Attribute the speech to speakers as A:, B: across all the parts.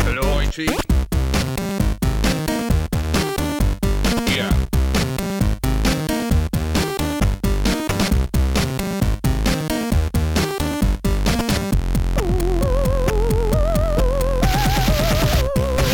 A: Archie. Yeah.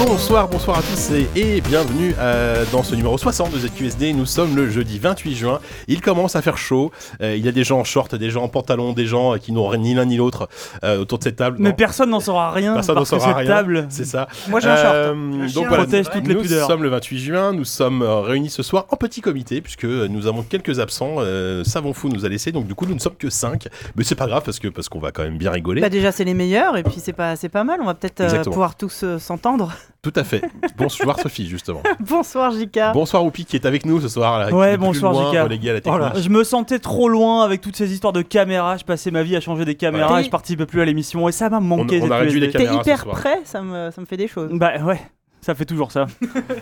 B: Bonsoir, bonsoir à tous et, et bienvenue euh, dans ce numéro 60 de ZQSD. Nous sommes le jeudi 28 juin. Il commence à faire chaud. Euh, il y a des gens en short, des gens en pantalon, des gens euh, qui n'ont ni l'un ni l'autre euh, autour de cette table.
C: Mais
B: Non,
C: personne n'en saura rien
B: personne n'en
C: parce que
B: saura
C: cette
B: rien.
C: table.
B: C'est ça.
C: Moi j'ai un short.
B: Euh, donc
C: chien
B: voilà,
C: protège toutes les
B: nous
C: pudeurs.
B: sommes le 28 juin, nous sommes euh, réunis ce soir en petit comité puisque euh, nous avons quelques absents. Euh, Savon Fou nous a laissé, donc du coup nous ne sommes que 5. Mais c'est pas grave parce que parce qu'on va quand même bien rigoler.
D: Bah déjà c'est les meilleurs et puis c'est pas c'est pas mal on va peut-être euh,
B: Exactement.
D: pouvoir tous euh, s'entendre.
B: Tout à fait. Bonsoir Sophie justement.
D: Bonsoir Jika.
B: Bonsoir Oupi qui est avec nous ce soir. Là, qui
C: Ouais,
B: est plus
C: bonsoir,
B: loin,
C: Jika.
B: relégué à la
C: Voilà.
B: technique.
C: Oh Je me sentais trop loin avec toutes ces histoires de caméras. Je passais ma vie à changer des caméras.
D: Ouais.
C: et Je participais plus à l'émission et ça m'a
B: On,
C: manqué.
B: on a
C: ZQSD.
B: réduit les
D: T'es
B: caméras ce
D: hyper
B: soir.
D: prêt ça me ça me fait des choses.
C: Bah ouais, ça fait toujours ça.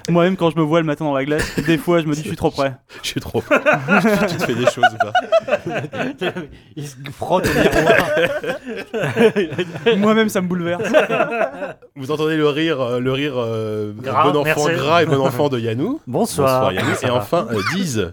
C: Moi-même quand je me vois le matin dans la glace, des fois je me dis je suis trop près.
B: Je suis trop. tu te fais des choses ou pas
E: Il se frotte au miroir.
C: Moi-même ça me bouleverse.
B: Vous entendez le rire, euh, le rire euh,
E: Gras,
B: bon enfant
E: merci.
B: gras et bon enfant de Yanou.
E: Bonsoir.
B: Yanou.
E: Ça
B: Et
E: va.
B: enfin euh, Diz.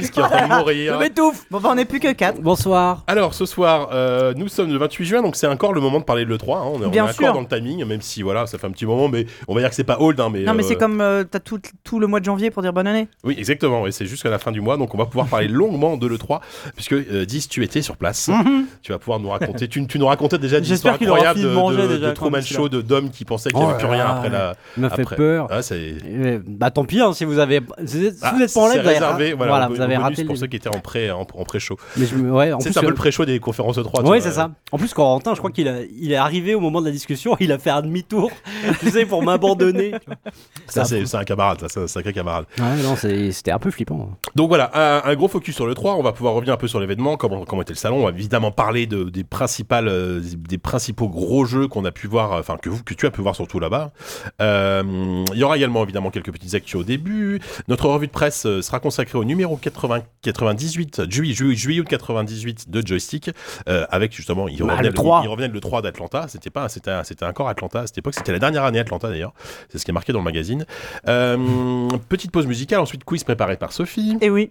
B: Diz qui est en train de mourir.
D: m'étouffe. Bon bah on n'est plus que 4.
E: Bonsoir.
B: Alors ce soir, euh, nous sommes le 28 juin, donc c'est encore le moment de parler de l'E3. hein. On est, on
D: Bien
B: est
D: sûr.
B: encore dans le timing, même si voilà, ça fait un petit moment, mais on va dire que c'est pas old. hein, mais,
D: Non mais
B: euh,
D: c'est comme euh, t'as tout tout le mois de janvier pour dire bonne année.
B: Oui, exactement, et c'est jusqu'à la fin du mois, donc on va pouvoir parler longuement de l'E3, puisque euh, Diz, tu étais sur place.
E: Mhm.
B: Tu vas pouvoir nous raconter. tu, tu nous racontais déjà des
C: J'espère
B: histoires
C: qu'il aura
B: incroyables de,
C: fini de manger
B: de,
C: déjà,
B: de Truman
C: quand même,
B: Show, de d'hommes qui pensaient qu'il n'y avait
E: Oh
B: plus
E: là
B: rien
E: là,
B: après la.
E: Il m'a fait
B: Après.
E: peur.
B: Ah, c'est.
E: Eh, Bah tant pis hein, si vous avez si vous
B: Ah,
E: êtes pas en
B: c'est
E: live vous avez-
B: réservé, voilà,
E: voilà,
B: au-
E: vous
B: au
E: avez
B: bonus
E: raté le
B: pour ceux qui étaient en pré en, en pré-show.
E: mais je me- ouais, en
B: C'est
E: plus,
B: un peu
E: euh,
B: le pré-show des conférences E3. tu vois.
E: Ouais, c'est ça. En plus Corentin, je crois qu'il a il est arrivé au moment de la discussion, il a fait un demi-tour, tu sais pour m'abandonner.
B: Ça c'est c'est un camarade, ça, c'est un sacré camarade.
E: Ouais, non, c'est- c'était un peu flippant.
B: Donc voilà, un, un gros focus sur le 3, on va pouvoir revenir un peu sur l'événement, comment, comment était le salon, on va évidemment parler de, des principales euh, des principaux gros jeux qu'on a pu voir, enfin que vous que tu as pu voir surtout là-bas. Euh, Il y aura également évidemment quelques petites actus au début. Notre revue de presse euh, sera consacrée au numéro 80, 98 juillet juillet juillet août 98 de Joystick euh, avec justement il
E: Bah,
B: revenait
E: le 3.
B: il revenait de le 3 d'Atlanta, c'était pas c'était un- c'était encore Atlanta à cette époque, c'était la dernière année Atlanta d'ailleurs. C'est ce qui est marqué dans le magazine. Euh, petite pause musicale, ensuite quiz préparé par Sophie.
D: Et Eh oui.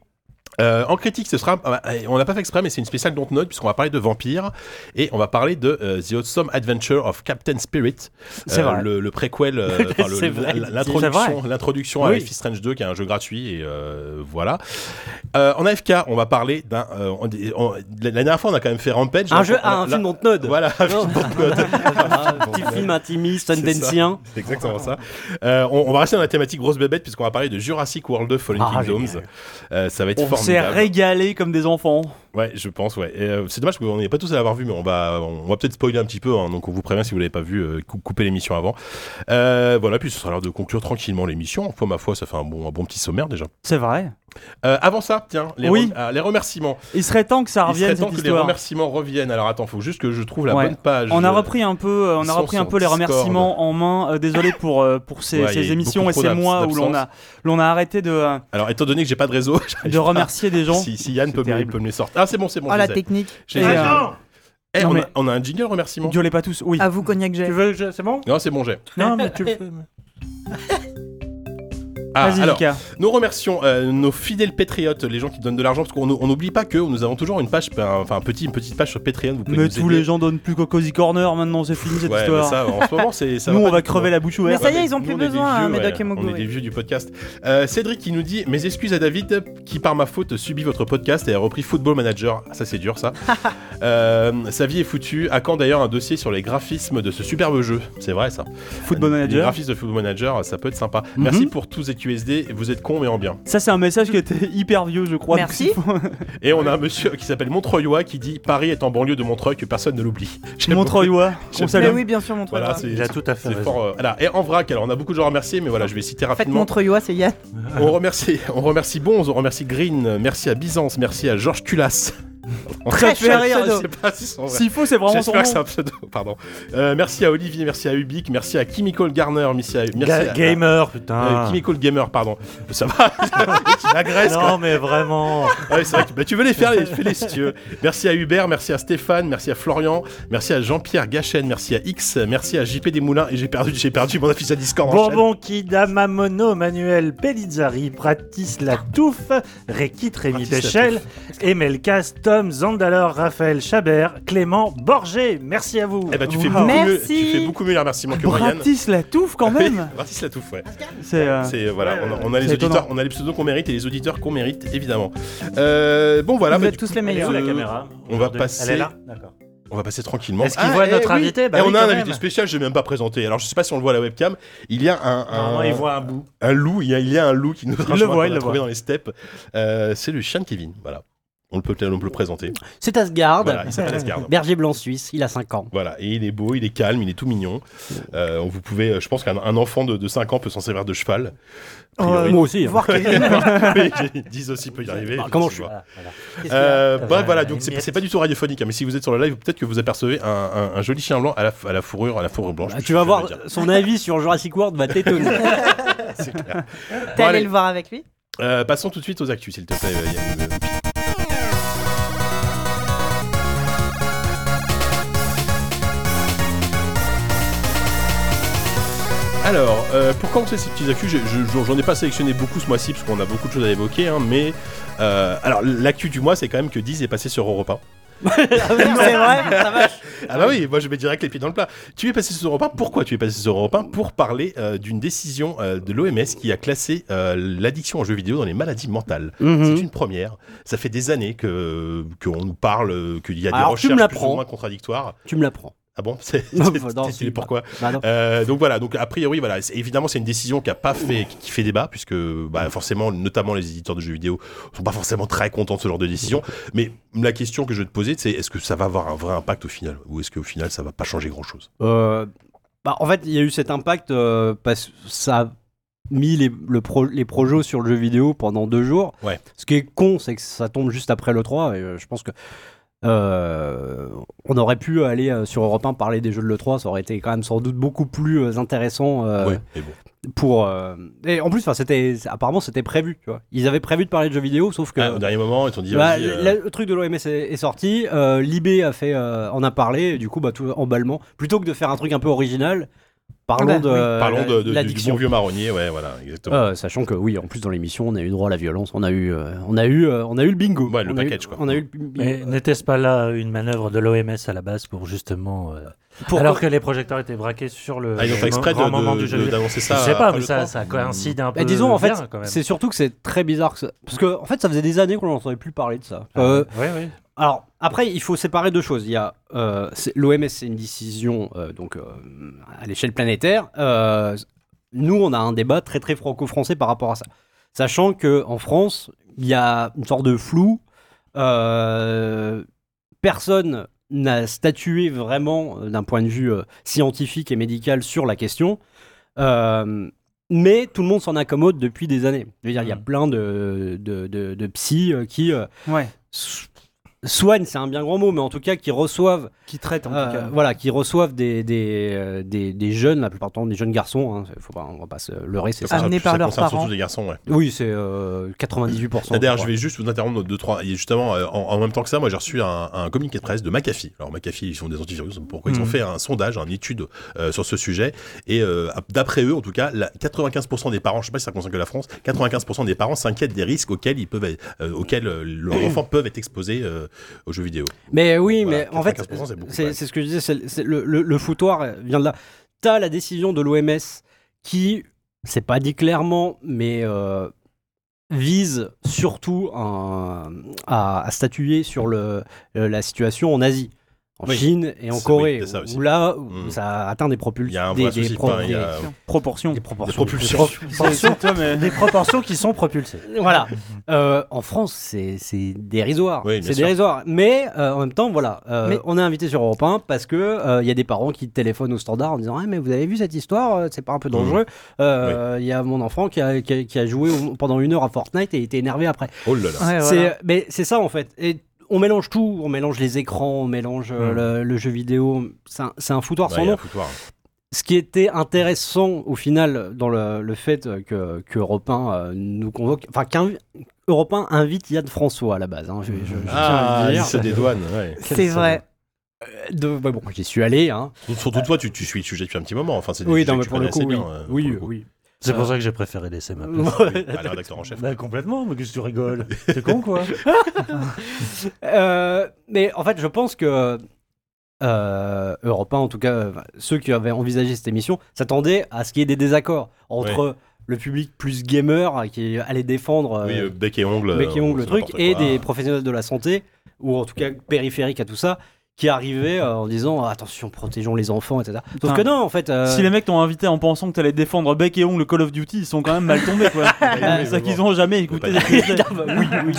B: Euh, en critique, ce sera, ah bah, euh, on n'a pas fait exprès, mais c'est une spéciale Don't Note puisqu'on va parler de vampires et on va parler de euh, The Awesome Adventure of Captain Spirit, Euh,
E: C'est vrai.
B: le, le préquel, euh, enfin, le-
E: C'est vrai.
B: le-
E: C'est
B: l'introduction, l'introduction à
E: Oui.
B: Life is Strange 2 E qui est un jeu gratuit et euh, voilà. Euh, en AFK, on va parler d'un, euh, on- on- la la dernière fois on a quand même fait Rampage,
E: Un
B: Là,
E: jeu
B: on-
E: ah, un
B: là-
E: film Dontnod.
B: voilà, un film Don't Note.
E: Un petit film intimiste, sundancien.
B: C'est exactement ça. Euh, on, on va rester dans la thématique grosse bébête puisqu'on va parler de Jurassic World 2 Fallen
E: Ah,
B: Kingdoms.
E: génial.
B: Euh, ça va être
C: On s'est
B: formidable.
C: régalé comme des enfants.
B: Ouais, je pense, ouais. Et, euh, c'est dommage qu'on n'est pas tous à l'avoir vu, mais on va, on va peut-être spoiler un petit peu, hein, donc on vous prévient si vous l'avez pas vu, euh, cou- coupez l'émission avant. Euh, voilà, puis ce sera l'heure de conclure tranquillement l'émission. Foi ma foi, ça fait un bon, un bon petit sommaire déjà.
C: C'est vrai.
B: Euh, avant ça, tiens, les,
C: Oui.
B: rem- ah, les remerciements.
C: Il serait temps que ça
B: Il serait
C: revienne
B: temps
C: cette
B: que les
C: histoire.
B: remerciements reviennent. Alors attends, faut juste que je trouve la
C: Ouais.
B: bonne page.
C: On a repris un peu, euh, on
B: Ils
C: a
B: sont
C: repris un
B: sur
C: peu les
B: Discord.
C: remerciements en main. Euh, désolé pour euh, pour ces,
B: Ouais, il y a
C: ces
B: eu
C: émissions
B: beaucoup
C: et
B: trop
C: ces
B: d'abs- Ah,
C: mois où l'on a
B: d'absence.
C: l'on a arrêté de euh,
B: Alors étant donné que j'ai pas de réseau, j'arrive
C: de
B: pas.
C: remercier des gens.
B: Si, si Yann
C: C'est
B: peut me,
C: terrible.
B: peut me les sortir. Ah c'est bon, c'est bon.
D: Oh
B: je
D: la
B: les ai.
D: technique.
B: Je les
C: Et,
B: ai.
C: euh,
B: Eh,
C: non,
B: on, a,
C: mais-
B: on a un jingle remerciement.
C: Gueulez pas tous. Oui.
D: À vous cognac j'ai.
E: veux c'est bon
B: Non, c'est bon, j'ai.
C: Non, mais tu le fais.
B: Ah,
C: Vas-y,
B: alors,
C: Vika.
B: Nous remercions euh, nos fidèles patriotes, les gens qui donnent de l'argent, parce qu'on on n'oublie pas que nous avons toujours une page, ben, enfin un petit, une petite page sur Patreon. Vous pouvez
C: Mais
B: nous
C: tous
B: aider.
C: les gens donnent plus qu'au Cozy Corner maintenant, c'est fini cette
B: Ouais, mais
C: histoire.
B: ça, en ce moment, c'est ça.
C: Nous,
B: va
C: on
B: pas
C: va
B: du tout,
C: crever
B: hein.
C: la bouche
D: Mais
C: ouverte.
D: ça y est, ils ont
B: Nous,
D: plus
B: on est des
D: besoin, hein,
B: vieux,
D: Médoc
B: ouais,
D: et Mogo,
B: On est
D: ouais.
B: des vieux du podcast. Euh, Cédric qui nous dit Mes excuses à David qui, par ma faute, subit votre podcast et a repris Football Manager. Ah, Ça, c'est dur, ça. Euh, sa vie est foutue. À quand d'ailleurs un dossier sur les graphismes de ce superbe jeu C'est vrai, ça.
C: Football
B: Les
C: Manager.
B: graphismes de Football Manager, ça peut être sympa.
E: Mhm.
B: Merci pour tous les QSD. Vous êtes cons, mais en bien.
C: Ça, c'est un message qui était hyper vieux, je crois.
D: Merci.
B: Et on a un monsieur qui s'appelle Montreuillois qui dit Paris est en banlieue de Montreuil que personne ne l'oublie. J'aime beaucoup.
C: Montreuilois, on
B: J'aime
D: Mais
C: salue.
D: oui bien sûr Montreuil.
B: Voilà, c'est
F: Il a tout à fait
B: c'est
F: raison.
B: fort. euh, voilà. Et en vrac, alors on a beaucoup de gens à remercier, mais voilà, je vais citer
D: En fait
B: rapidement.
D: Montreuil c'est Yann.
B: On remercie, on remercie Bonze, on remercie Green, euh, merci à Byzance, merci à Georges Culasse.
C: Très
D: Très
C: fait
D: chouette
C: rire.
D: pseudo.
B: Je sais pas si c'est son vrai.
C: S'il faut, c'est vraiment son
B: J'espère que c'est
C: nom.
B: un pseudo. Pardon. Euh, merci à Olivier, merci à Ubik, merci à Chemical Garner, merci à. Merci
F: Ga-
B: à-
F: gamer,
B: euh,
F: putain.
B: Chemical Gamer, pardon. Ça va Il agresse, quoi.
F: non, mais vraiment.
B: Ah oui, c'est vrai que- bah, tu veux les faire, les, fais-les si tu veux. Merci à Hubert, merci à Stéphane, merci à Florian, merci à Jean-Pierre Gachen, merci à X, merci à JP Desmoulins, et j'ai perdu, j'ai perdu mon affiche à Discord. en chaîne.
F: Bourbon Kida, Mamono, Manuel Pellizzari, Pratis La Touffe, Rekit Rémi
B: Pratis La
F: Péchel, Emelkas, Tom Zandalor, Raphaël Chabert, Clément Borgé. Merci à vous.
B: Eh ben, tu fais,
C: Wow.
B: beaucoup mieux,
D: Merci.
B: tu fais beaucoup mieux les remerciements que Brian.
C: Bratis la touffe quand même
B: Gratis la touffe, ouais.
F: Ah.
C: C'est. euh,
B: Ah C'est, euh, voilà, on a, on a les
C: C'est
B: auditeurs,
C: étonnant.
B: on a les pseudos qu'on mérite et les auditeurs qu'on mérite, évidemment. Euh, bon, voilà,
D: Vous
B: bah,
D: êtes
B: du
D: tous les
B: coup,
D: meilleurs.
B: euh,
F: la caméra.
B: on va passer-
F: Elle est là D'accord.
B: on va passer tranquillement.
F: Est-ce qu'il voit
B: eh
F: notre
B: oui.
F: invité Bah
B: Eh,
F: oui,
B: on a
F: quand
B: un
F: même.
B: invité spécial, je ne même pas présenté. Alors, je sais pas si on le voit à la webcam. Il y a un,
F: Normalement,
B: un,
F: Ah, il voit un bout.
B: un loup, il y a, il y a un loup qui nous
C: le voit, il
B: a
C: le
B: trouvé
C: voit.
B: dans les steppes. Euh, c'est le chien de Kevin, voilà. On le peut peut-être on peut le présenter.
E: C'est Asgard,
B: Voilà, il s'appelle Asgard.
E: berger blanc suisse, il a 5 ans.
B: Voilà, et il est beau, il est calme, il est tout mignon. Euh, vous pouvez, euh, je pense qu'un un enfant de, de 5 ans peut s'en servir de cheval. A
D: Oh,
B: priori.
E: moi aussi. hein.
D: Voir Kevin.
B: Mais ils disent aussi peut y arriver.
E: Bah, comment je suis
B: effectivement.
E: voilà, voilà.
B: Euh, bah
F: Voilà,
B: voilà,
F: une
B: donc c'est
F: miette.
B: c'est pas du tout radiophonique, hein, mais si vous êtes sur le live, peut-être que vous apercevez un, un- un joli chien blanc à la, à la fourrure, à la fourrure blanche.
E: Bah,
B: je-
E: Tu vas
B: je
E: voir,
B: veux dire,
E: son avis sur Jurassic World va t'étonner.
B: c'est clair.
D: T'es allé
B: Bon, allez.
D: le voir avec lui
B: Euh, passons tout de suite aux actus, s'il te plaît. euh, Yann. Alors, euh, pour commencer ces petits actus, j'ai- je- j'en ai pas sélectionné beaucoup ce mois-ci parce qu'on a beaucoup de choses à évoquer, hein, mais euh, alors l'actu du mois, c'est quand même que 10 est passé sur Europe 1.
D: C'est vrai
B: Ah bah oui, moi je mets direct les pieds dans le plat. Tu es passé sur Europe 1, pourquoi tu es passé sur Europe 1 Pour parler euh, d'une décision euh, de l'OMS qui a classé euh, l'addiction aux jeux vidéo dans les maladies mentales.
E: Mhm.
B: C'est une première. Ça fait des années que qu'on nous parle, euh, qu'il y a des
E: Alors, tu
B: recherches
E: me
B: plus
E: l'apprends.
B: ou moins contradictoires.
E: Tu me l'apprends.
B: Ah bon C'est
E: Non,
B: c'est-
E: bah non,
B: c'est-
E: c'est
B: c'est-
E: pas-
B: pourquoi
E: Bah non.
B: Euh, Donc voilà, donc a priori, voilà, c'est- évidemment c'est une décision qui a pas fait, qui- qui fait débat, puisque bah, forcément, notamment les éditeurs de jeux vidéo sont pas forcément très contents de ce genre de décision. Mais la question que je vais te poser, c'est est-ce que ça va avoir un vrai impact au final Ou est-ce qu'au final ça va pas changer grand-chose
E: Euh, bah, en fait, il y a eu cet impact euh, parce que ça a mis les, le pro- les projets sur le jeu vidéo pendant deux jours.
B: Ouais.
E: Ce qui est con, c'est que ça tombe juste après le 3 et euh, je pense que euh, on aurait pu aller euh, sur Europe 1 parler des jeux de l'E3, ça aurait été quand même sans doute beaucoup plus euh, intéressant euh,
B: Ouais, mais bon.
E: pour... euh, Et en plus, 'fin, c'était apparemment, c'était prévu. Tu vois. Ils avaient prévu de parler de jeux vidéo, sauf que...
B: Ah, au dernier moment, ils t'ont dit.
E: Bah,
B: vas-y, euh,
E: la- le truc de l'OMS est, est sorti, euh, Libé a fait, euh, en a parlé, et du coup, bah, tout emballement. Plutôt que de faire un truc un peu original, parlons
D: Bah,
E: de
D: oui.
E: euh,
B: Parlons de, de- du- du
E: l'addiction.
B: bon vieux marronnier, ouais, voilà, exactement.
E: Euh, sachant que oui, en plus dans l'émission, on a eu droit à la violence, on a eu, euh, on a eu, euh, on a eu le bingo,
B: Ouais, le
E: on a eu-
B: package, quoi.
E: on a eu le bingo.
F: Mais n'était-ce pas là une manœuvre de l'OMS à la base pour justement. euh,
E: Pourquoi-
F: Alors que les projecteurs étaient braqués sur le
B: Ah, ils ont fait exprès de-
F: grand moment
B: de-
F: du jeu
B: de-
F: vidéo.
B: d'annoncer
F: Je
B: ça.
F: sais pas,
B: après
F: mais
B: le
F: ça,
B: 3.
F: ça coïncide un peu.
E: Bah, disons en fait,
F: bien, quand même.
E: c'est surtout que c'est très bizarre que ça- parce que en fait, ça faisait des années qu'on n'entendait plus parler de ça.
F: Ah,
E: Euh,
F: ouais, ouais.
E: Alors, après, il faut séparer deux choses. Il y a euh, c'est- l'OMS, c'est une décision euh, donc euh, à l'échelle planétaire. Euh, nous, on a un débat très très franco-français par rapport à ça, sachant que en France, il y a une sorte de flou. Euh, personne n'a statué vraiment euh, d'un point de vue euh, scientifique et médical sur la question. Euh, mais tout le monde s'en accommode depuis des années. Je veux dire, il y a
F: Mhm.
E: plein de, de, de- de psys euh, qui euh,
C: Ouais,
E: so- soignent, c'est un bien grand mot, mais en tout cas qui reçoivent,
C: qui traite en
E: euh,
C: tout cas.
E: voilà, qui reçoivent des, des, euh, des, des jeunes, la plupart du temps des jeunes garçons, hein, faut pas, on va pas se leurrer, c'est ça.
D: Amenés
B: Ça
D: par leurs
B: concerne surtout
D: parents.
B: des garçons, ouais.
E: Oui, c'est euh, 98%.
B: D'ailleurs, je
E: crois.
B: vais juste vous interrompre nos deux trois. Et justement, euh, en, en même temps que ça, moi j'ai reçu un, un communiqué de presse de McAfee. Alors McAfee, ils sont des antivirus. Pourquoi
E: Hmm.
B: ils ont
F: Mhm.
B: fait un sondage, une étude euh, sur ce sujet Et euh, d'après eux, en tout cas, la- 95% des parents, je sais pas si ça concerne que la France, 95% des parents s'inquiètent des risques auxquels ils peuvent, être- euh, auxquels euh,
E: Hmm.
B: leurs enfants peuvent être exposés euh, aux jeux vidéo.
E: Mais oui,
B: Voilà,
E: mais en fait,
B: 95%, c'est beaucoup, quand
E: c'est
B: même.
E: c'est ce que je disais, c'est- c'est le, le, le foutoir euh, vient de là. T'as la décision de l'OMS qui, c'est pas dit clairement, mais euh, vise surtout un- à, à statuer sur le, euh, la situation en Asie, en
B: Oui.
E: Chine et en
B: Ça, oui,
E: Corée,
B: c'est ça aussi.
E: où là, où
B: Mm.
E: ça atteint des, propul-
B: Il y a un
E: des,
B: vrai
E: des
B: souci.
E: pro-
B: enfin, il y a-
E: des-
C: Proportion.
E: des
B: des
E: proportions.
B: propulsions.
C: C'est- c'est toi, mais-
F: Des proportions qui sont propulsées.
E: voilà. Euh, en France, c'est c'est dérisoire.
B: Oui, bien
E: c'est
B: sûr.
E: dérisoire. Mais euh, en même temps, voilà, euh,
D: Mais-
E: on est invité sur Europe 1 parce que euh, il y a des parents qui téléphonent au standard en disant Ah, mais vous avez vu cette histoire Euh, C'est pas un
B: Mmh.
E: peu dangereux Euh, Il y a mon enfant qui a, qui a- qui a joué au- pendant une heure à Fortnite et été énervé après.
B: Oh là là.
D: Ouais, voilà.
E: C'est- Mais c'est ça en fait. Et on mélange tout, on mélange les écrans, on mélange euh,
B: Mm.
E: le, le jeu vidéo. C'est un, c'est un foutoir
B: Ouais,
E: sans
B: Bah, y a
E: nom.
B: un foutoir.
E: Ce qui était intéressant au final dans le, le fait que, que Europe 1, euh, nous convoque, enfin qu'un Europe 1 invite Yann François à la base. hein, je- je- je tiens à
B: Ah,
E: le
B: il
E: dire.
B: se dédouane. Ouais.
D: C'est vrai.
E: Euh, de- bah bon, j'y suis allé. Hein.
B: Surtout toi, tu, tu suis le sujet depuis un petit moment. Enfin, c'est des
E: Oui,
B: sujets
E: non,
B: que
E: mais
B: tu
E: pour le
B: connais
E: coup,
B: assez
E: oui.
B: bien, euh, pour
E: oui,
B: le coup.
E: oui.
F: C'est pour ça que j'ai préféré laisser ma place.
B: Oui, bah, le rédacteur en chef.
F: Bah complètement, mais qu'est-ce que tu rigoles C'est con quoi
E: Euh, mais en fait, je pense que euh, Europe 1, en tout cas, euh, ceux qui avaient envisagé cette émission, s'attendaient à ce qu'il y ait des désaccords entre le public plus gamer qui allait défendre euh,
B: Oui, euh, bec et ongle.
E: bec et
B: euh,
E: ongle le
B: c'est
E: truc
B: n'importe
E: et
B: quoi.
E: des professionnels de la santé ou en tout cas périphériques à tout ça qui arrivaient euh, en disant attention protégeons les enfants etc sauf
C: Putain.
E: que non en fait euh,
C: Si les mecs t'ont invité en pensant que t'allais défendre bec et ongle Call of Duty, ils sont quand même mal tombés quoi.
B: Ah
C: Euh,
B: oui,
C: c'est
B: mais
C: ça qu'ils
B: bon.
C: ont jamais écouté.
B: Mais pas
C: ce que c'est.
E: bah, oui, oui.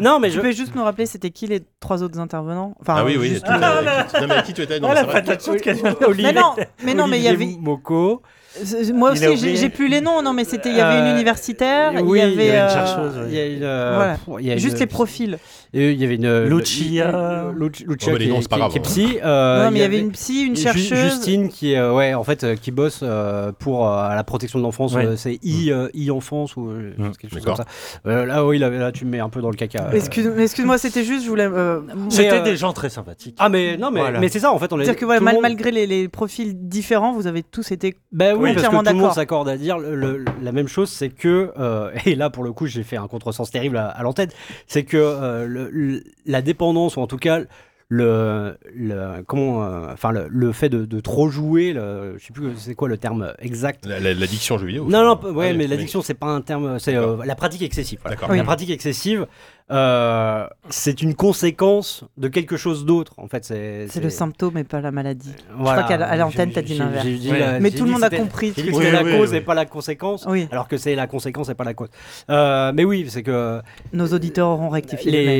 E: non mais
D: Tu
E: je
D: peux juste nous rappeler c'était qui les trois autres intervenants Enfin,
B: Ah oui, oui.
D: juste-
B: tout- euh, qui- Non, mais qui tu étais
E: Oh,
B: Non, mais c'est vrai.
D: Mais non, Ah, mais non, mais il y
E: Olivier
D: avait.
E: Moko
D: c'est- Moi
F: Il a
D: aussi, j'ai
F: oublié.
D: j'ai plus les noms. Non, mais c'était. Il y avait
E: Euh,
D: une universitaire.
E: oui,
D: il y
E: il y
D: avait.
E: avait
F: une
D: euh,
F: chercheuse, oui.
E: il y a une, euh,
D: Voilà.
E: pff, il y a
D: Juste
E: une-
D: les profils.
E: Et il y avait une euh,
F: Lucia.
E: Luc-
B: Oh,
E: Lucia
B: mais les
E: qui,
B: noms,
E: est,
B: c'est pas
E: qui-
B: grave,
E: qui est
B: hein.
E: psy euh,
D: non, mais il y avait
E: avait-
D: une psy, une
E: Ju-
D: chercheuse.
E: Justine qui euh, ouais en fait euh, qui bosse euh, pour euh, la protection de l'enfance
F: Ouais.
E: euh, c'est i euh, i enfance ou euh,
F: Mm.
E: quelque chose
B: D'accord.
E: comme ça. Euh, là oui là, là, tu me mets un peu dans le caca. euh.
D: Excuse- mais Excuse-moi, c'était juste, je voulais euh,
E: Mais,
F: C'était
E: euh,
F: des gens très sympathiques.
E: Ah mais non mais
F: Voilà.
E: mais c'est ça en fait on est
D: dire que voilà,
E: tout le
D: mal-
E: monde-
D: malgré les, les profils différents, vous avez tous été.
E: Bah oui,
D: Oui,
E: parce
D: clairement
E: que tout le monde
D: d'accord.
E: s'accorde à dire le- le- la même chose, c'est que, euh, et là pour le coup j'ai fait un contresens terrible à, à l'antenne, c'est que euh, le- le- la dépendance, ou en tout cas le, le, comment, euh, enfin, le, le fait de, de trop jouer, le, je sais plus c'est quoi le terme exact.
B: La- la- L'addiction aux jeux vidéo.
E: Non, non,
B: enfin.
E: p- ouais,
B: Ah,
E: mais l'addiction c'est pas un terme, c'est euh, la pratique excessive. voilà.
B: D'accord.
D: Oui.
E: La pratique excessive, euh, c'est une conséquence de quelque chose d'autre en fait. C'est
D: C'est le
E: symptôme.
D: symptôme et pas la maladie. crois qu'à- à l'antenne, t'as dit l'inverse.
F: Ouais.
E: Bah,
D: Mais tout le monde a compris.
E: c'est
D: ce que
F: Oui,
E: la
F: oui,
E: cause
F: oui.
E: et pas la conséquence,
D: Oui,
E: alors que c'est la conséquence et pas la cause. Euh, mais oui, c'est que
D: nos auditeurs auront rectifié. le mail.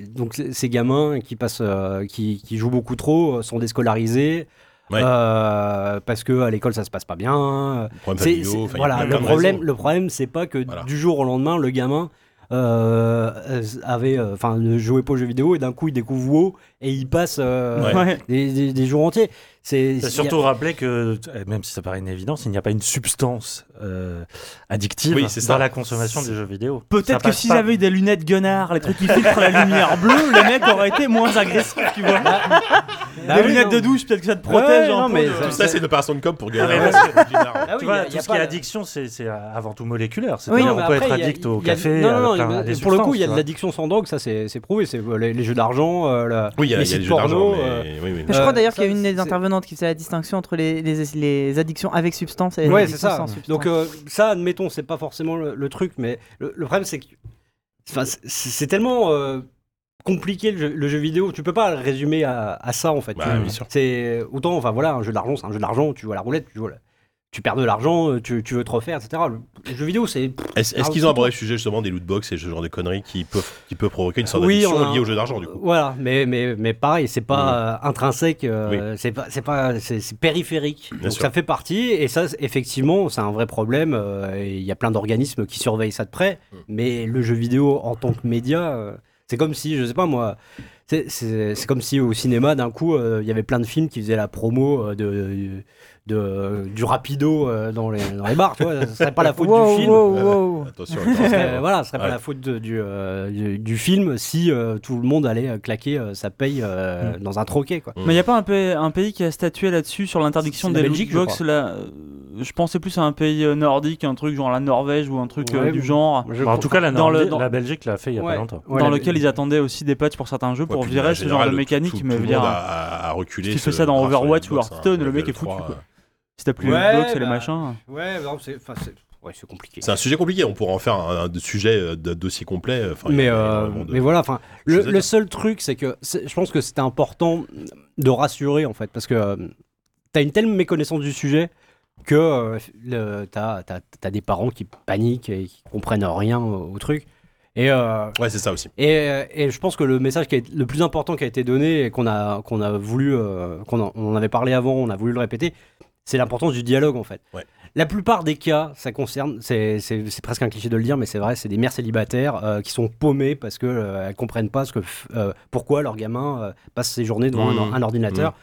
E: les... donc c- ces gamins qui passent, euh, qui, qui jouent beaucoup trop, euh, sont déscolarisés
B: Ouais.
E: euh, parce que à l'école ça se passe pas bien.
B: Problème
E: C'est-
B: familiaux,
E: c'est-
B: enfin, il y a
E: voilà,
B: plein
E: le
B: de
E: problème,
B: raisons.
E: le problème, c'est pas que
B: Voilà.
E: du jour au lendemain le gamin euh, euh, avait, euh, enfin, ne jouait pas aux jeux vidéo et d'un coup il découvre WoW et il passe euh,
B: Ouais.
C: Ouais.
E: des, des- des jours entiers. C'est
F: T'as
E: il y a-
F: surtout rappelé que, euh, même si ça paraît une évidence, il n'y a pas une substance euh, addictive
B: Oui, c'est ça.
F: dans la consommation des jeux vidéo. Ça
C: Peut-être que
F: passe
C: s'ils
F: pas.
C: avaient eu des lunettes Gunnar, les trucs qui filtrent la lumière bleue, les mecs auraient été moins agressifs, tu vois.
E: Bah
C: les
E: oui,
C: lunettes
E: non.
C: de douche, peut-être que ça te protège.
E: Ouais,
C: un
F: hein,
E: non,
C: peu
E: mais
C: de-
B: Tout ça, c'est une opération de com pour gagner.
F: Ah, mais
B: un-
E: Ah oui,
F: tu
E: il y
F: vois,
E: a- il y
F: tout
E: a
F: ce
E: pas
F: qui est
E: la-
F: addiction, c'est c'est avant tout moléculaire.
E: Oui,
F: C'est-à-dire,
E: mais
F: on peut
E: après,
F: être
E: il y a-
F: addict au
E: il y a-
F: café.
E: Non, non, non,
F: euh, plein-
E: il y a-
F: à des
E: pour le coup, il y a de
F: substances,
E: l'addiction sans drogue, ça c'est c'est prouvé. C'est euh, les, les jeux d'argent, euh, la-
B: Oui, il y a
E: les
B: il y a
E: sites
B: les jeux
E: porno.
B: d'argent.
E: euh,
B: mais- oui, oui.
D: Mais je crois
E: Euh,
D: d'ailleurs qu'il y a
E: ça,
D: une des
E: c'est-
D: intervenantes qui faisait la distinction entre les, les, les addictions avec substance et les
E: Ouais, c'est
D: addictions
E: ça.
D: sans substance.
E: Donc euh, ça, admettons, c'est pas forcément le, le truc, mais le, le problème c'est que enfin, c'est- c'est tellement euh, compliqué le jeu, le jeu vidéo. Tu peux pas le résumer à, à ça en fait.
B: Bah,
E: Tu-
B: bien sûr.
E: C'est autant, enfin voilà, un jeu d'argent, c'est un jeu d'argent. Tu joues à la roulette, tu joues. à la- Tu perds de l'argent, euh, tu, tu veux te refaire, etc. Le jeu vidéo, c'est
B: Est-ce est-ce
E: Ah,
B: qu'ils ont
E: tout
B: abordé le sujet justement des lootbox et ce genre de conneries qui peuvent, qui peuvent provoquer une sorte
E: Oui,
B: d'addiction
E: on a-
B: liée au jeu d'argent du coup Mm.
E: Voilà, mais, mais, mais pareil, c'est pas euh, intrinsèque, euh, c'est pas c'est pas c'est c'est périphérique. Donc
B: sûr.
E: ça fait partie et ça c'est- effectivement, c'est un vrai problème euh, et il y a plein d'organismes qui surveillent ça de près,
B: Mm.
E: mais le jeu vidéo en tant que média euh, c'est comme si, je sais pas moi, c'est- c'est c'est comme si au cinéma, d'un coup, euh, il y avait plein de films qui faisaient la promo euh, de, de- du rapido euh, dans, les, dans les bars, tu vois. Ce serait pas la faute
D: Wow,
E: du film. euh,
D: wow, wow.
B: Attention.
E: Ce serait-
B: attention.
E: euh, voilà, ce serait pas
B: Ouais.
E: la faute de- du, euh, du, du film si euh, tout le monde allait euh, claquer euh, sa paye euh,
B: Mm.
E: dans un troquet. Quoi.
C: Mais il n'y a pas un pays, un pays qui a statué là-dessus sur l'interdiction
E: C'est la
C: des
E: Belgique, je
C: lootbox là euh, Je pensais plus à un pays euh, nordique, un truc genre la Norvège ou un truc euh,
E: Ouais,
C: du
E: mais-
C: genre.
F: Bah, en tout cas, la,
C: Dans le-
F: Normandie-
C: dans-
F: la Belgique l'a fait il y a
E: Ouais.
F: pas longtemps.
E: Ouais,
C: dans
E: la-
C: lequel ils attendaient aussi des patchs pour certains jeux pour
B: Ouais, puis, en
C: virer ce genre
B: général,
C: de
B: tout-
C: mécanique,
B: tout-
C: mais
B: tout le
C: je veux dire,
B: monde a, a reculé.
C: si tu fais
B: ce
C: ça dans
B: graphe sur
C: Overwatch
B: les
C: ou
B: lootbox, hein,
C: Hearthstone, le mec
B: level
C: est foutu,
B: 3,
C: quoi.
B: euh.
C: si t'as plus les
E: Ouais,
C: lootbox et les
E: bah,
C: machins.
E: Ouais, non, c'est enfin, c'est- ouais, c'est compliqué.
B: C'est un sujet compliqué, on pourrait en faire un, un sujet euh, de dossier complet. euh, enfin, il y a- il
E: mais,
B: y a
E: euh,
B: énormément de-
E: mais voilà, enfin,
B: choses
E: le,
B: à
E: le
B: dire.
E: seul truc, c'est que c'est- je pense que c'était important de rassurer, en fait, parce que euh, t'as une telle méconnaissance du sujet que euh, le- t'as t'as- t'as des parents qui paniquent et qui comprennent rien au, au truc. Et euh,
B: Ouais, c'est ça aussi.
E: Et, euh, et je pense que le message qui est le plus important qui a été donné et qu'on a, qu'on a voulu, euh, qu'on en- on en avait parlé avant, on a voulu le répéter, c'est l'importance du dialogue en fait.
B: Ouais.
E: La plupart des cas, ça concerne, c'est c'est- c'est presque un cliché de le dire, mais c'est vrai, c'est des mères célibataires euh, qui sont paumées parce que euh, elles comprennent pas ce que, f- euh, pourquoi leur gamin euh, passe ses journées devant un or-
B: Mhm.
E: un, ordinateur.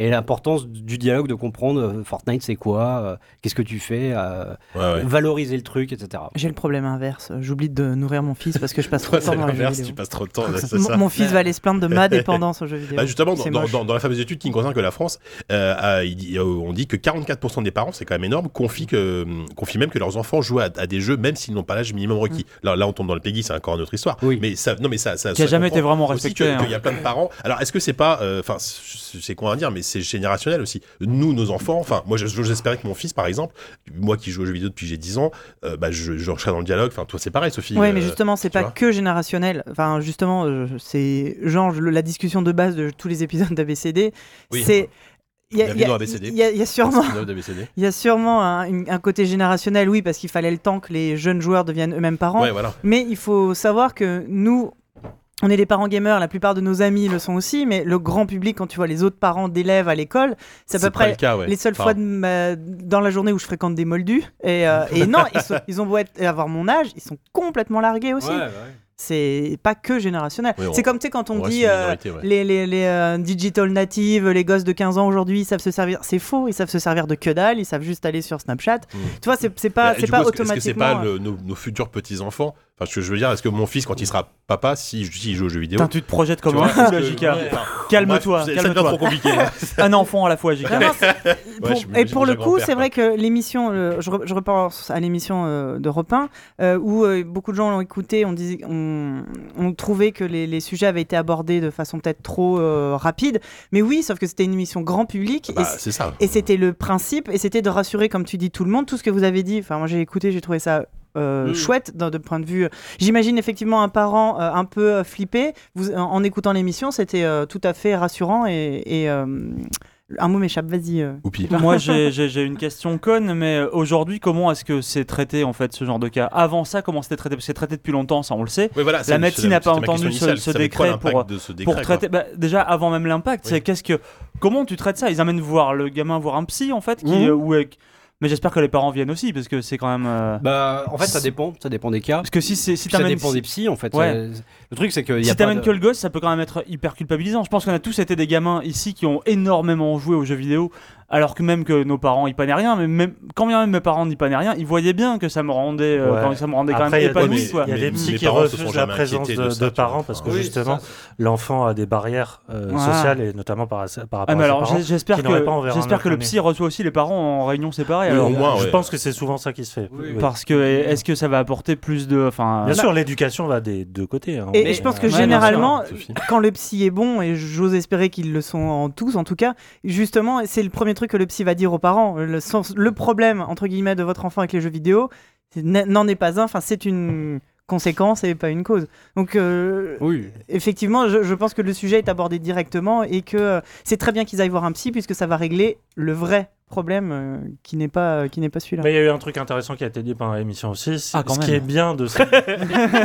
E: Et l'importance du dialogue, de comprendre euh, Fortnite c'est quoi, euh, qu'est-ce que tu fais, euh,
B: Ouais, ouais.
E: valoriser le truc, etc.
D: J'ai le problème inverse. J'oublie de nourrir mon fils parce que je passe trop
B: Toi,
D: de temps
B: c'est
D: dans les jeux
B: l'inverse,
D: vidéo.
B: tu passes trop de temps, là, c'est
D: Mon-
B: ça.
D: Mon fils va aller se plaindre de ma dépendance aux jeux vidéo.
B: Bah, justement, dans,
D: C'est
B: dans-
D: moche.
B: dans- dans la fameuse étude qui ne concerne que la France, euh, ah, il dit- euh, on dit que 44% des parents, c'est quand même énorme, confient, que, euh, confient même que leurs enfants jouent à, à des jeux même s'ils n'ont pas l'âge minimum requis. Là, là, on tombe dans le Peggy, c'est encore une autre histoire.
E: Oui.
B: Mais ça, non, mais ça, ça
C: Qui a
B: ça
C: jamais été
B: comprend
C: vraiment
B: aussi
C: respecté,
B: que-
C: hein.
B: Qu'il y a plein de parents. Alors, est-ce que c'est pas, euh, enfin, c'est c'est con à dire, mais c'est générationnel aussi. Nous, nos enfants, enfin, moi, je- j'espérais que mon fils, par exemple, moi qui joue aux jeux vidéo depuis j'ai 10 ans, euh, bah, je, je serais dans le dialogue. Enfin, toi, c'est pareil, Sophie.
D: Ouais, mais
B: euh,
D: justement, c'est
B: tu
D: pas
B: vois.
D: que générationnel. Enfin, justement, euh, c'est genre le- la discussion de base de tous les épisodes d'ABCD.
B: Oui.
D: C'est. Il y, a- il y,
B: Bienvenue dans
D: a-
B: ABCD.
D: il y a- il y a sûrement,
B: Spin-off d'ABCD.
D: il y a sûrement un, une- un côté générationnel, oui, parce qu'il fallait le temps que les jeunes joueurs deviennent eux-mêmes parents.
B: Ouais, voilà.
D: Mais il faut savoir que nous, on est des parents gamers, la plupart de nos amis le sont aussi, mais le grand public, quand tu vois les autres parents d'élèves à l'école, c'est à peu
B: pas
D: près
B: le cas, ouais.
D: les seules
B: Enfin,
D: fois de ma- dans la journée où je fréquente des moldus. Et, euh, et non, ils, sont- ils ont beau être- avoir mon âge, ils sont complètement largués aussi. C'est pas que générationnel.
B: Oui, on-
D: c'est comme tu sais, quand on
B: reste
D: dit
B: une
D: euh,
B: minorité, ouais.
D: les, les, les, euh, digital natives, les gosses de 15 ans aujourd'hui, ils savent se servir. C'est faux, ils savent se servir de que dalle, ils savent juste aller sur Snapchat.
B: Mm.
D: Tu vois, c'est c'est pas,
B: Bah, et
D: c'est
B: du
D: pas
B: coup, est-ce que- Est-ce que c'est pas
D: automatiquement. euh,
B: le- nos, nos futurs petits-enfants Enfin, ce que je veux dire, est-ce que mon fils, quand il sera papa, si s'il joue aux jeux vidéo.
C: Putain, tu te projettes comme
B: tu
C: un
B: vois,
C: fou,
B: parce
C: là,
B: que-
C: JK.
B: ouais, enfin,
C: Calme-toi,
B: bref, c'est- Ça devient
C: calme-toi.
B: trop compliqué. là.
C: Un enfant à la fois, JK.
D: euh, Non, non, c'est- pour-
B: je-
D: et
B: je-
D: pour
B: je
D: le coup,
B: grand-père,
D: c'est vrai que l'émission, euh, je, re- je repense à l'émission euh, de Repin, euh, où euh, beaucoup de gens l'ont écouté, on, disait, on, on trouvait que les, les sujets avaient été abordés de façon peut-être trop euh, rapide. Mais oui, sauf que c'était une émission grand public.
B: Bah,
D: et c-
B: c'est ça.
D: et c'était le principe, et c'était de rassurer, comme tu dis, tout le monde, tout ce que vous avez dit. Enfin, moi j'ai écouté, j'ai trouvé ça euh,
B: Hmm.
E: Mm.
D: chouette d'un de point de vue. J'imagine effectivement un parent euh, un peu euh, flippé. Vous, en, en écoutant l'émission, c'était euh, tout à fait rassurant et. et, euh, un mot m'échappe, vas-y. euh.
B: Oupi.
C: Moi, j'ai- j'ai j'ai une question conne, mais euh, aujourd'hui, comment est-ce que c'est traité en fait ce genre de cas Avant ça, comment c'était traité Parce que c'est traité depuis longtemps, ça on le sait.
B: Oui, voilà, c'est-
C: médecine
B: c'est-
C: n'a pas
B: c'était ma
C: entendu
B: question
C: ce-
B: initiale.
C: ce
B: Ça fait quoi
C: décret pour-
B: l'impact de ce décret,
C: Pour
E: hein.
C: traiter, bah, déjà avant même l'impact,
B: Oui.
C: c'est qu'est-ce que, comment tu traites ça Ils amènent voir le gamin voir un psy en fait, qui,
E: Mhm.
C: euh, ou, euh, mais j'espère que les parents viennent aussi parce que c'est quand même. euh,
E: Bah, en fait, ça dépend, ça dépend des cas.
C: Parce que si c'est si
E: Puis ça
C: t'amènes
E: dépend des psys en fait.
C: Ouais.
E: Euh, Le truc c'est que y a
C: Si
E: pas
C: t'amènes
E: de-
C: que le gosse, ça peut quand même être hyper culpabilisant. Je pense qu'on a tous été des gamins ici qui ont énormément joué aux jeux vidéo, alors que même que nos parents y panaient rien, mais même, quand bien même mes parents n'y panaient rien, ils voyaient bien que ça me rendait, euh,
F: Ouais.
C: quand ça me rendait quand
F: Après, il y
C: même
F: a des-
C: épanoui.
B: mais-
C: quoi.
F: Il y a
B: Mais
F: des
B: mes
F: psys qui
B: parents se sont
F: refusent la
B: jamais
F: présence
B: inquiétés
F: de,
B: de
F: de
B: ça, tu
F: parents
B: vois.
F: parce que
E: Oui,
F: justement,
E: c'est ça.
F: l'enfant a des barrières euh,
C: Ouais.
F: sociales et notamment par, par rapport
C: Ah, mais
F: à
C: alors
F: ses parents.
C: j'ai- j'espère
F: qui n'auraient
C: que,
F: pas envers un
C: j'espère
F: autre
C: que le
F: ami.
C: psy reçoit aussi les parents en réunion séparée.
B: Oui,
C: alors.
B: au moins,
F: je
B: ouais.
F: pense que c'est souvent ça qui se fait. Oui.
C: Parce que est-ce que ça va apporter plus de. Enfin,
F: Bien
C: euh,
F: sûr, l'éducation va des deux côtés. hein.
D: Et,
E: Mais-
D: et je pense que
C: Ouais, bien
D: généralement,
B: sûr. Sophie.
D: quand le psy est bon, et j'ose espérer qu'ils le sont en tous, en tout cas, justement, c'est le premier truc que le psy va dire aux parents. Le, sens- le problème, entre guillemets, de votre enfant avec les jeux vidéo, c'est- n'a- n'en est pas un, enfin, c'est une conséquence et pas une cause. Donc, euh,
E: Oui.
D: effectivement, je, je pense que le sujet est abordé directement et que euh, c'est très bien qu'ils aillent voir un psy puisque ça va régler le vrai problème euh, qui n'est pas, qui n'est pas celui-là.
F: Mais il y a eu un truc intéressant qui a été dit pendant l'émission aussi. c'est-
C: Ah, quand
F: ce qui est
C: même.
F: bien de ce-
D: Non,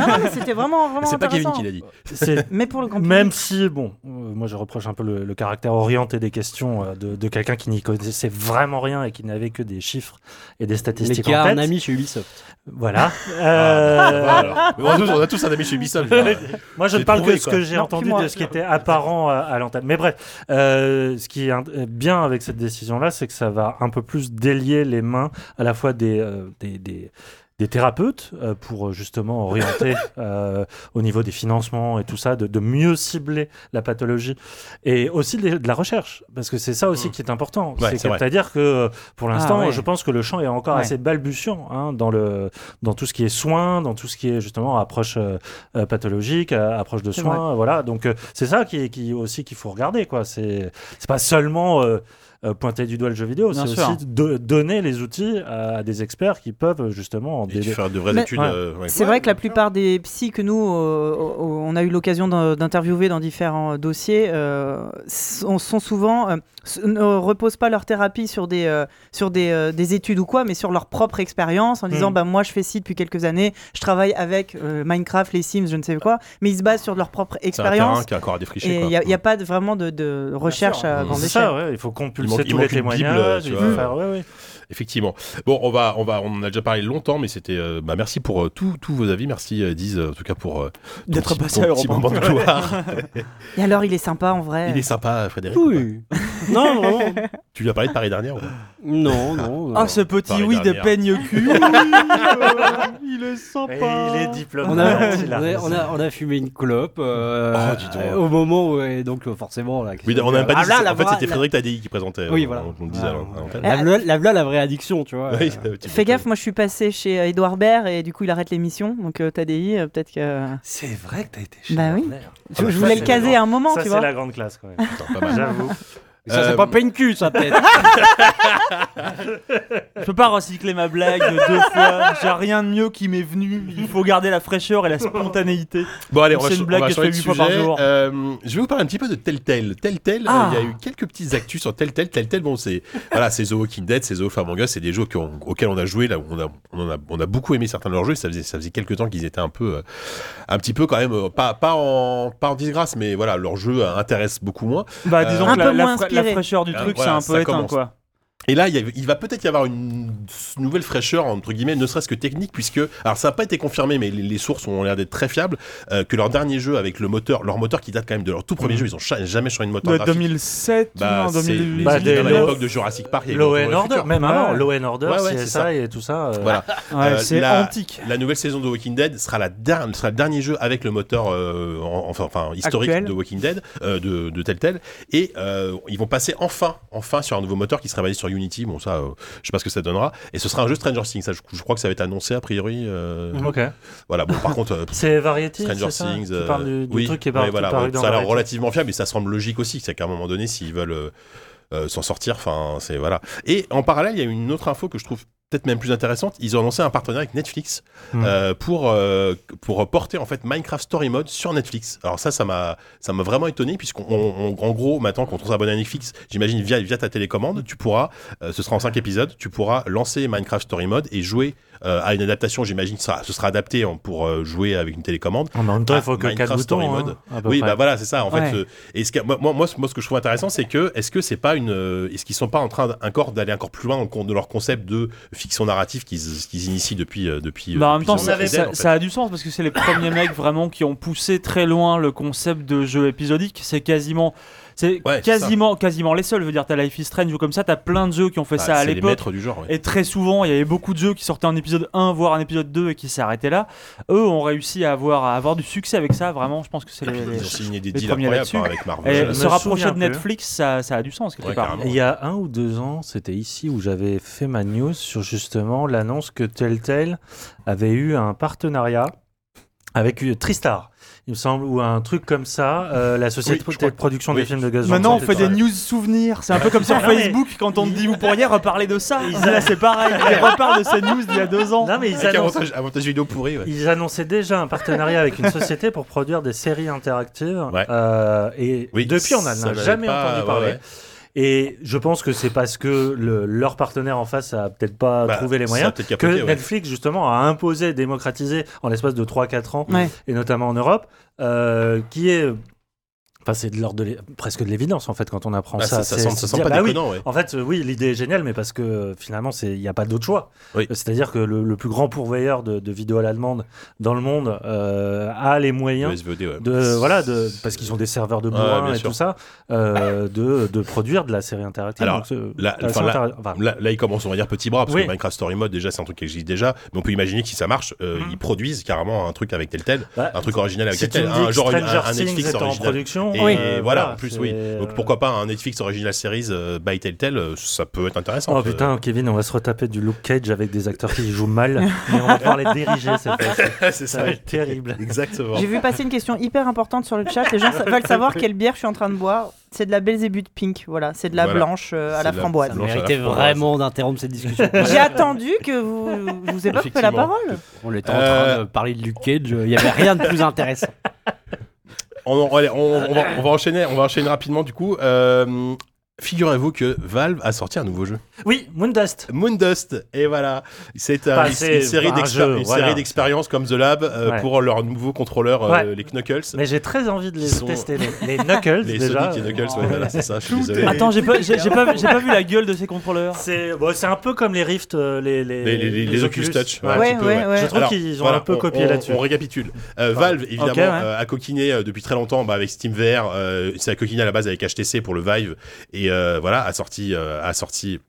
D: non, mais c'était vraiment, vraiment
B: C'est pas Kevin
D: Ah, intéressant.
B: qui l'a dit.
F: c'est
D: Mais pour le grand
F: même
D: public.
F: si bon, euh, moi je reproche un peu le, le caractère orienté des questions euh, de, de quelqu'un qui n'y connaissait vraiment rien et qui n'avait que des chiffres et des
E: Mais
F: statistiques
E: qui a
F: en tête.
E: un ami chez Ubisoft.
F: Voilà.
B: Ah, bah,
F: Euh,
B: voilà, alors. Mais on, a tous, on a tous un ami chez euh, Ubisoft. je veux dire.
F: Moi, je
B: J'ai
F: ne parle
B: trouvé,
F: que de ce
B: quoi.
F: que j'ai
D: Non,
F: entendu,
D: puis moi-
F: de ce qui était apparent euh, à, à l'antenne. Mais bref, euh, ce qui est int- euh, bien avec cette décision-là, c'est que ça va un peu plus délier les mains à la fois des, euh, des, des- des thérapeutes euh, pour euh, justement orienter euh, au niveau des financements et tout ça, de, de mieux cibler la pathologie et aussi des- de, la recherche, parce que c'est ça aussi
B: Mm.
F: qui est important.
B: Ouais,
F: C'est-
B: c'est vrai.
F: C'est-à-dire que euh, pour l'instant,
C: ouais.
F: je pense que le champ est encore
C: Ouais.
F: assez balbutiant hein, dans, le, dans tout ce qui est soins, dans tout ce qui est justement approche euh, euh, pathologique, euh, approche de
D: C'est
F: soins, euh, voilà. Donc euh, c'est ça qui, qui aussi qu'il faut regarder, quoi. C'est c'est pas seulement euh, euh, pointer du doigt le jeu vidéo, c'est
C: Bien
F: aussi
C: sûr.
F: de- donner les outils à, à des experts qui peuvent euh, justement en
B: Et tu
F: délai-
B: fais de vraies
D: Mais-
B: études.
F: Ouais.
B: euh, ouais.
D: C'est vrai que la plupart des psys que nous, euh, euh, on a eu l'occasion d'in- d'interviewer dans différents euh, dossiers, euh, sont sont souvent, euh, s- ne reposent pas leur thérapie sur des, euh, sur des, euh, des études ou quoi, mais sur leur propre expérience en
B: Mm.
D: disant,
F: Hmm.
D: bah, moi je fais ci depuis quelques années, je travaille avec euh, Minecraft, les Sims, je ne sais quoi, mais ils se basent sur leur propre
B: C'est un terrain
D: expérience.
B: qui est encore à défricher.
D: Et
B: quoi.
D: il n'y a, pas de- vraiment de, de recherche
C: sûr.
D: à
B: Mmh.
D: grande
F: C'est
D: échelle.
F: ça, ouais, il faut
B: Il
F: compulser.
B: manque-
F: c'est
B: il
F: tous les
B: manque une bible,
F: témoignages.
B: tu
F: il
B: vois.
F: faut faire- ouais, ouais.
B: Effectivement. Bon, on va, on va, on en a déjà parlé longtemps, mais c'était. euh, bah, merci pour euh, tous tous vos avis. Merci, euh, Diz, euh, en tout cas pour euh, ton
C: D'être
B: petit-
C: passé
B: ton
C: à
B: petit
C: Europe un.
B: moment de gloire.
D: Et alors, il est sympa en vrai.
B: Il est sympa, Frédéric. ou pas
E: Non, vraiment.
B: Tu lui as parlé de Paris dernière. ou pas
E: Non, non. non.
C: Ah, ce petit
B: Pareil
C: oui de
B: dernière.
C: peigne cul. Oui, euh, il est
F: Et
C: sympa.
F: il est diplômé.
E: on a, on, a, on, a, on a fumé une clope euh,
B: Oh, dis donc.
E: euh, au moment où et donc euh, forcément là,
B: Oui, on n'a même pas
E: Ah,
B: dit.
E: là,
B: c'est-
E: la
B: en fait,
E: vraie-
B: c'était Frédéric Tadei qui présentait.
E: Oui,
B: on-
E: voilà. Ah,
B: On le disait à l'an- à l'antenne.
E: La, la, la, la, la vraie addiction, tu vois.
B: Oui,
E: euh,
B: euh, tu-
D: Fais gaffe, moi je suis passé chez euh, Edouard Baird et du coup il arrête l'émission. Donc euh, TDI, euh, peut-être que.
F: C'est vrai que t'as été
D: Bah oui.
F: Werner.
D: Je,
B: bah,
D: je
B: ça,
D: voulais
F: c'est
D: le caser
F: la-
D: à un moment,
F: Ah Ça,
D: tu
F: c'est
D: vois.
F: la grande classe quand même.
B: Attends, pas mal.
F: J'avoue.
E: Ça, c'est
B: Euh,
E: pas peine cul, ça, peut-être.
C: Ah, Je peux pas recycler ma blague de deux fois. J'ai rien de mieux qui m'est venu. Il faut garder la fraîcheur et la spontanéité.
B: Bon allez, on va,
C: C'est
B: ch-
C: une blague
B: on va
C: que je
B: changer
C: fais
B: de
C: huit fois par
B: sujet.
C: jour.
B: Euh, je vais vous parler un petit peu de Telltale. Telltale,
C: Ah.
B: euh, il y a eu quelques petites actus sur Telltale. Telltale, bon, c'est voilà, c'est The Walking Dead, c'est The Wolf Among Us, c'est des jeux qu'on- auxquels on a joué. Là, on a, on en a, on a beaucoup aimé certains de leurs jeux. Ça faisait, ça faisait quelques temps qu'ils étaient un peu, euh, un petit peu quand même, euh, pas, pas en, pas en disgrâce, mais voilà, leur jeu euh, intéresse beaucoup moins.
C: Bah,
B: Euh,
C: disons
B: Un
C: que la,
D: peu
C: la
D: moins
C: fra- la
D: inspiré.
C: fraîcheur du
B: Euh,
C: truc, c'est
B: voilà,
C: un
B: ça
C: peu éteint,
B: commence.
C: quoi.
B: Et là, il, y a- il va peut-être y avoir une s- nouvelle fraîcheur, entre guillemets, ne serait-ce que technique, puisque, alors ça n'a pas été confirmé, mais les, les sources ont l'air d'être très fiables, euh, que leur dernier jeu avec le moteur, leur moteur qui date quand même de leur tout
F: Mm.
B: premier jeu, ils ont cha- jamais changé de moteur.
C: De
B: graphique.
C: 2007
B: Bah,
C: non,
B: c'est
C: 2008.
B: les
F: Bah,
B: équipes
F: des-
B: à
F: le-
B: l'époque de Jurassic Park. il y a
F: Law
B: eu
F: and
B: le
F: Order,
B: futur.
F: même avant.
C: Ouais.
F: Law and Order,
B: Ouais, ouais, c'est
F: CSI
B: ça.
F: et tout ça. euh,
B: Voilà.
C: Ouais,
B: Euh,
C: c'est
B: la-
C: antique.
B: La nouvelle saison de Walking Dead sera la dernière, sera le dernier jeu avec le moteur euh, en- enfin, enfin historique
D: Actuel.
B: de Walking Dead, euh, de, de Telltale, et euh, ils vont passer enfin, enfin sur un nouveau moteur qui sera basé sur Unity. Bon, ça, euh, je sais pas ce que ça donnera. Et ce sera un jeu Stranger Things. Ça, je, je crois que ça va être annoncé a priori. euh,
F: Ok.
B: Voilà. Bon, par contre, euh,
F: C'est Variety.
B: Stranger
F: c'est ça
B: Things,
F: Tu
B: euh,
F: parles du, du
B: oui,
F: truc qui est
B: ouais,
F: par- qui est
B: voilà,
F: paru
B: ouais,
F: dans
B: ça a l'air
F: Variety.
B: relativement fiable et ça semble logique aussi, c'est qu'à un moment donné, s'ils veulent euh, euh, s'en sortir, enfin, c'est voilà. Et en parallèle, il y a une autre info que je trouve peut-être même plus intéressante. Ils ont annoncé un partenariat avec Netflix
F: Hmm.
B: euh, pour euh, pour porter en fait Minecraft Story Mode sur Netflix. Alors ça, ça m'a ça m'a vraiment étonné puisqu'on on- on- en gros maintenant quand on s'abonne à Netflix, j'imagine via via ta télécommande, tu pourras, euh, ce sera en 5 épisodes, tu pourras lancer Minecraft Story Mode et jouer euh, à une adaptation. J'imagine que ça ce sera adapté en- pour euh, jouer avec une télécommande.
F: En même temps, il faut
B: Ah,
F: que 4
B: Minecraft
F: boutons.
B: Story
F: hein,
B: Mode.
F: à peu
B: Oui,
F: près.
B: bah voilà, c'est ça. En
D: Ouais.
B: fait, euh, est-ce que, moi, moi, moi, ce- moi, ce que je trouve intéressant, c'est que est-ce que c'est pas une, euh, est-ce qu'ils sont pas en train d- encore d'aller encore plus loin dans le con- de leur concept de fiction narrative qu'ils qu'ils initient depuis euh, depuis.
C: Bah,
B: euh,
C: en même
B: depuis
C: temps,
B: The
C: ça,
B: Walking
C: ça-
B: Dead, en fait.
C: ça a du sens parce que c'est les premiers mecs vraiment qui ont poussé très loin le concept de jeu épisodique. C'est quasiment, c'est
B: Ouais, c'est
C: quasiment, quasiment les seuls. Je veux dire, t'as Life is Strange ou comme ça, t'as plein de jeux qui ont fait
B: Bah,
C: ça à
B: c'est les
C: l'époque.
B: maîtres du genre. ouais.
C: Et très souvent, il y avait beaucoup de jeux qui sortaient en épisode 1, voire en épisode 2 et qui s'arrêtaient là. Eux ont réussi à avoir, à avoir du succès avec ça. Vraiment, je pense que c'est les. les-
B: Ils ont signé des
C: les
B: deals
C: premiers
B: incroyables
C: là-dessus.
B: hein, avec Marvel.
C: Et
F: me
C: se rapprocher
F: souviens
C: de
F: plus.
C: Netflix, ça, ça a du sens quelque
B: Ah Ouais,
C: part.
B: carrément.
F: Il y a un ou deux ans, c'était ici où j'avais fait ma news sur justement l'annonce que Telltale avait eu un partenariat avec euh, Tristar, il me semble, ou un truc comme ça, euh, la société
B: Oui, je
F: de
B: crois
F: production
B: oui.
F: des films de Gaz.
C: Maintenant, on
F: Johnson.
C: fait des news souvenirs. C'est un peu
B: Ah,
C: comme sur
F: Non, mais-
C: Facebook quand on te dit vous pourriez reparler de ça. Là, c'est pareil. Ils reparlent de ces news d'il y a deux ans.
F: Non, mais ils
B: Avec
F: annoncent
B: avantage, avantage vidéo pourri. ouais.
F: Ils annonçaient déjà un partenariat avec une société pour produire des séries interactives.
B: Ouais.
F: Euh, et
B: Oui,
F: depuis, on n'en
B: ça
F: a
B: m'avait
F: jamais
B: pas-
F: entendu
B: ouais,
F: parler.
B: ouais.
F: Et je pense que c'est parce que le- leur partenaire en face a peut-être pas
B: Bah,
F: trouvé les
B: ça
F: moyens
B: a peut-être
F: que
B: capoté, ouais.
F: Netflix justement a imposé, démocratisé en l'espace de 3-4 ans,
D: Ouais.
F: et notamment en Europe, euh, qui est... Enfin, c'est de l'ordre de l'é- presque de l'évidence en fait quand on apprend
B: Bah,
F: ça.
B: Ça ça
F: C'est-
B: sent
F: c'est
B: ça
F: de
B: sent
F: dire,
B: pas
F: bah oui,
B: déconnant. ouais.
F: en fait, euh, oui, l'idée est géniale, mais parce que euh, finalement, c'est- il n'y a pas d'autre choix.
B: Oui.
F: Euh, C'est-à-dire que le, le plus grand pourvoyeur de, de vidéos à la demande dans le monde euh, a
B: Le
F: les moyens.
B: SVOD, ouais.
F: De, voilà, de, parce qu'ils ont des serveurs de
B: Ouais,
F: bourrin
B: bien
F: et
B: sûr.
F: tout ça, euh, de, de produire de la série interactive.
B: Alors,
F: Donc, c'est-
B: la-
F: la
B: enfin,
F: série
B: la-
F: interactive- enfin,
B: Ah, Là, là, ils commencent, on va dire, petit bras, parce
F: Oui.
B: que Minecraft Story Mode, déjà, c'est un truc qui existe déjà. Mais on peut imaginer que si ça marche, euh,
F: Mhm.
B: ils produisent carrément un truc avec tel tel,
F: bah,
B: un truc original avec
F: si tu
B: tel
F: me
B: tel,
F: dis
B: un
F: que
B: genre un,
F: Stranger
B: un
F: Things
B: Netflix
F: est en
B: original.
F: production,
B: Et
F: euh,
B: voilà, en plus, oui.
F: c'est-
B: Donc pourquoi pas un Netflix original series euh, by tel tel, euh, ça peut être intéressant.
F: Oh putain, Kevin, on va se retaper du Luke Cage avec des acteurs qui jouent mal, mais on va pouvoir les diriger cette fois
B: Euh, c'est
F: Ça
B: ça.
F: va être terrible.
B: Exactement.
D: J'ai vu passer une question hyper importante sur le chat. Les gens sa- veulent savoir quelle bière je suis en train de boire. C'est de la Belzébuth Pink, voilà. C'est de la
B: Voilà.
D: blanche euh, à
B: C'est
D: la
B: de la
D: framboise.
E: Ça
B: blanche à la
E: méritait
B: framboise.
E: vraiment d'interrompre cette discussion.
D: J'ai attendu que vous je vous ayez pas coupé la
B: Effectivement.
D: parole.
E: On était en train de
B: Euh,
E: parler de Luke Cage, il n'y avait rien de plus intéressant.
B: On, on- allez, on- on va, on va enchaîner, on va enchaîner rapidement du coup. Euh, Figurez-vous que Valve a sorti un nouveau jeu.
F: Oui, Moondust.
B: Moondust, et voilà. C'est euh,
F: Bah,
B: une-
F: c'est
B: une série
F: un
B: d'expé-
F: jeu,
B: une
F: voilà.
B: série d'expériences comme The Lab euh,
F: Ouais.
B: pour leur nouveau contrôleur, euh,
F: Ouais.
B: les Knuckles.
F: Mais j'ai très envie de les
B: Ils sont-
F: tester. Les, les Knuckles,
B: Les
F: déjà.
B: Sonic et Knuckles,
F: Oh.
B: ouais, voilà, c'est ça, je suis désolé.
C: Attends, j'ai pas, j'ai- j'ai pas, j'ai pas vu la gueule de ces contrôleurs.
F: C'est bon, c'est un peu comme les Rift, euh, les, les,
B: Les, les, les- les Oculus Touch.
F: Ouais.
B: un
D: Ouais,
B: petit peu,
D: ouais, ouais.
F: Je trouve qu'ils ont un peu
B: on-
F: copié
B: on-
F: là-dessus.
B: On récapitule. Euh, Valve, évidemment,
F: Ok, ouais.
B: euh, a coquiné euh, depuis très longtemps bah, avec SteamVR. Euh, c'est a coquiné à la base avec HTC pour le Vive. Et euh, voilà, a sorti. euh, a sorti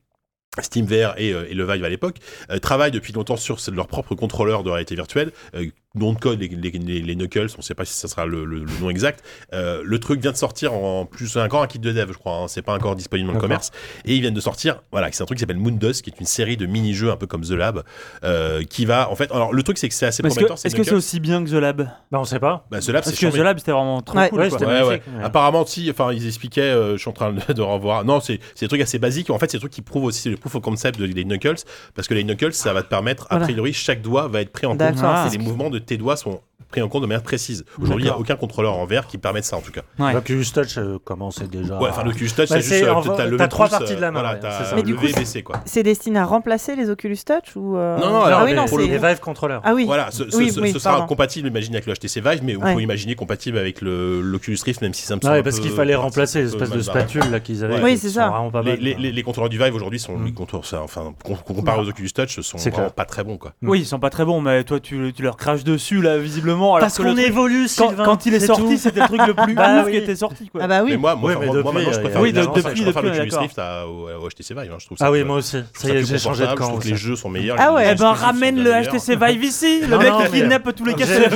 B: SteamVR et, euh, et le Vive à l'époque euh, travaillent depuis longtemps sur ce- leur propre contrôleur de réalité virtuelle. Euh, nom de code, les, les- les- les Knuckles, on ne sait pas si ça sera le, le- le nom exact. Euh, le truc vient de sortir en plus encore un kit de dev, je crois. hein. C'est pas encore disponible dans le
F: D'accord.
B: commerce. Et ils viennent de sortir, voilà, c'est un truc qui s'appelle Moondust, qui est une série de mini-jeux un peu comme The Lab, euh, qui va, en fait, alors le truc c'est que c'est assez
C: Est-ce que
B: prometteur.
C: est-ce que c'est
B: Knuckles.
C: aussi bien que The Lab
F: Bah, on sait pas.
B: Bah, The Lab, c'est
C: Parce que The
B: chambé.
C: Lab c'était vraiment trop
D: Ouais.
C: cool.
F: Ouais,
C: quoi.
F: c'était
B: Ouais, ouais.
F: magnifique. Ouais.
B: Apparemment, si, enfin, ils expliquaient, euh, je suis en train de, de revoir. Non, c'est c'est des trucs assez basiques. En fait, c'est des trucs qui prouvent aussi le proof of concept de- des Knuckles, parce que les Knuckles, ça va te permettre, a
D: Voilà.
B: priori, chaque doigt va être pris en compte.
D: D'accord,
C: Ah.
D: c'est
B: Et
D: ce
B: les
D: qui-
B: mouvements de tes doigts sont pris en compte de manière précise. Aujourd'hui, il n'y a
F: D'accord.
B: aucun contrôleur en VR qui permette ça, en tout cas.
C: Ouais.
F: L'Oculus Touch euh, commence déjà.
B: Ouais, enfin, le Oculus Touch,
F: Bah,
B: c'est juste.
F: c'est-
B: euh,
F: en
B: t'as
F: vrai,
B: levé
F: t'as
B: le
F: trois
B: pouce,
F: parties de la main,
B: Voilà,
F: ouais, c'est
B: t'as
F: ça.
D: Mais du
B: levé et
D: coup,
B: baissé, quoi.
D: C'est destiné à remplacer les Oculus Touch ou euh,
B: Non, non,
D: ah
B: alors,
D: oui,
F: les,
D: non,
B: pour
D: c'est-
F: les Vive contrôleurs.
D: Ah oui,
B: Voilà, ce, ce-
D: Oui,
B: ce-
D: oui,
B: ce sera
D: pardon.
B: compatible, imagine, avec le HTC Vive, mais on
D: Ouais.
B: peut imaginer compatible avec le- l'Oculus Rift, même si ça me
F: Ah
B: semble.
F: ouais,
B: un
F: parce
B: peu-
F: qu'il fallait
B: un
F: remplacer
B: peu
F: l'espèce de
B: mal barré.
F: spatule là qu'ils avaient.
B: Ouais.
D: Oui,
F: qui
D: c'est
F: sont
D: ça.
F: vraiment pas
B: les,
F: mal,
B: les-
F: quoi.
B: les- les contrôleurs du Vive aujourd'hui sont
F: Mm.
B: les contours, ça, enfin, com- comparé aux Oculus Touch, sont
F: C'est
B: vraiment
F: clair.
B: pas très bons, quoi.
C: Oui, ils sont pas très bons, mais toi tu, tu leur craches dessus là visiblement. Alors
F: Parce
C: que le
F: qu'on
C: truc-
F: évolue,
C: quand,
F: Sylvain.
C: quand il est
F: c'est
C: sorti,
F: tout.
C: c'était le truc le plus
F: Bah
C: ouf qui
F: oui.
C: était sorti quoi.
D: ah bah
B: Mais
D: oui.
B: moi, moi,
F: Oui,
B: enfin,
F: mais
B: moi,
F: depuis,
B: moi, maintenant, je
F: euh,
B: préfère,
C: oui,
B: le-
C: depuis,
B: je préfère
C: depuis,
B: le
C: on est
B: Oculus
C: d'accord.
B: Rift à- au, au HTC Vive. hein, je trouve ça
F: Ah oui,
B: plus-
F: moi aussi.
B: je
F: Ça
B: trouve
F: y est,
B: plus
F: j'ai changé de
B: confortable, Je
F: camp.
B: trouve que les jeux sont meilleurs.
D: Ah
B: les
D: ouais.
B: jeux
C: Eh ben
B: exclusifs sont
C: ramène le
B: bien
C: HTC Vive ici. Le
F: Non,
C: mec
F: non,
C: il
F: mais-
C: kidnappe tous les
F: J'ai-
C: cachets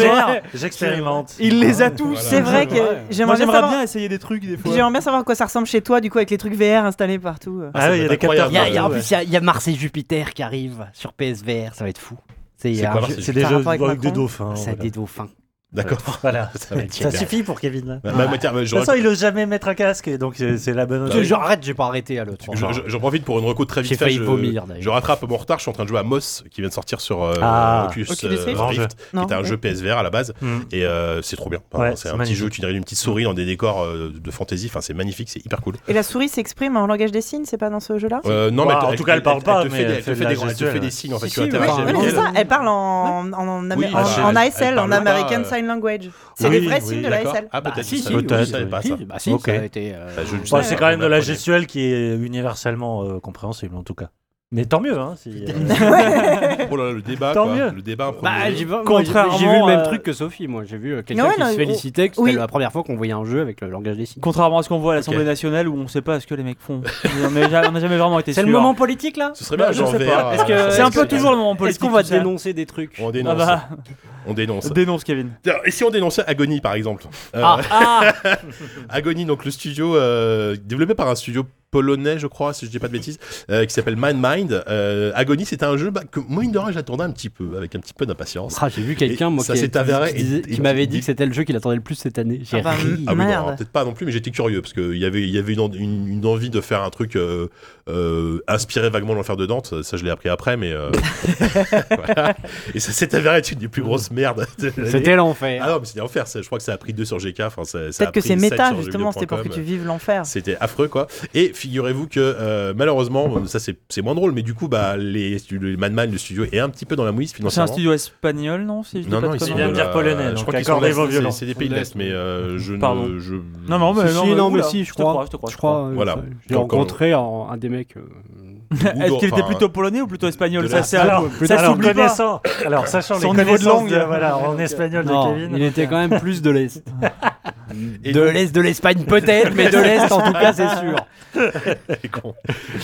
F: J'expérimente.
C: Il les a tous.
B: Voilà.
D: C'est vrai que
E: Ouais.
C: Moi
D: j'aimerais bien,
C: j'aimerais
D: savoir...
C: bien essayer des trucs des fois.
D: j'aimerais bien savoir à quoi ça ressemble chez toi du coup avec les trucs VR installés partout. euh.
B: Ah, ça
F: Ah oui, il y a
B: doit
F: des
B: être incroyable.
F: capteurs.
E: Il y a- il y a- en
F: Ouais.
E: plus, il y a, il y a Marseille Jupiter qui arrive sur PSVR, ça va être fou.
B: C'est quoi,
E: un jeu-
B: Marseille Ah,
F: C'est des
D: Ça a
F: jeux
D: rapport avec
F: avec des
D: Macron
F: dauphins.
E: c'est
F: voilà.
E: des dauphins.
B: D'accord.
F: Voilà.
B: Ça va être
F: Ça
B: génial.
F: suffit pour Kevin. là.
B: Bah,
F: Voilà.
B: bah, tiens, bah,
F: De
B: je
F: toute façon, il veut jamais mettre un casque, et donc euh, c'est c'est la bonne.
E: Je- J'arrête, j'ai pas arrêté à l'autre.
B: Bah Je- je- J'en profite pour une reco très vite
E: J'ai
B: fait.
E: failli
B: je,
E: vomir, d'ailleurs.
B: je rattrape mon retard. Je suis en train de jouer à Moss qui vient de sortir sur euh,
F: Ah.
B: Oculus,
D: Oculus
B: euh,
D: Rift.
B: Rift, qui
D: Non,
B: était un
D: ouais.
B: jeu PSVR à la base.
F: Hmm.
B: Et euh, c'est trop bien. Enfin,
F: Ouais,
B: c'est
F: c'est
B: un
F: magnifique.
B: petit jeu, tu dérives une petite souris dans des décors euh, de fantasy. Enfin, c'est magnifique, c'est hyper cool.
D: Et la souris s'exprime en langage des signes, c'est pas dans ce jeu-là
B: Euh, non,
F: Bah,
B: mais elle te-
F: en tout cas, elle
B: te-
F: parle pas,
B: te fait
F: mais
B: des- elle
F: elle fait
B: te
F: de
B: fait
F: la
B: des- elle te fait
F: gestuelle.
B: des signes en fait.
E: Si,
B: Tu
E: si,
B: interagis
E: oui,
B: avec
D: Ouais, c'est
B: elle.
D: ça, elle parle en, en, en,
B: Oui,
D: en-
B: elle parle-
D: en
B: elle
D: ASL, en
B: parle pas,
D: American
B: euh,
D: Sign Language. C'est
F: oui,
D: les vrais
F: oui,
D: signes de
B: D'accord.
D: l'ASL.
B: Ah, peut-être.
E: Bah, si,
B: ça,
E: si,
B: je
F: peut-être,
B: savais pas
E: Si,
B: ça.
E: bah si,
F: Ok.
E: ça a été. euh,
B: Bah, je- je-
F: Bon,
B: Ouais,
F: c'est quand
B: ouais,
F: même de
B: on
F: la
B: apprenait.
F: gestuelle qui est universellement euh, compréhensible en tout cas. Mais tant mieux, hein. si, euh,
B: Oh là là, le débat,
F: Tant
B: quoi.
F: mieux.
B: Le débat. improvisé.
E: Bah, j'ai pas- moi, j'ai-
C: Contrairement,
E: j'ai vu le même
C: euh,
E: truc que Sophie, moi. J'ai vu euh, quelqu'un
D: Ouais,
E: qui
D: non,
E: se
D: on-
E: félicitait que c'était
D: oui.
E: la première fois qu'on voyait un jeu avec le langage des signes.
C: Contrairement à ce qu'on voit à l'Assemblée
B: Ok.
C: nationale où on sait pas ce que les mecs font. on n'a jamais vraiment été sûr.
E: politique là
B: Ce serait bien,
E: je
B: genre
E: sais
B: VR,
E: pas. Est-ce
B: euh,
E: que-
C: C'est un
E: est-ce
C: peu
E: que-
C: toujours le moment politique.
E: Est-ce qu'on va
C: tout ça.
E: dénoncer des trucs
B: On
C: Ah
B: dénonce.
C: bah,
B: On dénonce.
C: dénonce Kevin.
B: Tiens, Et si on dénonçait Agony par exemple Euh,
E: Ah.
B: Agony, donc le studio euh, développé par un studio polonais, je crois, si je dis pas de bêtises, euh, qui s'appelle Mind Mind. Euh, Agony, c'était un jeu bah, que moi, une de rien, j'attendais un petit peu, avec un petit peu d'impatience.
E: Ah, j'ai vu quelqu'un
B: Et
E: moi
B: ça
E: qui,
B: s'est avéré
E: qui disait-
B: et-
E: qui
B: et-
E: m'avait dit
B: et-
E: que c'était le jeu qu'il attendait le plus cette année. J'ai
D: Ah bah,
E: ri.
B: Ah oui, non,
D: Merde.
B: alors, peut-être pas non plus, mais j'étais curieux parce qu'il y avait, il y avait une, en- une- une envie de faire un truc euh, euh, inspiré vaguement de l'enfer de Dante. Ça, je l'ai appris après, mais euh, voilà. et ça s'est avéré être une des plus grosses merdes. de l'année.
E: C'était l'enfer.
B: Ah non, mais c'était l'enfer. ça, Je crois que ça a pris 2 sur GK. enfin, ça- ça a
D: Peut-être que
B: pris
D: c'est
B: sept
D: méta,
B: sur
D: justement, c'était pour que
B: jeuxvideo.com.
D: tu vives l'enfer.
B: C'était affreux quoi. Et figurez-vous que euh, malheureusement, bon, ça c'est c'est moins drôle, mais du coup, bah, les, le Madman, le studio, est un petit peu dans la mouise
C: C'est un
B: financièrement.
C: studio espagnol, non si je dis
B: Non,
C: pas
B: non,
C: de hein.
B: ils sont
C: conneries.
F: vient de
B: de
F: dire
B: la-
F: polonais,
B: Je
F: donc
B: crois qu'ils
F: accord
B: sont de
F: des vents
B: l'Est, c'est-
F: violents.
B: c'est des pays de l'Est, mais euh, je
C: Pardon.
B: ne. Je...
C: Non, non, mais
E: Si,
C: non,
E: si,
C: mais
E: non, mais
C: oula,
E: si, je
C: je te crois,
E: crois.
C: je te crois,
E: Je
C: je crois.
E: crois. euh,
B: Voilà.
E: ça-
B: Quand-
E: J'ai
B: quand-
E: rencontré un, un des mecs. euh,
C: Est-ce qu'il était
B: Enfin,
C: plutôt polonais ou plutôt espagnol
B: de
C: Ça,
B: la-
C: c'est
F: alors,
C: un- ça
F: alors,
C: s'oublie pas.
F: connaissant, alors sachant les
C: Son niveau de
F: connaissances
C: langue.
F: voilà, en espagnol
E: non,
F: de Kevin.
E: il était quand même plus de l'Est.
B: Et
E: de l'Est de l'Espagne peut-être, mais de l'Est en tout cas c'est sûr.
B: C'est con.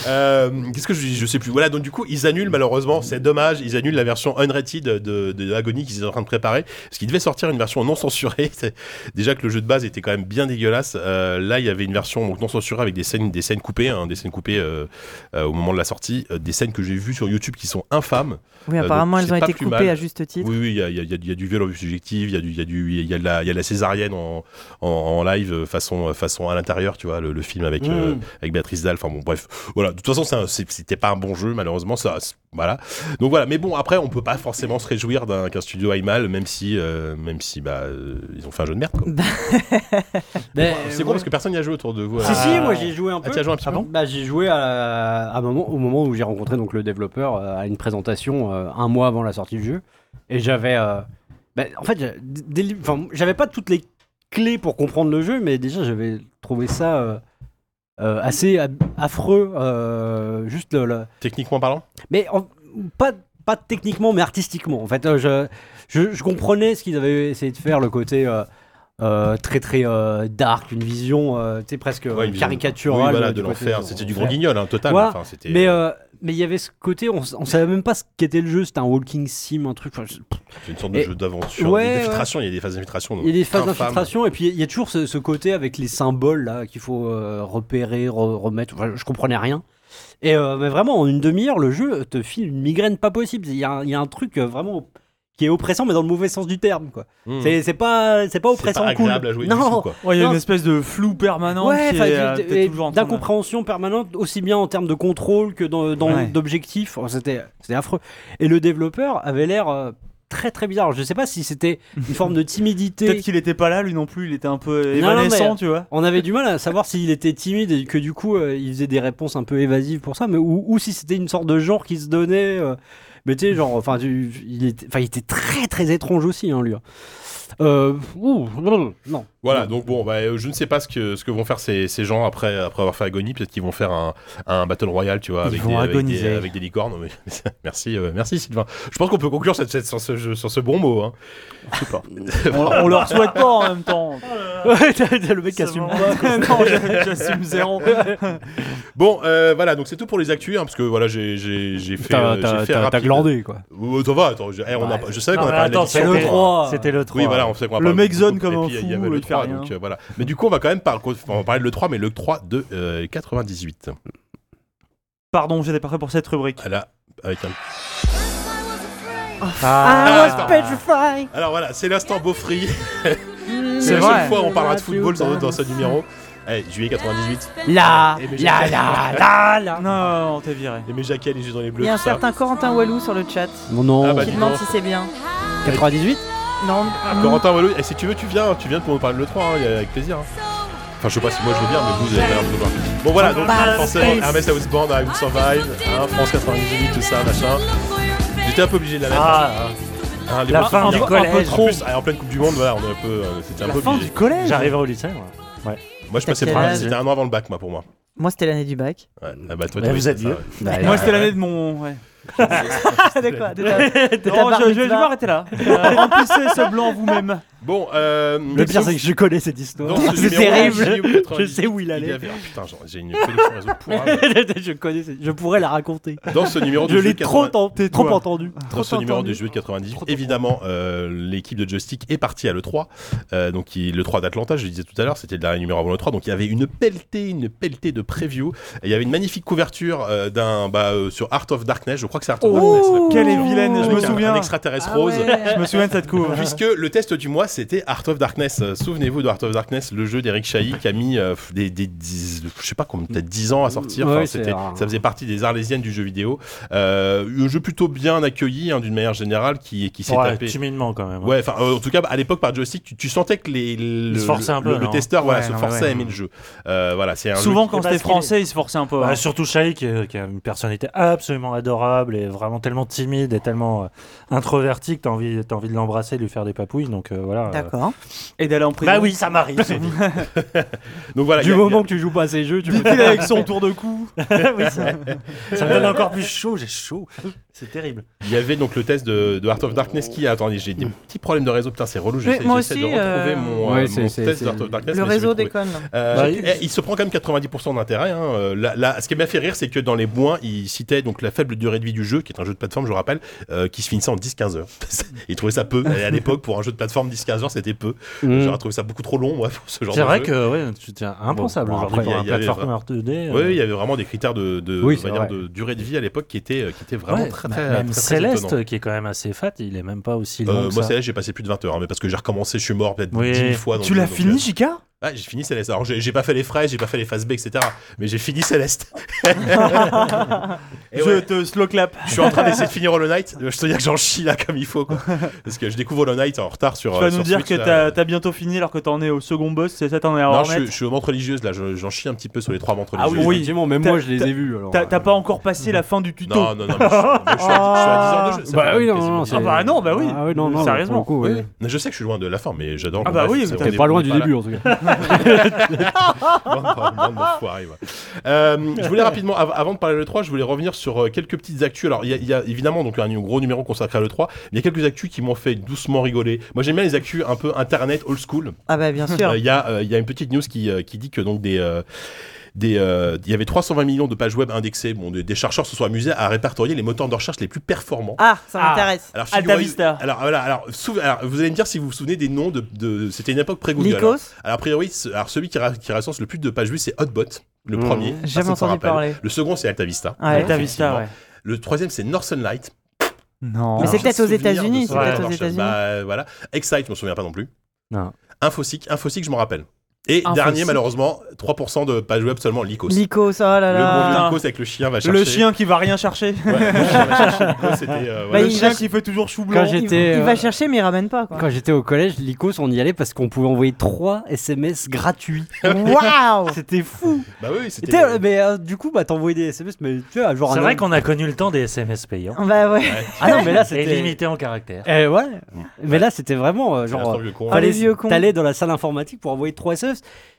B: Euh, Qu'est-ce que je dis Je sais plus. Voilà, donc du coup, ils annulent malheureusement, c'est dommage, ils annulent la version unrated de, de Agony qu'ils étaient en train de préparer, parce qu'ils devaient sortir une version non censurée. C'est- Déjà que le jeu de base était quand même bien dégueulasse. euh, là, il y avait une version donc, non censurée avec des scènes, des scènes coupées, hein, des scènes coupées euh, euh, au moment de la sortie, euh, des scènes que j'ai vues sur YouTube qui sont infâmes.
D: Oui,
B: Euh,
D: apparemment,
B: donc,
D: elles ont
B: c'est pas
D: été
B: plus
D: coupées
B: mal.
D: à juste titre.
B: Oui, oui, il y a, il y a- il y a du viol objectif, il y a du, il y a du, il y a de la, il y a de la césarienne en, en, en live euh, façon, euh, façon à l'intérieur, tu vois, le, le film avec,
E: Mm.
B: euh,
E: Hmm.
B: avec Béatrice Dalle. Enfin bon, bref, voilà. De toute façon, c'est un- c'est- c'était pas un bon jeu, malheureusement. Ça, c'est- voilà. Donc voilà. Mais bon, après, on peut pas forcément se réjouir d'un qu'un studio aille mal, même si, euh, même si bah, euh, ils ont fait un jeu de merde.
E: Ben
B: quoi. c'est bon parce que personne n'y a joué autour de vous.
E: Si,
B: euh.
E: si, moi j'ai joué un
B: Ah,
E: peu.
B: tu as joué un petit peu
E: Bah, j'ai joué à, à un moment, au moment où j'ai rencontré donc le développeur euh, à une présentation euh, un mois avant la sortie du jeu et j'avais euh, bah, en fait j'a- dès le- enfin, j'avais pas toutes les clés pour comprendre le jeu mais déjà j'avais trouvé ça euh, euh, assez ab- affreux euh, juste le- le,
B: Techniquement parlant
E: mais en- pas, pas techniquement, mais artistiquement. En fait, euh, je, je, je comprenais ce qu'ils avaient essayé de faire, le côté euh, euh, très très euh, dark, une vision, euh, tu sais, presque
B: Ouais, une vision-
E: caricaturale.
B: Oui, voilà,
E: euh,
B: de
E: du côté
B: l'enfer.
E: de-
B: C'était du gros guignol, hein, total.
E: Voilà.
B: Enfin, c'était-
E: Mais euh, mais il y avait ce côté, on, s- on savait même pas ce qu'était le jeu, c'était un walking sim, un truc. enfin, je-
B: C'est une sorte de
E: Et-
B: jeu d'aventure,
E: Ouais,
B: d'infiltration. Il y a des phases d'infiltration.
E: Il y a des phases
B: infâmes.
E: d'infiltration, et puis il y a toujours ce, ce côté avec les symboles là qu'il faut euh, repérer, re- remettre. Enfin, je comprenais rien. Et euh, mais vraiment, en une demi-heure, le jeu te file une migraine pas possible. Il y, a un- il y a un truc euh, vraiment qui est oppressant, mais dans le mauvais sens du terme. quoi.
B: Mm.
E: C'est c'est pas, c'est pas
B: C'est
E: oppressant
B: pas
E: cool.
B: agréable à jouer. du tout,
E: non,
B: quoi.
C: Ouais, il y a
E: Non.
C: une espèce de flou permanent
E: Ouais,
C: qui
E: enfin,
C: est, euh,
E: tu-
C: t'es
E: et
C: toujours en train de-
E: d'incompréhension permanente, aussi bien en termes de contrôle que dans, dans-
C: Ouais.
E: d'objectifs. Enfin, c'était, c'était affreux. Et le développeur avait l'air euh, très très bizarre. Je sais pas si c'était une forme de
C: Peut-être
E: timidité.
C: qu'il était pas là, lui non plus, il était un peu
E: Non, non,
C: évanescent,
E: mais-
C: tu vois.
E: On avait du mal à savoir s'il était timide et que du coup euh, il faisait des réponses un peu évasives pour ça, mais ou, ou si c'était une sorte de genre qui se donnait. euh, mais tu sais, genre, enfin, tu- il était, enfin, il était très très étrange aussi, hein, lui. hein. Euh, ouh, non. non.
B: Voilà,
C: Mm.
B: donc bon, bah, euh, je ne sais pas ce que, ce que vont faire ces, ces gens après, après avoir fait Agony. Peut-être qu'ils vont faire un, un Battle Royale, tu vois,
E: Ils
B: avec,
E: vont
B: des, avec,
E: agoniser.
B: des, avec des licornes. Mais- mais- merci, euh, merci Sylvain. Je pense qu'on peut conclure cette, cette- sur, ce, jeu- sur ce bon mot. Hein. Je sais pas.
C: On, on leur souhaite pas en même temps.
E: Ouais, t'as- t'as le mec qui
F: C'est
E: assume
F: marrant.
E: pas.
C: non, j'a- j'assume zéro.
B: Bon, euh, voilà, donc c'est tout pour les actus, hein, parce que voilà, j'ai j'ai- j'ai fait, euh, j'ai fait rapide.
E: quoi.
B: Oh, ça va, attends, je, eh, on a pas- je savais
F: Non,
B: qu'on a
F: mais
B: parlé de la
F: attends,
B: question
E: C'est le
F: C'était-
E: 3.
F: C'était le 3.
B: Oui, voilà, on sait qu'on va
C: Le
B: parler
C: mec
B: de
C: zone
B: beaucoup,
C: comme
B: et
C: un
B: puis Il y
C: fou,
B: avait le
C: il fait
B: 3,
C: rien.
B: donc euh, voilà. Mais du coup, on va quand même par... on va parler de le 3, mais le 3 de euh, 98.
C: Pardon, j'étais pas prêt pour cette rubrique.
B: Ah là, avec un-
D: I
B: Ah.
D: was petrified.
B: Alors voilà, c'est l'instant Beaufry. c'est
C: C'est
B: la
C: vrai.
B: seule fois où on parlera de football dans, dans ce numéro. Eh, juillet 98.
F: Ah,
E: Là,
B: Eh, mais
E: là,
B: j'ai-
E: là, là, là.
C: Non, on t'est viré.
B: Et mes jaquets, les yeux dans les bleus.
D: Il y a un
B: tout ça.
D: certain Corentin Walou sur le chat
E: Mon nom.
B: Ah bah,
D: qui
B: dis
D: demande
B: donc.
D: si c'est bien.
E: 98
D: Non,
B: Corentin Walou, eh, si tu veux, tu viens, tu viens pour nous parler de l'E3, hein, avec plaisir. hein. Enfin, je sais pas si moi je veux bien, mais vous, vous avez pas l'air de vouloir. Bon voilà, donc forcément, Hermès Houseband, I Will Survive, hein, France 98, tout ça, machin. J'étais un peu obligé de la mettre.
F: Ah,
B: Hein, les
F: la
B: bras-
F: fin
B: un
F: du
B: peu-
F: collège.
B: En plus, en pleine Coupe du Monde, voilà, on est un peu, euh, c'était un peu obligé.
C: collège
F: J'arrivais au lycée, moi.
B: Moi, je passais
D: T'as
B: par
D: quel
B: là,
D: âge
B: c'était un an avant le bac, moi, pour moi.
D: moi c'était l'année du bac.
B: Ouais, ah bah, toi,
F: Mais
B: t'as-
F: vous êtes
B: ça,
F: vieux.
B: ouais.
C: Moi, c'était l'année de mon. Ouais.
D: Ah, de quoi De ta- de ta
C: Non,
D: bar
C: je, je- je vais
D: mitzvah.
C: m'arrêter là. Euh, remplissez ce blanc vous-même.
B: Bon, euh,
E: Le pire, c'est que je connais cette histoire.
B: dans ce
E: C'est
B: numéro, E
E: terrible.
B: JO 98,
E: Je sais où il allait.
B: avait- ah, putain, genre, j'ai une connexion réseau pourrave.
E: je connais, cette- je pourrais la raconter.
B: Dans ce numéro
E: Je
B: du jeu
E: l'ai trop
B: 80
E: tenté, trop entendu.
B: dans ce numéro du jeu de 98, évidemment, euh, l'équipe de Joystick est partie à l'E3. euh, donc, il- l'E3 d'Atlanta, je le disais tout à l'heure, c'était le dernier numéro avant l'E3. Donc, il y avait une pelletée, une pelletée de preview. Et il y avait une magnifique couverture euh, d'un, bah, euh, sur Art of Darkness. Je crois que c'est Art
E: Oh
B: of Darkness. la
C: Quelle est
B: couverture,
C: vilaine, je
B: avec
C: me
B: un- Un
C: souviens.
B: extraterrestre
D: Ah
B: rose.
D: ouais.
C: Je me souviens de cette courbe.
B: Puisque le test du mois, c'était Art of Darkness. Euh, Souvenez-vous de Art of Darkness, le jeu d'Eric Chahi qui a mis euh, pff, des, des, dix- je sais pas combien, peut-être 10 ans à sortir. Enfin,
E: Mmh. Ouais, c'est
B: c'était-
E: rare.
B: ça faisait partie des Arlésiennes du jeu vidéo. Euh, un jeu plutôt bien accueilli hein, d'une manière générale qui, qui s'est
F: Ouais,
B: tapé.
F: timidement quand même.
B: Ouais, enfin, euh, en tout cas, à l'époque, par joystick, tu, tu sentais que les, le,
F: se forçaient un peu,
B: le- le
F: non
B: testeur voilà,
F: Ouais,
B: se
F: non, mais
B: forçait à
F: ouais.
B: aimer le jeu. Euh, voilà, c'est un jeu
C: Souvent,
B: qui-
C: quand
F: Parce
C: c'était
F: qu'il est-
C: français, il se forçait un peu.
F: Bah,
C: hein.
F: surtout Shai, qui, est- qui a une personnalité absolument adorable et vraiment tellement timide et tellement euh, introverti que t'as envie, t'as envie de l'embrasser, de lui faire des papouilles. Donc euh, voilà. euh,
D: D'accord.
C: Et d'aller en prison.
F: Bah oui, ça m'arrive. j'ai dit.
B: Donc voilà, il
E: Du
B: y a-
E: moment que tu joues pas à ces jeux, tu peux.
C: Dit-il avec son tour de cou.
F: ça me donne encore plus chaud, j'ai chaud. C'est terrible.
B: il y avait donc le test de, de Art of Darkness qui. Attendez, j'ai des petits problèmes de réseau, putain, c'est relou.
D: Mais
B: J'essaie
D: moi
B: j'essaie de
D: aussi,
B: retrouver
D: euh,
B: mon, euh,
E: Mm. Ouais,
B: mon
E: c'est- c'est-
B: test
E: c'est-
B: d'Art of Darkness.
D: Le
B: mais je vais
D: réseau
B: trouver.
D: déconne. là.
B: Euh,
F: J'ai
B: eh, il se prend quand même 90% d'intérêt. hein. Euh, Là, là, ce qui m'a fait rire, c'est que dans les points, il citait donc la faible durée de vie du jeu, qui est un jeu de plateforme, je rappelle, euh, qui se finissait en 10-15 heures. il trouvait ça peu. Et à l'époque, pour un jeu de plateforme, 10-15 heures, c'était peu.
E: Mm.
B: J'aurais trouvé ça beaucoup trop long, moi, pour ce genre
F: Mm. C'est
B: de
F: vrai
B: jeu.
F: que ouais, c'est impensable
E: Bon, bon,
F: aujourd'hui
E: après,
B: il
F: pour
B: y
F: un
B: a- il y avait
F: platformer 2D. euh,
B: Oui, il y avait vraiment des critères de, de,
E: Oui,
B: on
E: c'est
B: va dire,
E: vrai.
B: de durée de vie à l'époque qui étaient, euh, qui étaient vraiment
F: Ouais.
B: très très
F: Bah,
B: très.
F: même
B: très, très
F: Céleste,
B: étonnant.
F: qui est quand même assez fat, il est même pas aussi long
B: Euh,
F: que
B: moi,
F: ça.
B: Céleste, j'ai passé plus de 20 heures, hein, mais parce que j'ai recommencé, je suis mort peut-être
F: Oui.
B: 10 000 fois. dans
C: Tu
B: le
C: l'as
B: jeu, donc,
C: fini,
B: euh,
C: Jika
B: Ouais, j'ai fini Céleste. Alors, j'ai j'ai pas fait les fraises, j'ai pas fait les phases B, etc. Mais j'ai fini Céleste. Et
C: Je
B: ouais,
C: te slow clap.
B: Je suis en train d'essayer de finir Hollow Knight. Je te dire que j'en chie là comme il faut, quoi. Parce que je découvre Hollow Knight en retard sur.
C: Tu
B: euh,
C: vas nous
B: sur
C: dire
B: Switch,
C: que
B: là.
C: t'as t'as bientôt fini alors que t'en es au second boss, c'est ça t'en es à
B: Non, je,
C: en
B: suis-
C: remettre.
B: je suis aux mentes religieuses là. Je- J'en chie un petit peu sur les trois mentes
E: Ah
B: religieuses.
E: oui,
C: Oui.
E: effectivement, même
C: T'as-
E: moi je les
C: t'as-
E: ai vus. alors.
C: T'as t'as pas encore passé la fin du tuto.
B: Non, non, non. mais Je, mais je suis, à, je suis à 10 heures de jeu. ça
E: Bah
B: fait
E: oui, non,
B: quasiment
E: non,
B: 10
E: c'est-
B: heures.
C: Ah bah non, bah oui.
E: Ah oui, non, non,
C: Sérieusement.
E: pour le coup,
B: Oui,
E: oui.
B: oui. Mais je sais que je suis loin de la fin, mais j'adore.
C: Ah
B: Bon,
C: bah
B: bref,
C: oui,
B: c'est-
C: mais
B: on
E: T'es
B: est-
E: pas
B: on
E: loin
B: est
E: du
B: là.
E: début en tout cas.
B: Bande de- bande de foirés, ouais. Euh, je voulais rapidement, av- avant de parler de l'E3, je voulais revenir sur euh, quelques petites actus. Alors, il y, a- il y a évidemment donc un gros numéro consacré à l'E3, mais il y a quelques actus qui m'ont fait doucement rigoler. Moi, j'aime bien les actus un peu internet, old school.
D: Ah bah bien sûr.
B: Euh, Il y, a, euh, il y a une petite news qui, euh, qui dit que donc des. euh, des, euh, il y avait 320 millions de pages web indexées. Bon, des, des chercheurs se sont amusés à répertorier les moteurs de recherche les plus performants.
D: Ah, ça
C: Ah.
D: m'intéresse.
B: Alors,
C: Alta
B: figurez-
C: Vista.
B: Alors, voilà, alors, sou- alors, vous allez me dire si vous vous souvenez des noms de. de- C'était une époque pré-Google. alors.
D: Lycos,
B: Alors, a priori, ce- alors celui qui, ra- qui recense le plus de pages vues, c'est Hotbot, le
E: Mmh.
B: premier.
D: j'ai
B: personne
D: jamais
B: s'en
D: entendu
B: rappelle.
D: parler.
B: Le second, c'est AltaVista.
D: Ouais.
C: Alta Vista, ouais.
B: Le troisième, c'est Northern Light.
C: Non.
D: Mais c'est
B: Alors,
D: peut-être
B: j'ai
D: aux
B: souvenir de
D: États-Unis,
B: ce
D: c'est
B: genre de
D: peut-être aux
B: recherche.
D: États-Unis.
B: Bah, euh, voilà. Excite, je me souviens pas non plus.
F: Non.
B: Infosic, Infosic, je m'en rappelle. Et
C: Infosic.
B: dernier, malheureusement, 3% de pages web seulement, Lycos.
D: Lycos, oh là
B: le bon vieux
D: là.
C: Putain.
B: Lycos avec le chien va chercher.
C: Le chien qui va rien chercher.
B: Ouais, le chien va chercher Lycos, c'était, euh, voilà.
D: Bah,
C: Le
D: il
C: chien
D: va-
C: qui fait toujours chou blanc.
E: Quand
D: Il,
E: j'étais.
D: il
E: euh,
D: va chercher mais il ramène pas quoi.
E: Quand j'étais au collège, l'ICOS, on y allait parce qu'on pouvait envoyer 3 SMS gratuits.
D: Waouh
E: C'était fou!
B: Bah oui,
E: Et
B: c'était.
E: t'es- euh, Mais euh, du coup, bah t'envoyais des SMS, mais tu vois, genre.
F: C'est
E: un-
F: vrai qu'on a connu le temps des SMS payants.
D: Bah ouais.
E: Ah non, mais là
F: Et
E: c'était.
F: limité en caractère.
E: Eh ouais! Mais là c'était vraiment euh,
B: C'est l'instant
E: genre.
B: vieux con.
D: Ah, les
E: Fallait
D: vieux cons.
E: t'allais dans la salle informatique pour envoyer 3 SMS.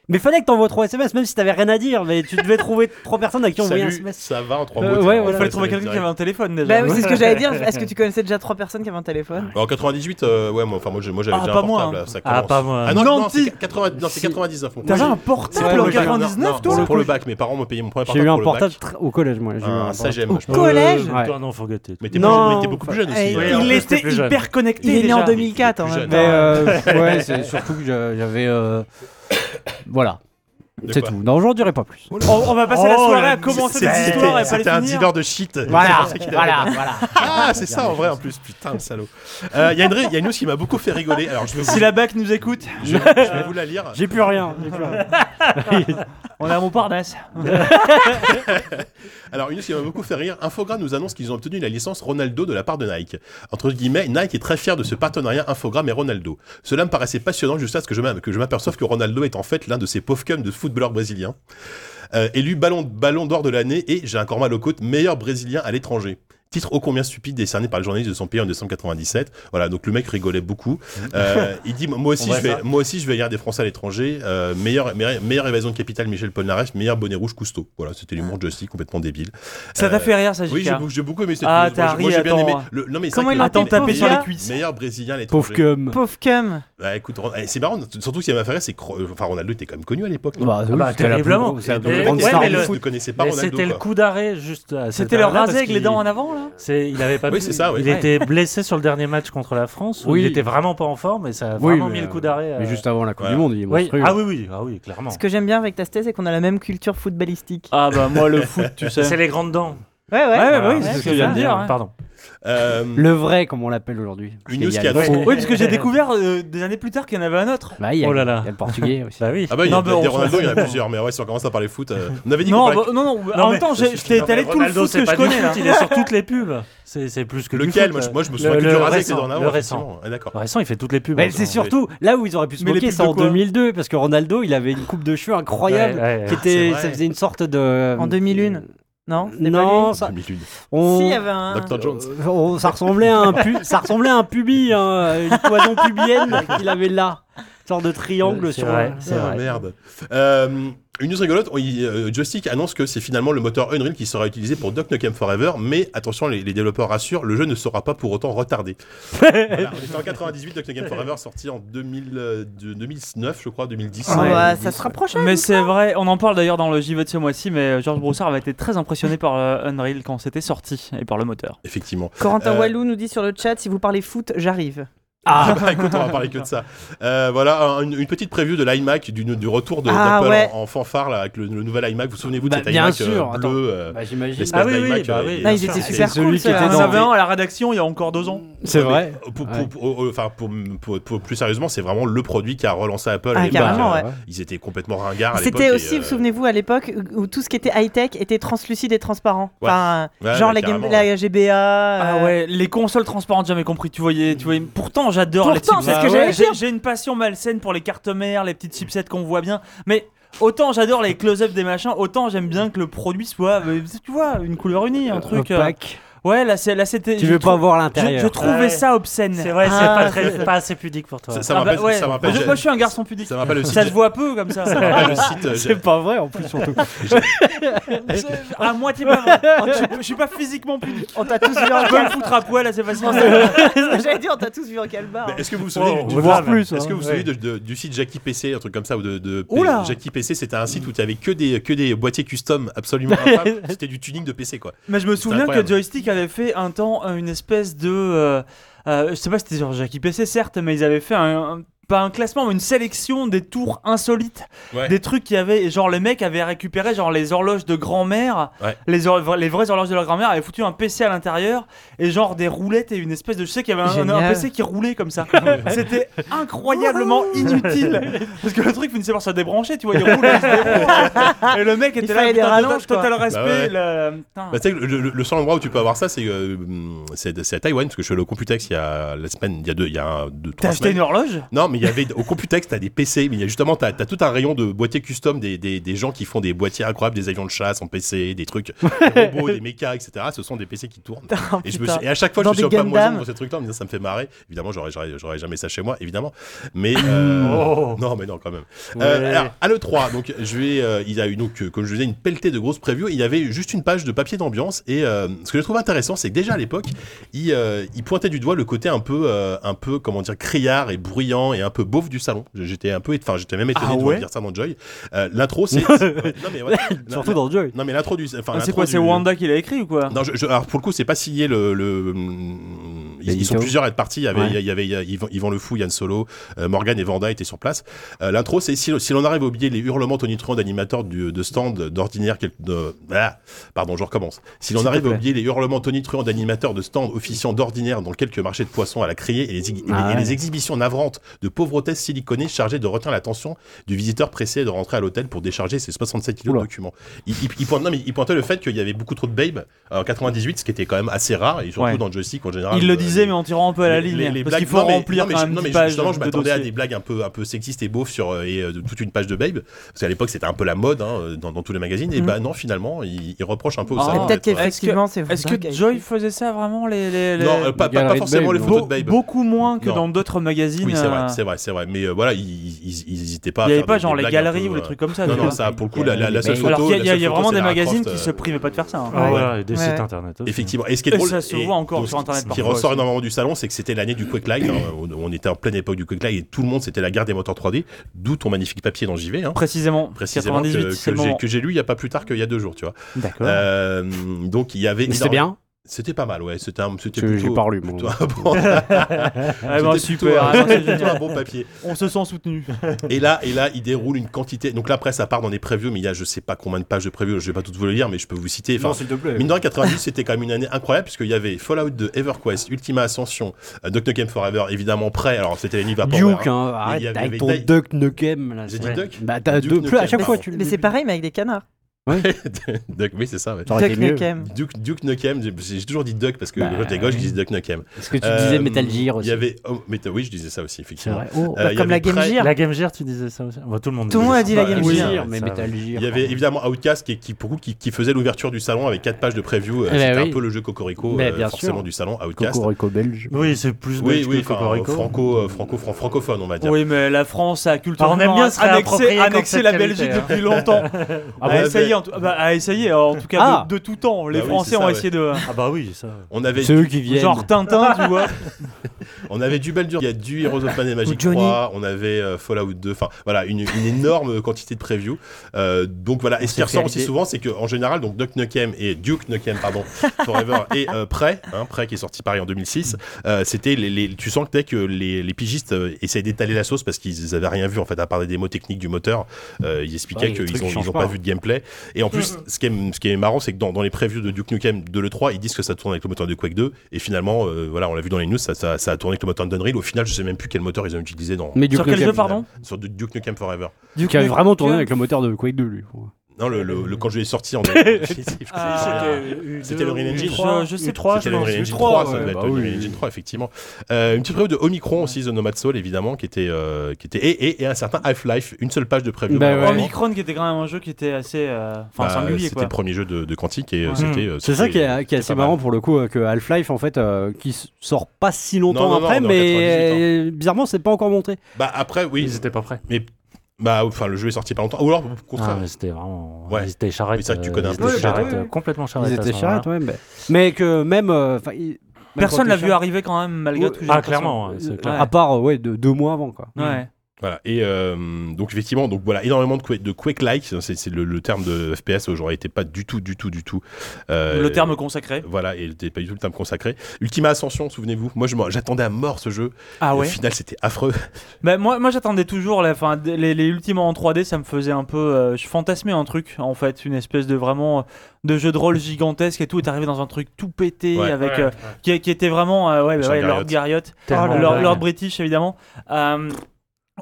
E: Mais fallait que t'envoies 3 SMS même si t'avais rien à dire. Mais tu devais trouver 3 personnes à qui envoyer un
B: Salut,
E: SMS.
B: ça va en trois
E: Euh,
B: mots.
E: ouais,
B: tu
E: voilà.
B: vois,
E: Il
C: Il fallait
B: ça
C: trouver
B: va
C: quelqu'un qui
B: direct.
C: avait un téléphone
D: Bah
C: déjà.
D: oui, c'est ce que j'allais dire. Est-ce que tu connaissais déjà trois personnes qui avaient un téléphone
B: En 98, euh, ouais, moi, enfin, moi, j'ai- moi, j'avais
C: Ah,
B: déjà
C: pas
B: un
C: moi,
B: portable.
C: hein.
B: là, ça
F: Ah,
B: commence.
F: pas moi.
B: Ah non, non,
C: Nanti.
B: c'est 80 non, c'est hein. 99. mon
C: T'avais
B: premier.
C: un
E: Ouais,
C: portable en
E: moi, j'ai eu un-
C: 99
B: Non,
C: toi
B: c'est pour le bac, mes parents m'ont payé mon premier
E: J'ai
B: portable.
E: eu un
B: pour le
E: portable
B: bac.
E: tr- au collège, moi. J'ai eu
B: Ah,
E: un
B: ça, j'aime.
D: Au
B: je pense.
D: collège
E: Ouais.
F: Toi, Euh, non, faut gâter.
B: Mais t'es
E: Non.
B: plus, mais t'es beaucoup plus jeune aussi. euh,
D: Eh,
B: ouais.
D: il
F: on
D: est-
F: était
C: était
F: plus jeune.
C: hyper connecté.
D: Il est né en
C: déjà.
D: 2004.
B: Plus
D: en même
B: jeune.
E: Mais
D: temps.
E: euh, ouais, c'est surtout que j'a- j'avais. euh, Voilà.
B: De
E: C'est
B: quoi
E: tout. Non, j'en dirai pas plus.
C: On, on va passer la
F: Oh,
C: soirée
F: la-
C: à commencer
B: C'était-
C: cette histoire et pas les
B: C'était un
C: finir.
B: dealer de shit.
E: Voilà,
B: C'est pour ça qu'il
E: voilà, voilà.
B: Ah, c'est ça en vrai en plus, putain le salaud. Euh, Il y a une ré- il y a une news qui m'a beaucoup fait rigoler. Alors je vais vous,
C: Si la BAC nous écoute,
B: je vais- je vais vous la lire.
E: J'ai plus rien. j'ai plus rien.
C: on est à Montparnasse.
B: Alors une news qui m'a beaucoup fait rire. Infogrames nous annonce qu'ils ont obtenu la licence Ronaldo de la part de Nike. Entre guillemets, Nike est très fier de ce partenariat Infogrames et Ronaldo. Cela me paraissait passionnant jusqu'à ce que je m'a- que je m'aperçoive que Ronaldo est en fait l'un de ces pauvres cums de footballeurs brésiliens. Euh, élu ballon, ballon d'or de l'année et, j'ai encore mal aux côtes, meilleur brésilien à l'étranger. Titre ô combien stupide décerné par le journaliste de son pays en 1997. Voilà, donc le mec rigolait beaucoup. Euh, il dit moi aussi,
F: On
B: je
F: voit
B: vais,
F: ça.
B: moi aussi je vais lire des Français à l'étranger. Euh, meilleure, meilleure, meilleure évasion de capitale Michel Polnareff, meilleur bonnet rouge Cousteau. Voilà, c'était l'humour de Justy complètement débile.
C: Ça t'a
B: Euh,
C: fait rire ça,
B: Oui, j'ai
C: Jika
B: beaucoup- j'ai beaucoup aimé cette
C: Ah,
B: news. Moi,
C: t'as
B: j'ai- moi,
C: ri,
B: j'ai bien
C: attends.
B: aimé. Le- non, mais c'est
D: Comment
B: vrai
D: il
B: que-
D: l'entend
C: Attends, taper sur les
D: Meilleur-
C: cuisses.
B: Meilleur brésilien à l'étranger.
E: Pauvre cum.
D: Pauvre cum.
B: Bah, écoute, Ron- eh, c'est marrant, surtout ce qui m'a fait rire, c'est que Ro- enfin, Ronaldo était quand même connu à l'époque. non
E: Bah, oui,
F: bah,
E: c'était la plus
F: terriblement.
E: grosse- c'est la
F: Et-
E: plus
F: ouais,
E: grande
F: mais
E: star
F: le-
E: du
B: ne
E: foot.
B: connaissais pas
F: Mais
B: Ronaldo.
F: c'était le
B: quoi.
F: coup d'arrêt juste. euh, à cette
C: C'était leur
F: heure-là,
C: rasé
F: parce
C: avec les
F: qu'il-
C: dents en avant là
F: c'est- Il avait pas.
B: Oui,
F: pu-
B: c'est ça, ouais.
F: Il était blessé sur le dernier match contre la France. Où
E: Oui.
F: Il était vraiment pas en forme et ça a
E: Oui,
F: vraiment
E: mais,
F: mis le
E: euh,
F: coup d'arrêt. euh,
E: Mais juste avant la Coupe
B: Voilà.
E: du Monde, il est
F: Oui.
E: monstrueux.
F: Ah oui, oui, ah oui, clairement.
D: Ce que j'aime bien avec ta thèse, c'est qu'on a la même culture footballistique.
C: Ah bah moi le foot, tu sais.
F: C'est les grandes dents.
D: Ouais, ouais.
C: Ouais, ouais,
F: Voilà.
C: oui, c'est
D: Ouais,
C: ce que je viens de
F: ça.
C: dire. ouais.
F: Pardon.
B: Euh,
E: Le vrai, comme on l'appelle aujourd'hui. Ah Parce
B: Une
E: qu'il
B: news
E: y a
B: qui a
E: le faux.
C: Oui, parce que j'ai découvert euh, des années plus tard qu'il y en avait un autre.
E: Bah, il y a
F: Oh là
E: il y
F: là.
E: a le portugais aussi.
F: Bah oui.
B: Ah bah, il y a
C: Non, mais
B: des-
C: on
B: des
C: s'en
B: Ronaldo, il y en a
C: fout.
B: plusieurs, mais ouais, si on commence à parler foot, euh, on avait dit qu'on
C: Non,
B: parlait
D: Oh,
C: bah, non, non,
F: Non,
C: en
F: mais-
C: même temps, j'ai- je t'ai
B: Non, mais
C: étalé tout le
F: Ronaldo,
C: foot
F: c'est
C: que je
F: pas du
C: connais
F: foot,
C: là.
F: Il est sur toutes les pubs. C'est c'est plus que du
B: Lequel
F: foot,
B: moi, je-
F: euh.
B: moi, je me
F: le-
B: souviens que
F: le
B: du rasé, c'est
F: récent,
B: dans en avant,
F: le récent.
B: effectivement. Ouais, D'accord.
F: Le récent, il fait toutes les pubs.
E: Mais
F: en ce
E: c'est
F: moment.
E: surtout là où ils auraient pu se
C: Mais les
E: moquer,
C: pubs
E: c'est
C: de
E: en
C: quoi
E: 2002 parce que Ronaldo, il avait une coupe de cheveux incroyable,
F: Ouais, ouais, ouais.
E: qui
B: c'est
E: était,
B: vrai.
E: ça faisait une sorte de.
D: En 2001. Non c'était pas
E: Non,
D: lui
E: ça,
B: 2001.
E: on-
D: Si, il y avait un.
B: Dr. Jones.
E: Euh, on- ça ressemblait à un pu- ça ressemblait à un pubis, hein, une cloison pubienne qu'il avait là, une sorte de triangle
F: C'est
E: sur.
F: vrai,
E: la-
F: c'est
B: Ah,
F: vrai.
B: merde. Euh, une news rigolote, on y- euh, Joystick annonce que c'est finalement le moteur Unreal qui sera utilisé pour Duck Nukem Forever, mais attention, les, les développeurs rassurent, le jeu ne sera pas pour autant retardé. Voilà, on était en 98, Duck Nukem Forever sorti en 2000, euh, de- 2009, je crois, 2010.
D: Ah
E: Ouais,
D: bah, ça se rapproche. hein.
C: Mais c'est vrai, on en parle d'ailleurs dans le JV de ce mois-ci, mais euh, Georges Broussard avait été très impressionné par euh, Unreal quand c'était sorti et par le moteur.
B: Effectivement.
D: Corentin
B: Euh,
D: Walou nous dit sur le chat si vous parlez foot, j'arrive.
B: Ah bah écoute, on va parler que de ça. Euh, voilà, un- une, une petite preview de l'iMac, du, du retour de-
D: Ah,
B: d'Apple
D: ouais.
B: en, en fanfare là, avec le, le nouvel iMac. Vous vous souvenez-vous
E: Bah,
B: de cet
E: bien
B: iMac
E: sûr,
B: euh,
E: attends.
B: bleu euh,
E: Bah, j'imagine.
B: l'espèce
F: Ah oui,
B: d'iMac,
F: oui, bah
B: euh,
F: oui.
D: Ah,
F: bien
D: ils
F: sûr.
D: étaient
E: C'est
D: super
E: celui
D: cool. Ah,
E: qui
F: Ah,
D: ceux-là.
E: était
C: On
E: dans-
C: avait un à la rédaction il y a encore deux ans.
E: C'est vrai.
B: Pour,
E: Ouais.
B: pour- pour- enfin, pour- pour- pour- plus sérieusement, c'est vraiment le produit qui a relancé Apple. à
D: Ah,
B: l'époque.
D: carrément,
E: Bah,
D: ouais.
E: euh,
B: Ils étaient complètement ringards à l'époque.
D: C'était
B: et,
D: aussi,
B: euh,
D: souvenez-vous, à l'époque où tout ce qui était high-tech était translucide et transparent.
B: Ouais.
D: Enfin,
B: Ouais,
D: genre
B: ouais,
D: la, game-
B: carrément,
D: la GBA.
C: Ah
D: euh,
C: ouais, les consoles transparentes, jamais compris. Tu voyais, tu voyais. Pourtant, j'adore les
D: Pourtant,
C: chipsets.
D: c'est ce
E: que
C: J'ai-
D: j'allais dire.
C: J'ai une passion malsaine pour les cartes mères, les petites chipsets qu'on voit bien. Mais autant j'adore les close-up des machins, autant j'aime bien que le produit soit, euh, tu vois, une couleur unie, un truc. euh,
E: Opaque.
C: Ouais, là, c'est- là, c'était.
E: Tu
C: je
E: veux
C: trou-
E: pas voir
C: je,
E: l'intérieur.
C: je trouvais
F: Ouais.
C: ça obscène.
F: C'est vrai, c'est
D: Ah,
F: pas,
D: c'est
F: très,
D: ça.
F: pas assez pudique pour toi.
B: Ça, ça
C: Ah bah
B: m'appelle
C: ouais.
B: ça m'appelle-
C: Je- moi, je suis un garçon pudique.
B: ça m'appelle le site.
C: Ça se voit peu comme ça.
B: ça m'appelle le site, euh, j'ai-
E: pas vrai en plus surtout.
C: C'est à Ah, moitié pas vrai. Je, je suis pas physiquement pudique.
D: euh, On t'a tous vu en
C: Je peux me
D: calbar.
C: foutre à poil assez facilement.
D: J'allais dire, on t'a tous vu en calbar.
B: Mais Est-ce que vous vous souvenez du- du-
F: voir plus.
E: hein.
B: Est-ce que vous vous
F: Ouais.
B: souvenez de- de- du site Jackie PC, un truc comme ça, ou de, de-
C: Oula
B: Jackie PC, c'était un site où tu avais que des, que des boîtiers custom absolument infâmes. C'était du tuning de PC, quoi.
C: Mais je me souviens que
B: incroyable.
C: Joystick avait fait un temps euh, une espèce de. euh, euh, je sais pas si c'était sur Jackie PC, certes, mais ils avaient fait un. un- pas un classement, mais une sélection des tours insolites.
B: Ouais.
C: Des trucs qui avaient. Genre, les mecs avaient récupéré genre les horloges de grand-mère.
B: Ouais.
C: Les, or- les vraies horloges de leur grand-mère avaient foutu un PC à l'intérieur. Et genre des roulettes et une espèce de. Je sais qu'il y avait un- un, un
D: Génial.
C: PC qui roulait comme ça. C'était incroyablement inutile. Parce que le truc finissait par se débrancher, tu vois. Il roule et il se débranche. Et le mec était là,
D: fallait des
C: putain, total,
D: rallonges, quoi.
C: total respect.
B: Bah ouais.
C: le- putain.
B: Bah, tu sais, que le, le- le seul endroit où tu peux avoir ça, c'est euh, c'est- c'est à Taïwan, parce que je suis allé au Computex il y a la semaine, il y a deux, il y a un, deux,
C: T'as
B: trois
C: acheté
B: semaines.
C: une horloge
B: Non, mais il y avait au Computex, t'as des PC, mais il y a justement, t'as as tout un rayon de boîtiers custom des, des, des gens qui font des boîtiers incroyables, des avions de chasse en PC, des trucs, des robots, des mécas, etc. Ce sont des PC qui tournent. Et, je me suis- et à chaque fois,
D: Oh, Dans
B: je suis
D: des
B: un peu amoisonné
D: Gundam.
B: pour ces trucs-là, en me disant, ça me fait marrer. Évidemment, j'aurais- j'aurais j'aurais jamais ça chez moi, évidemment. Mais euh,
F: Oh.
B: non, mais non, quand même.
F: Ouais.
B: Euh, alors, à l'E3, donc, je vais, euh, il y a eu, donc, euh, comme je vous disais, une pelletée de grosses previews. Il y avait juste une page de papier d'ambiance. Et euh, ce que je trouve intéressant, c'est que déjà à l'époque, il, euh, il pointait du doigt le côté un peu, euh, un peu, comment dire, criard et bruyant et un peu beauf du salon. J'étais un peu, enfin, j'étais même étonné
E: Ah
B: de voir
E: ouais
B: dire ça dans Joy. Euh, l'intro, c'est. ouais, non, mais ouais.
E: Surtout dans le jeu.
B: Non, mais l'intro du. Enfin,
C: Ah, C'est
B: l'intro
C: quoi C'est
B: du-
C: Wanda qui l'a écrit ou quoi
B: non, je- je- alors pour le coup, c'est pas signé le. le- mm, ils, ils sont
E: Édito.
B: plusieurs à être partis. Il y avait,
E: Ouais.
B: il y avait, il y a Yvan, Yvan Le Fou, Yann Solo, euh, Morgan et Vanda étaient sur place. Euh, L'intro, c'est si, si l'on arrive à oublier les hurlements tonitruants d'animateurs du- de stand d'ordinaire. quel- de- ah, pardon, je recommence. Si l'on
E: S'il te
B: arrive à
E: plaît.
B: oublier les hurlements tonitruants d'animateurs de stand officiant d'ordinaire dans quelques marchés de poissons à la criée et les, ex- et les-
E: Ah
B: et
E: ouais.
B: les exhibitions navrantes de pauvretesses siliconées chargées de retenir l'attention du visiteur pressé de rentrer à l'hôtel pour décharger ses 67 kilos de
E: Oula.
B: documents. Il, il- il pointe- non, mais il pointait le fait qu'il y avait beaucoup trop de babes euh, en 98, ce qui était quand même assez rare, et surtout
C: Ouais.
B: dans le joystick en général.
C: Il le
B: euh,
C: disait,
B: les-
C: mais en tirant un peu à la
B: les-
C: ligne.
B: les- les
C: parce
B: blagues-
C: qu'il faut
B: non, mais-
C: remplir
B: non, mais
C: quand
B: je-
C: même
B: non, mais
C: 10 pages
B: justement, je
C: de
B: m'attendais à
C: dossier.
B: des blagues un peu, un peu sexistes et beaufs sur, euh, et euh, de- toute une page de babe, parce qu'à l'époque c'était un peu la mode hein, euh, dans, dans tous les magazines, et
D: Mhm.
B: bah non, finalement, il, il reproche un peu au
C: Ah,
B: salon.
D: Peut-être
B: d'être, euh,
D: qu'effectivement, c'est
C: Est-ce
D: vague
C: que
D: à
C: Joy
D: écrire.
C: faisait ça vraiment les, les- les-
B: Non, euh, pas,
E: les
B: pas- pas
E: galeries de
B: forcément
E: babes,
B: les
E: non.
B: photos
C: Beau-
B: de babe.
C: Beaucoup moins que
B: Non.
C: dans d'autres magazines.
B: Oui, c'est vrai,
C: euh,
B: c'est vrai, c'est vrai. Mais euh, voilà, ils n'hésitaient pas à
C: Il n'y avait
B: faire
C: pas
B: des-
C: genre
B: des
C: les
B: blagues un
C: galeries
B: peu,
C: ou les
B: euh,
C: trucs comme ça.
B: Non,
C: tu
B: non,
C: vois.
B: ça, pour le coup, la, la- la seule
E: Alors
B: photo.
C: Alors qu'il y a-
B: la
C: il y, a-
B: seule
C: il y a
B: photo,
C: vraiment
B: c'est
C: des
B: Lara
C: magazines
B: Croft,
C: qui se
B: euh,
C: privaient pas de faire ça. hein.
F: Ah ouais,
D: Ouais.
F: et des
D: Ouais.
F: sites internet aussi.
B: Effectivement. Et ce qui est
C: Et
B: drôle,
C: ça se
B: et
C: voit encore
B: donc,
C: sur Internet,
B: Ce qui
C: parfois,
B: ressort
C: aussi.
B: énormément du salon, c'est que c'était l'année du Quake Live. hein, où on était en pleine époque du Quake Live et tout le monde c'était la guerre des moteurs 3D, d'où ton magnifique papier dans JV. Hein.
C: Précisément.
B: Précisément que-
C: 98,
B: que,
C: c'est le
B: j'ai-
C: moment.
B: que j'ai lu il y a pas plus tard qu'il y a deux jours, tu vois.
C: D'accord.
B: Euh, donc il y avait.
E: Mais C'était
B: énorme-
E: bien.
B: C'était pas mal, ouais. C'était un- c'était
E: Je- J'ai
B: plutôt.
E: pas lu. moi.
B: plutôt un bon-
C: Ah, bah,
B: c'était plutôt
C: super.
B: un-
C: ah, non, c'est
B: plutôt
C: génial.
B: un bon papier.
C: On se sent soutenu.
B: Et là, et là, il déroule une quantité. Donc là, après, ça part dans des previews, mais il y a je sais pas combien de pages de previews. Je vais pas toutes vous les lire, mais je peux vous citer. Enfin,
E: Non, s'il te plaît.
B: Mine de rien, 90, c'était quand même une année incroyable, puisqu'il y avait Fallout 2, EverQuest, Ultima Ascension, euh, Duck Nukem Forever, évidemment prêt. Alors, c'était les Niva
E: Duke, hein,
B: il y
E: arrête
B: avait-
E: avec ton
B: il y avait-
E: Duck Nukem. là,
B: J'ai
E: c'est
B: dit
E: vrai.
B: Duck
E: Bah t'as
B: Duke
E: deux pleux à
B: Nukem,
E: chaque fois.
B: pardon.
E: tu le
D: Mais
E: dis.
D: c'est pareil, mais avec des canards.
B: Duck, oui, c'est ça. ouais.
E: Ça aurait été
D: Duck
E: mieux.
D: Nukem.
B: Duke, Duke Nukem, j'ai- j'ai toujours dit Duck parce que
E: Bah,
B: le côté gauche, je disais Duck Nukem.
E: Est-ce que tu
B: Euh,
E: disais Metal Gear
B: Il
E: aussi
B: y avait. oh, mais t- oui, je disais ça aussi,
E: C'est
B: effectivement.
E: vrai. Oh.
B: Euh, il y
D: Comme la
B: avait
D: Game
B: Prey-
D: Gear.
F: La Game Gear, tu disais ça aussi Bon, Tout le monde
D: Tout le
F: disait
D: monde a
F: ça.
D: dit la
B: Bah,
D: Game
B: oui,
D: Gear.
B: ouais,
E: mais
F: ça,
E: Metal Gear.
B: Il y avait évidemment Outcast qui, qui, pour coup, qui, qui faisait l'ouverture du salon avec quatre pages de preview. euh,
E: Eh ben
B: C'était
E: oui.
B: un peu le jeu Cocorico,
E: Mais
B: euh,
E: bien
B: forcément,
E: sûr.
B: du salon Outcast.
E: Cocorico belge.
F: Oui, c'est plus
B: Oui,
F: belge
B: oui,
F: que
B: enfin,
F: Cocorico.
B: franco, euh, franco, fran- francophone, on va dire.
C: Oui, mais la France a culturellement
F: Ah, on aime bien se réapproprier
C: annexé,
F: quand
C: annexé
F: c'est
C: la
F: très
C: Belgique
F: militaire.
C: depuis longtemps.
B: Ah
C: hein. Ah,
B: ouais,
C: essayez,
B: mais-
C: en tout... bah, à essayer, en tout cas,
E: Ah
C: de, de tout temps. Les
B: Bah oui,
C: Français
B: c'est ça,
C: ont
B: ouais.
C: essayé de.
F: Ah bah oui, ça.
B: On avait
E: C'est eux qui viennent.
C: Genre Tintin, tu vois.
B: on avait du Baldur, il y a du Heroes of Man et Magic
D: Ou Johnny.
B: 3, on avait euh, Fallout 2, enfin voilà, une, une énorme quantité de previews. Euh, donc voilà, et ce qui
E: s'est
B: ressort
E: fait
B: aussi
E: aider.
B: souvent, c'est qu'en général, donc Duck Nukem et Duke Nukem, pardon, Forever et euh, Prey, hein, Prey qui est sorti pareil en 2006, euh, c'était les, les- tu sens que dès que les, les pigistes euh, essayaient d'étaler la sauce parce qu'ils avaient rien vu en fait, à part des démos techniques du moteur, euh, ils expliquaient
E: Ouais, il y a des
B: qu'ils
E: trucs
B: ont,
E: qui
B: ils ont
E: changent
B: pas
E: pas.
B: vu de gameplay. Et en plus, ce qui est, ce qui est marrant, c'est que dans, dans les previews de Duke Nukem de l'E3, ils disent que ça tourne avec le moteur de Quake 2. Et finalement, euh, voilà, on l'a vu dans les news, ça, ça- ça a tourné avec le moteur d'Unreal. Au final, je sais même plus quel moteur ils ont utilisé dans.
E: Mais Duke
C: Sur quel
E: Nukem,
C: jeu, pardon
E: Mm.
B: Sur du- Duke Nukem Forever.
E: Duke qui avait vraiment tourné avec le moteur de Quake 2, lui.
B: Non, le, le- le- quand je l'ai sorti en.
C: Ah,
B: C'était le Real Engine.
C: Je- je sais
F: trois,
B: C'était
F: je pense.
B: l'Unreal Engine 3,
E: 3,
B: ça
E: ouais,
B: devait
E: bah
B: être le
E: oui.
B: Unreal Engine 3, effectivement. Euh, une petite preview de Omicron aussi, The Nomad Soul, évidemment, qui était. euh, qui était et, et- et un certain Half-Life, une seule page de preview.
E: Bah ouais.
B: malheureusement.
C: Omicron qui était quand même un jeu qui était assez euh, enfin
B: Bah,
C: singulier
B: C'était
C: quoi.
B: le premier jeu de, de Quantic et euh,
C: Ouais.
B: c'était. euh,
E: C'est ça
B: c'était-
E: qui est, qui est assez
B: pas mal.
E: marrant pour le coup, euh, que Half-Life, en fait, euh, qui s- sort pas si
B: Non,
E: longtemps
B: non, non,
E: après,
B: on est hein. en
E: mais euh, bizarrement, c'est pas encore montré.
B: Bah après, oui.
F: Ils étaient pas prêts.
B: Bah, enfin, le jeu est sorti pas longtemps. Ou alors, au contraire.
F: Ah, mais c'était vraiment.
B: Ouais.
F: Ils étaient charrettes.
B: Oui, c'est vrai que tu connais un
F: euh, ils
B: peu.
F: étaient
B: Ouais,
F: charrettes,
E: bah oui,
F: euh,
E: oui.
F: complètement charrettes.
E: Ils
F: à
E: étaient
F: ce
E: charrettes,
F: moment-là.
E: ouais. Mais, mais que même. euh, 'fin, ils- même quand
C: Personne
E: t'es
C: l'a vu
E: charrette-
C: arriver quand même malgré tout. j'ai
F: Ah,
C: l'impression.
F: clairement. ouais, c'est clair.
C: Ouais.
E: À part, euh, ouais, de, deux mois avant, quoi.
C: Ouais.
B: Voilà. Et euh, donc effectivement, donc voilà, énormément de, Quake- de quake-like. hein, C'est c'est le, le terme de FPS aujourd'hui était pas du tout, du tout, du tout. euh,
C: Le terme consacré.
B: Voilà, et n'était pas du tout le terme consacré. Ultima Ascension, souvenez-vous. Moi, je m'en- j'attendais à mort ce jeu.
C: Ah ouais.
B: Au final, c'était affreux.
C: Bah, moi, moi j'attendais toujours les, enfin, les, les Ultima en 3D, ça me faisait un peu. euh, je fantasmais un truc en fait, une espèce de vraiment euh, de jeu de rôle gigantesque et tout. est arrivé dans un truc tout pété
B: Ouais.
C: avec euh, qui, qui était vraiment euh, ouais, bah
B: Jean
C: ouais, Lord
B: Garriott.
C: Garriott,
F: Tellement
D: là.
C: Lord,
F: dingue.
C: Lord British évidemment. Euh,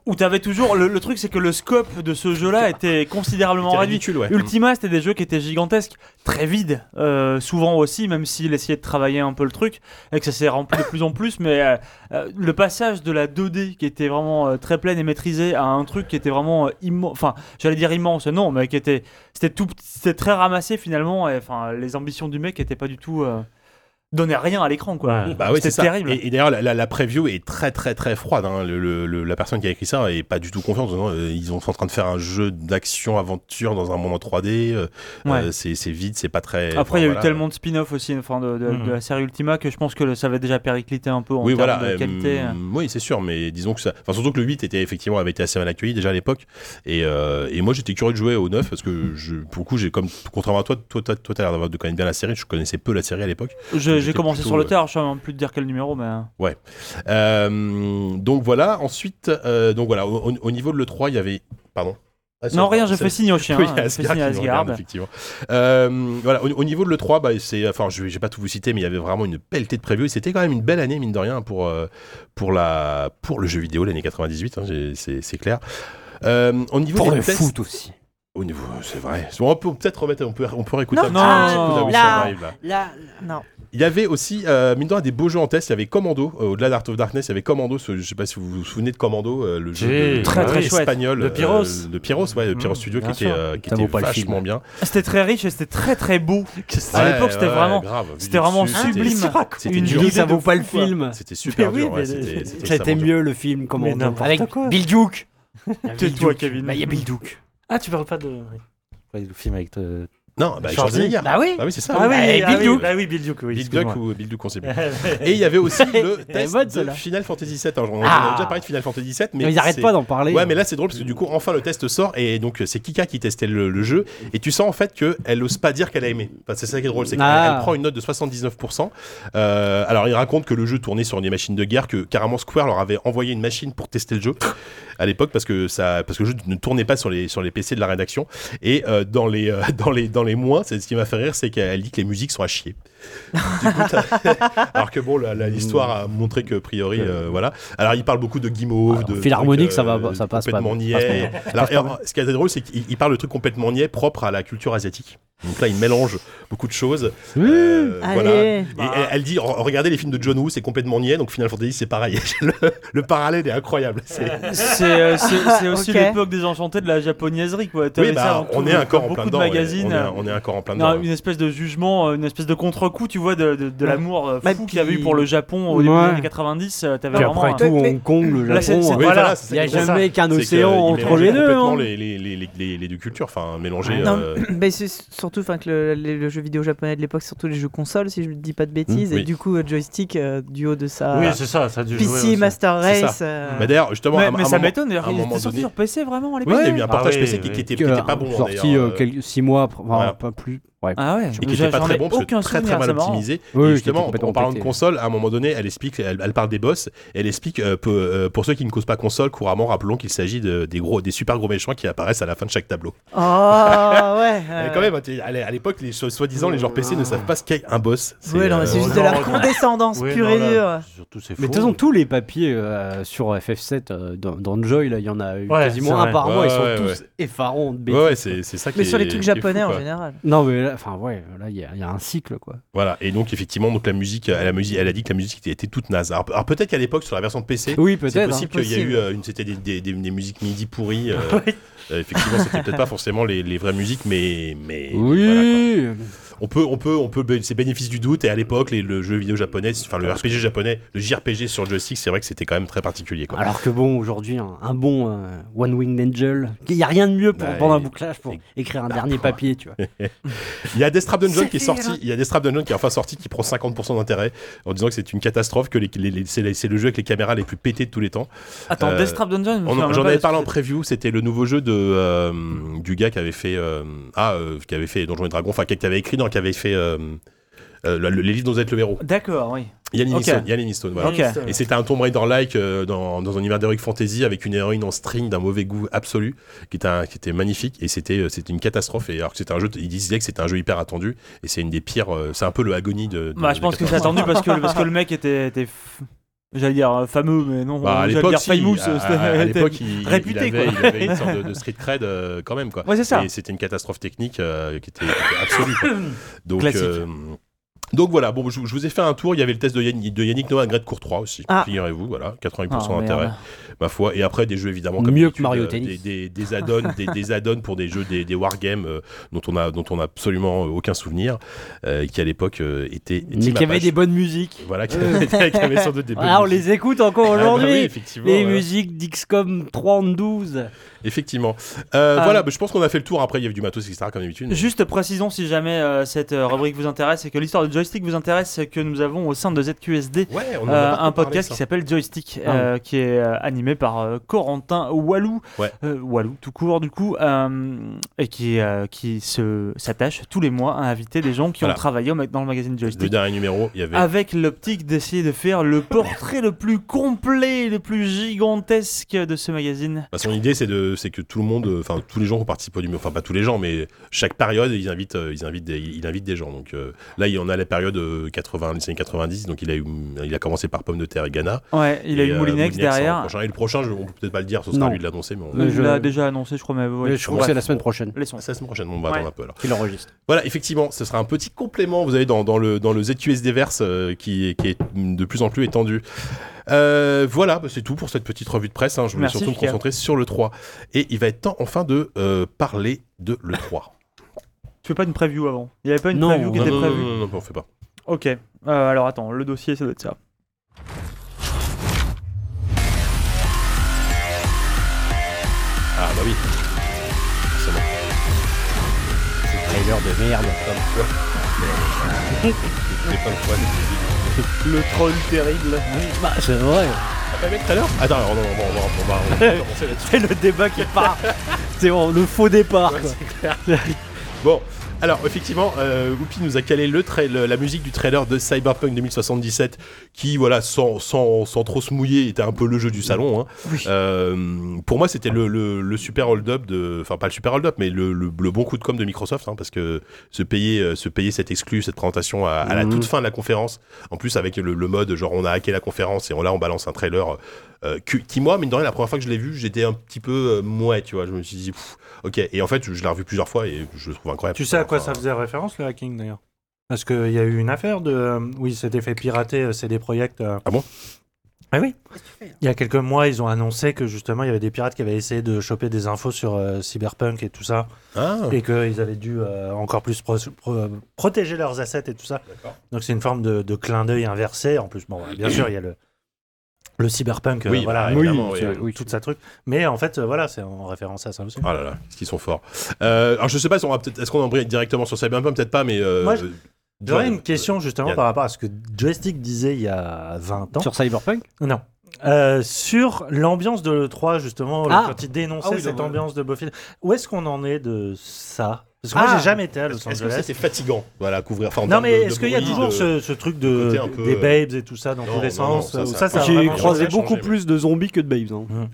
C: où t'avais toujours le, le truc, c'est que le scope de ce jeu-là était considérablement
B: C'était
C: réduit.
B: ridicule, ouais.
C: Ultima, c'était des jeux qui étaient gigantesques, très vides, euh, souvent aussi, même s'il essayait de travailler un peu le truc, et que ça s'est rempli de plus en plus, mais euh, euh, le passage de la 2D qui était vraiment euh, très pleine et maîtrisée à un truc qui était vraiment immense, enfin, j'allais dire immense, non, mais qui était, c'était tout, c'était très ramassé finalement, et enfin, les ambitions du mec n'étaient pas du tout, euh, donnaient rien à l'écran, quoi.
F: Ouais.
B: Bah oui,
C: C'était
B: c'est ça.
C: terrible.
B: Et, et d'ailleurs, la, la- la preview est très, très, très froide. hein. Le- le- le- la personne qui a écrit ça est pas du tout confiante. Non, euh, ils sont en train de faire un jeu d'action-aventure dans un monde en 3D. euh,
C: Ouais.
B: euh, c'est c'est vide, c'est pas très.
C: Après, il y a
B: enfin,
C: eu
B: voilà. Mm-hmm.
C: tellement de spin-off aussi, enfin, de, de-
F: Mhm.
C: de la série Ultima, que je pense que ça avait déjà périclité un peu en
B: Oui,
C: termes
B: voilà.
C: de
B: euh,
C: qualité. hein.
B: mm, oui, c'est sûr, mais disons que ça. Enfin, surtout que le 8 était effectivement avait été assez mal accueilli déjà à l'époque. Et, euh, et moi, j'étais curieux de jouer au 9 parce que, je, pour le coup, j'ai comme. Contrairement à toi, toi, toi, toi, t'as l'air d'avoir de connaître bien la série. Je connaissais peu la série à l'époque.
C: Je- J'ai
B: j'étais
C: commencé
B: plutôt,
C: sur le
B: euh,
C: tard, je sais même plus te dire quel numéro, mais.
B: Euh, donc voilà. Ensuite, euh, donc voilà. Au, au- au niveau de l'E3, il y avait. Pardon. Ah,
C: Non,
B: c'est-
C: rien, j'ai fait signe au chien.
B: Oui,
C: hein,
B: il y a
C: j'ai fait
B: Asgard
C: signe à
B: qui nous
C: Asgard.
B: regarde, effectivement. Euh, voilà, au, au niveau de l'E3, bah, c'est, enfin, je vais pas tout vous citer, mais il y avait vraiment une pelletée de previews. Et C'était quand même une belle année, mine de rien, pour, euh, pour, la, pour le jeu vidéo, l'année 98, hein, j'ai- c'est, c'est clair. Euh, au niveau
E: Pour
B: des
E: le
B: tests-
E: foot aussi.
B: Au niveau, c'est vrai. On peut peut-être remettre, on peut, on peut réécouter
D: Non,
B: un
C: non,
B: petit coup d'A Wish
D: là.
B: Survive, là.
D: Non.
B: Il y avait aussi, euh, mine de rien, des beaux jeux en test. Il y avait Commando, euh, au-delà d'Art of Darkness, il y avait Commando. ce- je sais pas si vous vous souvenez de Commando, euh, le jeu
F: J'ai-
B: de-
C: Très,
B: de
C: très chouette.
B: espagnol.
F: De Pyros.
B: euh, de Pyros, ouais, de Pyros
F: Mmh,
B: Studio, qui
F: bien
B: était,
F: sûr.
B: euh, qui
E: Ça
B: était
E: vaut pas le film.
B: vachement bien.
C: C'était très riche et c'était très très beau. À
B: Ouais,
C: l'époque, c'était
B: ouais,
C: vraiment.
B: grave. Vu
C: c'était
B: du
C: vraiment
B: dessus, c'était-
C: sublime.
B: C'était
C: Une
B: dur.
C: idée
E: ça
C: de
E: vaut pas le
C: fou, quoi.
E: film.
B: C'était super
F: Mais oui,
B: dur. ouais,
F: mais-
B: c'était- c'était
E: C'était
B: extrêmement dur.
E: mieux le film, comment
F: Mais
E: on
F: n'importe
E: Avec
F: quoi.
E: Bill Duke.
C: Tais-toi, Kevin.
E: Bah, il y a Bill Duke.
F: Ah, tu parles pas de. Ouais, le film avec. euh,
B: Non, bah,
F: Schwarzenegger.
B: Schwarzenegger.
E: Bah oui.
B: Ah oui, c'est ça.
F: Ah oui,
E: oui,
F: ah
E: Bill
F: oui,
E: Duke.
F: Bah oui, Bill Duke, oui.
B: Bill
F: excuse-moi.
B: Duck ou Bill Duke, on sait plus. Et il y avait aussi le
E: Elle est
B: test
E: bonne,
B: de
E: celle-là.
B: Final Fantasy VII. Alors, on
E: Ah.
B: a déjà parlé de Final Fantasy VII, mais
E: Mais ils
B: c'est-
E: arrêtent pas d'en parler.
B: Ouais, mais là c'est drôle parce que du coup, enfin le test sort et donc c'est Kika qui testait le, le jeu et tu sens en fait qu'elle ose pas dire qu'elle a aimé. Enfin, c'est ça qui est drôle, c'est qu'elle
E: Ah.
B: elle prend une note de 79%. Euh, alors il raconte que le jeu tournait sur des machines de guerre, que carrément Square leur avait envoyé une machine pour tester le jeu à l'époque parce que ça, parce que le jeu ne tournait pas sur les sur les PC de la rédaction et euh, dans les euh, dans les dans les mois, c'est ce qui m'a fait rire, c'est qu'elle dit que les musiques sont à chier. Du coup, t'as- alors que bon, la- la- l'histoire a montré que a priori, euh, voilà. Alors il parle beaucoup de guimauve,
E: Alors,
B: de
E: philharmonique,
B: trucs, euh,
E: ça va- ça passe pas,
B: complètement
E: ça
B: niais.
E: passe pas bien.
B: Alors, et alors, ce qui est drôle, c'est qu'il il parle de trucs complètement niais, propres à la culture asiatique. Donc là, il mélange beaucoup de choses. Euh, voilà.
D: Allez. Bah.
B: Et elle, elle dit, re- regardez les films de John Woo, c'est complètement niais, donc Final Fantasy, c'est pareil. le, le parallèle est incroyable. C'est-
C: C'est euh, c'est- c'est aussi
D: Ok.
C: l'époque désenchantée de la japonaiserie. Quoi. T'avais
B: Oui,
C: ça
B: bah,
C: dans
B: on
C: tout,
B: est
C: dans
B: encore en
C: beaucoup
B: plein
C: de
B: dedans. ouais.
C: magazines.
B: On est, on est encore en plein
C: Non,
B: dedans. ouais.
C: une espèce de jugement, une espèce de contre-coup, tu vois, de, de- de l'amour euh,
D: Bah,
C: fou
D: puis-
C: qu'il y avait eu pour le Japon au début
E: Ouais.
C: des années 90. euh, T'avais
E: Puis
C: vraiment.
E: après
C: un-
E: tout,
D: Ouais,
E: Hong Kong, le
C: Là, c'est-
E: Japon.
C: c'est-
E: euh,
B: Oui,
C: voilà,
B: c'est
E: Il
B: ça
E: n'y a
B: qui est drôle.
E: jamais qu'un
B: C'est que
E: océan
B: il
E: entre
B: mélangeait
E: les deux.
B: complètement
E: hein.
B: les, les, les, les- les- les deux cultures, enfin, mélanger.
D: Ah Non,
B: euh,
D: mais c'est surtout surtout enfin que le, le- le jeu vidéo japonais de l'époque, surtout les jeux consoles, si je ne dis pas de bêtises,
B: Mm,
D: et
B: oui.
D: du coup, euh, joystick euh, du haut de sa
F: Oui, c'est ça, ça a dû jouer.
D: PC
F: aussi.
D: Master
B: C'est ça.
D: Race. euh,
B: Mais d'ailleurs, justement, à
C: mais
B: un-
C: mais
B: à un
C: ça
B: moment-
C: m'étonne,
B: à un
C: d'ailleurs, il
B: moment
C: était sorti
B: donné-
C: sur PC vraiment à
B: Oui,
C: l'époque.
B: il y a eu un
F: Ah
B: partage
F: oui,
B: PC
F: oui.
B: qui était, qui était pas bon.
E: Sorti
B: d'ailleurs, euh,
E: 6 mois après, enfin,
B: voilà.
E: pas plus. Ouais.
C: Ah ouais,
B: et qui était pas
C: j'en
B: très
C: ai
B: bon, parce que
C: aucun
B: très très
C: souvenir,
B: mal
C: c'est marrant.
B: optimisé.
E: Oui,
B: Et
E: qui était
B: justement,
E: complètement
B: en parlant de
E: pété.
B: console, à un moment donné, elle explique, elle, elle parle des boss, elle explique euh, pour, euh, pour ceux qui ne causent pas console, couramment rappelons qu'il s'agit de- des gros, des super gros méchants qui apparaissent à la fin de chaque tableau.
D: Oh, ouais.
B: Mais
D: euh,
B: quand même, t'es- à l'é- à l'époque, les so- soi-disant les joueurs PC ne savent pas ce qu'est un boss. C'est,
D: Ouais, non, mais
B: euh,
D: c'est juste
F: Oh,
D: de la
F: non, non.
D: condescendance
F: Oui,
D: pure
F: non,
D: et
F: là,
D: dure.
F: Surtout, c'est faux.
E: Mais de toute façon, tous les papiers euh, sur FF7 euh, dans, dans Joy, là, il y en a eu
F: Ouais,
E: quasiment
F: c'est
E: un
F: vrai.
E: par mois,
B: Ouais,
E: ils sont
B: ouais,
E: tous effarants de bêtises.
B: Ouais, ouais, c'est c'est ça qui
D: Mais sur
B: est-
D: les trucs
B: qui est fou,
D: japonais en
B: quoi.
D: général.
E: Non, mais là, enfin, ouais, là, il y, a- il y a un cycle, quoi.
B: Voilà, et donc effectivement, donc la musique, euh, elle a, musi- elle a dit que la musique était- était toute naze. Alors, alors, peut-être qu'à l'époque, sur la version de PC,
E: Oui,
B: c'est
E: peut-être. hein.
B: possible qu'il y a
D: possible.
B: eu euh, une, c'était des, des- des- des musiques midi pourries. euh, euh, effectivement, c'était peut-être pas forcément les, les vraies musiques, mais mais voilà, quoi.
E: Oui,
B: on peut, on peut, on peut, bé- c'est bénéfice du doute. Et à l'époque, les- le jeu vidéo japonais, enfin le RPG japonais, le JRPG sur joystick, c'est vrai que c'était quand même très particulier. Quoi.
E: Alors que bon, aujourd'hui, un, un bon euh, One Winged Angel, il n'y a rien de mieux pour
B: Ouais,
E: pendant un
B: et-
E: bouclage pour
B: et-
E: écrire un dernier papier, tu vois.
B: Il y a Death Trap Dungeon qui est sorti, il y a Death Trap Dungeon qui est enfin sorti, qui prend 50% d'intérêt en disant que c'est une catastrophe, que les- les- les- c'est les- c'est le jeu avec les caméras les plus pétées de tous les temps.
C: Attends,
B: Euh,
C: Death Trap Dungeon, je
B: On
C: me
B: en-
C: souviens même
B: J'en
C: pas
B: avais
C: de-
B: parlé en preview, c'était le nouveau jeu de, euh, du gars qui avait fait euh, ah euh, qui avait fait Donjons et Dragons, enfin qui avait écrit non, qui avait fait euh, euh, le- les livres dont vous êtes le héros.
C: D'accord, oui.
B: Yann
C: Ok.
B: Livingstone, Yann Livingstone, voilà.
C: Ok.
B: Et c'était un Tomb Raider-like euh, dans, dans un univers d'heroic fantasy avec une héroïne en string d'un mauvais goût absolu qui était, un- qui était magnifique et c'était euh, c'était une catastrophe. Et alors que c'était un jeu, ils disaient que c'était un jeu hyper attendu et c'est une des pires. euh, c'est un peu le agonie de. de-
C: Bah, je
B: de
C: pense que c'est
B: 80.
C: attendu parce que, parce que le mec était. était f- J'allais dire euh, fameux, mais non.
B: Bah, à
C: j'allais
B: l'époque,
C: dire
B: si,
C: famous,
B: à,
C: c'était-
B: à- à
C: était-
B: l'époque, il, il-
C: réputé,
B: il avait,
C: quoi.
B: il avait une sorte de, de street cred euh, quand même quoi.
C: Ouais, c'est ça.
B: Et c'était une catastrophe technique euh, qui, était, qui était absolue. quoi. Donc,
C: Classique.
B: euh, donc voilà, bon, je, je vous ai fait un tour. Il y avait le test de, Yann- de Yannick Noah à Grade Courtois aussi.
D: Ah.
B: Figurez-vous, voilà, 88%
C: Ah, merde.
B: d'intérêt. ma foi. Et après, des jeux évidemment comme
E: Mieux que
B: d'habitude,
E: Mario
B: euh,
E: Tennis.
B: Des, des, des add-ons, des, des add-ons pour des jeux, des, des wargames euh, dont on a dont on a absolument euh, aucun souvenir, euh, qui à l'époque euh, étaient. étaient
E: Mais qu'il y avait
B: Apache.
E: des bonnes musiques.
B: Voilà, qui avaient, qui avaient sans doute des bonnes
E: Ah, on
B: musiques.
E: les écoute encore
B: Ah, bah oui,
E: aujourd'hui.
B: effectivement.
E: les
B: voilà.
E: musiques d'XCOM 32.
B: Effectivement. Euh,
C: Ah.
B: Voilà, bah, je pense qu'on a fait le tour. Après, il y avait du matos, etc. Comme d'habitude. mais-
C: Juste précisons si jamais euh, cette euh, rubrique vous intéresse et que l'histoire de joystick vous intéresse, que nous avons au sein de ZQSD
B: Ouais, on en a
C: euh,
B: pas
C: un
B: parlé,
C: podcast
B: ça.
C: qui s'appelle Joystick,
E: Ah
C: euh, qui est euh, animé par euh, Corentin Walou,
B: Ouais.
C: Euh, Walou tout court du coup, euh, et qui, euh, qui se s'attache tous les mois à inviter des gens qui
B: Voilà.
C: ont travaillé au ma- dans le magazine
B: Le
C: Joystick.
B: dernier numéro, il y avait.
C: Avec l'optique d'essayer de faire le portrait le plus complet, le plus gigantesque de ce magazine.
B: Bah, son idée, c'est de, c'est que tout le monde, euh, enfin tous les gens qui ont participé au numéro, enfin pas tous les gens, mais chaque période, ils invitent, euh, ils invitent des, ils invitent des gens. Donc euh, là, il y en a la période euh, 80, les années 90, donc il a eu, il a commencé par Pomme de Terre et Ghana.
C: Ouais, il a
B: Et,
C: eu
B: euh,
C: Moulinex
B: en
C: derrière.
B: prochain. Et le prochain, je, on peut peut-être pas le dire, ce sera
E: Non.
B: à lui de l'annoncer, mais on.
E: Mais
C: Il
E: je-
C: l'a déjà annoncé, je crois, mais ouais.
E: Mais je trouve
C: Bref.
E: que c'est la semaine prochaine
C: Laissons.
B: Ça, la semaine prochaine, on va attendre
C: Ouais.
B: un peu alors.
E: qu'il enregistre.
B: Voilà, effectivement, ce sera un petit complément, vous avez dans, dans le, dans le ZQSD verse euh, qui, est- qui est de plus en plus étendu. Euh, voilà, bah, c'est tout pour cette petite revue de presse. hein. Je voulais
C: Merci,
B: surtout me
C: Jika.
B: concentrer sur le 3. Et il va être temps enfin de euh, parler de le 3.
C: Tu fais pas une preview avant Il n'y avait pas une
E: Non,
C: preview qui
B: Non,
C: était
B: non, non,
C: prévue
B: non, non, non, on fait pas.
C: Ok. Euh, alors attends, le dossier, ça doit être ça.
B: Ah bah oui. Forcément.
E: C'est le trailer de merde.
B: J'ai plein de fois des-
C: Le troll terrible.
E: Bah, c'est vrai.
B: Ah, pas mec tout à l'heure Attends, non, non, on va, on va, on va, on va commencer là-dessus.
E: C'est le débat qui part. C'est vraiment le faux départ. quoi.
B: Bon, alors effectivement, euh, Whoopi nous a calé le trai- le- la musique du trailer de Cyberpunk 2077, qui, voilà, sans, sans, sans trop se mouiller, était un peu le jeu du salon. hein. Euh, pour moi, c'était le, le- le super hold-up de. Enfin, pas le super hold-up, mais le, le- le bon coup de com de Microsoft, hein, parce que se payer, euh, se payer cette exclue, cette présentation à, à la
E: Mhm.
B: toute fin de la conférence, en plus avec le, le mode genre on a hacké la conférence et on, là on balance un trailer. euh, que- qui moi, mine de rien, la première fois que je l'ai vu, j'étais un petit peu euh, mouais, tu vois. Je me suis dit, pff, ok. Et en fait, je, je l'ai revu plusieurs fois et je le trouve incroyable.
F: Tu sais à quoi
B: Enfin,
F: ça faisait référence le hacking d'ailleurs Parce qu'il y a eu une affaire de. euh, oui, c'était fait pirater euh, CD Projekt. euh.
B: Ah bon
F: Ah oui Il y a quelques mois, ils ont annoncé que justement, il y avait des pirates qui avaient essayé de choper des infos sur euh, Cyberpunk et tout ça.
B: Ah,
F: Et qu'ils avaient dû euh, encore plus pro- pro- protéger leurs assets et tout ça.
B: D'accord.
F: Donc c'est une forme de, de clin d'œil inversé. En plus, bon, ouais, bien sûr, il y a le. le cyberpunk, euh,
B: Oui,
F: voilà,
B: bah,
F: évidemment,
B: oui,
F: tu vois,
B: oui,
E: oui.
F: tout ça truc. Mais en fait, euh, voilà, c'est en référence à ça aussi.
B: Ah là là, ce qu'ils sont forts. Euh, alors je sais pas si on va peut-être, est-ce qu'on embraye directement sur Cyberpunk, peut-être pas, mais. euh,
F: Moi, je-
B: euh,
F: J'aurais
B: John,
F: une question justement
B: Yann.
F: par rapport à ce que Joystick disait il y a 20 ans.
E: Sur Cyberpunk
F: Non. Euh, sur l'ambiance de l'E3, justement,
E: Ah.
F: quand il dénonçait
E: Ah oui,
F: cette
E: donc,
F: ambiance de Buffy, où est-ce qu'on en est de ça Parce que moi,
E: Ah.
F: j'ai jamais été à Los
B: euh, Est-ce que
F: Angeles.
B: c'était fatigant, voilà, à couvrir enfin, en
F: Non,
B: termes
F: mais
B: de-
F: est-ce
B: de
F: qu'il y a
B: bruit,
F: toujours
B: de-
F: ce, ce truc de,
B: côté un peu,
F: des
B: euh,
F: babes et tout ça dans
B: non,
F: tous les
B: non, non,
F: sens
B: ça,
F: où
B: ça-
F: ça, ça a
B: J'ai
E: J'ai
F: vraiment
E: croisé
B: ça a changé,
E: beaucoup
B: mais-
E: plus de zombies que de babes. hein.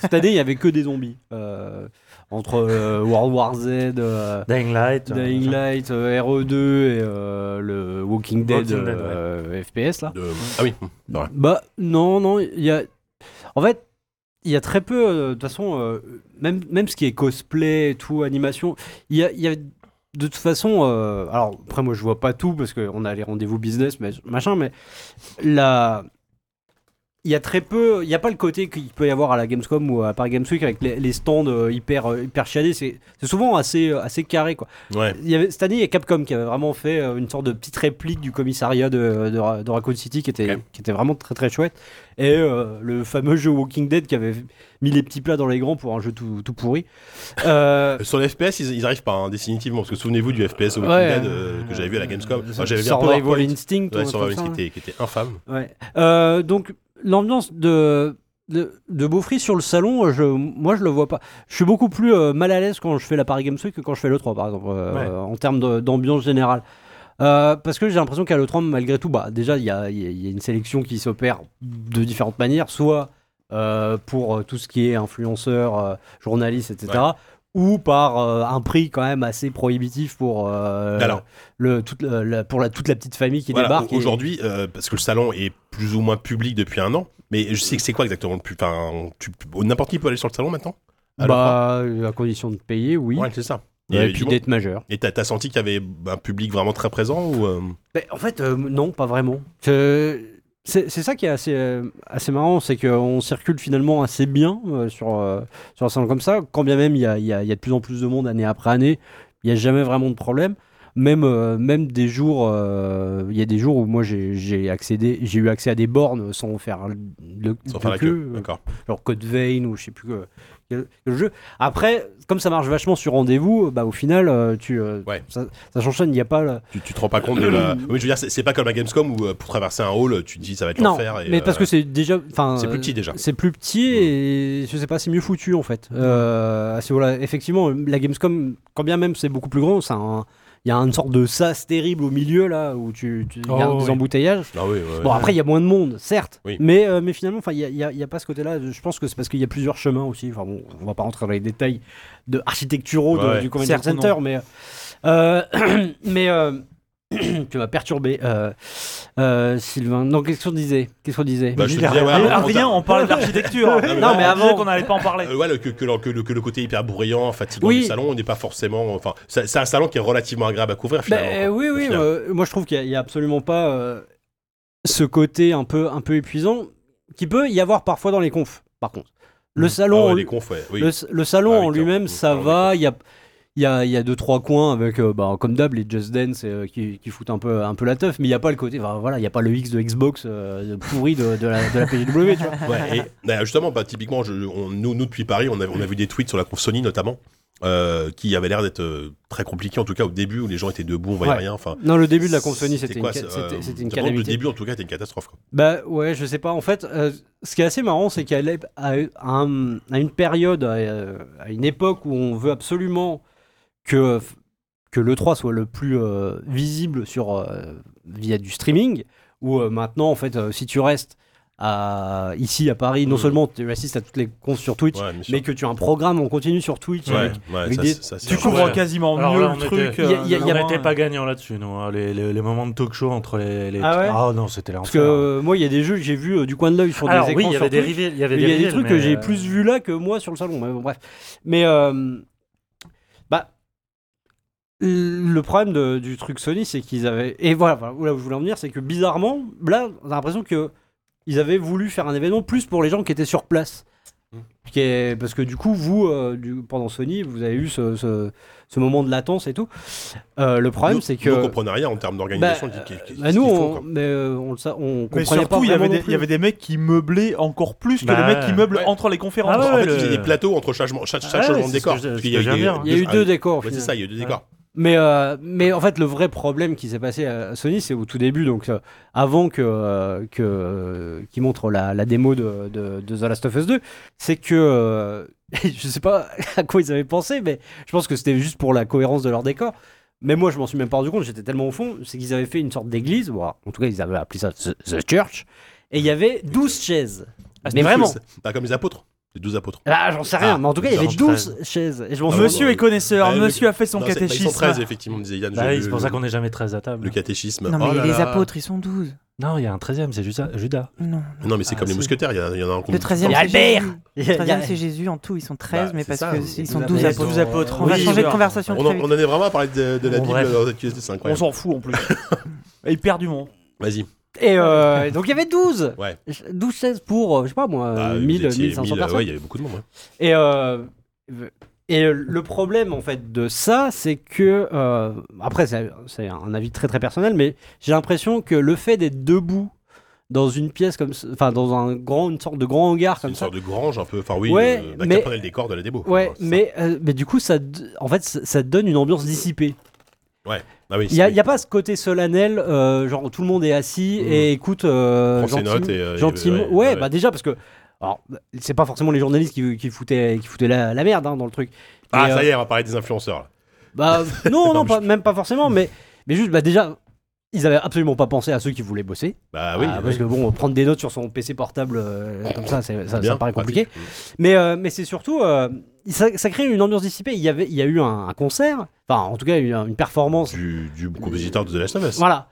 E: Cette année, il y avait que des zombies. Euh, entre euh, World War Z, euh,
F: Dying Light. euh,
E: Dying
F: machin.
E: Light, euh, RE2 et euh, le Walking Dead,
F: Walking Dead,
E: euh, FPS là.
B: de- Ah oui, Ouais.
E: Bah non, non, il y a. En fait, il y a très peu. euh, De toute façon, euh, même, même ce qui est cosplay et tout, animation, il y a. il y a- de toute façon, euh, alors après moi je vois pas tout parce qu'on a les rendez-vous business, mais machin, mais la, il y a très peu, il n'y a pas le côté qu'il peut y avoir à la Gamescom ou à Paris Games Week avec les, les stands euh, hyper euh, hyper chiadés. C'est c'est souvent assez euh, assez carré quoi.
B: ouais.
E: Il y avait, cette année, il y a Capcom qui avait vraiment fait euh, une sorte de petite réplique du commissariat de, de, Ra- de Raccoon City qui était,
B: Ok.
E: qui était vraiment très très chouette. Et euh, le fameux jeu Walking Dead qui avait mis les petits plats dans les grands pour un jeu tout, tout pourri. Euh,
B: Sur les FPS, ils, ils arrivent pas, hein, définitivement, parce que souvenez-vous du FPS au Walking
E: Ouais.
B: Dead euh, que j'avais vu à la Gamescom. Enfin, j'avais vu un
E: Survival
B: PowerPoint.
E: Instinct. ou un
B: Ouais,
E: truc
B: Survival
E: comme ça,
B: Instinct qui était- qui était infâme.
E: Ouais. Euh, donc l'ambiance de de, de Beaufry sur le salon, euh, je, moi je le vois pas. Je suis beaucoup plus euh, mal à l'aise quand je fais la Paris Games Week que quand je fais le 3 par exemple, euh,
F: Ouais.
E: en termes de- d'ambiance générale. Euh, parce que j'ai l'impression qu'à l'E3, malgré tout, bah, déjà, il y a, il y a- il y a une sélection qui s'opère de différentes manières, soit euh, pour euh, tout ce qui est influenceurs, euh, journalistes, etc., ou par euh, un prix quand même assez prohibitif pour, euh,
B: Alors.
E: le, toute, la- la- pour la, toute la petite famille qui
B: Voilà,
E: débarque.
B: au-
E: et-
B: Aujourd'hui, euh, parce que le salon est plus ou moins public depuis un an, mais je sais que c'est quoi exactement le plus. Enfin, on- tu- oh, n'importe qui peut aller sur le salon maintenant Alors,
E: Bah, à condition de payer, oui.
B: Ouais, c'est ça.
E: et,
B: euh,
E: puis
B: du
E: d'être majeur.
B: monde. Et t'as t'as senti qu'il y avait un public vraiment très présent ou euh,
E: en fait, euh, non, pas vraiment. C'est c'est- c'est ça qui est assez, euh, assez marrant, c'est qu'on circule finalement assez bien euh, sur, euh, sur un salon comme ça. Quand bien même il y a, il y a- il y a de plus en plus de monde année après année, il n'y a jamais vraiment de problème. Même, euh, même des jours, euh, il y a des jours où moi j'ai j'ai accédé, j'ai eu accès à des bornes sans faire le,
B: sans
E: de
B: faire la
E: queue,
B: queue
E: euh,
B: D'accord.
E: genre Code Vein ou je sais plus que- quel, quel jeu. Après, comme ça marche vachement sur rendez-vous, euh, bah au final, euh, tu, euh,
B: Ouais.
E: ça, ça s'enchaîne, il n'y a pas. le-
B: Tu, tu te rends pas compte de la. Oui, je veux dire, c'est c'est pas comme la Gamescom où euh, pour traverser un hall, tu te dis ça va être
E: Non,
B: l'enfer. et,
E: mais parce
B: euh,
E: que c'est déjà, enfin, euh,
B: c'est plus petit déjà. Mm.
E: C'est plus petit et je sais pas, c'est mieux foutu en fait. Euh, à ce niveau-là, effectivement, euh, la Gamescom, quand bien même c'est beaucoup plus grand, ça a un- il y a une sorte de sas terrible au milieu là où tu, tu- il y a
F: Oh,
E: des
F: oui.
E: embouteillages.
B: Ah oui, ouais, ouais.
E: Bon, après, il y a moins de monde, certes,
B: Oui.
E: mais, euh, mais finalement, enfin, il n'y a, il y a pas ce côté-là. Je pense que c'est parce qu'il y a plusieurs chemins aussi. Enfin, bon, on va pas rentrer dans les détails de architecturaux de-
B: Ouais.
E: du Convention
C: Certes,
E: Center, mais. euh, mais euh, tu m'as perturbé, euh, euh, Sylvain. Non, qu'est-ce qu'on disait Qu'est-ce qu'on disait
B: Bah, je te
F: Il a
B: disais, ouais,
C: Ah,
B: on- on
C: rien,
B: t'a-
C: on parlait d'architecture.
B: mais
C: non, mais
E: avant-
C: avant qu'on n'allait pas en parler.
B: Euh, ouais, le- que, que le- que le, que le côté hyper bruyant, fatigant
E: Oui.
B: du salon, on n'est pas forcément. Enfin, c'est c'est un salon qui est relativement agréable à couvrir
E: Bah,
B: finalement.
E: euh,
B: quoi,
E: oui,
B: au
E: oui.
B: final.
E: euh, moi, je trouve qu'il n'y a, absolument pas euh, ce côté un peu, un peu épuisant qui peut y avoir parfois dans les confs, par contre. Le salon,
B: Ah ouais,
E: en-
B: les confs, ouais, oui.
E: le, s- le salon
B: Ah oui,
E: en
B: clairement.
E: lui-même, ça
B: Oui,
E: va. Il y a, il y, a, il y a deux, trois coins avec, euh, bah, comme d'hab, les Just Dance euh, qui, qui foutent un peu, un peu la teuf, mais il n'y a pas le côté, enfin, voilà, il n'y a pas le X de Xbox euh, pourri de, de la, de la PGW, tu vois.
B: Ouais, et d'ailleurs, justement, bah, typiquement, je- on- nous, nous, depuis Paris, on a, on a vu des tweets sur la conf Sony notamment, euh, qui avaient l'air d'être euh, très compliqués, en tout cas au début, où les gens étaient debout, on voyait
E: Ouais.
B: rien. Enfin,
E: Non, le début de la Consony, c'était une,
B: quoi,
E: ca-
B: c'est,
E: c'était-
B: euh,
E: c'était une
B: par contre, Le
E: calamité.
B: début, en tout cas, était une catastrophe. quoi.
E: Bah ouais, je sais pas. En fait, euh, ce qui est assez marrant, c'est qu'à l'ép- à, un- à une période, à, euh, à une époque où on veut absolument que, que l'E3 soit le plus euh, visible sur, euh, via du streaming, où euh, maintenant, en fait, euh, si tu restes à- ici à Paris, non
F: Mmh.
B: Mhm.
E: seulement tu assistes à toutes les confs sur Twitch,
B: Ouais, bien sûr.
E: mais que tu as un programme en continu sur Twitch.
B: Ouais,
E: avec-
B: ouais,
E: avec
B: ça,
E: des-
B: c'est- ça, c'est
C: Tu
B: un-
C: comprends
F: Ouais.
C: quasiment
F: Alors
C: mieux
F: là,
C: le
F: on
C: truc.
F: était-
C: euh,
E: Il y a- il y a-
C: de
E: il y a
C: loin.
F: On n'était pas gagnant là-dessus, nous. hein. Les, les- les moments de talk show entre les. les-
E: Ah ouais
F: non, c'était l'enfer.
E: Parce que euh, moi, il y a des jeux que j'ai vu du coin de l'œil sur
F: Alors
E: des
F: oui,
E: écrans.
F: il y
E: sur
F: avait des
E: Twitch.
F: rivets- il y avait
E: Il y a des
F: rivets,
E: trucs
F: mais,
E: que j'ai
F: euh,
E: plus vu là que moi sur le salon. Mais bon, bref. Mais euh, bah le problème de- du truc Sony, c'est qu'ils avaient et voilà, voilà, là où je voulais en venir, c'est que bizarrement,
F: Mm.
E: là, on a l'impression que ils avaient voulu faire un événement plus pour les gens qui étaient sur place. qui est- parce que du coup, vous, euh, du- pendant Sony, vous avez eu ce, ce- ce moment de latence et tout. Euh, le problème,
B: Nous-
E: c'est que.
B: Nous, on comprenait rien en termes d'organisation.
E: Bah,
B: qui- qui- qui-
E: bah,
B: ce
E: nous,
B: qu'ils font,
E: on,
B: quoi.
E: mais, euh, on le sa- on
C: Mais
E: comprenait pas.
C: surtout, il y,
E: vraiment
C: avait des, il
E: non
C: y
E: plus.
C: avait des mecs qui meublaient encore plus que
F: Bah
C: les mecs qui
F: ouais.
C: meublent
B: Ouais.
C: entre les conférences.
F: Ah ouais,
B: en fait,
F: le-
B: il y a des plateaux entre chaque, chaque, chaque
F: Ah ouais,
B: changement de
F: c'est ce que
B: décor.
F: je-
B: Parce
F: ce
B: qu'il
F: que
B: eu
F: je viens de
B: des-
F: dire.
E: Il y a eu
B: ah,
E: deux décors. au
B: ouais, c'est
E: final.
B: ça, il y a eu deux décors.
E: Mais, euh, mais en fait, le vrai problème qui s'est passé à Sony, c'est au tout début, donc euh, avant que, euh, que euh, qu'ils montrent la, la démo de, de, de The Last of Us 2, c'est que euh, je sais pas à quoi ils avaient pensé, mais je pense que c'était juste pour la cohérence de leur décor. Mais moi, je m'en suis même pas rendu compte, j'étais tellement au fond, c'est qu'ils avaient fait une sorte d'église, ou alors, en tout cas, ils avaient appelé ça The, The Church, et il y avait 12 chaises.
B: Ah,
E: mais Ah, vraiment,
B: Bah, comme les apôtres, les douze apôtres.
E: ah, j'en sais rien,
B: Ah,
E: mais en tout cas, il y avait 12
F: 113.
E: chaises. Et je m'en
B: Ah,
E: souviens.
C: Monsieur est connaisseur,
B: Bah, le-
C: monsieur a fait son
B: Non, c'est- bah,
C: catéchisme.
B: Ils sont 13, effectivement, disait Yann.
F: Bah
B: je-
F: oui, c'est pour ça qu'on n'est jamais 13 à table.
B: Le catéchisme.
D: Non, mais
B: Oh là
D: les
B: là.
D: apôtres, ils sont 12.
F: Non, il y a un 13ème, c'est Judas. Judas.
D: Non.
B: Non, mais c'est
F: Ah,
B: comme les
F: si.
B: mousquetaires, il y en a- il y en a un qu'on
D: Le 13e,
E: Et
D: c'est
E: Albert
D: Jésus.
E: Il y
D: Le
E: a-
D: 13e, c'est Jésus. En tout, ils sont 13,
B: Bah,
D: mais
B: c'est
D: parce
B: ça,
D: que
B: ils
D: ils sont
E: nous
D: 12
E: appellent
D: apôtres.
E: tous apôtres.
D: On va
C: Oui,
D: changer de
C: voilà.
D: conversation
B: On
D: très
B: en,
D: vite.
B: on en est vraiment à parler de, de la
F: Bon,
B: Bible
F: bref.
B: dans cette QSD, c'est
C: On
B: incroyable.
C: s'en fout en plus. Et hyper du monde.
B: Vas-y.
E: Et euh, et donc il y avait 12
B: Ouais.
E: 12 16 pour euh, je sais pas moi
B: Bah, vous
E: 1000
B: étiez
E: 1500
B: mille, euh,
E: personnes.
B: Ouais, il y avait beaucoup de monde. ouais.
E: Et euh, et euh, le problème en fait de ça, c'est que euh, après c'est c'est un avis très très personnel mais j'ai l'impression que le fait d'être debout dans une pièce comme ça- enfin dans un grand une sorte de grand hangar
B: C'est
E: comme
B: une
E: ça
B: sorte de grange un peu. Enfin, oui,
E: Ouais,
B: euh, bah,
E: mais-
B: qui apprenait le décor de la démo. quoi.
E: Ouais,
B: C'est ça.
E: mais, euh, mais du coup, ça, d- en fait, ça, ça te donne une ambiance dissipée.
B: Ah oui,
E: Il n'y a,
B: c'est-
E: il y a pas ce côté solennel, euh, genre tout le monde est assis
B: Mhm.
E: et écoute euh,
B: Prends ses
E: gentiment-
B: notes et, euh,
E: gentiment.
B: et, ouais,
E: ouais,
B: ouais.
E: bah déjà parce que. Alors, c'est pas forcément les journalistes qui, qui foutaient, qui foutaient la, la merde hein, dans le truc.
B: Ah,
E: Mais,
B: ça
E: euh,
B: y est, on va parler des influenceurs. là.
E: Bah, non, non,
B: Non, mais
E: pas- même pas forcément, mais, mais juste, bah déjà, ils avaient absolument pas pensé à ceux qui voulaient bosser.
B: Bah oui.
E: Ah, parce que bon, prendre des notes sur son PC portable euh, comme ça, c'est- ça, ça
B: bien,
E: paraît
B: pratique.
E: compliqué. Mais, euh, mais c'est surtout. euh, ça, ça crée une ambiance dissipée. Il y, avait, il y a eu un, un concert, enfin, en tout cas, une, une performance.
B: Du, du compositeur de The Last of Us.
E: Voilà.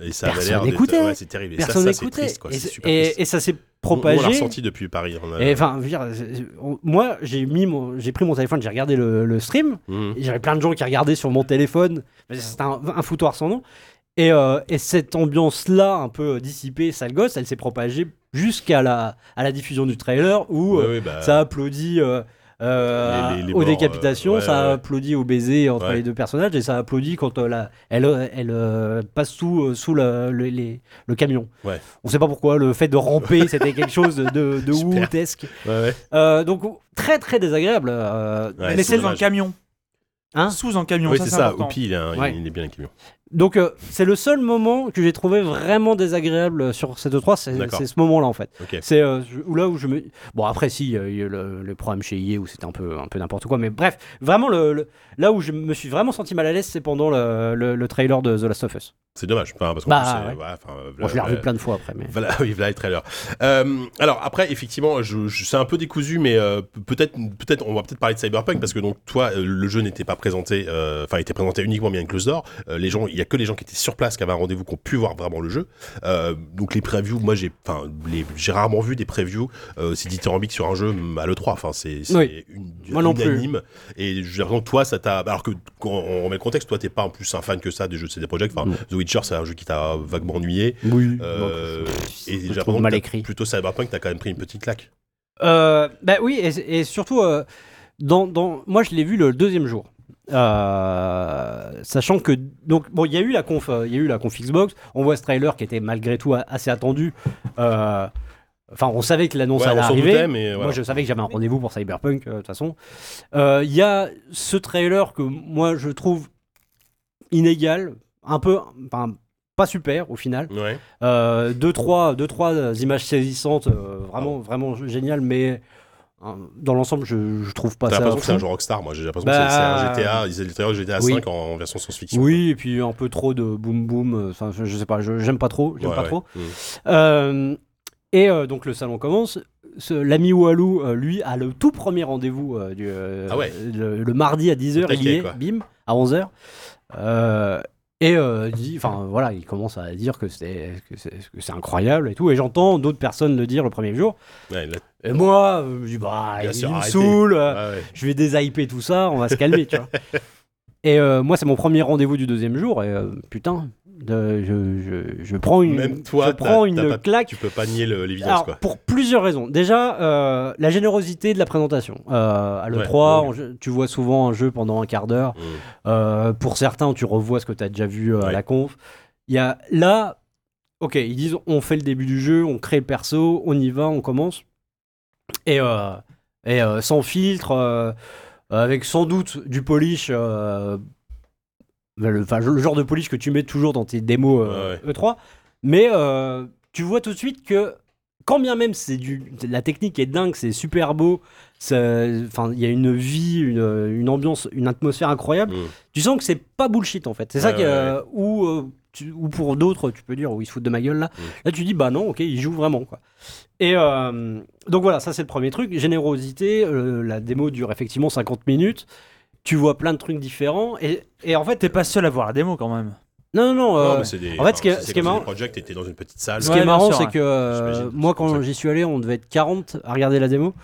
B: Et ça avait
E: Personne
B: l'air. d'être-
E: n'écoutait.
B: Ouais, c'est terrible. Et ça,
E: Personne
B: ça, c'est
E: n'écoutait.
B: triste. quoi,
E: et,
B: c'est
E: c'est-
B: super
E: et-
B: triste.
E: et ça s'est
B: On- On l'a
E: propagé.
B: ressenti depuis Paris. on a-
E: Et enfin, je veux dire, c'est- on- moi, j'ai mis mon- j'ai pris mon téléphone, j'ai regardé le, le stream.
B: Mhm.
E: et J'avais plein de gens qui regardaient sur mon téléphone. C'était un, un foutoir sans nom. Et, euh, et cette ambiance-là, un peu dissipée, sale gosse, elle s'est propagée jusqu'à la, à la diffusion du trailer où
B: Ouais,
E: euh,
B: ouais, bah,
E: ça applaudit euh, euh,
B: Les- les- les
E: aux
B: morts,
E: décapitations,
B: euh, ouais,
E: ça
B: ouais.
E: applaudit aux baisers entre
B: Ouais.
E: les deux personnages et ça applaudit quand euh, la, elle, euh, elle euh, passe sous, euh, sous la- le, les- le camion.
B: Ouais.
E: On sait pas pourquoi, le fait de ramper, c'était quelque chose de, de, de
B: Super.
E: outesque.
B: ouais, ouais.
E: Euh, donc très très désagréable. euh,
B: Ouais,
E: mais
C: Mais
B: c'est
E: c'est
C: sous un
B: dommage.
C: camion.
E: Hein
C: Sous un camion,
B: Oui,
C: ça
B: c'est
C: c'est
B: ça.
C: important.
B: Oupi, il, est un- il-
E: Ouais.
B: il est bien un camion.
E: donc euh, c'est le seul moment que j'ai trouvé vraiment désagréable euh, sur ces deux trois, c'est
B: D'accord.
E: c'est ce moment-là en fait.
B: Ok.
E: C'est euh, je- ou là où je me. Bon, après, si, euh, il y a eu le, le programme chez IE où c'était un peu, un peu n'importe quoi, mais bref, vraiment, le, le- là où je me suis vraiment senti mal à l'aise, c'est pendant le, le- le trailer de The Last of Us.
B: C'est dommage. Enfin, parce qu'en
E: Bah,
B: plus, euh,
E: ouais.
B: voilà, enfin, euh,
E: Bon, je l'ai
B: voilà,
E: revu plein de fois après, mais.
B: Voilà, oui, voilà le trailer. Euh, alors après, effectivement, je, je- c'est un peu décousu, mais euh, pe- peut-être, peut-être, on va peut-être parler de Cyberpunk parce que donc toi, euh, le jeu n'était pas présenté, euh, enfin, était présenté uniquement bien une close door. Euh, les gens, il y a que les gens qui étaient sur place qui avaient un rendez-vous qui ont pu voir vraiment le jeu. Euh, donc les previews, moi j'ai, enfin, les- j'ai rarement vu des previews euh, aussi dithyrambiques sur un jeu mm, à le 3 Enfin, c'est, c'est
E: Oui.
B: une,
E: Moi non plus.
B: unanime. Et j'ai l'impression que toi, ça t'a, alors que quand on remet le contexte, toi, t'es pas en plus un fan que ça des jeux de CD Projekt. Enfin,
E: Mm.
B: The Witcher, c'est un jeu qui t'a vaguement ennuyé.
E: Oui.
B: Euh, et j'ai
E: trouve
B: l'impression que
E: mal
B: t'as-
E: écrit.
B: Plutôt Cyberpunk, t'as quand même pris une petite claque.
E: bah oui, et, et surtout, euh, dans, dans- moi, je l'ai vu le deuxième jour. Euh, sachant que donc bon il y a eu la conf euh, il y a eu la conf Xbox on voit ce trailer qui était malgré tout a- assez attendu Euh, enfin on savait que l'annonce
B: Ouais,
E: allait
B: on s'en
E: arriver
B: doutait, mais voilà.
E: Moi, je savais que j'avais un rendez-vous pour Cyberpunk, euh, de toute façon. Euh, Il y a ce trailer que moi, je trouve inégal, un peu, enfin, pas super au final.
B: Ouais.
E: Euh, deux, trois, deux, trois euh, images saisissantes, euh,
B: Ah
E: vraiment, vraiment géniales, mais euh, dans l'ensemble, je, je trouve pas
B: T'as
E: ça.
B: l'impression que c'est un
E: fou.
B: jeu Rockstar, moi j'ai l'impression
E: Bah,
B: que c'est- c'est un GTA, ils étaient d'ailleurs GTA
E: oui.
B: 5 en, en version science-fiction.
E: Oui, et puis un peu trop de boom boom, euh, enfin, je, je sais pas, je- j'aime pas trop, j'aime
B: Ouais,
E: pas
B: ouais.
E: trop.
B: Mm.
E: Euh, et euh, donc le salon commence. Ce- L'ami Walou, euh, lui, a le tout premier rendez-vous euh, du, euh,
B: Ah ouais.
E: le, le mardi à 10h, il y
B: taquet,
E: est,
B: quoi.
E: bim, à 11h. et euh, il dit, enfin voilà, il commence à dire que c'est que c'est- que c'est incroyable et tout. Et j'entends d'autres personnes le dire le premier jour.
B: Ouais, là-
E: Et moi, euh, je dis, bah,
B: Bien
E: il,
B: sûr,
E: me
B: arrêtez.
E: saoule. euh,
B: ouais, ouais.
E: je vais déshyper tout ça, on va se calmer, tu vois. Et euh, moi, c'est mon premier rendez-vous du deuxième jour, et euh, putain, de- je, je- je prends une,
B: Même toi,
E: je
B: t'as-
E: prends
B: t'as
E: une
B: pas-
E: claque.
B: Tu peux pas nier le- l'évidence,
E: Alors,
B: quoi.
E: pour plusieurs raisons. Déjà, euh, la générosité de la présentation. Euh, à l'E3,
B: Ouais.
E: on- je- tu vois souvent un jeu pendant un quart d'heure.
B: Mm.
E: Euh, pour certains, tu revois ce que tu as déjà vu euh, à
B: Ouais.
E: la conf. Il y a là, ok, ils disent on fait le début du jeu, on crée le perso, on y va, on commence. Et, euh, et euh, sans filtre, euh, avec sans doute du polish. euh, le, enfin, le genre de polish que tu mets toujours dans tes démos euh, E3. Mais euh, tu vois tout de suite que, quand bien même c'est du, la technique est dingue, c'est super beau, ça- enfin, il y a une vie, une, une ambiance, une atmosphère incroyable.
B: Mm.
E: Tu sens que c'est pas bullshit en fait. C'est ça
B: Ouais,
E: que,
B: ouais,
E: euh, où, euh, tu- où pour d'autres, tu peux dire, où ils se foutent de ma gueule là.
B: Mm.
E: Là, tu dis, bah non, ok, ils jouent vraiment quoi. Et euh, donc voilà, ça c'est le premier truc. Générosité, euh, la démo dure effectivement 50 minutes. Tu vois plein de trucs différents. Et, et en fait, t'es
C: T'es
E: pas.
C: pas seul à voir la démo quand même.
E: Non, non, non.
B: Non,
E: euh,
B: mais c'est des-
E: en fait, ce qui est-
B: enfin,
E: ce
B: c'est
E: qui est
B: comme
E: marrant-
B: si Project était dans une petite salle.
E: ce
C: Ouais,
E: qui est
C: bien
E: marrant,
C: sûr,
E: c'est
C: ouais.
E: que euh,
B: J'imagine,
E: moi,
B: c'est pour
E: quand
B: ça.
E: j'y suis allé, on devait être 40 à regarder la démo.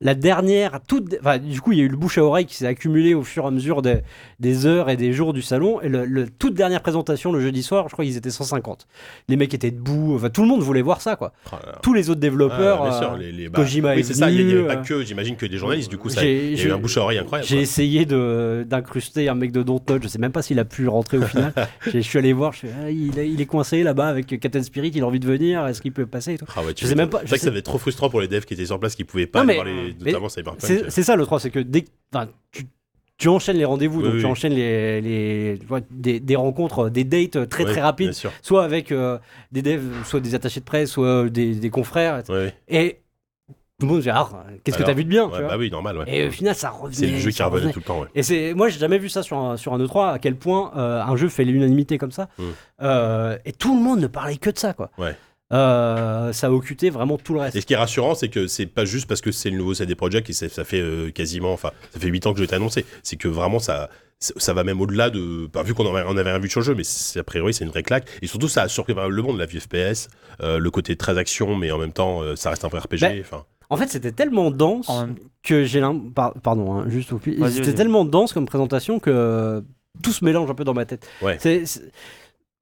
E: La dernière, toute. Enfin, du coup, il y a eu le bouche à oreille qui s'est accumulé au fur et à mesure des, des heures et des jours du salon. Et le, le- toute dernière présentation, le jeudi soir, je crois qu'ils étaient 150. Les mecs étaient debout. Enfin, tout le monde voulait voir ça, quoi.
B: Ah, là, là.
E: Tous les autres développeurs.
B: Ah, bien sûr,
E: euh,
B: les- les- bah,
E: Kojima
B: Oui,
E: est
B: c'est ça, il n'y
E: venu,
B: avait pas
E: euh,
B: que, j'imagine que des journalistes, du coup, ça.
E: j'ai-
B: Il y a eu
E: j'ai-
B: un bouche à oreille incroyable.
E: j'ai
B: quoi.
E: essayé de- d'incruster un mec de Dontnod, je sais même pas s'il a pu rentrer au final. J'ai- je suis allé voir, je fais, Ah, il, est- il est coincé là-bas avec Captain Spirit, il a envie de venir, est-ce qu'il peut passer et tout.
B: Ah ouais, tu
E: Je sais
B: m'étonnes.
E: même pas-
B: C'est
E: je
B: vrai que
E: sais-
B: ça devait être trop frustrant pour les devs qui étaient sur place, qui pouvaient pas
E: Non, mais-
B: voir les,
E: mais-
B: notamment Cyberpunk.
E: C'est c'est ça le 3, c'est que dès que- enfin, tu, tu enchaînes les rendez-vous,
B: Oui,
E: donc tu
B: oui.
E: enchaînes les, les- tu vois, des, des rencontres, euh, des dates très
B: Ouais,
E: très rapides,
B: Bien sûr.
E: soit avec euh, des devs, soit des attachés de presse, soit euh, des, des confrères.
B: Ouais, ouais.
E: Et tout le monde se dit, ah, qu'est-ce que
B: Alors,
E: t'as vu de bien tu
B: Ouais,
E: vois
B: bah oui, normal. ouais.
E: Et au final, ça revient.
B: C'est le jeu qui
E: ça
B: revenait
E: revenait.
B: tout le temps. ouais.
E: Et c'est, moi, j'ai jamais vu ça sur un, sur un E3, à quel point euh, un jeu fait l'unanimité comme ça.
B: Mm.
E: Euh, et tout le monde ne parlait que de ça, quoi.
B: Ouais.
E: Euh, ça a occulté vraiment tout le
B: Et
E: reste.
B: ce qui est rassurant, c'est que c'est pas juste parce que c'est le nouveau CD Projekt et ça, ça fait euh, quasiment, enfin, ça fait 8 ans que je l'ai annoncé. C'est que vraiment, ça, ça va même au-delà de. bah, vu qu'on en avait, on avait rien vu sur le jeu, mais c'est- a priori, c'est une vraie claque. Et surtout, ça a surpris pas mal le monde, la vue FPS, euh, le côté très action, mais en même temps, euh, ça reste un vrai
E: Ben,
B: RPG.
C: Bah,
B: Enfin,
E: En fait, c'était tellement dense
C: En même-
E: que j'ai l'im- par- Pardon, hein, juste au pli-
C: Vas-y,
E: C'était
C: vas-y.
E: tellement dense comme présentation que euh, tout se mélange un peu dans ma tête.
B: Ouais.
E: C'est- c'est-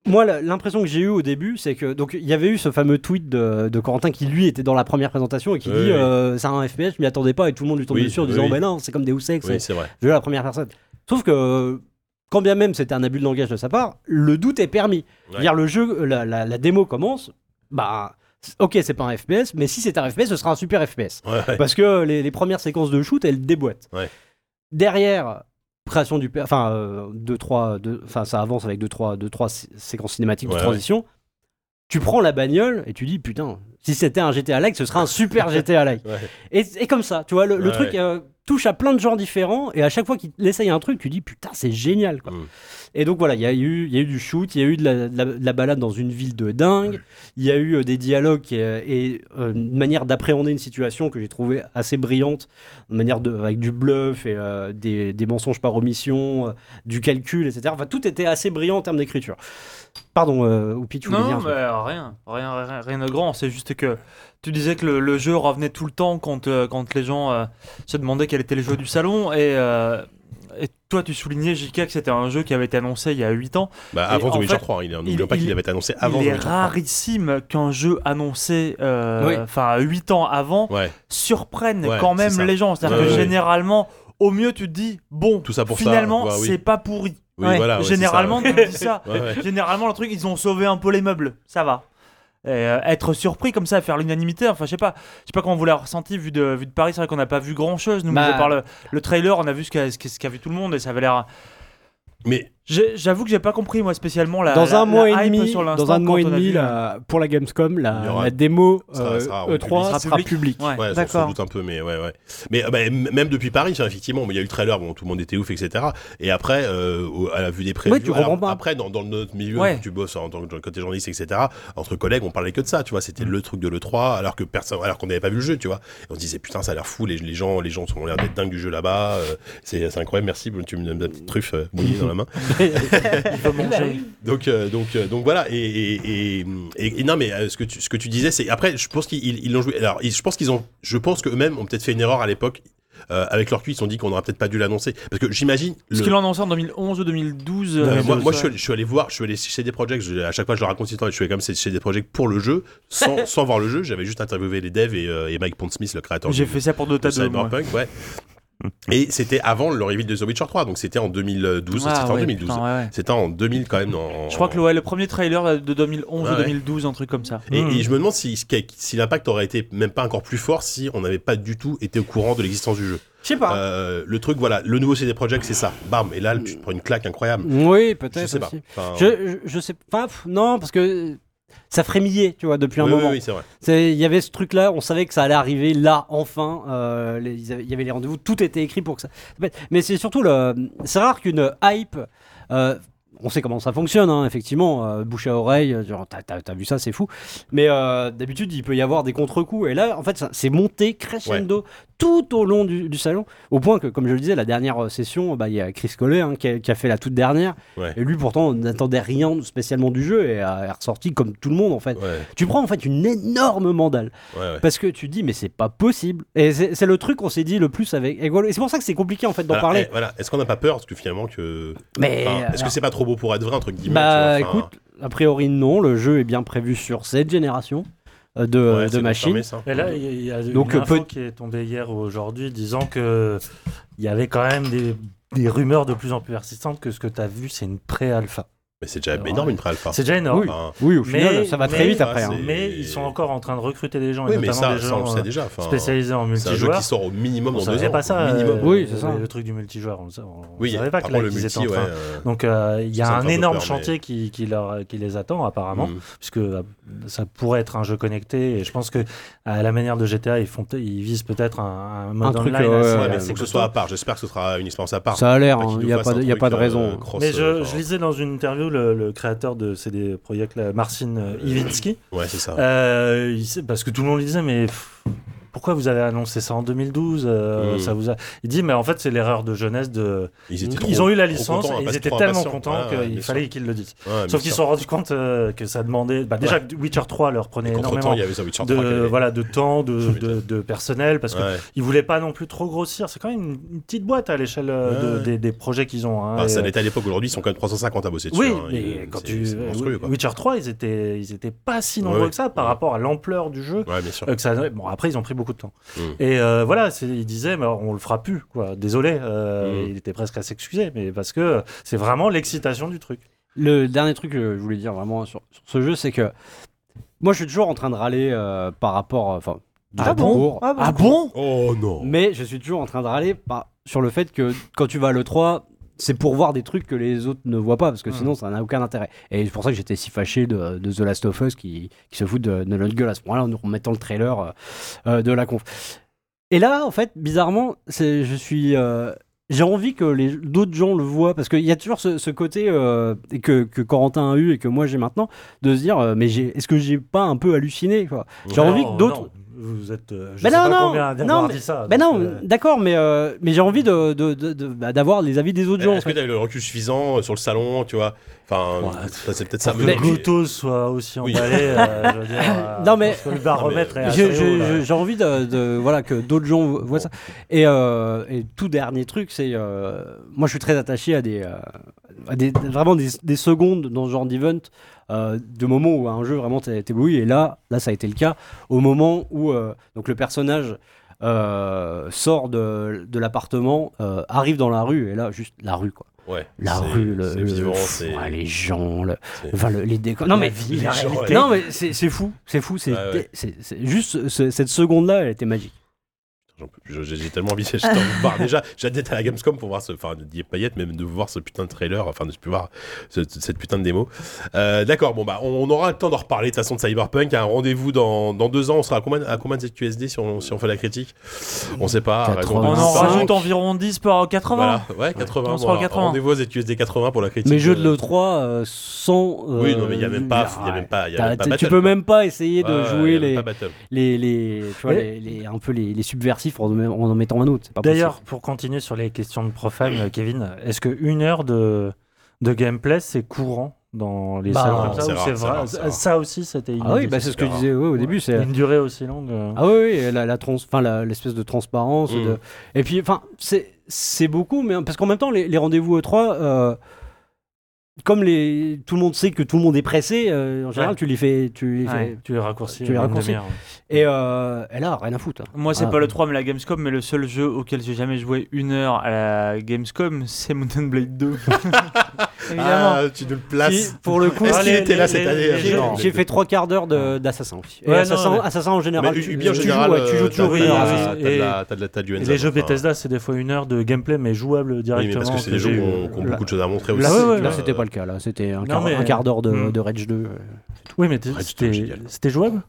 E: Moi, la- l'impression que j'ai eue au début, c'est que. Donc, il y avait eu ce fameux tweet de, de Corentin qui, lui, était dans la première présentation et qui
B: Oui,
E: dit
B: oui.
E: euh, c'est un FPS, je m'y attendais pas, et tout le monde lui tombe
B: Oui,
E: dessus en
B: oui,
E: disant
B: oui.
E: ben non, c'est comme des Ex,
B: oui, c'est vrai.
E: je la première personne. Sauf que, quand bien même c'était un abus de langage de sa part, le doute est permis.
B: Ouais.
E: C'est-à-dire, le jeu, la, la- la démo commence, bah, c'est- ok, c'est pas un FPS, mais si c'est un FPS, ce sera un super FPS.
B: Ouais,
C: bah,
B: ouais.
E: Parce que les, les premières séquences de shoot, elles déboîtent.
B: Ouais.
E: Derrière, création du. per- Enfin, euh, deux, trois, deux- enfin, ça avance avec 2-3 deux, trois, deux, trois sé- séquences cinématiques de
B: Ouais,
E: transition. Tu prends la bagnole et tu dis, putain, si c'était un GTA Like, ce serait un super GTA Like.
B: Ouais.
E: Et, et comme ça, tu vois, le, le
B: Ouais,
E: truc
B: ouais.
E: euh, touche à plein de genres différents, et à chaque fois qu'il essaye un truc, tu dis putain, c'est génial. Quoi.
B: Mm.
E: Et donc voilà, il y, a eu- il y a eu du shoot, il y a eu de la, de la- de la balade dans une ville de dingue, il y a eu euh, des dialogues et, euh, et, euh, une manière d'appréhender une situation que j'ai trouvé assez brillante, une manière de, avec du bluff et euh, des, des mensonges par omission, euh, du calcul, etc. Enfin, tout était assez brillant en termes d'écriture. Pardon, euh, Oupi, tu voulais dire
C: Non,
E: un
C: mais
E: truc
C: euh, rien, rien, rien, rien de grand. C'est juste que tu disais que le, le jeu revenait tout le temps quand, euh, quand les gens euh, se demandaient quel était le jeu du salon. Et, euh, et toi, tu soulignais, JK, que c'était un jeu qui avait été annoncé il y a 8 ans.
B: Bah,
C: Et
B: avant
C: en
B: The Witcher
C: fait,
B: 3, hein, il-
C: il-
B: n'oublions pas
C: il-
B: qu'il avait été annoncé avant The
C: il est
B: Witcher 3.
C: rarissime qu'un jeu annoncé,
E: Oui.
C: euh, enfin 8 ans avant,
B: Ouais,
C: surprenne
B: Ouais,
C: quand
B: c'est
C: même
B: ça.
C: les gens. C'est-à-dire
B: Ouais,
C: que
B: ouais.
C: généralement, au mieux, tu te dis, bon,
B: Tout ça pour ça,
C: finalement,
B: bah oui.
C: c'est pas pourri.
B: oui,
D: Ouais.
B: voilà. ouais, c'est ça,
C: Généralement,
B: ouais.
C: tu te dis ça.
B: Ouais, ouais.
C: Généralement, le truc, ils ont sauvé un peu les meubles, ça va. Et, euh, être surpris comme ça, faire l'unanimité, enfin, je sais pas, je sais pas comment vous l'avez ressenti vu de, vu de Paris, c'est vrai qu'on n'a pas vu grand chose. Nous,
E: Bah-
C: mis à part le, le trailer, on a vu ce qu'a ce qu'a- ce qu'a vu tout le monde et ça avait l'air.
B: Mais
C: J'ai- J'avoue que j'ai pas compris, moi, spécialement la.
E: dans
C: Euh, la-
E: un mois
C: la
E: et
C: hype
E: demi,
C: sur l'instant
E: dans un
C: quand
E: mois et
C: on a
E: demi,
C: vu- euh,
E: la- pour la Gamescom,
B: Il y
E: la,
B: aura-
E: la démo
B: sera-
E: euh,
B: sera
E: E3
B: public.
E: sera,
C: Sera public.
E: publique.
C: euh, Ouais.
B: Ouais, on s'en
D: D'accord.
B: doute un peu, mais ouais, ouais. Mais euh, bah, m- même depuis Paris, ça, effectivement, mais il y a eu le trailer, bon, tout le monde était ouf, etc. Et après, euh, au- à la vue des previews,
E: Ouais, tu comprends
B: alors,
E: pas.
B: après, dans, dans notre milieu,
C: Ouais.
B: où tu bosses en tant que côté journaliste, etc. Entre collègues, on parlait que de ça, tu vois. C'était le truc de le 3, alors que personne, alors qu'on n'avait pas vu le jeu, tu vois. Et on se disait putain, ça a l'air fou, les, les gens, les gens ont l'air d'être dingues du jeu là-bas. euh, c'est c'est incroyable, merci, tu me donnes la petite truffe euh, mouillée dans la main. Donc, euh, donc, euh, donc voilà. Et, et, et- et- et non, mais euh, ce que tu, ce que tu disais, c'est après, je pense qu'ils ils- ils l'ont joué. Alors, ils- je pense qu'ils ont, je pense qu'eux-mêmes ont peut-être fait une erreur à l'époque. euh, avec leur cuisse, on dit qu'on n'aurait peut-être pas dû l'annoncer. Parce que j'imagine.
C: Parce
B: le-
C: qu'il en a annoncé en 2011 ou 2012.
B: Euh,
C: euh,
B: moi, moi,
C: ça.
B: je, suis allé, je suis allé voir, je suis allé chez des projets, à chaque fois je le raconte cette histoire, je suis allé comme chez des projets pour le jeu, sans, sans voir le jeu, j'avais juste interviewé les devs et, euh, et Mike Pondsmith, le créateur
C: J'ai
B: du-
C: fait ça pour deux
B: de
C: tas de moi.
B: Cyberpunk, ouais. Et c'était avant le reveal de The Witcher 3, donc c'était en 2012,
C: Ah
B: c'était en
C: ouais,
B: 2012.
C: putain, ouais, ouais.
B: C'était en 2000 quand même. en-
C: Je crois que le, ouais, le premier trailer euh, de 2011
B: Ouais,
C: ou
B: ouais.
C: 2012, un truc comme ça. Hmm.
B: Et,
F: Mhm.
B: et je me demande si, si l'impact aurait été même pas encore plus fort si on n'avait pas du tout été au courant de l'existence du jeu.
E: Je sais pas.
B: Euh, le truc, voilà, le nouveau CD Projekt, c'est ça. Bam, et là, tu te prends une claque incroyable.
E: Euh, Oui,
B: Je
E: peut-être.
B: sais pas.
E: aussi.
B: Enfin,
E: Je, je, je sais pas. pff, Non, parce que ça frémillait, tu vois, depuis un
B: oui, oui,
E: moment.
B: oui, c'est vrai.
E: C'est- Il y avait ce truc-là, on savait que ça allait arriver là, enfin. euh, les- ils avaient- Il y avait les rendez-vous, tout était écrit pour que ça. Mais c'est surtout le. C'est rare qu'une hype. euh, on sait comment ça fonctionne, hein, effectivement, euh, bouche à oreille, euh, genre, t'as, t'as- t'as vu ça, c'est fou. Mais euh, d'habitude, il peut y avoir des contre-coups. Et là, en fait, ça- c'est monté crescendo tout au long du, du salon. Au point que, comme je le disais, la dernière session, bah, il y a Chris Collet hein, qui, a, qui a fait la toute dernière.
B: Ouais.
E: Et lui, pourtant, on n'attendait rien spécialement du jeu et a- est ressorti comme tout le monde, en fait.
B: Ouais,
E: Tu prends en fait une énorme mandale
B: ouais, ouais.
E: parce que tu dis mais c'est pas possible et c'est c'est le truc qu'on s'est dit le plus avec Egwalo et c'est pour ça que c'est compliqué en fait d'en
B: Voilà,
E: parler.
B: eh, voilà. Est-ce qu'on n'a pas peur Parce que finalement, que.
E: mais
B: enfin, Est-ce
E: alors,
B: que c'est pas trop beau pour être vrai, entre guillemets
E: bah
B: tu vois, enfin,
E: écoute, a priori non, le jeu est bien prévu sur cette génération euh, de,
B: ouais,
E: de
B: c'est
E: machines.
B: confirmé, ça.
F: Et là, il y a- il y a une
E: Donc, euh,
F: info
E: peut-
F: qui est tombée hier ou aujourd'hui disant que il y avait quand même des, des rumeurs de plus en plus persistantes que ce que tu as vu, c'est une pré-alpha.
B: Mais c'est déjà
F: Alors,
B: énorme une pré-alpha.
F: C'est déjà énorme.
E: Oui.
B: Enfin,
E: Oui, au final
F: Mais-
E: ça va très
F: mais-
E: vite après. hein.
B: Ah, c'est-
F: Mais ils sont encore en train de recruter des gens,
B: oui,
F: et
B: mais
F: notamment
B: ça,
F: des
B: ça, on
F: gens
B: le
F: euh,
B: sait déjà. enfin,
F: spécialisés en
B: C'est un jeu
F: multijoueur.
B: qui sort au minimum
F: on
B: dans deux
F: savait
B: ans.
F: pas ça.
B: au minimum.
F: euh,
E: Oui, c'est ça.
F: Le truc du multijoueur, on, sa- on
B: oui,
F: savait pas
B: par
F: que
B: contre,
F: là,
B: le
F: ils
B: multi,
F: étaient en
B: ouais.
F: train.
B: euh,
F: Donc euh, il y
B: Ça me
F: a
B: fait un
F: un
B: peu
F: énorme
B: peur, mais-
F: chantier qui, qui leur, qui les attend apparemment,
B: mm.
F: puisque euh, ça pourrait être un jeu connecté. Et je pense que à la manière de GTA, ils, font, peut- ils visent peut-être un, un mode
E: Un truc,
F: online.
E: euh,
F: assez-
E: ouais,
B: Ouais, mais
E: euh,
F: assez
B: faut que ce
F: costaud.
B: soit à part. J'espère que ce sera une expérience à part.
E: Ça a l'air,
B: Pas
E: hein. il
B: qu'il nous
E: n'y a
B: fasse
E: pas
B: un
E: de, y a
B: truc,
E: pas de
B: euh,
E: raison. hein.
B: cross,
F: Mais je,
B: euh,
F: je lisais dans une interview le, le créateur de CD Projekt, là, Marcin euh, Iwinski,
B: Ouais, c'est ça.
F: Euh, il sait- parce que tout le monde lui disait, mais pff, pourquoi vous avez annoncé ça en 2012 euh,
B: Mm.
F: ça vous a... Il dit, mais en fait, c'est l'erreur de jeunesse. De...
B: Ils
F: Ils,
B: étaient trop-
F: ont eu la
B: trop
F: licence
B: contents, hein,
F: et ils
B: impatients,
F: étaient
B: trop
F: tellement
B: impatients.
F: contents
B: Ouais, ouais,
F: qu'il
B: bien
F: fallait
B: sûr.
F: qu'ils le disent.
B: Ouais, bien
F: Sauf qu'ils se
B: sûr.
F: sont rendus compte euh, que ça demandait. Bah, déjà, que Witcher 3 leur prenait
B: Et Contre-temps,
F: énormément
B: il y avait The Witcher 3 qui
F: de,
B: avait-
F: voilà, de temps, de,
B: Tu
F: de, de personnel, parce que
B: Ouais.
F: qu'ils voulaient pas non plus trop grossir. C'est quand même une, une petite boîte à l'échelle euh, de-
B: Ouais.
F: des, des projets qu'ils ont. hein.
B: Bah,
F: Et,
B: ça
F: euh,
B: l'était à l'époque, aujourd'hui ils sont quand même 350 à bosser dessus.
F: oui,
B: hein.
F: mais
B: Ils-
F: quand
B: c'est-
F: tu
B: C'est monstrueux quoi.
F: Witcher 3, ils étaient, ils étaient pas si
B: Ouais,
F: nombreux
B: ouais.
F: que ça par
B: Ouais.
F: rapport à l'ampleur du jeu.
B: Ouais, bien sûr.
F: euh, que ça donnait. Bon, après, ils ont pris beaucoup de temps.
B: Mm.
F: Et euh, voilà, c'est- ils disaient, mais alors, on le fera plus, quoi. Désolé, euh,
B: Mm.
F: il était presque à s'excuser, mais parce que c'est vraiment l'excitation du truc.
E: Le dernier truc que je voulais dire vraiment sur, sur ce jeu, c'est que moi je suis toujours en train de râler euh, par rapport, enfin, bah, du
D: Ah bon
E: concours.
D: Ah bon
C: Ah bon
B: Oh non
E: Mais je suis toujours en train de râler par- sur le fait que quand tu vas à l'E3, c'est pour voir des trucs que les autres ne voient pas, parce que sinon ça n'a aucun intérêt. Et c'est pour ça que j'étais si fâché de, de The Last of Us qui, qui se fout de, de notre gueule à ce point-là en nous remettant le trailer euh, euh, de la conf. Et là, en fait, bizarrement, c'est- je suis. euh, j'ai envie que les- d'autres gens le voient parce qu'il y a toujours ce, ce côté euh, que, que Corentin a eu et que moi j'ai maintenant de se dire euh, mais j'ai- est-ce que j'ai pas un peu halluciné quoi J'ai
B: Ouais.
E: envie
F: Non,
E: que d'autres
F: Oh, non, Vous êtes. euh, je
E: Ben
F: sais
E: non,
F: pas
E: non,
F: combien
E: non,
F: d'avoir
E: mais-
F: dit ça.
E: ben
F: donc,
E: non,
F: euh,
E: d'accord, mais, euh, mais j'ai envie de, de- de- de- bah, d'avoir les avis des autres gens. en
B: Eh, Est-ce que
E: fait.
B: t'as eu le recul suffisant euh, sur le salon, tu vois Enfin,
F: Ouais.
B: ça, c'est peut-être ça.
F: Pour
B: Ah, mais-
F: que Gotos soit aussi
B: Oui.
F: emballé, euh, je veux dire, euh,
E: Non, mais-
F: parce que le baromètre est
E: J'ai,
F: assez
E: j'ai-
F: haut, là.
E: j'ai envie de, de- voilà, que d'autres gens vo- voient ça. Et, euh, et tout dernier truc, c'est. euh, moi, je suis très attaché à des. euh, à des vraiment des, des secondes dans ce genre d'event, euh, de moments où un jeu vraiment t'é- t'éblouit. Et là, là, ça a été le cas. Au moment où euh, donc le personnage. euh, sort de, de l'appartement, euh, arrive dans la rue, et là, juste la rue, quoi.
B: Ouais,
E: La
B: c'est-
E: rue, le,
B: c'est
E: le-
B: vivant,
E: pff,
B: c'est.
E: ouais, les gens, le-
B: c'est-
E: enfin, le- les décors. Non, mais,
B: vie, la
E: non,
B: réalité.
E: non, mais c'est c'est fou, c'est fou, c'est
B: Ouais, ouais.
E: c'est- c'est juste ce- cette seconde-là, elle était magique.
B: J'en peux plus, J'ai j'ai tellement envie, j'ai j'ai envie de voir. Déjà, j'ai hâte d'être à la Gamescom pour voir ce. Enfin, d'y être paillette, même de voir ce putain de trailer, enfin, de voir ce- cette putain de démo. Euh, D'accord, bon, bah, on, on aura le temps d'en reparler de toute façon de Cyberpunk. Un rendez-vous dans, dans deux ans. On sera à combien, à combien de ZQSD si on, si on fait la critique On sait pas. raison de
C: On en
B: 25.
C: rajoute environ 10 par 80.
B: Voilà, ouais, 80.
C: On
B: bon,
C: sera à 80.
B: Rendez-vous aux ZQSD 80 pour la critique.
E: Mais jeu de
B: euh,
E: l'E3 euh, sans. euh,
B: Oui, non, mais il n'y a même pas. Il y a même pas. il Y a
E: t'as-
B: même pas
E: t'as-
B: battle,
E: tu peux
B: quoi.
E: même pas essayer de
B: Ouais, il y
E: jouer
B: a même
E: les,
B: pas battle.
E: les, les, tu vois,
F: Mais-
E: les, les- un peu les, les subversifs en, en en mettant un autre. c'est pas
F: D'ailleurs, pour continuer sur les questions de profane, euh, Kevin, est-ce que une heure de, de gameplay, c'est courant dans les
E: Bah,
F: salons
B: c'est
F: comme ça, ou
B: rare,
F: c'est
B: c'est
F: vrai
B: rare, c'est
F: ça,
B: rare.
F: ça aussi, c'était
E: Ah oui,
F: inédit.
E: bah, c'est ce que je
B: etc.
E: disais ouais, au
F: Ouais.
E: début. C'est
F: Une durée aussi longue. euh.
E: Ah oui, oui, la, la trans, enfin la- l'espèce de transparence.
B: Mm.
E: de- Et puis, enfin, c'est c'est beaucoup, mais parce qu'en même temps, les, les rendez-vous E3, euh, comme les, tout le monde sait que tout le monde est pressé, euh, en général,
F: Ouais.
E: tu les fais, tu les
F: Ouais,
E: fais.
F: tu les raccourcis.
E: tu les
F: à une
E: raccourcis.
F: demi-heure, ouais.
E: Et euh, elle a rien à foutre.
C: Moi, c'est
E: Ah.
C: pas le 3, mais la Gamescom, mais le seul jeu auquel j'ai jamais joué une heure à la Gamescom, c'est Mountain Blade 2.
D: évidemment.
B: Ah, tu nous le places.
E: Qui, pour le coup,
B: Est-ce qu'il
F: les-
B: était là
F: les-
B: cette
F: les-
B: année
F: les-
E: j'ai-
B: Non.
E: j'ai fait trois quarts d'heure de- d'Assassin aussi. Et
F: Ouais, non, ah,
E: Assassin,
F: mais-
E: Assassin en général,
B: Mais
E: tu,
B: Ubi en
E: tu
B: général,
E: joues, ouais, tu
B: euh,
E: joues
B: t'as-
E: toujours
B: t'as
E: une
B: de
E: heure.
B: la-
E: à
F: oui,
E: Assassin.
B: t'as de la-
F: et-
B: t'as de la t'as du
F: Et
B: hands-on,
F: les jeux
B: enfin.
F: Bethesda, c'est des fois une heure de gameplay, mais jouable
B: Oui, mais
F: directement.
B: parce que c'est des
F: j'ai
B: jeux
F: eu. euh,
B: qui ont qui ont
E: Là-
B: beaucoup de choses à montrer aussi.
E: Là, ouais, ouais,
B: Euh,
E: là, c'était pas le cas. Là, c'était un,
F: Non,
E: quart-
F: mais-
E: un quart d'heure de,
F: Mm.
E: de Rage 2. euh.
F: Oui, mais t'es-
B: Ouais, c'était
F: c'était
B: génial.
F: c'était jouable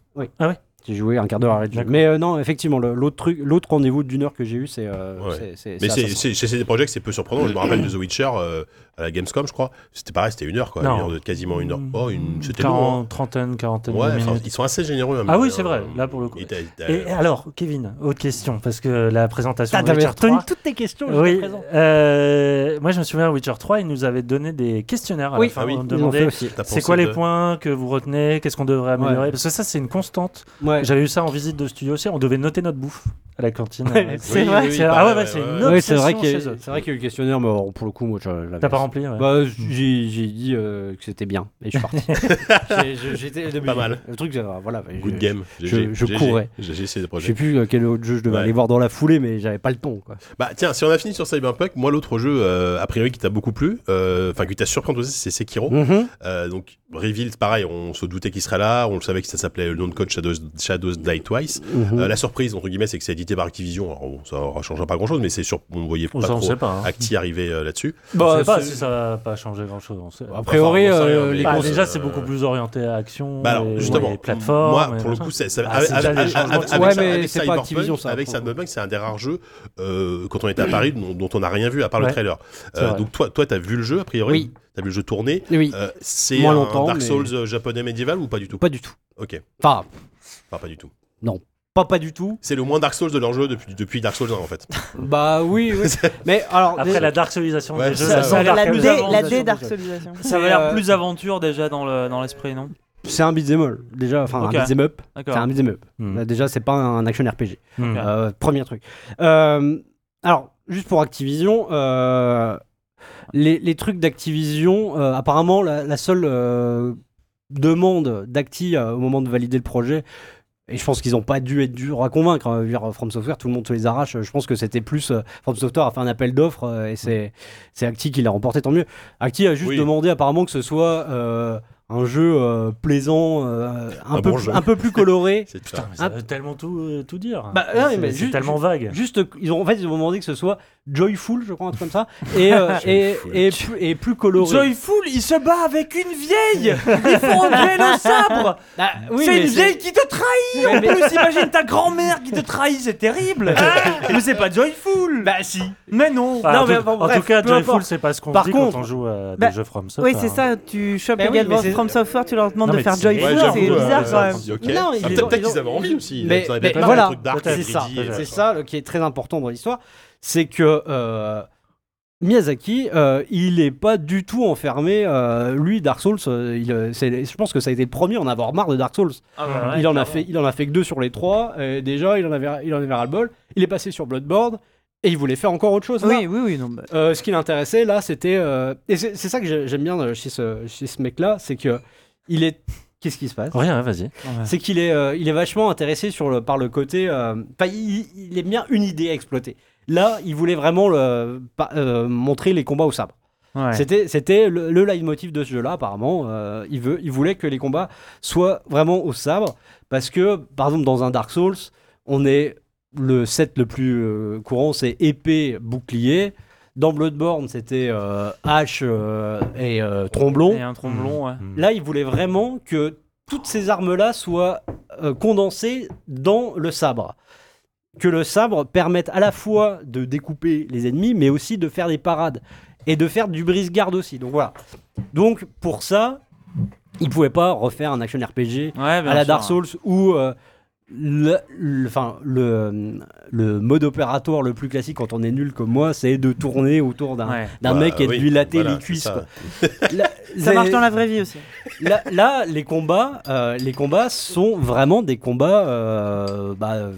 E: J'ai joué un quart d'heure à Red Dead.
F: D'accord.
E: Mais euh, non, effectivement, le- l'autre truc, l'autre rendez-vous d'une heure que j'ai eu, c'est. euh,
B: Ouais.
E: c'est- c'est-
B: Mais
E: c'est
B: c'est
E: Assassin's
B: c'est- chez CD Projekt, c'est peu surprenant. Je me rappelle de The Witcher euh, à la Gamescom, je crois. C'était pareil, c'était une heure, quoi.
F: Non. Mm,
B: Une heure de- quasiment une heure. Oh, une- c'était long. hein.
F: Quarante- Trentaine, quarantaine
B: Ouais,
F: de
B: enfin,
F: minutes.
B: ils sont assez généreux. hein,
F: Ah
B: mais,
F: oui, c'est
B: euh,
F: vrai, là, pour le coup.
B: et t'as- t'as-
F: Et alors, Kevin, autre question, parce que la présentation
E: T'as
F: de Witcher 3...
E: toutes tes questions
F: Oui, euh, moi je me souviens, Witcher 3, ils nous avaient donné des questionnaires à
E: Oui.
F: la fin.
B: Ah oui,
F: on
B: ils
E: Ils l'ont fait
F: demandait
E: aussi.
B: t'as
F: euh, c'est
B: pensé
F: quoi les
B: de-
F: points que vous retenez, qu'est-ce qu'on devrait améliorer.
E: Ouais.
F: Parce que ça, c'est une constante.
E: Ouais.
F: J'avais eu ça en visite de studio aussi, on devait noter notre bouffe à la cantine.
E: Ouais,
B: Oui,
D: C'est vrai.
B: oui, oui,
F: C'est- ah
B: pareil,
F: ouais, ouais, c'est une
E: Ouais, c'est vrai
F: obsession
E: qu'il y a-
F: chez eux.
E: c'est vrai qu'il y a eu le questionnaire, mais alors, pour le coup, moi, je l'avais-
F: T'as pas rempli ouais.
E: Bah, j'ai j'ai dit euh, que c'était bien et je suis parti. J'ai- j'ai- J'étais de
B: Pas mal.
E: Le truc, euh, voilà. je-
B: Good game.
E: je- je courais.
B: J'ai essayé des
E: Je sais
B: projets.
E: plus euh, quel autre jeu je devais
B: Ouais.
E: aller voir dans la foulée, mais j'avais pas le temps. Quoi.
B: Bah tiens, si on a fini sur Cyberpunk, moi l'autre jeu euh, a priori qui t'a beaucoup plu, euh, enfin qui t'a surpris aussi, c'est Sekiro.
E: Mhm.
B: Euh, donc Reveal, c'est pareil, on se doutait qu'il serait là, on le savait que ça s'appelait le nom de code Shadows, Shadows Die Twice.
E: Mhm.
B: Euh, la surprise entre guillemets, c'est que c'est édité par Activision. Alors, on- ça aura changé pas grand chose, mais c'est sûr, on voyait pas
F: On s'en- on
B: trop
F: sait pas. hein.
B: Acti arriver euh, là-dessus.
F: on
E: Bah,
F: sait pas
E: c'est-
F: si ça va pas changer grand chose.
E: A priori,
B: Enfin, on sait rien,
E: euh,
B: mais-
E: les
B: Bah,
E: grosses-
F: déjà,
B: euh,
F: c'est beaucoup plus orienté à action,
B: Bah alors,
F: et,
B: justement,
F: et plateforme.
B: moi,
F: et
B: pour le
F: machin.
B: coup, c'est,
F: Ah, c'est déjà des changements de-
E: Ouais, mais c'est pas
B: Cyberpunk-
E: Activision, ça,
B: Avec
E: pour le coup.
B: Cyberpunk, c'est un des rares jeux euh, quand on était à Paris dont, dont on n'a rien vu à part le
F: Ouais,
B: trailer.
F: c'est
B: Euh,
F: vrai.
B: donc toi, toi, t'as vu le jeu a priori,
E: Oui.
B: t'as vu le jeu tourner.
E: Oui,
B: Euh, c'est
E: Moins
B: un
E: longtemps,
B: Dark
E: mais-
B: Souls euh, japonais médiéval ou pas du tout
E: pas du tout.
B: Ok,
E: Enfin,
B: enfin, pas du tout.
E: pas pas du tout.
B: C'est le moins Dark Souls de leur jeu depuis, depuis Dark Souls 1 en fait.
E: Bah oui, oui. mais alors.
F: Après
E: des-
F: la dark solisation
B: Ouais,
F: des jeux,
B: ça,
F: ça,
B: ouais.
F: ça a l'air
D: la
F: quand même
D: dé-
F: vraiment
D: la
F: d'action,
D: dé Dark
F: déjà.
D: Solisation.
C: Ça
E: Mais,
C: va l'air
E: euh,
C: plus aventure déjà dans le- dans l'esprit, non
E: C'est un beat'em all, déjà, enfin
C: Ok.
E: un beat'em up. C'est
C: D'accord.
E: un beat'em up.
F: Hmm.
E: Là, Déjà, c'est pas un action RPG.
F: Hmm.
C: Ouais.
E: Euh, premier truc. Euh, alors, juste pour Activision, euh, les, les trucs d'Activision, euh, apparemment, la, la seule euh, demande d'Acti euh, au moment de valider le projet, et je pense qu'ils n'ont pas dû être durs à convaincre, hein, je veux dire, From Software, tout le monde se les arrache, je pense que c'était plus, euh, From Software a fait un appel d'offres, euh, et c'est c'est Acti qui l'a remporté, tant mieux. Acti a juste
B: Oui.
E: demandé apparemment que ce soit... euh, un jeu euh, plaisant, euh, un,
B: Un
E: peu,
B: bon jeu.
E: un peu plus coloré.
B: C'est ça.
F: Putain, mais ça
E: Ah.
F: veut tellement tout, euh, tout dire.
E: Bah, non,
F: C'est-
E: mais
F: c'est
E: juste-
F: tellement vague.
E: Juste, ils ont, en fait, ils ont demandé que ce soit joyful, je crois, un truc comme ça, et, euh, et, et, plus, et plus coloré.
C: Joyful, il se bat avec une vieille Ils font enlever le sabre
E: Ah, oui,
C: C'est
E: mais
C: une vieille qui te trahit En
E: Ouais, mais-
C: plus, imagine ta grand-mère qui te trahit, c'est terrible Mais c'est pas Joyful
E: Bah si.
C: Mais non
F: Enfin, en,
E: mais
F: tout,
E: bon,
F: en
E: bref,
F: tout cas,
E: peu
F: Joyful,
E: importe.
F: c'est pas ce qu'on se
E: Par
F: dit
E: contre-
F: quand on joue à
E: Bah,
F: des jeux From Software. hein.
D: Oui, c'est ça, tu chopes
E: Bah
D: les
E: oui,
D: gars
E: mais c'est-
D: de From Software, tu leur demandes
F: Non,
D: de
F: mais
D: faire
F: c'est-
D: Joyful,
F: Ouais,
D: c'est
F: j'avoue,
D: bizarre
F: euh,
D: quand même.
F: ça-
B: Ok.
E: Non, ils
B: Ah,
E: les ont-
B: peut-être
E: ils ont-
B: qu'ils avaient envie aussi.
E: Mais,
B: Ils en avaient
E: mais
B: pas,
E: voilà,
B: un truc dark,
E: c'est ça,
B: greedy, euh,
E: c'est ça le- qui est très important dans l'histoire, c'est que euh, Miyazaki, euh, il est pas du tout enfermé. euh, lui, Dark Souls, euh, il, euh, c'est- je pense que ça a été le premier à en avoir marre de Dark Souls.
C: Ah,
E: il en a fait, il en a fait que deux sur les trois. et déjà, il en avait, il en avait ras le bol. Il est passé sur Bloodborne et il voulait faire encore autre chose. là.
D: Oui, oui, oui, non. bah,
E: Euh, ce qui l'intéressait là, c'était euh, et c'est c'est ça que j'ai- j'aime bien euh, chez ce, chez ce mec-là, c'est que il est qu'est-ce qui se passe
F: Rien, vas-y.
E: C'est qu'il est euh, il est vachement intéressé sur le par le côté euh, enfin il, il aime bien une idée à exploiter. Là, il voulait vraiment le, pa- euh, montrer les combats au sabre. C'était c'était le, le leitmotiv de ce jeu-là apparemment. Euh, il veut il voulait que les combats soient vraiment au sabre parce que par exemple dans un Dark Souls, on est le set le plus euh, courant c'est épée bouclier. Dans Bloodborne, c'était euh, hache euh, et euh, tromblon.
C: Et un tromblon, ouais.
E: Là, il voulait vraiment que toutes ces armes-là soient euh, condensées dans le sabre. Que le sabre permette à la fois de découper les ennemis, mais aussi de faire des parades et de faire du brise-garde aussi. Donc voilà. Donc pour ça, il pouvait pas refaire un action RPG
C: Ouais, bien
E: à la
C: sûr.
E: Dark Souls où euh, le, le- enfin, le, le mode opératoire le plus classique quand on est nul comme moi, c'est de tourner autour d'un
C: Ouais.
E: d'un
B: Bah,
E: mec et de
B: oui,
E: lui latter
B: voilà,
E: les cuisses.
B: c'est ça.
E: quoi. Là,
D: Ça
E: c'est-
D: marche dans la vraie vie aussi.
E: là, là, les combats, euh, les combats sont vraiment des combats euh, bah, euh,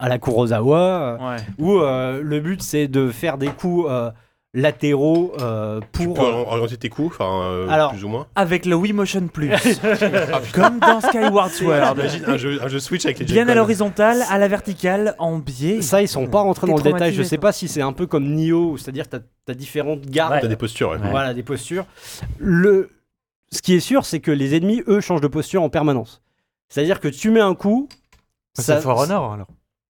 E: à la Kurosawa, euh,
C: Ouais.
E: où euh, le but c'est de faire des coups euh, latéraux euh,
B: Tu
E: pour
B: peux or- orienter tes coups, enfin, euh,
E: Alors-
B: plus ou moins.
C: Avec le Wii Motion Plus.
B: Ah, putain,
C: Comme dans Skyward
E: euh,
C: Sword.
B: imagine un jeu, un jeu Switch avec les
C: Bien à
B: Joy-Con.
C: l'horizontale, à la verticale, en biais.
E: Ça, ils sont pas rentrés
D: T'es
E: dans le détail. Je
D: traumatisé,
E: sais
D: toi.
E: pas si c'est un peu comme Nioh, c'est-à-dire t'as as différentes gardes,
B: T'as des postures, ouais.
F: Ouais.
E: voilà, des postures. Le, ce qui est sûr, c'est que les ennemis, eux, changent de posture en permanence. C'est-à-dire que tu mets un coup,
F: C'est For Honor alors.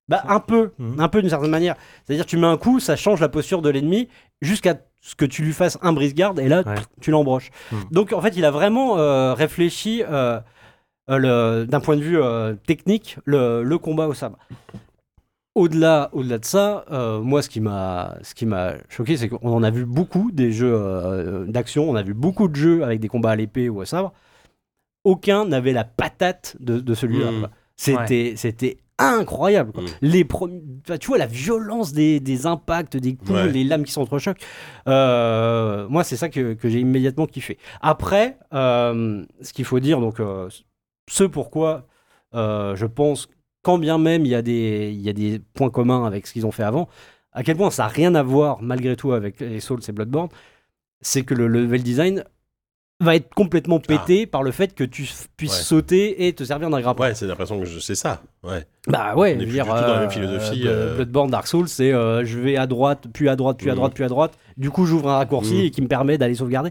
E: bah, un peu,
F: Mhm.
E: un peu d'une certaine manière. C'est-à-dire tu mets un coup, ça change la posture de l'ennemi jusqu'à ce que tu lui fasses un brise garde et là
F: Ouais.
E: tu l'embroches.
F: Mhm.
E: Donc en fait il a vraiment euh, réfléchi euh, euh, le- d'un point de vue euh, technique le, le combat au sabre. Au-delà, au-delà de ça, euh, moi ce qui m'a, ce qui m'a choqué, c'est qu'on en a vu beaucoup des jeux euh, d'action, on a vu beaucoup de jeux avec des combats à l'épée ou au sabre. Aucun n'avait la patate de, de celui-là.
B: Mhm.
E: quoi. C'était, c'était incroyable. quoi.
B: Mm.
E: Les premi- enfin, tu vois la violence des, des impacts, des coups,
B: Ouais.
E: les lames qui s'entrechoquent. Euh, moi, c'est ça que, que j'ai immédiatement kiffé. Après, euh, ce qu'il faut dire, donc, euh, ce pourquoi euh, je pense, quand bien même il y, a des, il y a des points communs avec ce qu'ils ont fait avant, à quel point ça n'a rien à voir malgré tout avec les Souls et Bloodborne, c'est que le level design va être complètement pété par le fait que tu f- puisses
B: Ah. Ouais.
E: sauter et te servir d'un grappin.
B: Ouais, c'est l'impression que je sais ça. Ouais.
E: Bah ouais,
B: On est
E: je veux
B: plus
E: dire,
B: du tout dans la même philosophie,
E: Blo-
B: euh.
E: Bloodborne, Dark Souls, c'est euh, je vais à droite, puis à droite, puis à
B: Mhm.
E: droite, puis à droite. Du coup, j'ouvre un raccourci
B: Mhm.
E: et qui me permet d'aller sauvegarder.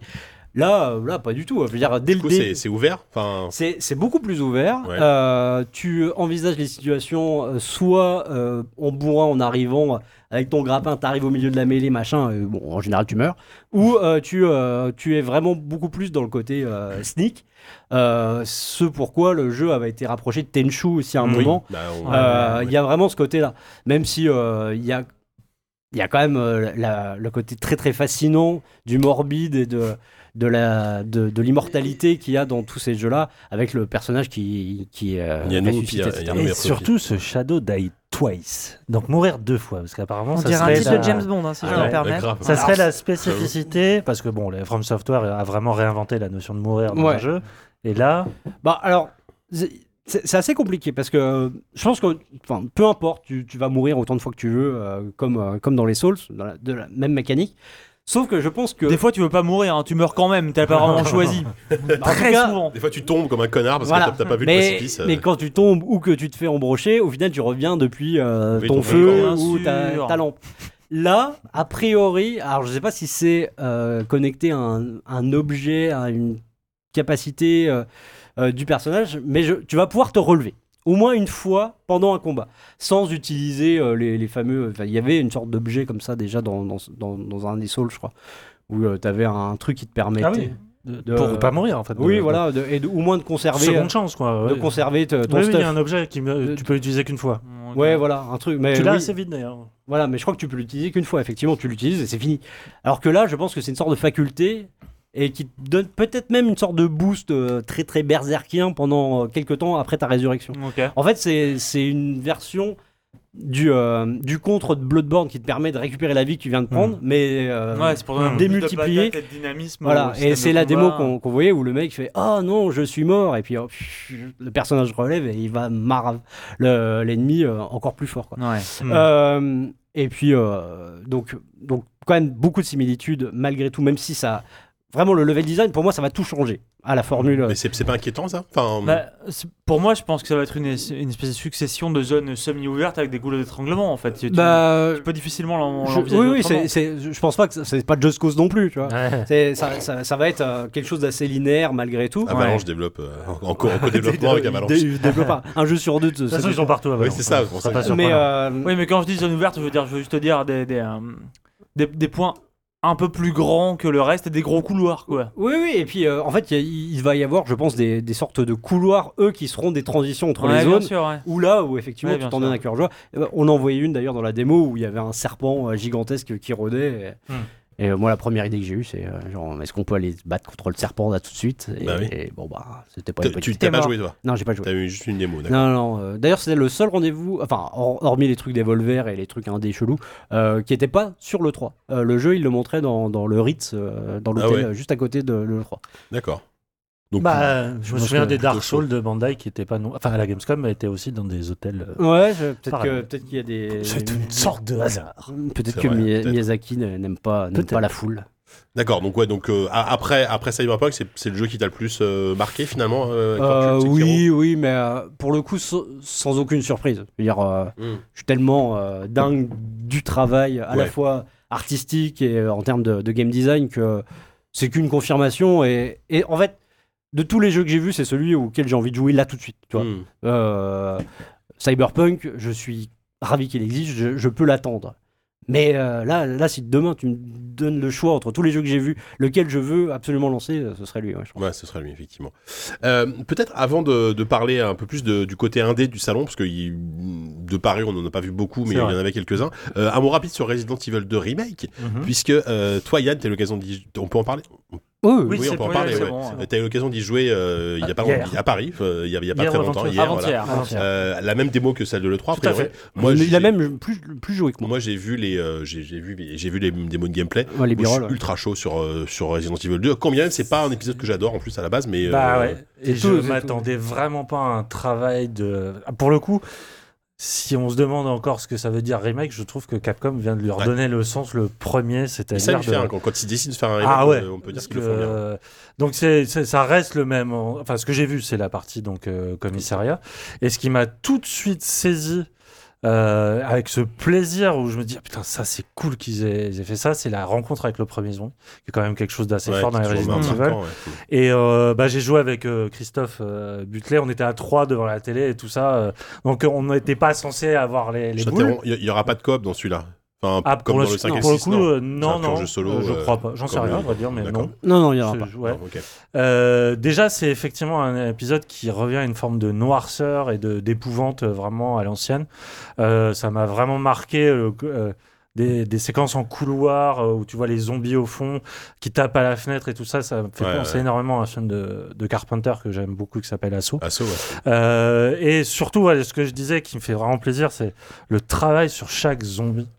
E: Là, euh, là, pas du tout. Je veux dire, dès
B: Du
E: le
B: coup,
E: dé-
B: c'est c'est ouvert. Enfin,
E: c'est c'est beaucoup plus ouvert.
B: Ouais.
E: Euh, tu envisages les situations euh, soit euh, en bourrant, en arrivant euh, avec ton grappin, t'arrives au milieu de la mêlée, machin. et bon, en général, tu meurs. Ou euh, tu, euh, tu es vraiment beaucoup plus dans le côté euh, sneak. Euh, ce pourquoi le jeu avait été rapproché de Tenchu aussi à un
B: oui.
E: moment.
B: Bah, on-
E: Euh, Il
B: ouais.
E: y a vraiment ce côté-là. Même si euh, il y a il y a quand même euh, la- le côté très très fascinant du morbide et de de la de, de l'immortalité qu'il y a dans tous ces jeux-là avec le personnage qui qui euh,
B: Yannou,
E: ressuscite,
B: puis, euh,
E: etc.
B: Yannou. Ah, mais
F: Et
B: après,
F: surtout ce Shadow Die Twice. Donc mourir deux fois, parce qu'apparemment
D: On
F: ça
D: dirait un
F: serait
D: titre
F: la-
D: de James Bond, hein, si
F: Ah
D: je peux
F: ouais,
D: me permettre.
B: grave.
F: Ça
B: Alors,
F: serait la spécificité, parce que bon, les From Software a vraiment réinventé la notion de mourir dans
E: Ouais.
F: un jeu. Et là,
E: Bah alors c'est c'est assez compliqué parce que euh, je pense que enfin, peu importe, tu, tu vas mourir autant de fois que tu veux euh, comme euh, comme dans les Souls, dans la- de la même mécanique. Sauf que je pense que
C: Des fois, tu veux pas mourir, hein, tu meurs quand même, t'as pas vraiment choisi.
E: en tout
C: Très
E: cas,
C: souvent.
B: Des fois, tu tombes comme un connard parce
E: Voilà.
B: que t'as- t'as pas vu le
E: mais,
B: précipice. euh.
E: mais quand tu tombes ou que tu te fais embrocher, au final tu reviens depuis euh,
B: Oui,
E: ton
B: ton
E: feu
C: feu, bien
E: ou ta,
C: sûr.
E: ta lampe. Là, a priori, alors je sais pas si c'est euh, connecté à un, un objet, à une capacité euh, euh, du personnage, mais je- tu vas pouvoir te relever. Au moins une fois pendant un combat, sans utiliser euh, les, les fameux. enfin, Il y avait une sorte d'objet comme ça déjà dans, dans, dans- dans un des Souls, je crois, où tu avais un truc qui te
C: Ah
E: permettait.
F: oui.
E: de-
F: pour pas mourir en fait.
E: Oui,
F: de-
E: voilà, de- et de- au moins de
F: de-
E: conserver. euh,
F: Seconde chance quoi.
E: de
F: ouais.
E: conserver te- ton
F: Oui, oui, il
E: stuff.
F: y a un objet que
E: De-
F: tu peux utiliser qu'une fois.
E: Ouais, voilà, un truc. Mais
F: tu l'as
E: eh oui,
F: assez vite d'ailleurs.
E: voilà, mais je crois que tu peux l'utiliser qu'une fois. Effectivement, tu l'utilises et c'est fini. Alors que là, je pense que c'est une sorte de faculté et qui te donne peut-être même une sorte de boost euh, très très berserkien pendant euh, quelques temps après ta résurrection.
C: Ok.
E: En fait, c'est c'est une version du, euh, du contre de Bloodborne qui te permet de récupérer la vie que tu viens de prendre,
F: Mmh.
E: mais euh,
C: Ouais, c'est pour
F: Hmm.
C: donner un peu
E: démultiplier.
C: de patate et de dynamisme au
E: Voilà,
C: système
E: et c'est
C: de
E: la
C: combat.
E: démo qu'on qu'on voyait où le mec fait Ah non, je suis mort, et puis oh, pff, le personnage relève et il va marave le- l'ennemi euh, encore plus fort. Quoi.
C: Ouais.
E: Euh, et puis, euh, donc, donc, quand même beaucoup de similitudes malgré tout, même si ça. Vraiment, le level design, pour moi, ça va tout changer à la formule.
B: Mais c'est c'est pas inquiétant, ça Enfin,
C: Bah, c'est- pour moi, je pense que ça va être une, une espèce de succession de zones semi-ouvertes avec des goulots d'étranglement en fait. Tu, tu-
E: Bah,
C: tu peux difficilement l'en-
E: je,
C: l'envisager.
E: oui, oui,
C: autrement.
E: c'est- c'est- je pense pas que ça- c'est pas Just Cause non plus, tu vois.
F: Ouais.
E: C'est- Ça, ça- ça va être euh, quelque chose d'assez linéaire malgré tout.
B: Avalanche développe euh, en, en co- en co-développement avec Avalanche.
E: Dé- développe un- un jeu sur deux.
F: De toute façon, ils sont partout.
B: Oui, c'est ça, c'est pour ça que-
E: Mais euh,
C: Oui, mais quand je dis zone ouverte, je veux dire, je veux juste te dire des, des, euh, des, des points un peu plus grands que le reste et des gros couloirs, quoi.
E: Oui, oui, et puis euh, en fait, il y a- il il va y avoir, je pense, des, des sortes de couloirs, eux, qui seront des transitions entre
C: Ouais,
E: les
C: bien
E: zones.
C: sûr, ouais.
E: Ou là où effectivement
C: Ouais,
E: tu
C: bien
E: t'en
C: sûr.
E: donnes à cœur joie. Eh ben, On en voyait une d'ailleurs dans la démo où il y avait un serpent euh, gigantesque qui euh, rôdait. et-
F: Hmm.
E: Et euh, moi, la première idée que j'ai eue, c'est euh, genre, est-ce qu'on peut aller se battre contre le serpent là tout de suite et,
B: Bah oui.
E: et bon, bah, c'était pas
B: T'as-
E: une bonne
B: Tu
E: idée.
B: t'as pas
D: mort.
B: joué, toi
E: Non, j'ai pas joué.
B: T'as eu juste une démo, d'accord.
E: Non, non. euh, D'ailleurs, c'était le seul rendez-vous, enfin, hor- hormis les trucs des Volvers et les trucs indés chelous, euh, qui n'étaient pas sur le 3. Euh, le jeu, il le montrait dans, dans le Ritz, euh, dans l'hôtel,
B: Ah ouais.
E: euh, juste à côté de le 3.
B: D'accord. Donc,
F: Bah, je me
E: pense
F: souviens
E: que-
F: des Dark
B: plutôt chaud.
F: Souls de Bandai qui étaient pas non. Enfin, à la Gamescom était aussi dans des hôtels. euh,
E: Ouais, je- peut-être
F: Pareil.
E: que- peut-être qu'il y a des.
F: C'est une sorte de hasard.
E: Hum, Peut-être
B: C'est
E: que
B: vrai,
E: Mi-
B: peut-être.
E: Miyazaki ne- n'aime pas, n'aime
F: Peut-être.
E: pas la foule.
B: D'accord, donc ouais, donc euh, a- après, après Cyberpunk, c'est c'est le jeu qui t'a le plus euh, marqué finalement euh, quand
E: Euh,
B: tu joues Sekiro
E: oui, oui, mais euh, pour le coup, sa- sans aucune surprise. Je veux dire, euh,
B: Mm.
E: je suis tellement euh, dingue du travail à la
B: Ouais.
E: fois artistique et euh, en termes de, de game design que c'est qu'une confirmation. Et, et en fait, de tous les jeux que j'ai vus, c'est celui auquel j'ai envie de jouer là tout de suite. Tu vois.
B: Mm.
E: Euh, Cyberpunk, je suis ravi qu'il existe, je, je peux l'attendre. Mais euh, là, là, si demain tu me donnes le choix entre tous les jeux que j'ai vus, lequel je veux absolument lancer, euh, ce serait lui. ouais, je pense.
B: Ouais, ce serait lui, effectivement. Euh, Peut-être avant de, de parler un peu plus de- du côté indé du salon, parce que il- de Paris, on n'en a pas vu beaucoup, mais
F: C'est
B: il y en
F: vrai.
B: avait quelques-uns. Euh, un mot rapide sur Resident Evil 2 Remake,
F: Mhm.
B: puisque euh, toi, Yann, t'as eu l'occasion d'y... On peut en parler
C: Oui,
B: on
C: c'est
B: peut en
C: bon,
B: parler,
C: c'est
B: ouais.
C: bon,
B: T'as eu l'occasion d'y jouer euh, il y a
F: Ah,
B: pas
F: hier.
B: longtemps- à Paris, euh, il y a, il y a pas
F: Hier
B: très
F: ou
B: longtemps,
F: avant-hier.
B: hier. voilà.
C: Avant-hier. hein,
F: Avant-hier.
B: Euh, la même démo que celle de l'E3, a
F: Tout à
B: priori.
F: fait.
B: Moi,
E: il
B: j'ai-
E: a même plus, plus joué que moi.
B: Moi, j'ai vu les, euh, j'ai j'ai vu, j'ai vu les démos de gameplay.
E: Ouais,
B: Moi, je
E: les birolles,
B: suis
E: ouais.
B: ultra chaud sur euh, sur Resident Evil 2. Combien même, c'est pas un épisode que j'adore en plus à la base, mais
F: Bah
B: euh,
F: ouais. Et
E: c'est
F: je
E: tout, c'est
F: m'attendais vraiment pas à un travail de. Ah, Pour le coup, si on se demande encore ce que ça veut dire remake, je trouve que Capcom vient de lui redonner le sens le premier,
B: ils savent
F: c'est-à-dire
B: le
F: de.
B: faire hein, quand, quand ils décident de faire un remake,
F: Ah ouais.
B: on peut dire
F: Parce
B: qu'ils le
F: que,
B: font bien.
F: euh, Donc c'est, c'est- ça reste le même. en- Enfin, ce que j'ai vu, c'est la partie donc euh, commissariat. Et ce qui m'a tout de suite saisi. euh, avec ce plaisir où je me dis Ah, putain ça c'est cool qu'ils aient, ils aient fait ça c'est la rencontre avec le premier zombie qui est quand même quelque chose d'assez
B: Ouais,
F: fort dans
B: qui
F: les
B: est toujours
F: Resident Evil
B: marquant, ouais.
F: et euh, bah, j'ai joué avec euh, Christophe euh, Butler on était à trois devant la télé et tout ça euh, donc euh, on n'était pas censé avoir les, les
B: Je
F: boules
B: t'interromps, Il n'y aura pas de coop dans celui-là. Enfin,
F: Ah,
B: comme
F: pour,
B: dans le 5 et 6.
F: pour le coup
B: non.
F: euh, non
B: C'est un pur
F: non
B: jeu solo,
F: euh, je
B: euh,
F: crois pas j'en sais
B: comme
F: rien
B: le-
F: on va dire mais
B: D'accord.
F: non
E: Non, non, il n'y en aura
F: Je-
E: pas.
F: ouais.
B: Non, ok.
F: Euh, déjà, c'est effectivement un épisode qui revient à une forme de noirceur et de d'épouvante euh, vraiment à l'ancienne. Euh, ça m'a vraiment marqué euh, que- euh, des, des séquences en couloir euh, où tu vois les zombies au fond qui tapent à la fenêtre et tout ça. Ça me fait
B: Ouais,
F: penser
B: ouais.
F: énormément à un film de, de Carpenter que j'aime beaucoup qui s'appelle Assaut.
B: Assaut, Ah, ouais.
F: Euh, et surtout, voilà, ce que je disais qui me fait vraiment plaisir, c'est le travail sur chaque zombie.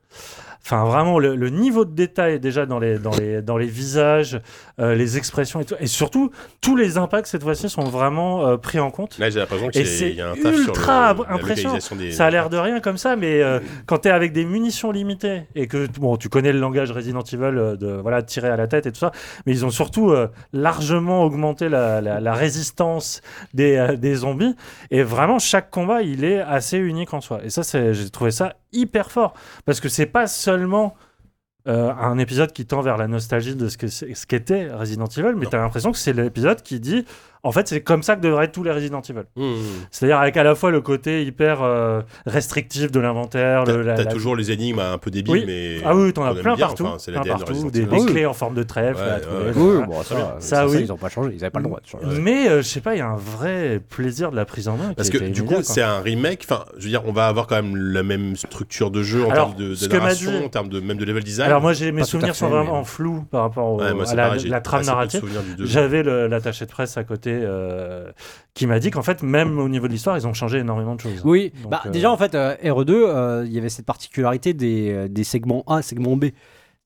F: Enfin, vraiment, le, le niveau de détail déjà dans les, dans les, dans les visages, euh, les expressions et tout. Et surtout, tous les impacts cette fois-ci sont vraiment euh, pris en compte.
B: Là, j'ai l'impression
F: Et
B: qu'il
F: c'est
B: y a un taf sur le-
F: ultra
B: la
F: impressionnant.
B: localisation des-
F: Ça a l'air de rien comme ça, mais euh, quand t'es avec des munitions limitées et que bon, tu connais le langage Resident Evil euh, de voilà tirer à la tête et tout ça, mais ils ont surtout euh, largement augmenté la, la- la résistance des, euh, des zombies et vraiment chaque combat il est assez unique en soi. Et ça, c'est- j'ai trouvé ça hyper fort parce que c'est pas seulement euh, un épisode qui tend vers la nostalgie de ce que c'est- ce qu'était Resident Evil, mais
B: Non.
F: t'as l'impression que c'est l'épisode qui dit en fait c'est comme ça que devraient être tous les Resident Evil.
B: Mmh.
F: C'est-à-dire avec à la fois le côté hyper euh, restrictif de l'inventaire, le- la,
B: T'as
F: la-
B: toujours les énigmes un peu débiles,
F: Oui.
B: mais.
F: ah oui, t'en as
B: qu'on aime
F: plein
B: bien,
F: partout,
B: enfin, c'est
F: plein
B: l'ADN de
F: partout,
B: Resident
F: des,
B: Evil.
F: des clés en forme de trèfle.
B: Ouais,
F: à trouver,
B: ouais,
F: etc.
E: Oui, bon,
B: Très
E: ça,
B: bien.
E: euh,
F: Ça,
E: ça,
F: oui.
E: ils n'ont pas changé, ils n'avaient pas le droit de changer.
B: Ouais.
F: Mais euh, je sais pas, il y a un vrai plaisir de la prise en main.
B: Parce
F: qui
B: que
F: était
B: du
F: immédiat,
B: coup,
F: quoi.
B: c'est un remake. Enfin, je veux dire, on va avoir quand même la même structure de jeu en
F: Alors,
B: termes de, de
F: ce que m'a
B: narration,
F: dit-
B: en termes de même de level design.
F: Alors moi, j'ai mes
E: Pas tout à
F: souvenirs
E: fait,
F: sont vraiment
E: mais-
F: flous par rapport au-
B: Ouais, moi,
E: euh,
F: à
B: c'est
F: la,
B: pareil, j'ai
F: la trame
B: assez peu de
F: narrative.
B: souvenirs du deux.
F: J'avais le- l'attaché de presse à côté euh, qui m'a dit qu'en fait, même au niveau de l'histoire, ils ont changé énormément de choses.
E: Oui,
F: Donc,
E: bah,
F: euh,
E: déjà en fait, euh, RE2, euh, il y avait cette particularité des, euh, des segments A, segment B.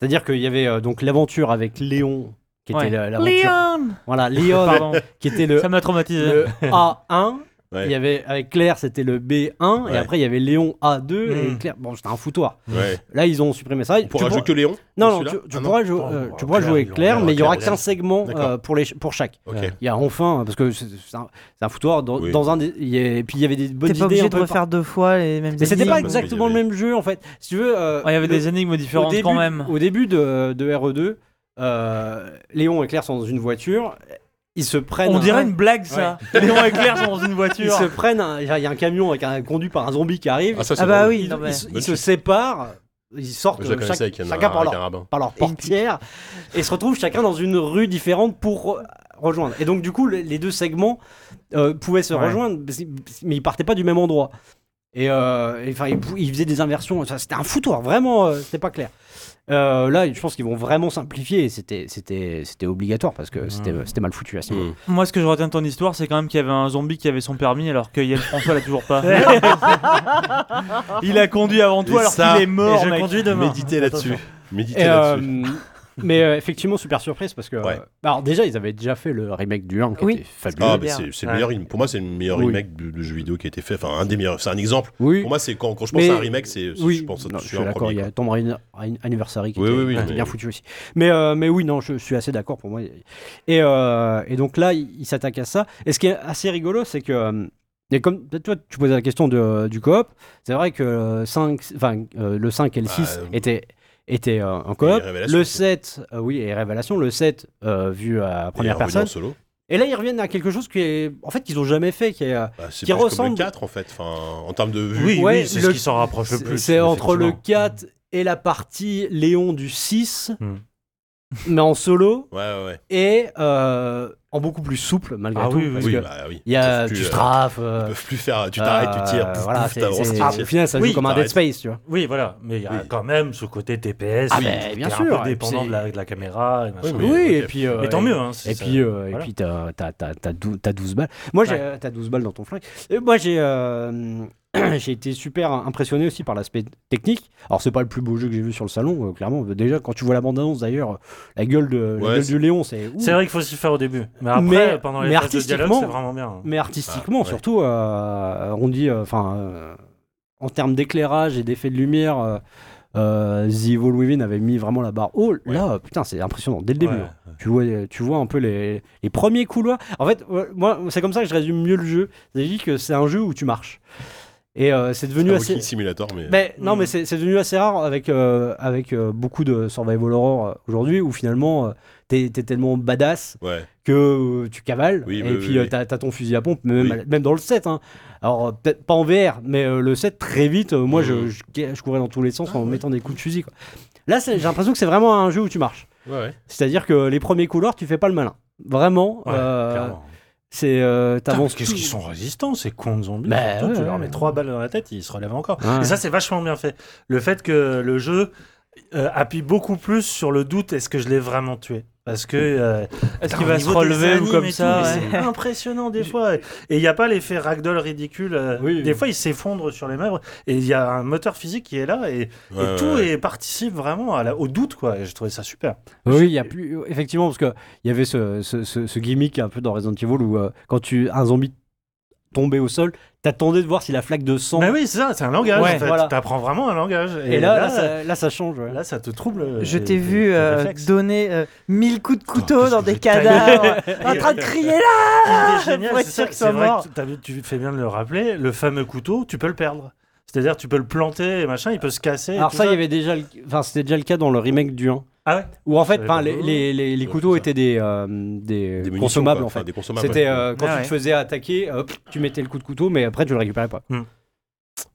E: C'est-à-dire qu'il y avait euh, donc l'aventure avec Léon, qui était
C: Ouais.
E: la- l'aventure.
D: Léon
E: Voilà, Léon,
C: Pardon,
E: qui était le,
C: ça m'a traumatisé.
E: le A1.
B: Ouais.
E: Euh, Il y avait, avec Claire, c'était le B1.
B: Ouais.
E: Et après, il y avait Léon A2.
F: Mm.
B: Hmm.
E: Et Claire, bon, c'était un foutoir.
B: Ouais.
E: Là, ils ont supprimé ça.
B: On
E: Tu
B: pourra
E: pourras-
B: jouer que Léon
E: Non, non, tu,
B: celui-là
E: tu
B: Ah, non.
E: pourras, jouer,
F: Bon,
E: euh,
F: bon,
E: tu pourras
F: Claire,
E: jouer
F: ils
E: avec
F: ont-
E: Claire,
B: ils ont
E: mais il n'y aura
B: Claire,
E: qu'un segment euh,
B: D'accord.
E: pour, les, pour chaque.
B: Ok.
F: Ouais.
E: Il y a enfin, parce que c'est c'est un, c'est un foutoir, dans,
B: Oui.
E: dans un des- il y a- et puis il y avait des bonnes
D: T'es
E: idées.
D: pas
E: un
D: obligé de
E: peu par-
D: refaire deux fois les mêmes
E: Mais c'était
D: énigmes.
B: énigmes,
E: pas
B: parce qu'il y
E: exactement le
B: avait-
E: même jeu en fait. Si tu veux, euh,
C: Ouais, il y avait
E: le-
C: des énigmes
E: au
C: différentes
E: début,
C: quand même.
E: Au début de, de RE2, euh, Léon et Claire sont dans une voiture, ils se prennent.
C: On
E: un-
C: dirait une blague ça. Léon et Claire sont dans une
E: Ils
C: voiture.
E: se prennent. un- Il y a un camion avec un, conduit par un zombie qui arrive.
B: Ah, ça, c'est
D: Ah bah
B: drôle.
D: oui,
E: ils,
D: non, mais-
E: ils se- ils
B: Bonne
E: se
B: chute.
E: séparent, ils sortent
B: Je la
E: euh,
B: connaissais
E: chaque-
B: avec un,
E: chacun par
B: avec un
E: leur,
B: rabbin.
E: par leur portière et se retrouvent chacun dans une rue différente pour re- rejoindre. Et donc du coup, le- les deux segments euh, pouvaient se
F: Ouais.
E: rejoindre, parce qu'ils- mais ils partaient pas du même endroit. Et euh, et, enfin, ils, pou- ils faisaient des inversions. Ça, C'était un foutoir, vraiment, euh, c'était pas clair. Euh, là, je pense qu'ils vont vraiment simplifier. et C'était, c'était, c'était obligatoire parce que c'était,
F: Ouais.
E: c'était mal foutu à ce niveau.
B: Mm.
C: Moi, ce que je retiens de ton histoire, c'est quand même qu'il y avait un zombie qui avait son permis alors que Yann François l'a toujours pas. il a conduit avant
B: Et
C: toi alors
B: ça,
C: qu'il est mort,
F: et je
C: mec.
F: conduis demain.
B: Méditez là-dessus. Méditez
E: Et, euh,
B: là-dessus.
E: mais euh, effectivement, super surprise parce que.
B: Ouais.
E: euh, alors, déjà, ils avaient déjà fait le remake du 1 qui
D: Oui.
E: était fabuleux.
B: Ah,
D: bien.
B: mais c'est c'est le
F: Ouais.
B: meilleur. Pour moi, c'est le meilleur
E: Oui.
B: remake de, de jeu vidéo qui a été fait. Enfin, un des meilleurs. C'est un exemple.
E: oui,
B: Ah, Pour moi, c'est quand, quand je pense
E: Mais-
B: à un remake, c'est c'est-
E: oui.
B: je pense
E: Non,
B: à
E: je
B: celui
E: suis
B: en
E: d'accord. Il
B: premier.
E: y a Tomb Raider Anniversary qui
B: Oui,
E: était,
B: oui, oui,
E: qui était
B: mais-
E: bien foutu aussi. Mais, euh, mais oui, non, je, suis assez d'accord pour moi. Et, euh, et donc là, il, il s'attaque à ça. Et ce qui est assez rigolo, c'est que. euh, Et comme toi, tu posais la question de, du coop, c'est vrai que euh, cinq- enfin, euh, le 5 et le
B: Bah,
E: 6
B: euh,
E: étaient, étaient euh, en coop.
B: et Révélation
E: Le
B: aussi.
E: 7, euh, oui, et Révélation, le 7 euh, vu à
B: Et Revenu
E: première
B: en
E: personne.
B: solo.
E: Et là, ils reviennent à quelque chose qui est, en fait, qu'ils ont jamais fait, qui est, euh,
B: Bah, c'est
E: Qui
B: presque comme
E: ressemble-
B: le 4 en fait. Enfin, en termes de vue.
F: Oui,
E: Ouais,
F: oui, c'est
E: le-
F: ce qui s'en rapproche le plus.
E: c'est entre le
F: effectivement.
E: 4 et la partie Léon du 6,
F: Hmm.
E: mais en solo
B: Ouais, ouais, ouais.
E: et euh, en beaucoup plus souple malgré
F: Ah
E: tout.
F: oui,
E: parce
B: Oui,
E: que
B: bah oui.
E: il y a
B: Ils peuvent
E: du
B: plus, euh,
E: strafe.
B: Ils
E: euh,
B: peuvent plus faire. Tu t'arrêtes, tu tires.
E: euh,
B: pouf,
E: voilà,
B: pouf,
E: c'est-
B: t'avances,
E: c'est-
B: tu
E: au
B: tires.
E: final, ça
B: Oui,
E: joue comme un Dead
B: t'arrêtes.
E: Space, tu vois.
F: Oui, voilà, mais il y a
B: Oui.
F: quand même ce côté TPS,
E: Ah
F: oui,
E: ben,
F: qui
E: bien
F: est
E: sûr,
F: un
E: et
F: peu
E: puis
F: dépendant
E: c'est-
F: de la, de la caméra. Et machin.
B: Oui,
E: Oui,
B: ok.
E: et puis. euh,
F: Mais tant mieux, hein,
E: Et
F: c'est-
E: puis, euh, et
F: voilà.
E: puis t'as, t'as, t'as, t'as, dou- t'as 12 balles. Moi, j'ai, t'as 12 balles dans ton flingue. Et moi, j'ai, euh, j'ai été super impressionné aussi par l'aspect technique. Alors, c'est pas le plus beau jeu que j'ai vu sur le salon, euh, clairement. Déjà, quand tu vois la bande-annonce, d'ailleurs, la gueule, de, la
B: Ouais,
E: gueule
B: c'est-
E: du Léon, c'est. ouh.
F: C'est vrai qu'il faut s'y faire au début. Mais après,
E: Mais-
F: pendant les
E: mais
F: phases de dialogue, c'est
E: artistiquement-
F: vraiment bien. hein.
E: Mais artistiquement,
B: Ah, ouais.
E: surtout, euh, on dit. Enfin, euh, en termes d'éclairage et d'effets de lumière. euh, euh, The Evil Within avait mis vraiment la barre haut. Là, euh, putain, c'est impressionnant dès le début.
F: Ouais.
E: hein. Tu vois, tu vois un peu les, les premiers couloirs. En fait, ouais, moi, c'est comme ça que je résume mieux le jeu. C'est-à-dire que c'est un jeu où tu marches. Et euh, c'est devenu
B: Un
E: assez.
B: walking simulator, mais.
E: Mais, Non,
F: Mm.
E: mais c'est c'est devenu assez rare avec, euh, avec euh, beaucoup de survival horror euh, aujourd'hui où finalement euh, t'es t'es tellement badass
B: Ouais.
E: que euh, tu cavales
B: Oui,
E: et
B: oui, oui,
E: puis
B: oui.
E: euh, t'as t'as ton fusil à pompe, mais même,
B: Oui.
E: même dans le set. hein. Alors euh, peut-être pas en VR, mais euh, le set très vite, euh, moi je,
B: Mm.
E: je, je courais dans tous les sens en mettant des coups de fusil. Quoi. Là c'est- j'ai l'impression que c'est vraiment un jeu où tu marches.
B: Ouais, ouais.
E: C'est-à-dire que les premiers couloirs, tu fais pas le malin. Vraiment,
F: Ouais,
E: euh,
F: clairement.
E: c'est euh,
F: Putain,
E: t'avances.
F: mais Qu'est-ce
E: tout-
F: qu'ils sont résistants, ces cons de zombies
E: Bah,
F: surtout,
E: ouais,
F: Tu leur mets
E: ouais.
F: trois balles dans la tête, ils se relèvent encore.
E: Ouais.
F: Et ça, c'est vachement bien fait. Le fait que le jeu euh, appuie beaucoup plus sur le doute est-ce que je l'ai vraiment tué Parce que. euh,
C: Est-ce
F: putain,
C: qu'il
F: au
C: va se
F: niveau des
C: relever ou
F: animes
C: comme
F: et
C: ça
F: tout,
C: ouais.
F: mais C'est impressionnant des fois. Et il n'y a pas l'effet ragdoll ridicule. euh,
E: Oui, oui.
F: Des fois, il s'effondre sur les meubles. Et il y a un moteur physique qui est là. Et, et
B: Ouais,
F: tout
B: ouais, ouais.
F: est- participe vraiment à la- au doute, quoi. Et J'ai trouvé ça super.
E: Oui, il y a plus effectivement parce que il y avait ce, ce, ce- ce gimmick un peu dans Resident Evil où euh, quand tu un zombie tombait au sol, t'attendais de voir si la flaque de sang.
F: Mais Bah oui, c'est ça, c'est un langage
E: Ouais,
F: en fait.
E: voilà.
F: T'apprends vraiment un langage.
E: Et, là, là,
F: là,
E: ça, là, ça change. ouais.
F: là, ça te trouble.
D: Je
F: tes-
D: t'ai
F: tes-
D: vu
F: tes
D: euh,
F: réflexes.
D: donner euh, 1000 coups de couteau
F: qu'est-ce
D: dans
F: que
D: des
F: j'ai taillé.
D: cadavres en train de crier là
C: Ah,
F: Il est
D: Pour
F: génial,
D: être
F: c'est
D: sûr
F: ça,
D: qu'ils
F: c'est
D: soient
F: vrai
D: morts.
F: que t'as vu- tu fais bien de le rappeler, le fameux couteau, tu peux le perdre. C'est-à-dire, tu peux le planter et machin, il peut se casser. et
E: Alors
F: tout
E: ça, il y avait déjà, le- enfin c'était déjà le cas dans le remake du 1
F: Ah ouais
E: où en fait,
F: Ouais,
E: enfin,
F: bah,
E: les,
F: ouais.
E: les, les, les
B: Ouais,
E: couteaux
B: c'est ça.
E: étaient des, euh, des,
B: Des munitions,
E: consommables
B: quoi.
E: en
B: Enfin,
E: fait.
B: des consommables,
E: C'était
B: ouais.
E: euh, quand
C: Ah
E: tu
C: ouais.
E: te faisais attaquer, euh, pff, tu mettais le coup de couteau, mais après tu le récupérais pas.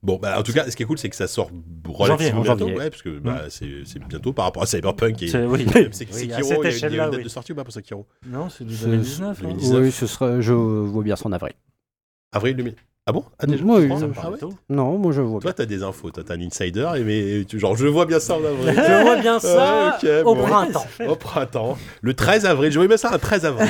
B: Bon, bah, en tout cas, ce qui est cool, c'est que ça sort
F: Janvier,
B: relativement
F: en
B: bientôt,
E: janvier.
B: ouais, parce que bah, c'est c'est bientôt par rapport à Cyberpunk et
F: C'est- oui.
B: c'est c'est
F: Oui, à
B: Sekiro,
F: cette
B: il y a- il y a
F: échelle-là,
B: une date
F: oui.
B: de sortie ou pas pour Sekiro
F: Non, c'est du
E: C'est-
F: 2019. hein.
B: 2019.
E: Oui, ce sera, je vois bien son avril.
B: Avril 2000. Ah bon Ah déjà
E: Oui,
B: je pense,
E: oui,
B: ah
E: oui.
B: ah ouais.
E: Non, moi je vois.
B: Toi, t'as des infos, toi, t'as un insider, et mais tu- genre, je vois bien ça en avril.
E: Je vois bien
C: Euh,
B: ça
E: ça
B: Ah, ok, au
E: au
B: bon.
E: printemps.
B: Au printemps, le 13 avril, je vois bien ça un 13 avril.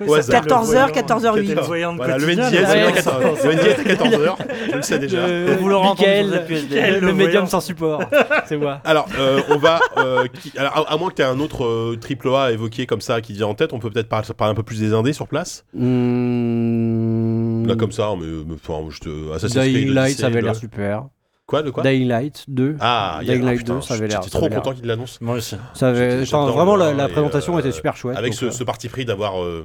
B: Au hasard.
D: 14h, 14h08.
F: Le voyant de
B: Voilà, le
F: quotidien,
B: NDS est
F: là,
B: bien à
F: on sort.
B: 14 le NDS est à 14h, je le sais déjà.
E: Euh,
C: Vous le rencontrez
E: Michael,
C: sur ZQSD.
E: Michael, le,
F: Le
E: médium
F: voyant.
E: sans support. C'est moi.
B: Alors, euh, on va. euh, qui- alors, à, à moins que tu aies un autre euh, triple A à évoquer comme ça qui vient en tête, on peut peut-être par- parler, un peu plus des indés sur place. Là, comme ça, hein, mais, mais, enfin, je te. Assassin's Creed,
E: Hmm. Mm. Dying Light,
B: Odyssey,
E: ça avait
B: le-
E: l'air super.
B: Quoi, le quoi
E: Dying Light 2.
B: Ah, il y a-
E: Dying
B: ah,
E: Light
B: putain,
E: 2, ça avait l'air.
B: J'étais
E: ça
B: trop
E: avait l'air-
B: content qu'il l'annonce.
F: Moi aussi.
E: Ça avait-
B: J'étais- j'étais
E: enfin,
B: dans
E: vraiment,
B: le
E: la,
B: bain
E: la
B: et,
E: présentation
B: euh,
E: était super chouette.
B: Avec
E: donc,
B: ce,
E: euh,
B: ce parti pris d'avoir. euh,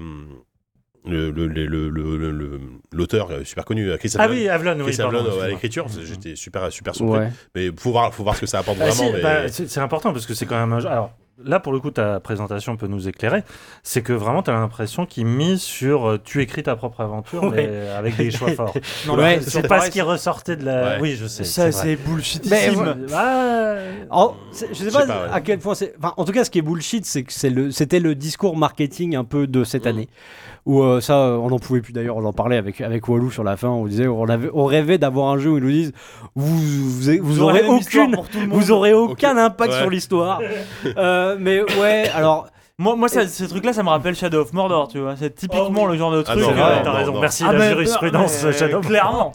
B: le- le- le- le- le- le- le- L'auteur euh, super connu, euh, Chris
F: Ah
B: Avlon.
F: oui, Avalon, oui.
B: Chris Avlon,
F: pardon,
B: euh, à
F: excuse-moi.
B: l'écriture, c'est- j'étais super, super surpris.
E: Mm-hmm. ouais.
B: Mais faut voir, faut voir ce que ça apporte
F: Ah,
B: vraiment.
F: si,
B: mais-
F: bah, c'est c'est important parce que c'est quand même un jeu. Alors, là, pour le coup, ta présentation peut nous éclairer. C'est que vraiment, tu as l'impression qu'il mise sur euh, tu écris ta propre aventure,
E: Ouais.
F: mais avec des choix forts.
C: Non,
E: Ouais,
C: mais
F: C'est pas
C: pareil,
F: ce qui ressortait de la.
B: Ouais.
F: Oui, je sais.
C: Ça,
F: c'est vrai.
C: c'est bullshit.
E: Mais voilà.
F: Ah,
E: Alors, c'est- je sais
B: Je
E: pas,
B: sais pas, ouais.
E: à quel point c'est. Enfin, en tout cas, ce qui est bullshit, c'est que c'est le, c'était le discours marketing un peu de cette
B: Mm.
E: année. Où euh, ça, euh, on n'en pouvait plus d'ailleurs, on en parlait avec, avec Walou sur la fin. On disait, on, avait- on rêvait d'avoir un jeu où ils nous disent, vous, vous, vous aurez aucune. Vous aurez aucun impact
B: Ouais.
E: sur l'histoire. Euh, mais ouais, alors.
C: Moi, moi ça, ces trucs-là, ça me rappelle Shadow of Mordor, tu vois. C'est typiquement
F: Oh oui.
C: le genre de
B: Ah
C: truc.
B: non,
C: euh,
F: c'est vrai,
B: non,
F: t'as
B: non,
F: raison.
B: non.
F: Merci
C: Ah,
F: la
C: mais-
F: jurisprudence,
C: mais-
F: Shadow.
C: Clairement.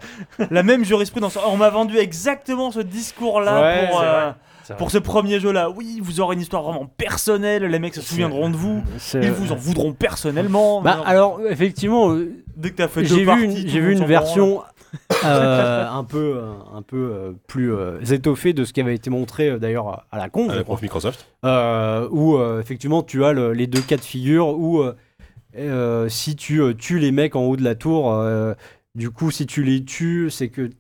C: la même jurisprudence. On m'a vendu exactement ce discours-là
E: Ouais,
C: pour,
E: c'est
C: euh,
F: vrai. C'est vrai.
C: pour ce premier jeu-là. Oui, vous aurez une histoire vraiment personnelle. Les mecs se souviendront de vous.
B: euh,
C: Ils vous en voudront personnellement. Mais
E: Bah,
C: non,
E: alors, effectivement, euh,
C: dès que t'as fait deux
E: J'ai vu
C: parties,
E: une,
C: tout
E: j'ai
C: le
E: vu
C: monde s'en
E: une
C: branle.
E: version euh, un peu, euh, un peu euh, plus euh, étoffée de ce qui avait été montré euh, d'ailleurs à la con,
B: à la conf Microsoft.
E: où euh, effectivement tu as le- les deux cas de figure où euh, euh, si tu euh, tues les mecs en haut de la tour, euh, du coup si tu les tues, c'est que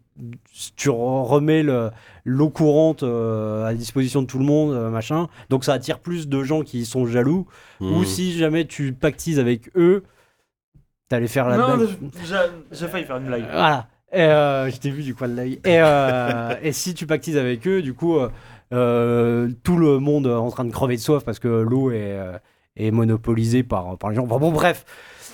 E: tu re- remets le- l'eau courante euh, à disposition de tout le monde, euh, machin. Donc ça attire plus de gens qui sont jaloux. Ou
B: Mm.
E: si jamais tu pactises avec eux, t'allais faire la
C: Non,
E: blague.
C: j'ai- j'ai failli faire une blague.
E: Voilà. Et, euh, je t'ai vu du coin de l'œil. Et, euh, et si tu pactises avec eux, du coup, euh, euh, tout le monde est en train de crever de soif parce que l'eau est, euh, est monopolisée par, par les gens. Enfin, bon, bref,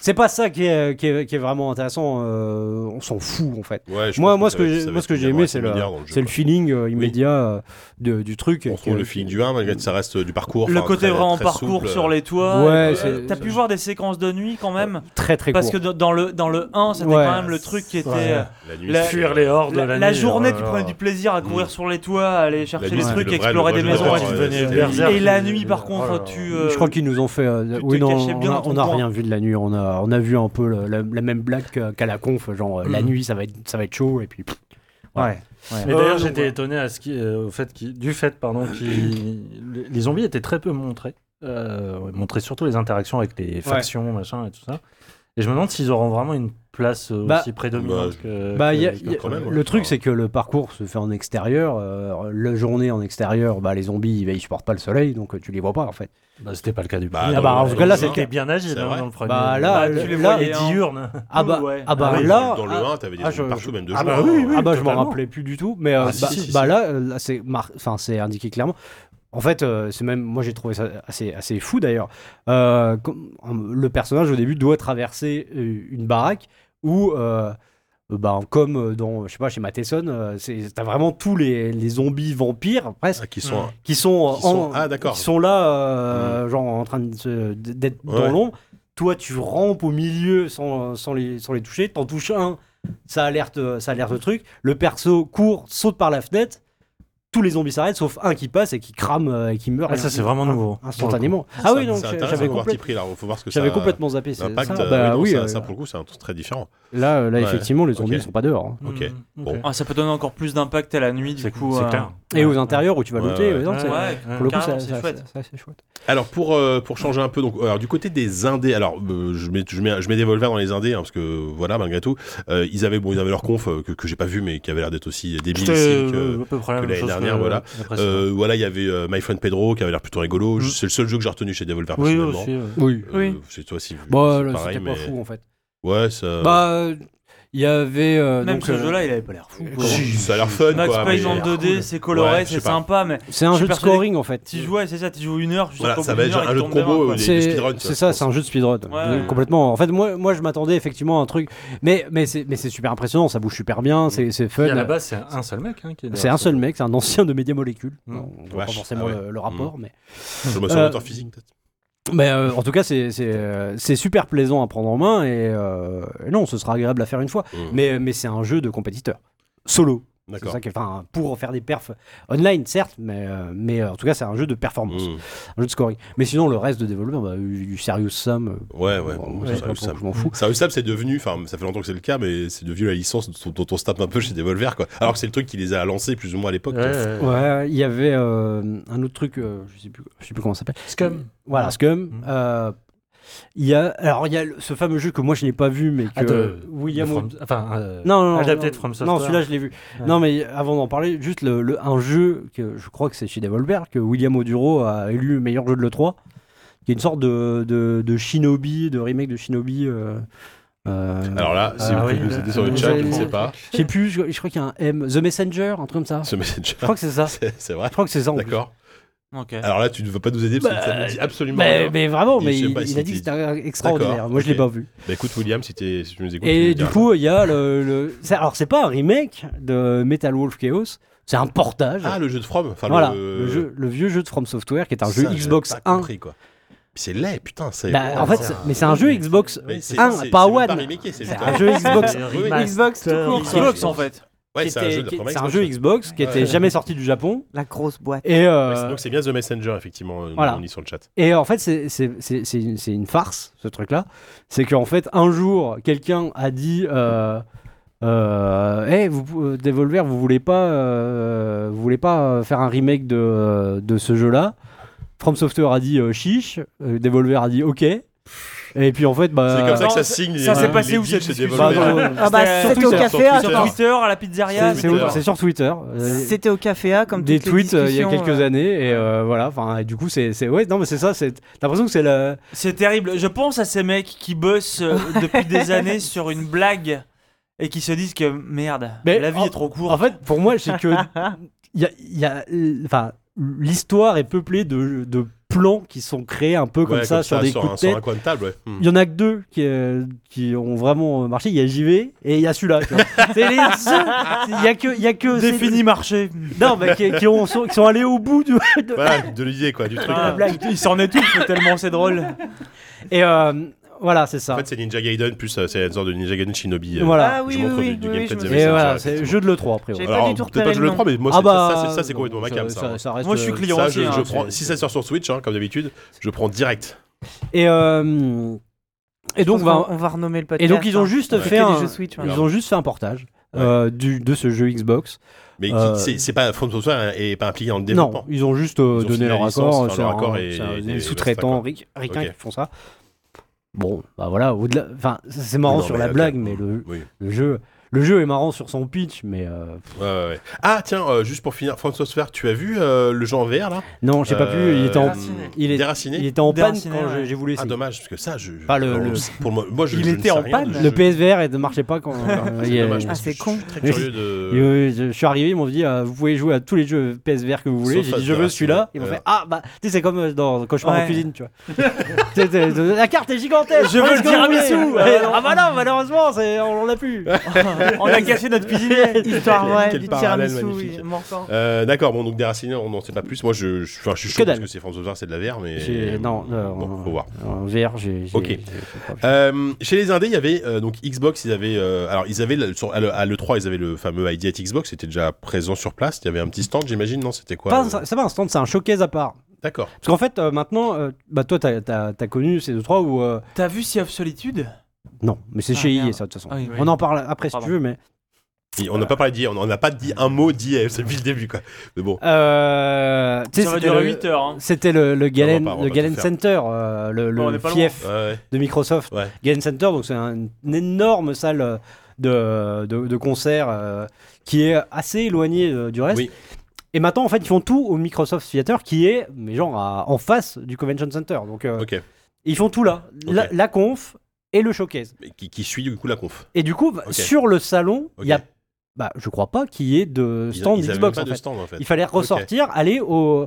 E: c'est pas ça qui est, qui est- qui est vraiment intéressant. euh, on s'en fout, en fait.
B: Ouais, je
E: Moi,
B: pense
E: moi,
B: que
E: ce
B: ça va-
E: que
B: ça
E: j'ai-
B: va
E: moi, ce que
B: être
E: j'ai aimé,
B: milliard
E: c'est
B: dans
E: le,
B: jeu,
E: c'est le
B: quoi.
E: feeling euh, immédiat euh, de- du truc.
B: On
E: et
B: retrouve
E: que-
B: le feeling du 1, malgré que ça reste du parcours.
C: Le
B: enfin,
C: côté
B: très-
C: vraiment
B: très
C: parcours
B: souple.
C: sur les toits.
E: Ouais,
C: Euh,
E: c'est-
C: T'as pu voir des séquences de nuit quand même
E: Très, très
C: Parce
E: court.
C: que dans- dans le, dans le 1, c'était
E: Ouais.
C: quand même le truc qui était.
F: Ouais.
C: euh,
B: La nuit,
C: La-
B: c'est-
F: Fuir les hordes
C: la,
F: la,
C: la
F: nuit,
C: journée,
F: oh là
C: tu
F: là.
C: prenais du plaisir à courir
B: Mm.
C: sur les toits, à aller chercher
B: nuit,
C: les
B: c'est
C: trucs,
B: le vrai-
C: explorer
B: le
C: des
B: vrai
F: Le
C: maisons.
F: soir,
B: jeu
F: tu
B: d'horreur,
F: devenais
B: euh,
F: berserk.
C: Et la nuit, par
F: Oh
C: contre,
F: là là.
C: tu. euh,
E: Je crois qu'ils nous ont fait. euh,
C: tu
E: oui,
C: te
E: non,
C: cachais bien
E: on a-
C: dans ton
E: on n'a
C: coin.
E: rien vu de la nuit. On a, on a vu un peu le- la, la même blague que- qu'à la conf. Genre, euh, la
B: Mhm.
E: nuit, ça va être, ça va être chaud. Et puis. pff, voilà.
F: Mais
E: Euh,
F: d'ailleurs,
E: donc,
F: j'étais
E: voilà.
F: étonné à ce qui, euh, au fait qui, du fait pardon, qui, les- les zombies étaient très peu montrés. Euh, ouais, montraient surtout les interactions avec les factions, machin et tout ça. Et je me demande s'ils auront vraiment une place euh,
E: Bah,
F: aussi prédominante
B: bah,
F: que.
E: Bah,
F: que-
E: il y a-
F: que-
E: il y a-
B: quand même, ouais.
E: le truc, c'est que le parcours se fait en extérieur. euh, la journée en extérieur, bah, les zombies, ils, ils supportent pas le soleil, donc euh, tu les vois pas en fait.
F: Bah, C'était pas le cas du
B: Bah,
F: premier.
E: Ah bah, en
B: dans
E: tout
B: le-
E: cas, là,
B: dans
E: c'est
B: le
E: le
F: C'était
B: un,
F: bien agi
B: C'est
F: hein,
B: vrai.
F: dans le premier.
E: Bah, là,
C: Bah, tu les
E: là-
F: les
C: voyais, hein.
F: diurnes.
E: Ah bah,
C: Ouais.
E: ah bah,
B: Ah oui,
E: là.
B: dans le
E: ah-
B: 1, t'avais des
E: ah,
B: zombies
E: je-
B: partout, même de
F: ah
B: jour.
F: bah oui, oui.
E: ah bah je m'en
F: totalement.
E: rappelais plus du tout, mais euh,
B: Ah, si,
E: bah,
B: si, si.
E: bah là, euh, là, c'est mar- enfin c'est indiqué clairement. En fait, euh, c'est même moi j'ai trouvé ça assez assez fou d'ailleurs. Euh, com- le personnage au début doit traverser euh, une baraque où euh, euh, bah, comme euh, dans je sais pas chez Matheson, euh, c'est- t'as vraiment tous les, les zombies vampires presque
B: Ah, qui sont.
E: qui sont
B: Qui
E: euh,
B: sont-
E: en-
B: ah, d'accord.
E: qui sont là euh, genre en train de se- d'être dans
B: Mmh. Ouais.
E: l'ombre. Toi tu rampes au milieu sans, sans les sans les toucher, t'en touches un, ça alerte euh, ça alerte le truc. Le perso court, saute par la fenêtre. Tous les zombies s'arrêtent sauf un qui passe et qui crame euh, et qui meurt.
F: Ah, ça, c'est vraiment nouveau.
E: instantanément. Ah oui, donc
B: c'est intéressant
E: j'avais
B: d'avoir parti
E: complète-
B: pris là. Faut voir ce que ça
E: j'avais complètement zappé c'est-
B: L'impact,
E: ça.
B: euh,
E: Bah
B: oui,
E: oui,
B: non,
E: euh,
B: ça, ça, pour le coup, c'est un truc très différent.
E: là euh, là
B: Ouais,
E: effectivement les
B: ok.
E: zombies ne sont pas dehors. hein.
B: Ok.
F: Mmh,
B: Bon.
C: Ah, ça peut donner encore plus d'impact à la nuit, du
F: C'est
C: coup.
F: c'est
C: euh,
F: clair.
E: Et
F: Ouais.
E: aux intérieurs où tu vas
B: Ouais,
E: looter,
B: ouais.
E: ouais, non, c'est-
C: Ouais.
E: pour le coup
C: Carrément,
E: ça-
C: c'est
E: ça-
C: chouette.
E: ça- c'est chouette.
B: Alors pour euh, pour changer un peu donc alors du côté des indés alors euh, je mets je mets je mets des Devolver dans les indés hein, parce que voilà malgré tout euh, ils avaient bon ils avaient leur conf euh, que, que j'ai pas vu mais qui avait l'air d'être aussi débile
F: C'était
B: ici que-
F: euh, à peu près la
B: que
F: même
B: l'année
F: chose
B: dernière,
F: que
B: voilà.
F: la
E: Ah,
F: précédente.
B: Euh, voilà, il y avait euh, My Friend Pedro qui avait l'air plutôt rigolo. Je- C'est le seul jeu que j'ai retenu chez Devolver
F: Oui,
B: personnellement.
F: aussi. ouais.
E: Mm. Oui.
B: Euh,
D: Oui.
B: C'est toi si
E: Bah,
B: c'est
E: là,
B: pareil,
E: c'était pas
B: mais-
E: fou en fait.
B: Ouais, ça.
E: Bah, euh, il y avait. euh,
C: Même
E: donc,
C: ce
E: euh,
C: jeu-là, il avait pas l'air fou. quoi.
E: comment-
B: Si, ça a l'air fun.
C: Max
B: quoi,
C: Payne
B: mais- euh,
C: en 2D,
E: cool.
C: c'est coloré,
B: Ouais, je sais
C: c'est
B: pas.
C: sympa, mais
E: C'est un
C: je suis
E: jeu de
C: persuadé
E: scoring en fait.
C: tu joues, c'est ça, tu joues une heure, jusqu'au
B: Voilà,
C: bout
B: ça
C: d'une
B: va être
C: heure,
B: un
C: il
B: jeu de
C: tombe dedans,
B: combo.
C: quoi.
B: des-
E: C'est-
B: des Oh, speedruns,
E: C'est
B: ça,
E: ça,
B: je
E: c'est un jeu de speedrun.
C: Ouais.
E: Donc, Complètement. En fait, moi, moi je m'attendais effectivement à un truc. Mais, mais c'est mais c'est super impressionnant, ça bouge super bien, c'est c'est fun.
F: Et à la base, c'est un seul mec. hein, qui est
E: C'est
F: derrière
E: un
F: ça.
E: seul mec, c'est un ancien de Média Molécule.
F: Mm.
E: On voit pas
B: Vache,
E: forcément
B: ah ouais.
E: le, le rapport, mais,
B: Je me sens
E: Euh,
B: moteur physique peut-être.
E: mais euh, en tout cas, c'est- c'est euh, c'est super plaisant à prendre en main et, euh, et non, ce sera agréable à faire une fois.
B: Mm.
E: Mais, mais c'est un jeu de compétiteur. Solo. C'est
B: D'accord.
E: ça qui est- enfin, pour faire des perfs online, certes, mais, euh, mais euh, en tout cas, c'est un jeu de performance,
B: Mm.
E: un jeu de scoring. Mais sinon, le reste de développeur, bah, du du Serious Sam, euh,
B: Ouais, ouais.
E: bon,
B: bon,
E: je sais
B: ça,
E: pas,
B: ça-
E: je m'en fous.
B: Serious Sam, Mm. c'est devenu, enfin, ça fait longtemps que c'est le cas, mais c'est devenu la licence dont, dont on se tape un peu chez Devolver, quoi. Alors que c'est le truc qui les a lancés plus ou moins à l'époque.
F: Ouais, ouais, ouais.
E: Ouais, il y avait euh, un autre truc, euh, je sais plus, je sais plus comment ça s'appelle.
F: Scum.
E: Voilà, Scum.
F: Ah.
E: euh,
F: Mm.
E: Il y a, alors il y a le- ce fameux jeu que moi je n'ai pas vu, mais que
F: Ah, de-
E: William.
F: de From-
E: Od-
F: enfin, euh,
E: Non, non, non,
F: Adapté
E: non,
F: de From
E: Non,
F: Software.
E: celui-là je l'ai vu.
F: Ouais.
E: Non, mais avant d'en parler, juste le, le- un jeu que je crois que c'est chez Devolver que William Oduro a élu meilleur jeu de le 3 qui est une sorte de, de, de Shinobi, de remake de Shinobi. euh, euh,
B: Alors là, si
F: Ah
B: vous
F: oui,
B: pouvez nous aider sur le
E: vous
B: chat,
E: avez-
B: je ne sais pas.
E: je sais plus, je, je crois qu'il y a un M, The Messenger, un truc comme ça.
B: Ce message.
E: Je crois que c'est ça.
B: C'est c'est vrai.
E: Je crois que c'est ça. en plus.
B: D'accord.
C: Ok.
B: Alors là, tu ne veux pas nous aider parce que
E: Bah,
B: ça ne dit absolument
E: Mais,
B: rien.
E: mais vraiment,
B: Il-
E: mais
B: je sais
E: il,
B: pas
E: il
B: si
E: a dit que
B: c'était-
E: c'était extraordinaire.
B: D'accord,
E: Moi, je l'ai
B: ok.
E: pas vu.
B: Bah écoute, William, si, t'es- si tu nous écoutes. tu
E: Et
B: nous
E: du
B: diras.
E: coup, il y a le. le- c'est- Alors, c'est pas un remake de Metal Wolf Chaos, c'est un portage.
B: Ah, le jeu de From. Enfin,
E: voilà,
B: le,
E: le... jeu, le vieux jeu de From Software qui est un
B: Ça,
E: jeu
B: j'avais
E: Xbox
B: pas
E: 1.
B: compris, Ah, quoi. C'est laid, putain. c'est-
E: Bah, en fait,
F: c'est
E: c'est-
F: un-
E: mais c'est un jeu Xbox
B: Mais c'est-
E: 1,
B: c'est-
E: pas
B: c'est même
E: One.
B: remaké, c'est
E: C'est
B: juste
E: un jeu Xbox.
B: Oui, oui.
D: Xbox tout court.
B: Xbox.
C: Xbox en fait.
B: Ouais,
E: qui
B: c'est un
E: était-
B: jeu de
E: qui-
B: From
E: c'est un jeu Xbox qui
B: Ouais.
E: était jamais sorti du Japon.
D: La grosse boîte.
E: Et, euh,
B: Ouais, c'est- Donc c'est bien The Messenger, effectivement, euh,
E: Voilà.
B: on est sur le chat.
E: Et en fait, c'est- c'est c'est- c'est une, c'est une farce, ce truc-là. C'est qu'en fait, un jour, quelqu'un a dit euh, euh, Hey, vous, euh, Devolver, vous voulez pas, euh, vous voulez pas euh, faire un remake de, euh, de ce jeu-là From Software a dit euh, Chiche, euh, Devolver a dit Ok. Et puis en fait, bah.
B: c'est comme ça que
C: non,
B: ça se signe.
C: Ça
B: les-
C: s'est
B: les
C: passé où
B: deals
C: cette
B: chez
C: discussion
B: Devolver.
E: Bah, non,
D: Ah bah
C: C'était- euh,
D: c'était au
B: sur
D: café
B: Twitter.
D: à
C: sur
B: Twitter.
C: Twitter, à la pizzeria.
E: c'est- c'est au-
B: Twitter.
E: c'est sur Twitter. Euh,
D: C'était au café A comme
E: des
D: toutes les
E: tweets euh, il y a
D: discussions,
E: quelques
D: euh,
E: années et euh, voilà enfin et du coup c'est c'est- ouais non mais c'est ça c'est t'as l'impression que c'est la,
C: C'est terrible. Je pense à ces mecs qui bossent euh, depuis des années sur une blague et qui se disent que merde,
E: Mais
C: la vie
E: en-
C: est trop courte.
E: En fait, pour moi, c'est que il y a, il y a- enfin, l'histoire est peuplée de, de plans qui sont créés un peu comme
B: Ouais,
E: ça sur des coups
B: un-
E: de
B: sur un
E: tête.
B: coin de table, ouais. Hmm.
E: Il y en a que deux qui, euh, qui ont vraiment marché. Il y a JV et il y a celui-là. tu vois. c'est les seuls. Il y a que, il y a que c'est-
C: défini marché.
E: Non, mais qui, qui ont, sont, qui sont allés au bout du. de-
B: Voilà, de l'idée, quoi, du truc.
C: Ah,
B: quoi.
C: il s'en étouffe tellement c'est drôle.
E: Et euh, voilà, c'est ça.
B: En fait, c'est Ninja Gaiden, plus euh, c'est la sorte de Ninja Gaiden Shinobi. euh,
E: Voilà.
D: Ah oui,
B: qui
D: oui,
B: montre
D: oui,
B: du- du
D: oui,
B: gameplay
D: je me
B: de
D: souviens.
B: c'est
E: et
B: ça,
E: voilà,
B: c'est-
E: c'est jeu de le 3 après.
D: J'ai- pas
B: Alors,
D: du tout
B: peut-être pas
D: repéré
B: je
D: le
B: le
D: nom.
B: prends, mais moi,
E: Ah
B: c'est-
E: bah,
B: ça, c'est- ça, c'est complètement
E: ça-
B: ma cam, ça.
E: ça- ça reste,
C: Moi, je suis
E: euh,
C: client
B: Ça,
C: aussi.
B: je,
C: hein.
B: je prends, si ça sort sur Switch, hein, comme d'habitude, je prends direct.
E: Et euh, et
D: je pense
E: donc, bah,
D: qu'on- on va renommer le podcast.
E: Et donc ils ont
D: hein.
E: juste
B: Ouais.
E: fait
D: Que des
E: un,
D: jeux Switch,
E: ils
D: maintenant.
E: ont juste fait un portage
B: Ouais.
E: euh, du, de ce jeu Xbox.
B: Mais qui-
E: Euh,
B: c'est c'est pas From Software est pas impliqué dans le
E: Non,
B: développement.
E: ils ont juste
B: Ils
E: euh,
B: ont signé
E: donné leur
B: la licence,
E: accord.
B: enfin,
E: c'est
B: leur
E: un-
B: accord et-
E: c'est un-
B: et-
E: des
B: et-
E: sous-traitants
B: d'accord.
E: ric- ricains
B: Ok.
E: qui font ça. Bon, bah voilà, au-delà, enfin c'est- c'est marrant
B: Non,
E: sur
B: mais
E: la
B: attends.
E: blague, mais le,
B: Oui.
E: le jeu, le jeu est marrant sur son pitch, mais euh, pff,
B: Ouais, ouais, ouais. Ah, tiens, euh, juste pour finir, From Software, tu as vu euh, le jeu en VR là
E: non, j'ai pas
B: Euh,
E: pu. Il était en,
C: Déraciné.
E: il est-
B: Déraciné
E: il était en panne
C: Déraciné,
E: quand
C: ouais.
E: j'ai- j'ai voulu
B: Ah,
E: essayer.
B: dommage, parce que ça, je.
E: Pas le-
B: pour
E: le-
B: Pour moi, moi, je,
C: Il
B: je ne
C: était
B: sais
C: en
B: rien
C: panne.
B: de ce
E: le
B: jeu.
E: PSVR ne marchait pas quand. euh, il y
B: C'est
E: a-
B: dommage,
D: Ah,
B: parce que
D: c'est
B: je
D: con.
B: suis très curieux de.
E: Et, euh, je je suis arrivé, ils m'ont dit euh, vous pouvez jouer à tous les jeux PSVR que vous voulez.
B: Sauf
E: J'ai
B: à
E: dit je veux
B: Terrace,
E: celui-là. Ils m'ont
B: ouais.
E: fait ah bah tu sais c'est comme euh, dans- quand je pars en
C: Ouais.
E: cuisine tu vois. C'est- c'est- c'est- la carte est gigantesque.
C: Je veux
E: prenez
C: le
E: ce que vous voulez.
C: tiramisu.
E: Ouais, Ah bah non malheureusement c'est- on on l'a plus.
C: On a cassé notre cuisinier.
D: Histoire vraie
B: Quel
D: du
B: parallèle
D: tiramisu
B: magnifique.
D: oui, morceau.
B: Euh, D'accord, bon, donc Déraciné, on n'en sait pas plus. Moi, je, je, enfin, je suis
E: Que
B: chaud parce
E: dalle.
B: que c'est From Software, c'est de la VR, mais.
E: J'ai- Non non,
B: Bon,
E: non.
B: faut voir.
E: En VR j'ai. j'ai-
B: Ok.
E: j'ai- j'ai-
B: Euh, chez les indés, il y avait euh, donc Xbox, ils avaient euh, alors ils avaient le- sur- à, le, 3 ils avaient le fameux ID at Xbox, c'était déjà présent sur place, il y avait un petit stand, j'imagine, non, c'était quoi
E: Pas
B: euh,
E: un- C'est pas un stand c'est un showcase à part.
B: D'accord.
E: Parce qu'en fait euh, maintenant euh, bah toi t'as t'as- t'as connu ces deux trois où euh,
C: T'as vu Sea of Solitude
E: non mais c'est
C: Ah,
E: chez
C: merde.
E: EA ça de toute façon.
C: Ah oui.
E: On en parle après si
C: Pardon.
E: tu veux mais.
B: Et on n'a pas parlé d'IA, on n'a pas dit un mot d'IA depuis le début quoi. Mais bon,
E: Euh, tu sais,
C: Ça va
E: c'était
C: durer
E: le-
C: 8 heures. hein.
E: C'était le, le Galen,
B: pas- on va
E: le
B: pas
E: Galen
B: tout faire.
E: Center, euh, le, le
C: Bon, on est pas
E: fief
B: ouais, ouais.
E: de Microsoft.
B: Ouais.
E: Galen Center, donc c'est un- une énorme salle euh, de, de, de concert euh, qui est assez éloignée euh, du reste.
B: Oui.
E: Et maintenant, en fait, ils font tout au Microsoft Theater qui est, mais genre, à- en face du Convention Center. Donc, euh,
B: ok.
E: ils font tout là. La,
B: Ok.
E: la conf et le showcase.
B: Mais Qui, qui suit du coup la conf
E: Et du coup, bah,
B: Ok.
E: sur le salon, il
B: Ok.
E: y a, bah, je crois pas qu'il y ait de
B: Ils-
E: stand
B: ils avaient même
E: Xbox.
B: pas
E: en
B: de
E: fait.
B: stand en fait.
E: Il fallait ressortir, aller au.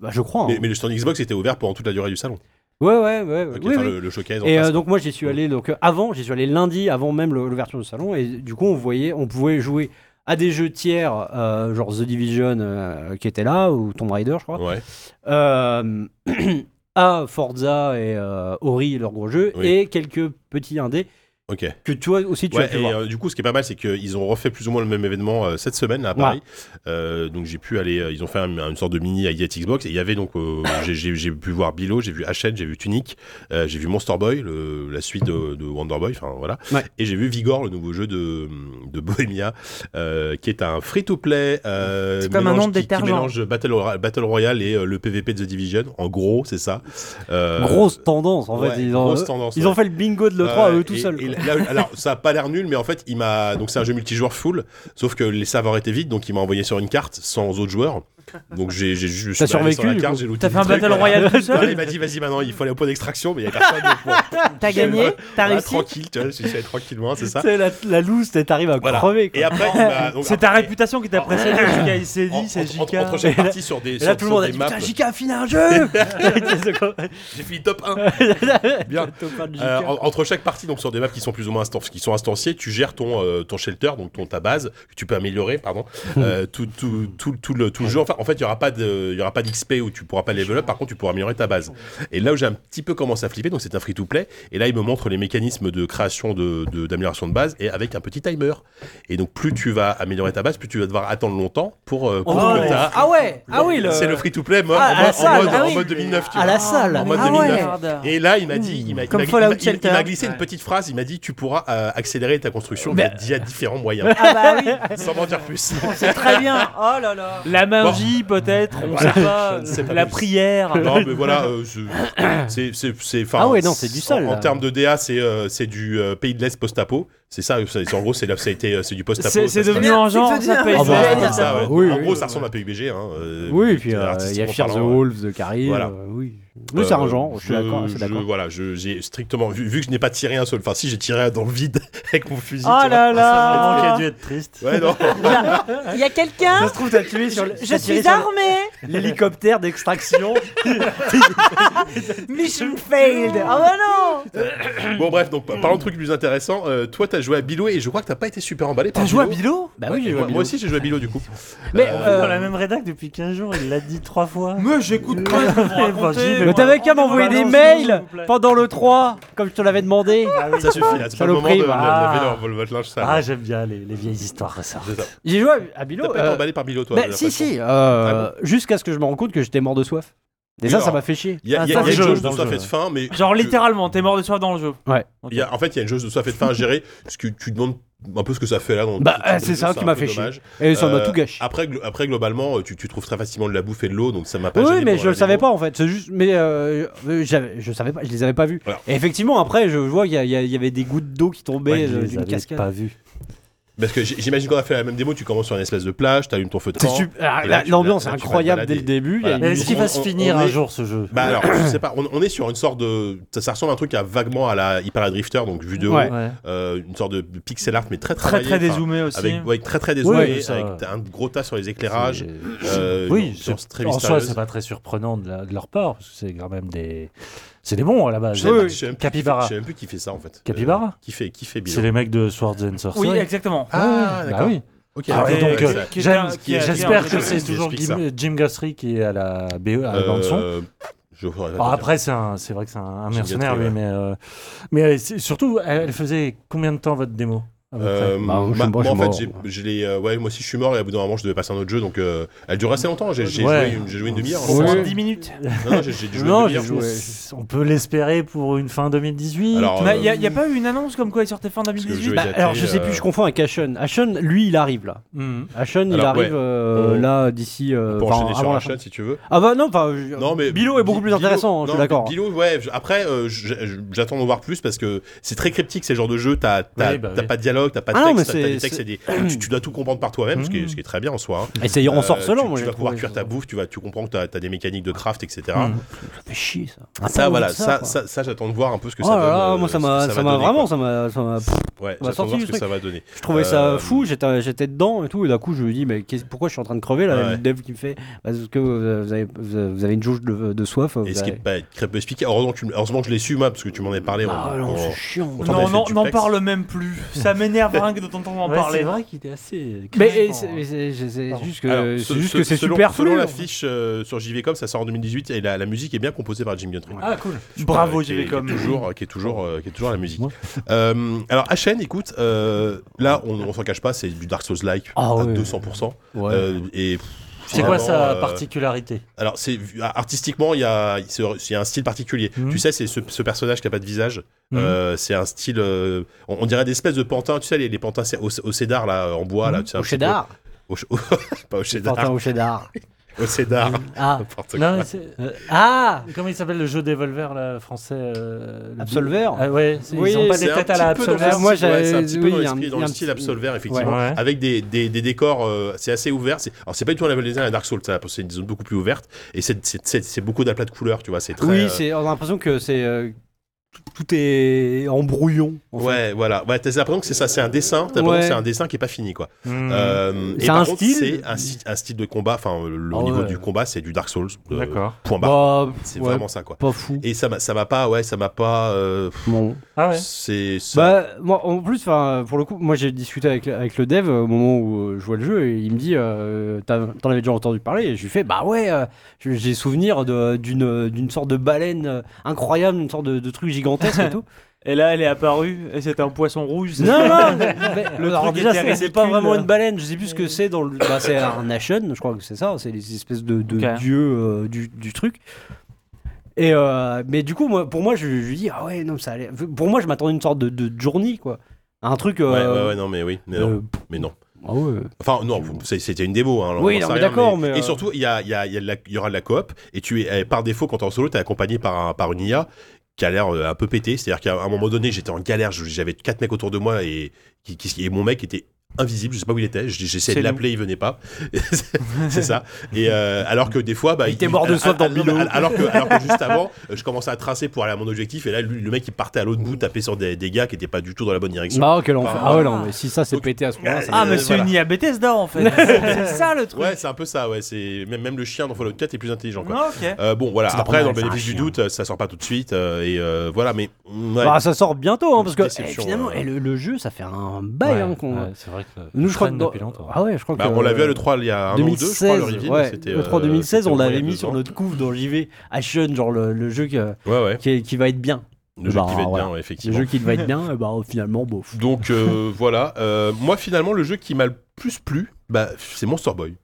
E: Bah, je crois.
B: Mais,
E: hein.
B: mais le stand Xbox était ouvert pendant toute la durée du salon.
E: Ouais, ouais, ouais.
B: Ok,
E: oui,
B: enfin,
E: oui.
B: Le, le showcase. en
E: Et euh,
B: face.
E: donc moi j'y suis allé donc euh, avant, j'y suis allé lundi avant même le- l'ouverture du salon et du coup on voyait, on pouvait jouer à des jeux tiers euh, genre The Division euh, qui était là ou Tomb Raider je crois,
B: ouais.
E: euh, à Forza et euh, Ori leur gros jeu
B: Oui.
E: et quelques petits indés
B: Ok.
E: que toi aussi tu
B: Ouais,
E: as pu
B: et,
E: voir.
B: euh, du coup, ce qui est pas mal, c'est qu'ils ont refait plus ou moins le même événement euh, cette semaine là, à Paris. Euh, donc j'ai pu aller, euh, ils ont fait un- une sorte de mini à Xbox. Et il y avait donc, euh, j'ai- j'ai j'ai pu voir Bilo, j'ai vu HN, j'ai vu Tunic, euh, j'ai vu Monster Boy, le- la suite de, de Wonder Boy, enfin voilà.
E: Ouais.
B: Et j'ai vu Vigor, le nouveau jeu de, de Bohemia, euh, qui est un free-to-play euh,
D: C'est comme un
B: mélange-
D: nom
B: qui, qui
D: détergent.
B: mélange Battle, Royale- Battle Royale et euh, le PVP de The Division. En gros, c'est ça. Euh,
E: Grosse tendance en
B: ouais,
E: fait. Ils ont, euh,
B: grosse tendance,
E: ils
B: ouais.
E: ont fait le bingo de l'E3 à
B: Euh,
E: eux tout
B: et-
E: seuls.
B: et
E: quoi.
B: là- alors, ça a pas l'air nul, mais en fait, il m'a. Donc, c'est un jeu multijoueur full, sauf que les serveurs étaient vides, donc il m'a envoyé sur une carte sans autres joueurs. Donc, j'ai j'ai juste. je suis
E: T'as
B: allé sur la
E: survécu, du
B: carte,
E: coup.
B: j'ai looté
C: T'as
B: des
C: fait un
B: trucs,
C: Battle
B: voilà.
C: Royale tout
B: Voilà, il
C: seul
B: m'a dit, vas-y, maintenant, il faut aller au point d'extraction, mais il y a personne. donc, bon,
D: T'as gagné, t'as
B: voilà,
D: réussi.
B: tranquille, tu vois, je suis allé tranquillement, c'est ça.
E: Tu sais, la, la loose, t'es- t'arrives à
B: Voilà.
E: crever.
B: Et
E: Quoi.
B: après, il m'a- donc,
C: C'est ta
B: après,
C: réputation qui t'a précédé jusqu'à il s'est
B: en-
C: dit, c'est
B: entre- entre-
C: JK.
B: Entre chaque partie sur des,
E: Et là,
B: sur-
E: tout le
B: sur
E: monde a
B: des
E: dit
B: maps.
E: Putain, Jika, file un jeu
B: J'ai fini top 1. Bien. Euh,
E: Bien.
B: en- entre chaque partie, donc sur des maps qui sont plus ou moins instan- qui sont instanciées, tu gères ton, euh, ton shelter, donc ton, ta base, que tu peux améliorer, pardon, euh, tout, tout, tout, tout le, tout le jeu. Enfin, en fait, il n'y aura pas de- il y aura pas d'XP où tu pourras pas level up, par contre, tu pourras améliorer ta base. Et là où j'ai un petit peu commencé à flipper, donc c'est un free to play, et là, il me montre les mécanismes de création de- de- d'amélioration de, base, et avec un petit timer. Et donc, plus tu vas améliorer ta base, plus tu vas devoir attendre longtemps pour, euh, pour
E: Oh,
B: que
E: ouais.
B: ta-
E: Ah ouais, ah oui, le-
B: C'est le free to play, moi,
E: Ah, à la
B: en, mode, en,
E: salle,
B: mode,
E: ah
B: en
E: oui.
B: mode 2009, tu
E: à la salle.
B: en mode
D: Ah ouais.
B: 2009. Et là, il m'a dit, il m'a, il
D: Comme
B: m'a- il
D: Fallout
B: m'a- il- il
D: Shelter.
B: m'a glissé une petite phrase. Il m'a dit, tu pourras euh, accélérer ta construction
E: Mais-
B: via, via différents moyens.
D: Ah bah oui,
B: Sans m'en dire plus.
D: c'est très bien. Oh là là.
C: La magie peut-être, on sait pas.
B: je ne sais pas
C: La
B: plus.
C: prière.
B: non, mais voilà, euh, je- c'est, c'est, c'est- enfin,
E: Ah ouais, non, c'est du sale,
B: En, en
E: là.
B: termes de DA, c'est, euh, c'est du euh, pays de l'Est post-apo. C'est ça. c'est- c'est- en gros, c'est, la- ça a été, euh, c'est du post-apo.
C: C'est
B: ça
C: c'est
B: se passe-
C: devenu un
D: C'est
C: genre,
D: devenu
C: ça
D: un
C: peut
D: genre.
B: Ah bah,
D: J'allais
B: c'est
D: dire
B: ça,
D: ça.
B: ouais.
E: Oui,
B: en gros,
E: oui,
B: ça ressemble à PUBG. Hein, euh,
E: Oui, et puis euh, il y a
B: artistiquement
E: Fear the
B: parlant, ouais.
E: Wolves de Carrie.
B: Voilà.
E: euh, oui, oui c'est un
B: Euh,
E: genre, je suis d'accord. je suis
B: je-
E: d'accord.
B: Voilà, je- j'ai strictement vu, vu que je n'ai pas tiré un seul. Enfin, si j'ai tiré dans le vide avec mon fusil.
D: Oh
E: Ah
B: tu vois.
D: là
F: Ah, Ça vraiment qui a
D: là.
F: dû être triste.
B: Ouais, non.
D: Il y a quelqu'un
E: se trouve, t'as tué sur le-
D: Je
E: t'as tiré
D: suis
E: sur
D: armé.
E: l'hélicoptère d'extraction.
D: Mission failed. Oh
E: Ah
D: bah non.
B: Bon bref, donc parlons de trucs plus intéressants. Euh, toi, t'as joué à Bilo et je crois que t'as pas été super emballé. par
C: T'as joué à
B: Bilo.
C: Bilo
E: bah
B: Ouais,
E: oui,
B: moi,
E: j'ai joué à
B: moi
E: Bilo.
B: aussi, j'ai joué à Bilo du coup.
E: Mais,
B: Euh,
E: euh,
F: Dans la même rédac depuis 15 jours, il l'a dit trois fois.
C: Mais j'écoute pas ce que vous
F: racontez,
C: racontez,
F: moi.
E: Mais t'avais qu'à m'envoyer des
C: Balance-nous, s'il
E: mails
C: vous plaît.
E: pendant le 3, comme je te l'avais demandé.
B: Ça suffit là, c'est pas le moment
E: Saloperie,
B: de de
F: voilà.
B: laver leur- votre linge sale.
F: Ah, j'aime bien les, les vieilles histoires ressortent.
B: C'est ça.
E: J'ai joué à- à Bilo.
B: T'as pas été
E: euh,
B: emballé par Bilo toi
E: bah,
B: j'ai
E: si,
B: l'impression.
E: si, euh,
B: Ah
E: jusqu'à ce que je me rende compte que j'étais mort de soif. Et
B: Oui, oh.
E: ça,
B: alors.
E: ça m'a fait chier.
B: Il y a, il y a-
C: Ah,
B: il y a une
C: dans le
B: chose
C: jeu,
B: de
F: dans le
B: soif
F: jeu,
B: et de faim, mais
C: Genre littéralement, t'es mort de soif dans le jeu.
B: il y a- en fait, il y a une chose de soif et de faim à gérer, parce que tu demandes un peu ce que ça fait là. Dans
E: Bah,
B: dans ce
E: euh,
B: type
E: c'est
B: de
E: ça
B: jeu,
E: qui
B: un
E: m'a
B: peu
E: fait chier.
B: dommage.
E: Et ça m'a
B: Euh,
E: tout gâché.
B: Après, glo- après globalement, euh, tu, tu trouves très facilement de la bouffe et de l'eau, donc ça m'a pas.
E: Oui,
B: gêné
E: mais
B: pendant
E: je
B: la
E: le savais
B: démo.
E: pas en fait. C'est juste, mais euh, euh, j'avais- je savais pas, je les avais pas vus.
B: Voilà.
E: Et effectivement, après, je vois qu'il y, a- il y a- il y avait des gouttes d'eau qui tombaient
F: Ouais, je
E: euh,
F: les
E: d'une
F: avais
E: cascade.
F: pas vu.
B: Parce que j- j'imagine qu'on a fait la même démo. Tu commences sur une espèce de plage, t'allumes ton feu de
E: C'est
B: camp.
E: super- ah,
B: Et là,
E: la-
B: tu-
E: L'ambiance
B: là,
E: est
B: tu vas te
E: incroyable dès
B: balader.
E: le début.
B: Voilà.
E: Il y a
F: Mais
E: une
F: est-ce qu'il
B: on-
F: va se
B: on-
F: finir
B: on
F: un
B: est-
F: jour ce jeu
B: Bah alors, je sais pas, on, on est sur une sorte de. Ça, ça ressemble à un truc à vaguement à la Hyper Drifter, donc vue de haut,
E: Ouais.
B: euh, une sorte de pixel art, mais très
C: Très
B: travaillé,
C: très
B: enfin,
C: dézoomé aussi.
B: Avec, ouais, très très dézoomé,
F: ça-
B: avec un gros tas sur les éclairages.
F: C'est-
B: euh, une
F: Oui,
B: ambiance
F: c'est-
B: très
F: en soi,
B: mystérieuse.
F: c'est pas très surprenant de, la- de leur part, parce que c'est quand même des. C'est des bons à la base.
B: Je sais même-
F: Euh,
B: je sais même plus qui fait-
F: Capybara.
B: Je sais même plus qui fait ça en fait.
F: Capybara
B: Euh, Qui fait, qui fait Bilo.
F: C'est les mecs de Swords and Sorcery.
C: Oui, exactement.
B: Ah,
F: Bah
B: d'accord.
F: oui.
B: Ok,
F: Ah,
B: d'accord.
F: et donc,
B: Ouais,
F: euh,
B: ça-
C: Qui est un-
F: J'aime-
C: qui est-
F: J'espère
C: qui est
F: que
C: un-
F: c'est
B: qui
F: toujours
B: explique ça.
F: Jim, Jim Guthrie qui est à la BE, à la bande ah, son.
B: euh, je saurais pas te
F: Alors
B: dire.
F: après, c'est un- c'est vrai que c'est un, un
B: Jim
F: mercenaire,
B: Guthrie,
F: lui,
B: ouais.
F: mais, euh, mais euh, c'est- surtout, elle, elle faisait combien de temps votre démo à peu près
B: Euh,
E: Bah, moi, je suis-
B: ma-
E: moi, je
B: moi, en
E: suis
B: fait,
E: mort,
B: j'ai-
E: moi.
B: je l'ai, euh, ouais, moi aussi je suis mort et au bout d'un moment je devais passer à un autre jeu donc euh, elle dure assez longtemps. J'ai j'ai
F: Ouais.
B: joué, une- j'ai joué une demi-heure.
E: Oui.
B: je pense.
C: 10 minutes.
B: Non, non, j'ai j'ai dû jouer une
E: Non, j'ai
B: demi-heure. je
E: joué.
B: pense.
F: On peut l'espérer pour une fin 2018.
B: Alors,
C: Il Bah, y, a-
B: euh,
C: y a pas eu une annonce comme quoi il sortait fin
B: que le
C: 2018
B: jeu
E: Bah,
B: les
E: alors
B: athées,
E: je sais
B: euh,
E: plus, je confonds avec Ashon. Ashon, lui, il arrive là.
F: Mhm.
E: Ashon, il
B: Alors,
E: arrive
B: ouais.
E: euh,
B: On-
E: là d'ici. euh,
B: On peut
E: enfin,
B: enchaîner sur
E: avant la
B: Rachat,
E: fin.
B: si tu veux.
E: Ah bah non, enfin. je-
B: Non, mais
E: Bilo est beaucoup
B: Bi-
E: plus intéressant, hein, je
B: non,
E: suis d'accord.
B: mais Bilo, ouais, je- après, euh, je- je- j'attends d'en voir plus parce que c'est très cryptique ces genres de jeux. T'as t'as-
F: Oui, bah
B: t'as
F: oui.
B: pas de dialogue, t'as pas de
E: Ah non,
B: texte,
E: mais
B: t'as des
E: c'est-
B: textes et des- tu, tu dois tout comprendre par toi-même, ce, qui est- ce qui est très bien en soi. hein.
E: Et c'est
B: Euh,
E: ensorcelant,
B: tu-
E: moi
B: Tu
E: j'ai
B: vas pouvoir
E: trouvé,
B: cuire
E: ça.
B: ta bouffe, tu, vas, tu comprends que t'as as des mécaniques de craft, etc.
F: Mhm.
E: Ça fait chier ça.
B: Ah, Ça, voilà, ça,
E: quoi.
B: ça, ça, j'attends de voir un peu ce que
E: oh
B: ça
E: là
B: donne.
E: là,
B: euh,
E: moi
B: ce
E: ça
B: que
E: m'a
B: va
E: ça m'a
B: donner,
E: vraiment,
B: quoi.
E: ça m'a. ça m'a- pff,
B: Ouais,
E: m'a
B: j'attends de
E: sorti
B: voir
E: du
B: ce que ça
E: truc.
B: va donner.
E: Je trouvais
B: Euh,
E: ça fou, j'étais j'étais dedans et tout, et d'un coup je me dis, mais qu'est-ce- pourquoi je suis en train de crever là
B: Ouais.
E: Le dev qui me fait, parce que euh, vous avez, vous avez- vous avez une jauge de, de soif.
B: Et
E: vous
B: ce qui est
E: avez-
B: pas très peu expliqué, heureusement, que tu me- heureusement que je l'ai su, moi, parce que tu m'en avais parlé. on-
E: Ah non,
B: on-
E: c'est chiant.
B: on-
E: quoi.
B: Quand t'as
C: Non,
B: fait
C: non,
B: le
C: n'en
B: duplex.
C: parle même plus. Ça m'énerve rien que de t'entendre en
F: Ouais,
C: parler.
F: C'est vrai qu'il est assez.
E: Mais
F: craquant,
E: euh, c'est-
F: hein.
E: mais c'est c'est- c'est
F: Pardon.
E: juste
B: Alors,
E: que
B: ce-
E: c'est juste
B: ce-
E: que c'est
B: selon-
E: superflu.
B: Selon l'affiche euh, sur JVcom, ça sort en 2018 et la, la musique est bien composée par Jim Guthrie.
C: Ah, cool. Bravo,
B: j'y
C: j'y vais comme.
B: Toujours, qui est toujours, euh, qui est toujours la musique.
F: Ouais.
B: Euh, alors HN, écoute, euh, là, on, on s'en cache pas, c'est du Dark Souls-like
E: Ah
B: à
E: ouais.
B: 200%.
E: Ouais.
B: Euh, et pff,
F: C'est quoi
B: vraiment,
F: sa
B: euh,
F: particularité
B: Alors, c'est artistiquement, il y a, c'est- il y a un style particulier.
F: Mhm.
B: Tu sais, c'est ce, ce personnage qui a pas de visage.
E: Mhm.
B: Euh, c'est un style, euh, on, on dirait des espèces de pantins. Tu sais, les, les pantins c'est au, au cédar là, en bois là. Tu sais, un
E: Au
B: petit peu-
E: cheddar.
B: au ch- pas au
E: Pantin
B: cédar,
E: au cheddar.
B: au cédar.
E: Ah.
B: N'importe
F: Non,
B: quoi.
F: mais c'est-
E: Euh, ah
F: Comment il s'appelle le jeu Devolver là, français euh, le-
E: Absolver
F: Ah ouais, c'est-
E: Oui,
F: ils ont pas
B: C'est
F: des
B: un
F: têtes à
B: petit peu
F: la
B: dans le
F: Absolver.
B: style,
E: Moi,
B: ouais, c'est un
E: j'avais-
B: petit peu dans
E: oui,
B: l'esprit,
E: un-
B: dans le
E: un
B: style
E: petit-
B: Absolver, effectivement.
F: Ouais.
B: Avec des, des, des décors, euh, c'est assez ouvert. c'est- Alors, c'est pas du tout un level design à Dark Souls, ça, parce que c'est une zone beaucoup plus ouverte. Et c'est- c'est c'est- c'est beaucoup d'aplats de couleurs, tu vois. C'est très. euh,
E: Oui, c'est on a l'impression que c'est euh, tout- tout est en brouillon. en fait.
B: Ouais, voilà. Ouais, t'as l'impression que c'est ça, c'est un dessin. T'as l'impression
E: Ouais.
B: que c'est un dessin qui est pas fini, quoi.
E: Mm.
F: Hmm.
B: Euh, et
E: C'est
B: par
E: un
B: contre,
E: style
B: C'est un, Oh, si- un style de combat. Enfin, le le
E: Ah
B: niveau
E: ouais.
B: du combat, c'est du Dark Souls. euh,
F: D'accord.
B: point barre.
E: Bah,
B: c'est
E: ouais,
B: vraiment ça, quoi.
E: pas fou.
B: Et ça m'a, ça m'a pas, ouais, ça m'a pas. euh,
E: Bon.
F: Ah ouais.
B: C'est. ça-
E: Bah, moi, en plus, 'fin, pour le coup, moi j'ai discuté avec, avec le dev au moment où euh, je jouais le jeu et il me dit euh, T'as- T'en avais déjà entendu parler Et je lui fais Bah ouais, euh, je- j'ai souvenir de- d'une d'une sorte de baleine euh, incroyable, une sorte de, de truc gigantesque et tout.
C: Et là, elle est apparue et c'était un poisson rouge. c'est-
E: non, non, mais- mais-
C: Le
E: alors
C: truc
E: déjà,
C: était
E: c'est- c'est
C: ridicule.
E: pas vraiment une baleine, je sais plus ce que c'est dans le. Bah, c'est un nation, je crois que c'est ça, c'est les espèces de, de
C: Ok.
E: dieux euh, du, du truc. Et euh, mais du coup, moi, pour moi, je, je lui dis, ah ouais, non, ça allait. Pour moi, je m'attendais à une sorte de, de journée, quoi. Un truc. euh,
B: Ouais, ouais, ouais, non, mais oui, mais non.
E: euh,
B: mais non.
E: Ah ouais.
B: Enfin, non, c'est- c'était une démo. Hein, alors,
E: Oui,
B: on
E: non,
B: sait
E: mais
B: rien,
E: d'accord, mais,
B: Et
E: euh,
B: surtout, il y, a, il y, a- il y, a de la- il y aura de la coop. Et tu es, eh, par défaut, quand t'es en solo, t'es accompagné par, un- par une IA qui a l'air euh, un peu pété. C'est-à-dire qu'à un moment donné, j'étais en galère. je- J'avais quatre mecs autour de moi et, qui, qui- et mon mec était invisible. Je sais pas où il était. j- J'essayais
C: C'est
B: de l'appeler, il venait pas. c'est ça. Et euh, alors que des fois, bah,
E: Il était mort de soif dans
B: alors-
E: Bilo.
B: Alors que, alors que juste avant, euh, je commençais à tracer pour aller à mon objectif. Et là, lui- le mec, il partait à l'autre bout, taper sur des, des gars qui étaient pas du tout dans la bonne direction.
E: Bah, quel enfer.
B: Enfin,
E: Ah ouais,
C: voilà.
E: non, mais si ça, c'est
B: Donc-
E: pété à ce moment-là. ça-
C: Ah, mais
B: Euh,
C: c'est
B: voilà.
C: une IA Bethesda en fait. c'est ça le truc.
B: Ouais, c'est un peu ça. Ouais, c'est même, même le chien dans Fallout 4 est plus intelligent. Quoi.
C: Ah, ok.
B: Euh, bon, voilà.
E: C'est
B: Après,
E: normal,
B: dans le
E: c'est un
B: bénéfice du
E: chien.
B: doute, euh, ça sort pas tout de suite. euh, et euh, voilà, mais. mm, ouais.
E: Bah, ça sort bientôt, hein, parce que eh,
B: Déception,
E: finalement,
B: euh.
E: eh, le, le jeu, ça fait un bail. hein, qu'on-
F: ouais, c'est vrai que.
E: Nous, je crois que.
F: traîne
E: dans-
F: depuis longtemps.
E: Ah ouais, je crois
B: Bah,
E: que.
B: on l'a vu à l'E3 il y a un ou deux, je crois, le reveal.
E: ouais.
B: c'était,
E: le E 3
B: euh,
E: 2016,
B: c'était
E: on
B: au moins il y a
E: l'avait mis
B: deux
E: sur
B: ans.
E: notre couve dans JV Action, genre le, le jeu que-
B: Ouais, ouais.
E: qui, est- qui va être bien.
B: Le jeu
E: Bah,
B: qui va être
E: voilà.
B: bien, ouais,
E: Le
B: effectivement.
E: jeu qui va être bien, eh bah, finalement, bon.
B: Donc, euh, voilà. Euh, moi, finalement, le jeu qui m'a le plus plu, bah, c'est Monster Boy.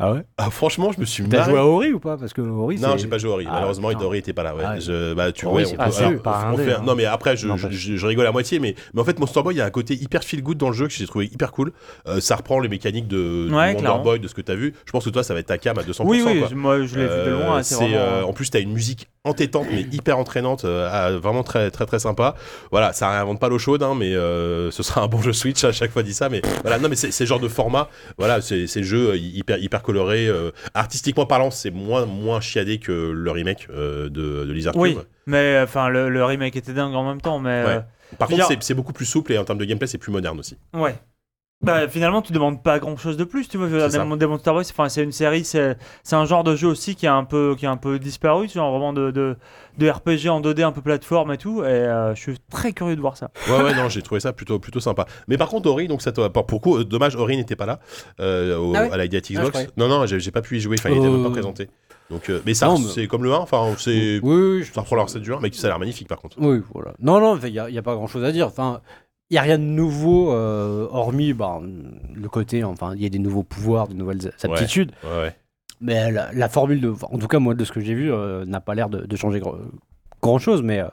E: Ah ouais
B: Ah, franchement, je me suis
E: T'as
B: marré.
E: joué à Ori ou pas Parce que Ori,
B: Non,
E: c'est-
B: j'ai pas joué à Ori.
E: Ah,
B: Malheureusement,
E: putain.
B: Ori était pas là. Ouais.
E: Ah, ouais.
B: Je, bah, tu
E: Ori,
B: ouais,
E: c'est
B: on
E: pas
B: peut-
E: sûr,
B: alors,
F: pas
B: on
F: un
B: fait-
F: dé, hein.
B: Non, mais après, je,
F: N'empêche.
B: je- je rigole à moitié, mais, mais en fait, Monster Boy, il y a un côté hyper feel good dans le jeu que j'ai trouvé hyper cool. Euh, ça reprend les mécaniques de, de
C: Ouais,
B: Wonder
C: clairement.
B: Boy, de ce que t'as vu. Je pense que toi, ça va être ta cam à 200%.
C: Oui, oui,
B: quoi.
C: moi je l'ai vu de
B: Euh,
C: loin. C'est vraiment. hein.
B: euh, en plus, t'as une musique entêtante, mais hyper entraînante, euh, ah, vraiment très, très, très sympa. Voilà, ça réinvente pas l'eau chaude, hein, mais euh, ce sera un bon jeu Switch. À chaque fois, dit ça, mais voilà, non, mais c'est c'est le genre de format. Voilà, c'est c'est le jeu euh, hyper, hyper coloré. euh, artistiquement parlant, c'est moins, moins chiadé que le remake euh, de, de Lizard
C: Oui,
B: Cube.
C: mais euh, enfin le, le remake était dingue en même temps, mais
B: Ouais. Par contre,
C: je veux dire-
B: c'est- c'est beaucoup plus souple et en termes de gameplay, c'est plus moderne aussi.
C: euh, ouais. Bah, finalement, tu demandes pas grand chose de plus, tu vois. Je veux dire,
B: C'est ça.
C: Demon- Demon Star Boy, c'est enfin, c'est une série, c'est c'est un genre de jeu aussi qui a un peu, qui a un peu disparu, c'est genre vraiment de, de, de RPG en 2D un peu plateforme et tout. Et euh, je suis très curieux de voir ça.
B: Ouais, ouais, non, j'ai trouvé ça plutôt, plutôt sympa. Mais par contre, Ori, donc ça t'a- pour, pour coup, euh, dommage, Ori n'était pas là euh, au-
E: Ah ouais
B: à la Ideate
E: je
B: Xbox.
E: croyais.
B: non, non, j'ai j'ai pas pu y jouer, enfin, il était même pas
E: Euh.
B: présenté. Donc, euh, mais ça,
E: Non, mais-
B: c'est comme le 1, enfin, c'est.
E: Oui, oui, je-
B: Ça reprend la recette du 1, mais qui- ça a l'air magnifique par contre.
E: oui, voilà. Non, non, il n'y a, y a pas grand chose à dire. Enfin, il n'y a rien de nouveau, euh, hormis bah, le côté, enfin, il y a des nouveaux pouvoirs, de nouvelles aptitudes.
B: Ouais, ouais.
E: Mais la, la formule, de, enfin, en tout cas, moi, de ce que j'ai vu, euh, n'a pas l'air de, de changer gr- grand-chose, mais euh,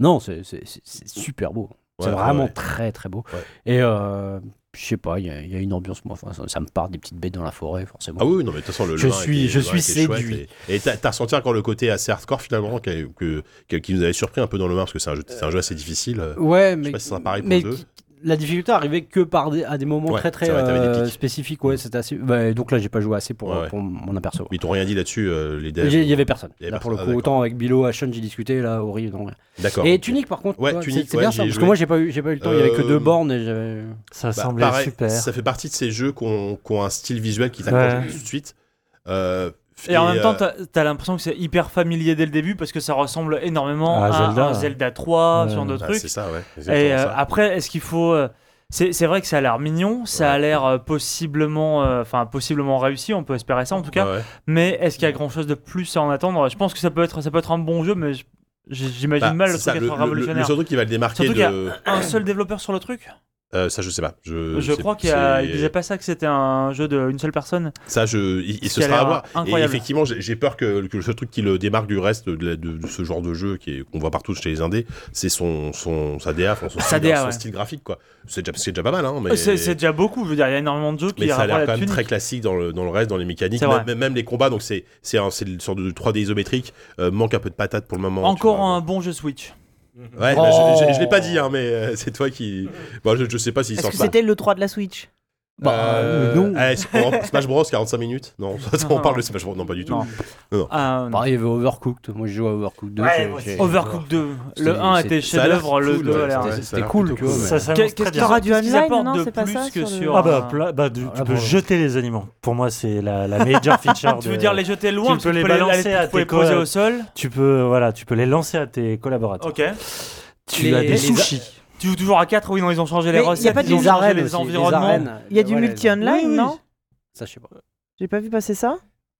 E: non, c'est c'est- c'est- c'est super beau. c'est
B: Ouais,
E: vraiment
B: ouais, ouais.
E: très, très beau.
B: Ouais.
E: Et euh, je sais pas, il y, a- il y a une ambiance, moi, enfin, ça, ça me part des petites bêtes dans la forêt, forcément.
B: Ah oui, oui, non, mais de toute façon, le
E: Je
B: le 1
E: suis-
B: était-
E: je
B: le
E: suis
B: 1 était chouette,
E: séduit.
B: Et et t'as t'as ressenti encore le côté assez hardcore finalement, qui, que- que- qui nous avait surpris un peu dans le 1, parce que c'est un, jeu- c'est un jeu assez difficile. euh,
E: Ouais,
B: je sais
E: mais,
B: pas si ça sera pareil pour
E: mais
B: le 2.
E: qui- la difficulté arrivait que par des- à des moments
B: Ouais,
E: très, très
B: c'est vrai, t'avais des
E: euh,
B: pics.
E: spécifiques. Ouais, c'était assez. bah, donc là, j'ai pas joué assez pour,
B: Ouais, ouais.
E: pour m'en apercevoir.
B: Ils t'ont rien dit là-dessus, euh, les devs.
E: Il y- il y avait personne.
B: Il y avait
E: là, pour le
B: personne.
E: coup,
B: Ah, d'accord.
E: autant avec Bilo, Ashon, j'ai discuté, là, Ori, non, rien.
B: D'accord.
E: Et
B: ok.
E: Tunic par contre,
B: Ouais,
E: toi, c'est-
B: Tunic,
E: c'est
B: ouais,
E: bien
B: j'y
E: ça.
B: ai
E: Parce que
B: joué.
E: moi j'ai pas eu, j'ai pas eu le temps. Il y avait que
B: Euh,
E: deux bornes et j'avais.
F: Ça
B: Bah,
F: semblait
B: pareil,
F: super.
B: Ça fait partie de ces jeux qui ont qui ont un style visuel qui t'accroche
F: Ouais.
B: tout de suite. Euh,
C: Et, en même temps,
B: euh,
C: t'as as, l'impression que c'est hyper familier dès le début parce que ça ressemble énormément
F: À
C: à,
F: Ah, Zelda.
C: un Zelda 3,
F: Ouais.
C: ce genre de
B: ah,
C: truc.
B: c'est ça, ouais. c'est
C: Et
B: exactement
C: euh,
B: ça.
C: après, est-ce qu'il faut. euh, C'est c'est vrai que ça a l'air mignon, ça a l'air euh, possiblement, euh, enfin possiblement réussi, on peut espérer ça en tout cas.
B: Ouais, ouais.
C: Mais est-ce qu'il y a grand chose de plus à en attendre Je pense que ça peut être, ça peut être un bon jeu, mais j- j'imagine
B: Bah,
C: mal le
B: c'est ça,
C: truc être révolutionnaire.
B: seul truc qui va le démarquer
C: Surtout qu'il y a-
B: de.
C: Un seul développeur sur le truc
B: Euh, ça, je sais pas. Je,
C: Je
B: c'est-
C: crois qu'il y a-
B: c'est-
C: il disait pas ça que c'était un jeu d'une seule personne.
B: Ça, je, il, il
C: Ce
B: se
C: qui a
B: sera à
C: l'air
B: voir. Et
C: incroyable.
B: effectivement, j'ai j'ai peur que, que le seul truc qui le démarque du reste de, la- de- de ce genre de jeu qui est- qu'on voit partout chez les indés, c'est son, son, sa DA, enfin, son,
C: Sa
B: style,
C: DA,
B: son
C: ouais. Euh,
B: style graphique. quoi. C'est déjà, c'est déjà pas mal, hein, mais,
C: C'est c'est déjà beaucoup, je veux dire, il y a énormément de jeux qui
B: mais ça a
C: rapportent
B: l'air
C: la
B: quand même
C: thune.
B: très classique dans le, dans le reste, dans les mécaniques,
C: C'est
B: même,
C: vrai.
B: même- même les combats. Donc, c'est c'est un- c'est une sorte de 3D isométrique. euh, manque un peu de patate pour le moment.
C: Encore
B: tu vois.
C: un bon jeu Switch.
B: Ouais, bah, je- je, je
E: Oh.
B: l'ai pas dit, hein, mais euh, c'est toi qui. Bon, je, je sais pas s'il
D: Est-ce
B: sort
D: que
B: ça.
D: c'était le 3 de la Switch
E: Bah,
B: Euh,
E: non.
B: eh, Smash Bros 45 minutes Non, on parle de Smash Bros, non pas du tout.
C: Non.
B: Non.
C: Ah, non.
E: Bah, il y avait Overcooked. Moi, je joue à Overcooked 2. j'ai- j'ai-
C: Overcooked 2, le
E: C'est-
C: 1
E: c'est-
C: était
B: ça a l'air
C: chef-d'œuvre, le
B: cool,
C: 2
B: ouais,
C: a l'air.
B: ça a
E: C'était-
B: l'air
E: C'était
B: plutôt
E: cool, tu vois.
B: cool,
E: mais-
F: Ça s'annonce
C: Qu'est-
F: très
C: Qu'est-ce
F: bien.
D: t'auras
C: qu'ils-
D: du
C: qu'est-ce qu'ils
D: online,
C: apportent
D: non
C: de
D: C'est pas
C: plus
D: ça,
C: que
D: sur le-
C: sur.
F: Ah bah,
C: un-
F: pla- bah, du-
E: Ah,
F: tu
E: là,
F: peux
E: pour-
F: jeter les aliments. Pour moi, c'est la, la major feature.
C: Tu
F: de-
C: veux dire les jeter loin
F: tu
C: parce
F: peux
C: que
F: les
C: tu peux aller-
F: balancer
C: tu
F: à
C: peux les
F: tes
C: poser
F: co-
C: au sol.
F: Tu peux, voilà, tu peux les lancer à tes collaborateurs.
C: Ok.
F: Tu
E: Les-
F: as des
E: les-
F: sushis.
C: Tu joues toujours à 4 Oui, non, ils ont changé les
D: Mais y a
C: recettes.
D: pas de-
C: ils ont
D: les
C: changé les
E: aussi,
C: environnements.
E: arènes.
D: Il y a du
E: Voilà,
D: multi-online,
E: oui, oui.
D: non
E: Ça, je sais pas.
D: J'ai pas vu passer ça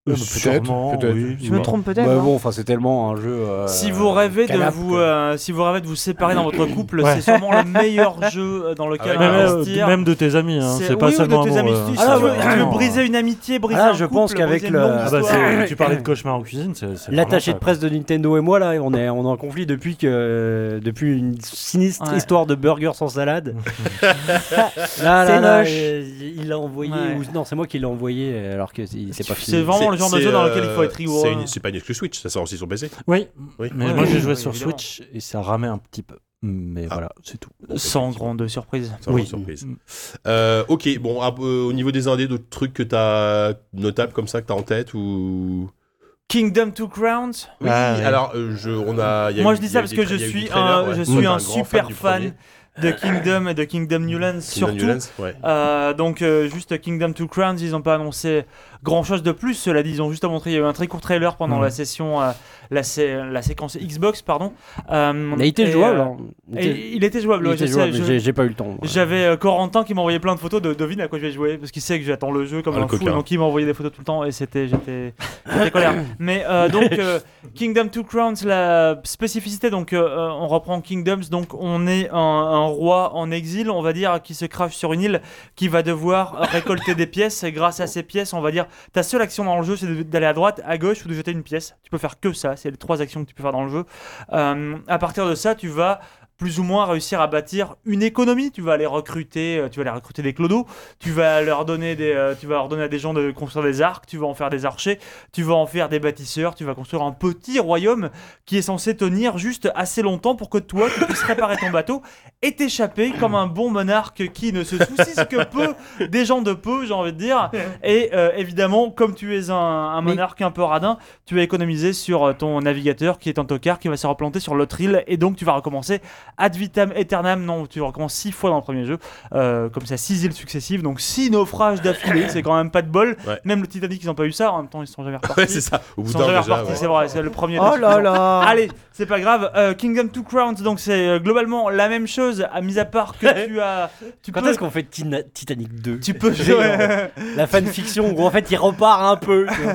F: Euh,
E: Peut-être,
F: sûrement,
E: peut-être.
F: oui,
D: Je me
F: oui.
D: trompe peut-être.
E: Bah
D: hein.
E: bon, enfin, c'est tellement un jeu. euh,
C: Si vous rêvez de
E: canap,
C: vous,
E: quoi.
C: euh, si vous rêvez de vous séparer dans votre couple,
F: Ouais.
C: c'est sûrement le meilleur jeu euh, dans lequel
B: Ah ouais,
F: Même,
B: ouais,
C: investir.
F: euh, même de tes amis, hein, c'est
C: oui,
F: pas
C: ou de
F: seulement
C: tes
F: un
C: amis.
F: nom,
C: Si
F: euh,
C: tu-
E: Ah
C: si
E: là,
C: tu veux,
E: ouais,
C: tu veux
E: non.
C: briser une amitié, briser
E: Ah là,
C: un
E: je
C: couple,
E: pense qu'avec
C: briser une
E: le-
C: longue
E: Ah
F: Ah bah,
C: histoire.
F: c'est- tu parlais de cauchemar en cuisine, c'est c'est vraiment
E: L'attaché
F: ça,
E: de
F: quoi.
E: presse de Nintendo et moi, là, on est, on est en conflit depuis, que, depuis une sinistre
C: Ouais.
E: histoire de burger sans salade. là,
D: C'est
E: là, là,
D: moche.
E: euh, il l'a envoyé,
C: Ouais.
E: ou non, c'est moi qui l'ai envoyé, euh, alors que c'est c'est pas fini.
C: C'est vraiment le genre de
B: C'est-
C: jeu dans
B: c'est,
C: lequel il faut être
B: euh,
C: rigoureux.
B: c'est une- C'est pas une exclus Switch, ça sort aussi sur PC.
F: Oui,
B: Oui.
F: mais
C: Ouais,
F: moi j'ai
C: oui,
F: joué
C: oui,
F: sur
C: évidemment.
F: Switch et ça ramait un petit peu. Mais
B: Ah.
F: voilà, c'est tout.
B: Bon,
C: Sans
B: effectivement,
C: grande surprise.
B: sans grande
F: Oui.
B: surprise.
F: Mm.
B: Euh, ok, bon, ah, euh, au niveau des indés, d'autres trucs que t'as notables comme ça que t'as en tête ou.
C: Kingdom Two Crowns.
B: Oui,
F: Ah, ouais.
B: alors euh, je, on a. il y a
C: Moi
B: eu-
C: je dis
B: il y a
C: ça
B: eu
C: parce
B: des
C: que
B: tra-
C: je
B: il y a eu
C: suis
B: des
C: un,
B: trailers, ouais.
C: je
E: bah,
B: Mm.
C: suis un,
B: grand
C: super
B: du
C: fan
B: premier.
C: de Kingdom et de Kingdom
B: Kingdom
C: Newlands surtout.
B: Newlands, ouais.
C: Euh, donc euh, juste Kingdom Two Crowns, ils n'ont pas annoncé grand chose de plus. Cela dit, ils ont juste montré, il y a eu un très court trailer pendant
E: Hmm.
F: Mm.
C: la session, euh, la, sé- la séquence Xbox, pardon. Euh,
E: Il a été
C: et,
E: jouable.
C: euh,
E: hein. Il
C: et
E: était-
C: il était jouable.
E: il
C: ouais,
E: était
C: je sais,
E: jouable, mais
C: je-
E: j'ai- j'ai pas eu le temps. voilà.
C: J'avais euh, Corentin qui m'envoyait plein de photos de devine à quoi je vais jouer parce qu'il sait que j'attends le jeu comme
B: Ah, le
C: un fou
B: coquin.
C: donc il m'envoyait des photos tout le temps et c'était j'étais j'étais colère. Mais euh, donc euh, Kingdom Two Crowns la spécificité donc euh, euh, on reprend Kingdoms donc on est un, un roi en exil on va dire qui se crache sur une île qui va devoir euh, récolter des pièces et grâce à ces pièces on va dire ta seule action dans le jeu c'est de- d'aller à droite à gauche ou de jeter une pièce tu peux faire que ça c'est les trois actions que tu peux faire dans le jeu. Euh, à partir de ça tu vas plus ou moins réussir à bâtir une économie. Tu vas aller recruter, euh, tu vas aller recruter des clodos, tu vas leur donner des, euh, tu vas leur donner à des gens de construire des arcs, tu vas en faire des archers, tu vas en faire des bâtisseurs, tu vas construire un petit royaume qui est censé tenir juste assez longtemps pour que toi tu puisses réparer ton bateau et t'échapper comme un bon monarque qui ne se soucie que peu des gens de peu, j'ai envie de dire. Et euh, évidemment, comme tu es un, un
D: Mais-
C: monarque un peu radin, tu vas économiser sur euh, ton navigateur qui est en tocard qui va se replanter sur l'autre île et donc tu vas recommencer Ad vitam aeternam, non, tu recommences 6 fois dans le premier jeu, euh, comme ça 6 îles successives, donc 6 naufrages d'affilée, c'est quand même pas de bol.
B: Ouais.
C: Même le Titanic, ils n'ont pas eu ça, en même temps ils sont jamais repartis.
B: Ouais, c'est ça. Au
C: ils
B: bout
C: sont
B: d'un
C: jamais
B: déjà.
C: repartis,
B: ouais.
C: c'est vrai, c'est le premier.
D: Oh
C: Ils sont-
D: là là
C: Allez, c'est pas grave. euh, Kingdom Two Crowns, donc c'est euh, globalement la même chose, à mis à part que tu as. Tu
E: Quand
C: peux,
E: est-ce qu'on fait Tina- Titanic 2
C: tu peux
E: Géant.
C: jouer.
E: La fanfiction où en fait il repart un peu. tu vois.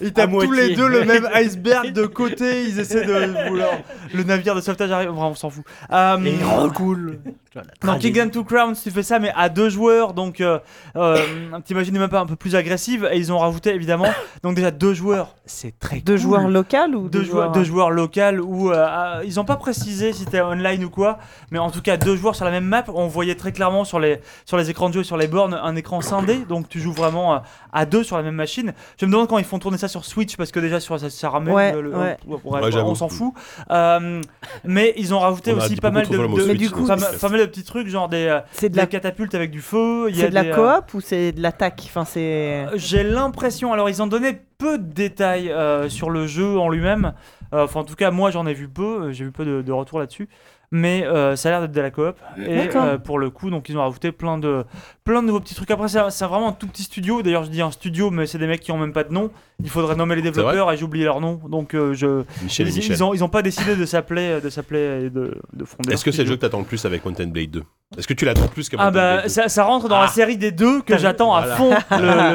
C: Ils
E: À
C: tapent
E: moitié.
C: tous les deux le même iceberg de côté, ils essaient de. vouloir- Le navire de sauvetage arrive, Enfin, on s'en fout. Euh,
E: Et il recoule. Tu vois, la
C: Dans
E: tragédie.
C: Kingdom Two Crowns, tu fais ça, mais à deux joueurs, donc euh, euh, t'imagines une map un peu plus agressive, et ils ont rajouté évidemment, donc déjà deux joueurs, c'est très
D: Deux
C: cool.
D: joueurs hein. locaux ou
C: deux, joueurs, deux joueurs locaux ou euh, euh, ils ont pas précisé si c'était online ou quoi, mais en tout cas deux joueurs sur la même map, on voyait très clairement sur les sur les écrans de jeu, sur les bornes, un écran scindé, donc tu joues vraiment euh, à deux sur la même machine. Je me demande quand ils font tourner ça sur Switch parce que déjà sur ça, ça ramène
D: Ouais,
C: le, le-
D: ouais.
C: bref,
B: Ouais, j'avoue.
C: on s'en fout. Euh, mais ils ont rajouté
B: On a
C: aussi
B: dit
C: pas mal
B: beaucoup
C: de,
B: trop le mot
C: de-
D: Mais
B: Switch,
D: du coup,
B: ça,
C: pas,
B: c'est
C: ma-
B: clair.
C: pas mal de petits trucs, genre des, euh,
D: C'est de
C: des
D: la,
C: catapultes avec du feu. il y a
D: c'est de la
C: des, euh,
D: coop ou c'est de l'attaque Enfin, c'est.
C: J'ai l'impression, alors ils ont donné peu de détails euh, sur le jeu en lui-même. Euh, Enfin, en tout cas, moi j'en ai vu peu, euh, j'ai vu peu de, de retours là-dessus. mais euh, ça a l'air d'être de la coop. Et
D: D'accord.
C: euh, pour le coup, donc ils ont rajouté plein de, plein de nouveaux petits trucs. Après, c'est c'est vraiment un tout petit studio. D'ailleurs, je dis un studio, mais c'est des mecs qui ont même pas de nom. Il faudrait nommer les
B: vrai
C: développeurs et j'ai oublié leur nom. Donc, euh, je,
B: Michel et
C: ils,
B: Michel.
C: ils ont, ils ont pas décidé de s'appeler, de s'appeler, et de, de fonder.
B: Est-ce que
C: leur
B: c'est le
C: studio.
B: jeu que t'attends le plus avec Mountain Blade 2 Est-ce que tu l'attends plus que Mountain
C: Ah bah
B: Blade 2
C: ça, ça rentre dans la série des deux que
F: T'as-
C: j'attends
B: Voilà.
C: à fond le,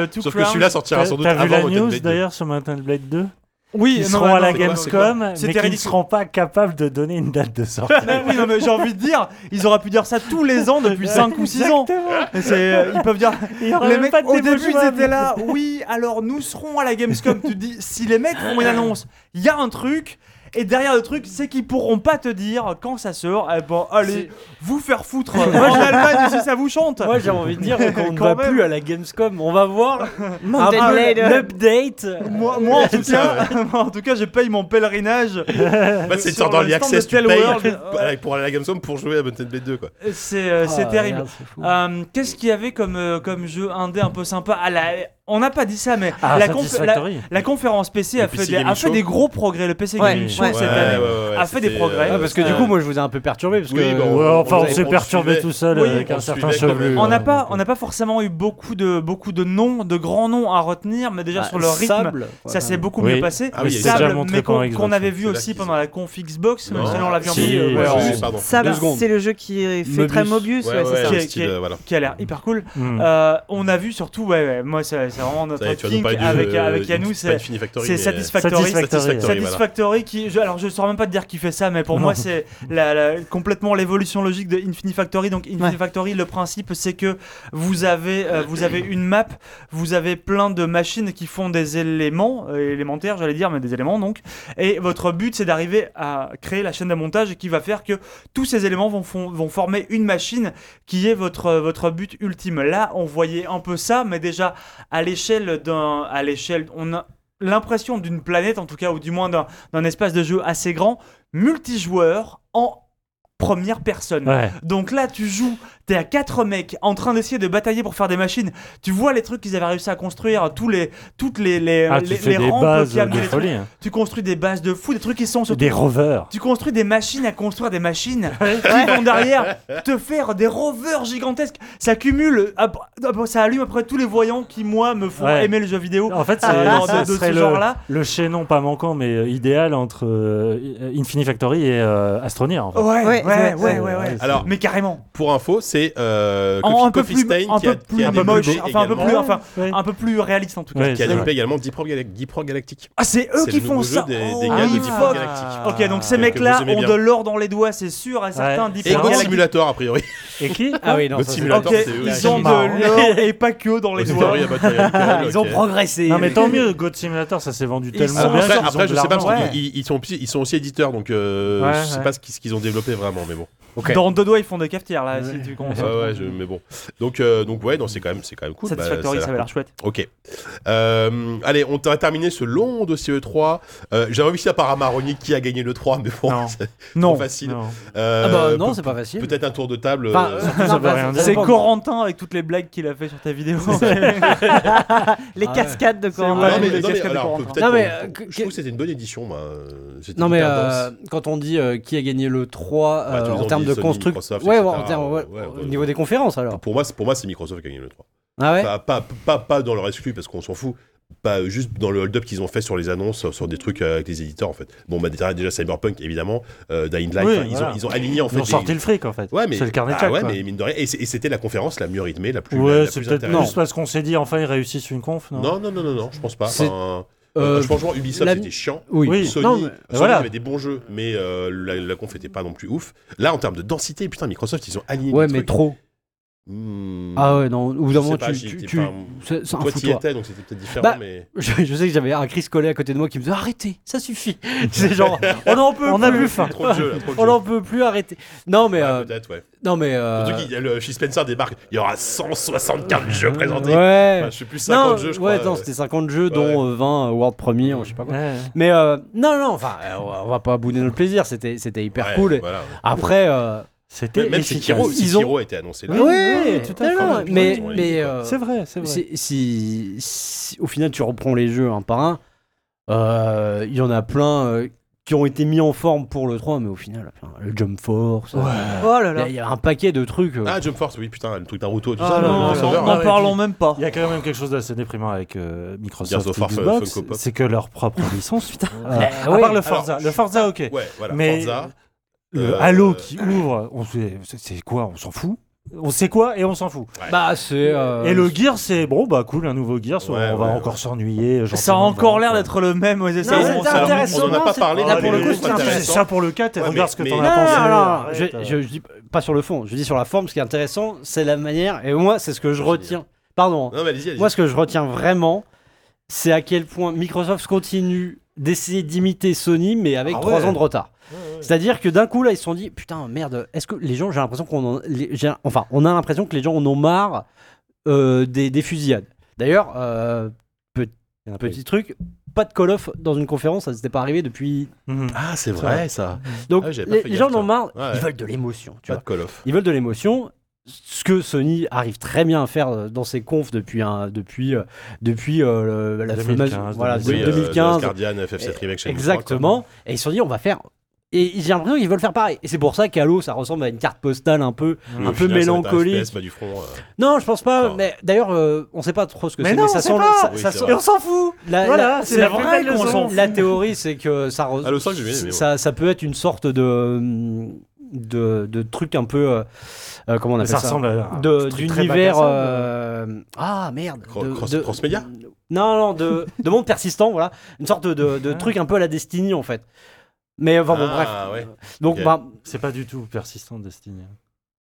C: le Two
B: Sauf que
C: Crowns.
B: celui-là sortira sans doute
F: T'as
B: avant
F: vu la
B: Mountain
F: news
B: Blade 2.
F: d'ailleurs sur Mountain Blade 2
C: oui,
F: Ils
C: non,
F: seront
C: mais
F: à la
C: non, mais-
B: quoi, c'est quoi
F: Gamescom, mais
C: C'était
F: ils ne
C: ridicule.
F: seront pas capables de donner une date de sortie.
C: Mais oui, non, mais j'ai envie de dire, ils auraient pu dire ça tous les ans depuis 5 ou 6 ans.
F: Exactement.
C: Et c'est, euh, ils peuvent dire.
F: Il y aura
C: Les
F: même
C: mecs,
F: pas de
C: au
F: démo
C: début, ils
F: jouable.
C: étaient là. Oui, alors nous serons à la Gamescom. tu te dis, si les mecs font une annonce, il y a un truc. Et derrière le truc, c'est qu'ils pourront pas te dire quand ça sort. Eh ben, allez, vous faire foutre en Allemagne si ça vous chante.
G: Moi j'ai envie de dire qu'on ne va
C: Quand même.
G: plus à la Gamescom, on va voir un
D: Mountain
E: ah,
G: peu
D: Blade. euh,
G: l'update.
C: Moi, moi, en, tout
B: C'est ça,
C: cas, moi, en tout cas, je paye mon pèlerinage.
B: En fait, c'est
C: sur
B: sur dans
C: le
B: l'Early
C: stand de
B: Access, tu
C: Tell
B: payes
C: World.
B: pour- pour aller à la Gamescom pour jouer à Mountain Blade 2 quoi.
C: C'est euh, c'est
G: Ah,
C: terrible.
G: merde, c'est fou.
C: Euh, Qu'est-ce qu'il y avait comme, euh, comme jeu indé un peu sympa à la... On n'a pas dit ça, mais
F: Ah,
C: la, conf- la,
F: Satisfactory.
C: la conférence PC, a
B: Le
C: fait,
B: PC
C: des, a
B: Gaming
C: fait
B: Show.
C: des gros progrès. Le PC Gaming
D: Ouais,
C: Show
D: ouais.
C: cette année. a fait des
B: c'était,
C: progrès.
B: euh,
E: Ouais, parce que du
C: Euh,
E: coup, moi, je vous ai un peu perturbé parce
B: oui,
E: que
B: bon,
F: Ouais, enfin, on,
E: Euh, vous
F: s'est
E: avez-
B: on
F: perturbé
B: suivait-
F: tout seul euh,
C: Oui,
F: avec
B: on
F: un certain
B: suivait quand même.
F: chevelu. euh,
C: On n'a
F: ouais,
C: pas,
F: donc,
C: on n'a pas forcément eu beaucoup de, beaucoup de noms, de grands noms à retenir, mais déjà
E: bah,
C: sur le rythme,
E: Sable,
C: ça s'est beaucoup
F: Oui.
C: mieux passé.
B: Ah oui, il
C: Mais
B: y a eu
C: Sable,
F: déjà montré
C: mais
F: pendant
C: qu'on
F: Xbox,
C: qu'on avait vu
B: c'est
C: aussi
B: là qu'ils
C: pendant la conf Xbox, même
B: Non.
C: si on l'a vu en
F: Si,
C: vidéo,
F: ouais,
C: euh, ouais,
F: ouais.
C: en-
B: Juste, pardon.
D: euh, ça,
E: Deux secondes.
D: c'est le jeu qui est fait
E: Mobius.
D: très Mobius.
B: Ouais,
D: ouais, c'est
B: ouais,
D: ça.
B: un
C: Qui-
B: style,
C: qui-
B: euh, voilà.
C: qui a l'air hyper cool.
F: hmm.
C: Euh, on a vu surtout, ouais, ouais, moi c'est c'est vraiment notre
B: Ça y est, tu vas nous
C: kink
B: parler du
C: avec,
B: jeu,
C: avec
B: euh,
C: Yannou,
B: c'est pas
C: c'est
B: Infinity Factory,
C: c'est
B: mais- euh,
C: Satisfactory.
F: Satisfactory.
B: Satisfactory. voilà.
C: Satisfactory qui je, alors je saurais même pas te dire qui fait ça mais pour moi c'est la, la- complètement l'évolution logique de Infinity Factory donc Infinity
D: Ouais.
C: Factory le principe c'est que vous avez euh, vous avez une map vous avez plein de machines qui font des éléments euh, élémentaires j'allais dire mais des éléments donc et votre but c'est d'arriver à créer la chaîne de montage qui va faire que tous ces éléments vont, fon- vont former une machine qui est votre euh, votre but ultime là on voyait un peu ça mais déjà à l'échelle d'un à l'échelle on a l'impression d'une planète, en tout cas, ou du moins d'un d'un espace de jeu assez grand, multijoueur en première personne.
F: Ouais.
C: Donc là, tu joues, t'es à quatre mecs en train d'essayer de batailler pour faire des machines. Tu vois les trucs qu'ils avaient réussi à construire, tous les, toutes les, les,
F: Ah,
C: les,
F: tu fais
C: les
F: des
C: rampes
F: bases
C: qui amenaient
F: de
C: les trucs.
F: folie. hein.
C: Tu construis des bases de fou, des trucs qui sont sur
F: Des rovers.
C: tu construis des machines à construire des machines qui vont derrière te faire des rovers gigantesques. Ça cumule, ap- ap- ça allume après tous les voyants qui, moi, me font
F: Ouais.
C: aimer le jeu vidéo.
F: En fait, c'est
C: Ah, non,
F: ça
C: de- de ce
F: serait le,
C: genre-là.
F: le chaînon pas manquant, mais euh, idéal entre euh, Infinity Factory et euh, Astroneer. En fait.
C: Ouais, ouais,
D: Ouais,
C: ouais,
D: ouais,
C: ouais,
F: ouais.
C: ouais.
B: Alors,
C: Mais carrément.
B: pour info, c'est euh,
C: En-
B: Coffee,
C: un peu
B: Coffee
C: plus,
B: Stain
C: un
B: qui a,
C: peu plus,
B: qui a
C: un peu
B: développé
C: moche, enfin un peu
B: également-
C: plus, enfin
F: Ouais.
C: un peu plus réaliste en tout cas.
F: Ouais,
B: qui a
F: c'est
B: développé
F: vrai.
B: également Deep Rock Galac- Deep Rock Galactic.
C: Ah, c'est eux
B: C'est
C: qui
B: le
C: font
B: nouveau
C: ça.
B: jeu des,
C: Oh,
B: des gars
C: oui,
B: de Deep
C: fuck.
B: Rock Galactic.
C: Ok, donc ces
B: que
C: mecs-là
B: vous aimez
C: ont
B: bien.
C: de l'or dans les doigts, c'est sûr, à certains
F: Ouais.
C: Deep
B: Et
C: Rock
B: God
C: Galactic.
B: Simulator, a priori.
E: Et qui Ah oui, non.
B: God
E: ça, c'est-
B: Simulator,
C: Ok,
B: c'est eux.
C: ils ont
F: Marrant.
C: de l'or et pas que dans les
B: Aussi,
C: doigts.
B: théorie, à Battle Royale.
E: Ils ont
B: Ok.
E: progressé.
F: Non, mais tant mieux, God Simulator, ça s'est vendu
C: Ils
F: tellement
C: sont-
F: Ah, bien.
B: Après,
F: qu'ils ont
B: après,
F: de
B: je sais pas,
F: l'argent.
B: parce
C: ouais.
B: qu'ils ils sont, aussi- ils sont aussi éditeurs, donc euh,
F: Ouais,
B: je sais
F: ouais.
B: pas ce qu'ils ce qu'ils ont développé vraiment, mais bon.
E: Ok.
C: Dans deux doigts, ils font des cafetières là, si
F: Ouais.
C: tu comptes.
B: Ouais, ouais, je- mais bon. Donc, euh, donc ouais, non, c'est quand même, c'est quand même cool. Bah,
C: Satisfactory,
B: ça a
C: ça
B: l'air
C: avait l'air chouette.
B: Ok. Euh, allez, on va terminer ce long dossier E3. Euh, J'ai réussi à par Amaroni qui a gagné le 3, mais bon,
F: Non.
B: c'est
C: Non,
B: facile.
F: Non.
B: Euh,
E: Ah bah non,
B: pe-
E: c'est pas facile.
B: Peut-être un tour de table.
E: Enfin,
B: euh,
E: non,
F: ça veut
E: bah,
F: rien dire.
C: c'est
E: pas-
C: Corentin avec toutes les blagues qu'il a fait sur ta vidéo.
D: Les
E: Ah ouais.
D: cascades de
C: C'est
D: Corentin.
C: vrai.
B: non, mais,
C: les
B: non, mais,
C: cascades de
B: alors,
C: Corentin.
B: peut-être
E: Non,
B: pour-
E: mais, euh,
B: pour-
E: que-
B: je trouve que c'était une bonne édition. moi, euh, c'était
E: Non mais
B: hyper
E: euh,
B: dense.
E: quand on dit euh, qui a gagné le 3
B: Ouais, tous
E: euh,
B: les
E: en
B: ans,
E: termes de
B: Sony,
E: construct,
B: Microsoft,
E: ouais,
B: etc.,
E: en termes- ouais,
B: ouais,
E: au
B: ouais.
E: niveau des conférences alors.
B: Pour moi, c'est- pour moi, c'est Microsoft qui a gagné le 3.
E: Ah ouais.
B: Pas, pas, pas, pas dans le rescue parce qu'on s'en fout. Pas euh, juste dans le hold-up qu'ils ont fait sur les annonces, sur des trucs euh, avec les éditeurs en fait. Bon, bah déjà, déjà Cyberpunk évidemment, euh, Dying Light,
F: Oui,
B: enfin, ils,
F: voilà.
B: ont, ils ont aligné en
F: Ils
B: fait.
F: ont
B: les-
F: sorti le fric en fait.
B: Ouais, mais,
F: C'est le carnet de
B: ah
F: chèques,
B: ouais,
F: quoi.
B: mais mine de rien. Et c'est- et c'était la conférence la mieux rythmée, la plus. la-
F: Ouais,
B: la
F: c'est
B: plus
F: peut-être
B: intéressante.
F: juste parce qu'on s'est dit enfin ils réussissent une conf. Non,
B: Non, non, non, non, non, je pense pas.
E: C'est-
B: Enfin,
E: Euh,
B: euh, franchement, Ubisoft
E: la-
B: c'était chiant.
E: oui.
F: Oui.
B: Sony,
E: Non, mais-
B: Sony
F: voilà.
B: avait des bons jeux, mais euh, la, la conf était pas non plus ouf. Là, en termes de densité, putain, Microsoft, ils ont aligné.
E: Ouais,
B: des
E: mais
B: trucs.
E: trop.
B: Hmm,
E: Ah ouais, non, au bout d'un
B: je sais
E: moment
B: pas,
E: tu
B: j'y
E: tu-
B: étais
E: tu-
B: pas-
E: c'est c'est un
B: Toi, t'y
E: foutoir.
B: étais, donc c'était peut-être différent,
E: Bah,
B: mais.
E: Je, je sais que j'avais un Chris Collet à côté de moi qui me disait arrêtez, ça suffit. C'est genre on en peut
F: On a plus faim.
B: Trop de jeux, là, trop de
E: On
B: jeux.
E: en peut plus arrêter. Non mais
B: Ouais,
E: euh,
B: peut-être, ouais.
E: non mais euh,
B: Surtout qu'il y a le Phil Spencer débarque, il y aura 164 jeux présentés.
E: Ouais.
B: Enfin, je sais plus, 50
E: non,
B: jeux, je
E: ouais,
B: crois.
E: non, c'était 50 jeux, dont euh, 20 World Premier, je sais pas quoi.
F: Ouais.
E: Mais euh, non, non, enfin, euh, on va pas bouder notre plaisir, c'était c'était hyper
B: Ouais,
E: cool.
B: voilà.
E: Après, euh,
F: C'était
B: Même
F: efficace.
B: Sekiro,
E: Ils
B: Sekiro a été annoncé là.
E: ouais,
F: tout à fait.
E: non, non,
B: Putain,
E: mais
B: ils ont les
E: mais
B: quoi.
E: euh,
F: C'est vrai, c'est vrai.
E: c'est- si, si- au final tu reprends les jeux un par un, euh, il y en a plein euh, qui ont été mis en forme pour le 3, mais au final, putain, le Jump Force. euh,
D: Oh là
E: Il y a-
D: là.
E: il y, a un paquet de trucs. euh,
B: Ah, Jump Force, oui, putain, le truc Naruto, tout
C: Ah
B: ça. le
C: non, non,
B: crossover,
C: non, n'en
B: hein.
C: parlons même pas.
F: Il y a quand même quelque chose d'assez déprimant avec euh, Microsoft
B: Gears of
F: et
B: War,
F: Xbox,
B: Funko Pop.
F: c'est que leur propre licence, putain. euh,
E: ouais.
F: à part le Forza,
B: Alors,
F: le Forza, ok.
B: Ouais, voilà,
F: Mais-
B: Forza.
F: Le
B: Euh,
F: Halo qui ouvre, on sait- c'est c'est quoi On s'en fout. On sait quoi et on s'en fout.
E: Bah, c'est. euh,
F: et le Gear, c'est bon, bah cool, un nouveau Gear, on
B: Ouais,
F: va
B: ouais,
F: encore s'ennuyer.
C: Ça a
F: gentiment,
C: encore l'air
F: voilà.
C: d'être le même aux
D: Non,
C: essais.
D: c'est
B: on- ça,
D: Ah, intéressant,
B: On en a pas
D: c'est-
B: parlé,
D: Là,
B: mais
D: pour le
B: les
D: coup,
B: deux
D: c'est
B: sont
F: Putain,
D: intéressant.
F: c'est
B: intéressants.
F: ça pour le 4,
B: Ouais,
F: regarde
B: mais-
F: ce que
B: mais-
F: t'en
B: Non,
F: as pensé.
E: non, non,
F: Arrête,
E: je,
F: euh.
E: je- je dis pas sur le fond, je dis sur la forme, ce qui est intéressant, c'est la manière, et moi, c'est ce que je retiens. Pardon, hein.
B: Non, mais allez-y, allez-y.
E: moi, ce que je retiens vraiment, c'est à quel point Microsoft continue d'essayer d'imiter Sony, mais avec
F: Ah
E: trois
F: ouais.
E: ans de retard.
F: ouais.
E: C'est-à-dire que d'un coup, là, ils se sont dit, putain, merde, est-ce que les gens, j'ai l'impression qu'on en- les- j'ai- Enfin, on a l'impression que les gens en ont marre euh, des, des fusillades. D'ailleurs, euh, pe- petit truc, pas de Call of dans une conférence, ça s'était pas arrivé depuis...
F: Mhm.
B: Ah, c'est
E: vrai,
B: vrai, ça.
E: Donc,
B: Ah oui, j'avais pas
E: les,
B: fait
E: les
B: gaffe,
E: gens en ont
B: tiens.
E: marre,
B: Ouais, ouais.
E: ils veulent de l'émotion, tu
B: Pas
E: vois.
B: de Call of.
E: Ils veulent de l'émotion. Ce que Sony arrive très bien à faire euh, dans ses confs depuis, un, depuis, euh, depuis euh, le- la
F: 2015,
E: fameuse- voilà,
F: Oui, euh,
E: 2015.
B: Guardian, FF7 Remake, Shenmue
E: exactement. et ils se sont dit, on va faire. Et j'ai l'impression qu'ils veulent faire pareil. Et c'est pour ça qu'Halo, ça ressemble à une carte postale un peu.
B: 3, quoi.
E: un
B: Mmh, Au final,
E: peu
B: ça va être un
E: mélancolique.
B: FPS, bas du front. euh.
E: Non, je pense pas.
B: Enfin.
E: Mais d'ailleurs, euh, on sait pas trop ce que
F: Mais
E: c'est.
F: non,
E: ça
F: on sait
E: sent.
F: pas.
E: ça-
B: Oui,
E: ça
B: c'est
E: sent-
B: vrai.
F: Et on s'en fout.
E: la-
F: Voilà,
E: la-
F: c'est la vraie
E: vraie
F: leçon.
E: leçon. La théorie, c'est que ça. re-
B: Ah, le 5, j'ai bien aimé. moi.
E: ça, ça peut être une sorte de de, de truc un peu euh, euh, comment on
F: Mais
E: appelle
F: ça
E: ça,
F: ressemble à un
E: de
F: truc très
E: d'univers
F: bac à sable.
E: euh, ah merde
B: Cro-
E: de-
B: cross-
E: de-
B: cross-média
E: non non de, de monde persistant voilà une sorte de, de, de truc un peu à la Destiny en fait mais enfin bon
B: Ah,
E: bref
B: ouais.
E: donc
B: Ok.
E: bah,
F: C'est pas du tout persistant Destiny.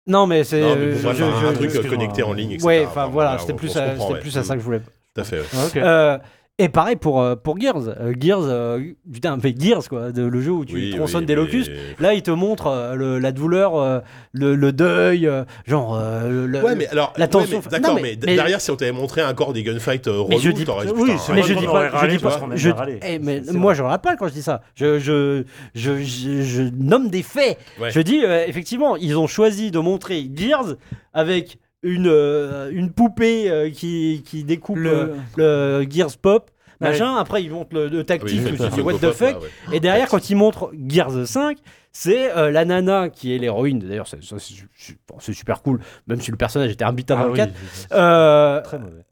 E: non mais c'est
B: Non, mais
E: euh,
B: bon, bref,
E: je-
B: un- un
E: je-
B: truc euh,
F: excuse-moi.
B: connecté en ligne, etc.
E: ouais enfin
B: Bon,
E: voilà
B: on-
E: c'était plus
B: on se
E: à,
B: comprend,
E: c'était
B: ouais.
E: plus à ça que je voulais
B: Tout à fait, ouais.
F: Ok.
E: Euh, et pareil pour euh, pour Gears Euh, Gears euh, putain mais Gears quoi de- le jeu où tu
B: Oui,
E: tronçonnes
B: oui,
E: des
B: mais-
E: locustes Là, il te montre euh, le- la douleur, euh, le, le deuil, euh, genre. euh, le- le-
B: Ouais, mais alors.
E: la
B: ouais,
E: tension-
B: mais D'accord,
E: Non, mais-
B: mais d-
E: mais-
B: derrière, si on t'avait montré un corps des gunfights euh,
E: Mais je
B: relou,
E: dis-
B: t'aurais dit.
E: oui,
B: putain,
E: c'est- mais
B: ouais,
E: je dis pas- je dis
B: pas-
E: je- Eh, mais moi, je râle pas quand je dis ça. Je, je, je, je- je nomme des faits.
B: Ouais.
E: Je dis, euh, effectivement, ils ont choisi de montrer Gears avec une, euh, une poupée euh, qui, qui découpe le,
C: Le-
E: le Gears Pop. Machin, après ils montrent le, le
B: Ah oui,
E: tactique,
B: fait
E: où
B: un
E: tu dis
B: Funko
E: what the
B: Pop,
E: fuck,
B: là, ouais.
E: et derrière quand ils montrent Gears 5, c'est euh, la nana qui est l'héroïne, d'ailleurs c'est ça, c'est- c'est- bon, c'est super cool, même si le personnage était imbitable
F: Ah
E: dans le
F: oui,
E: 4,
F: c'est- c'est
E: Euh,
F: Très mauvais.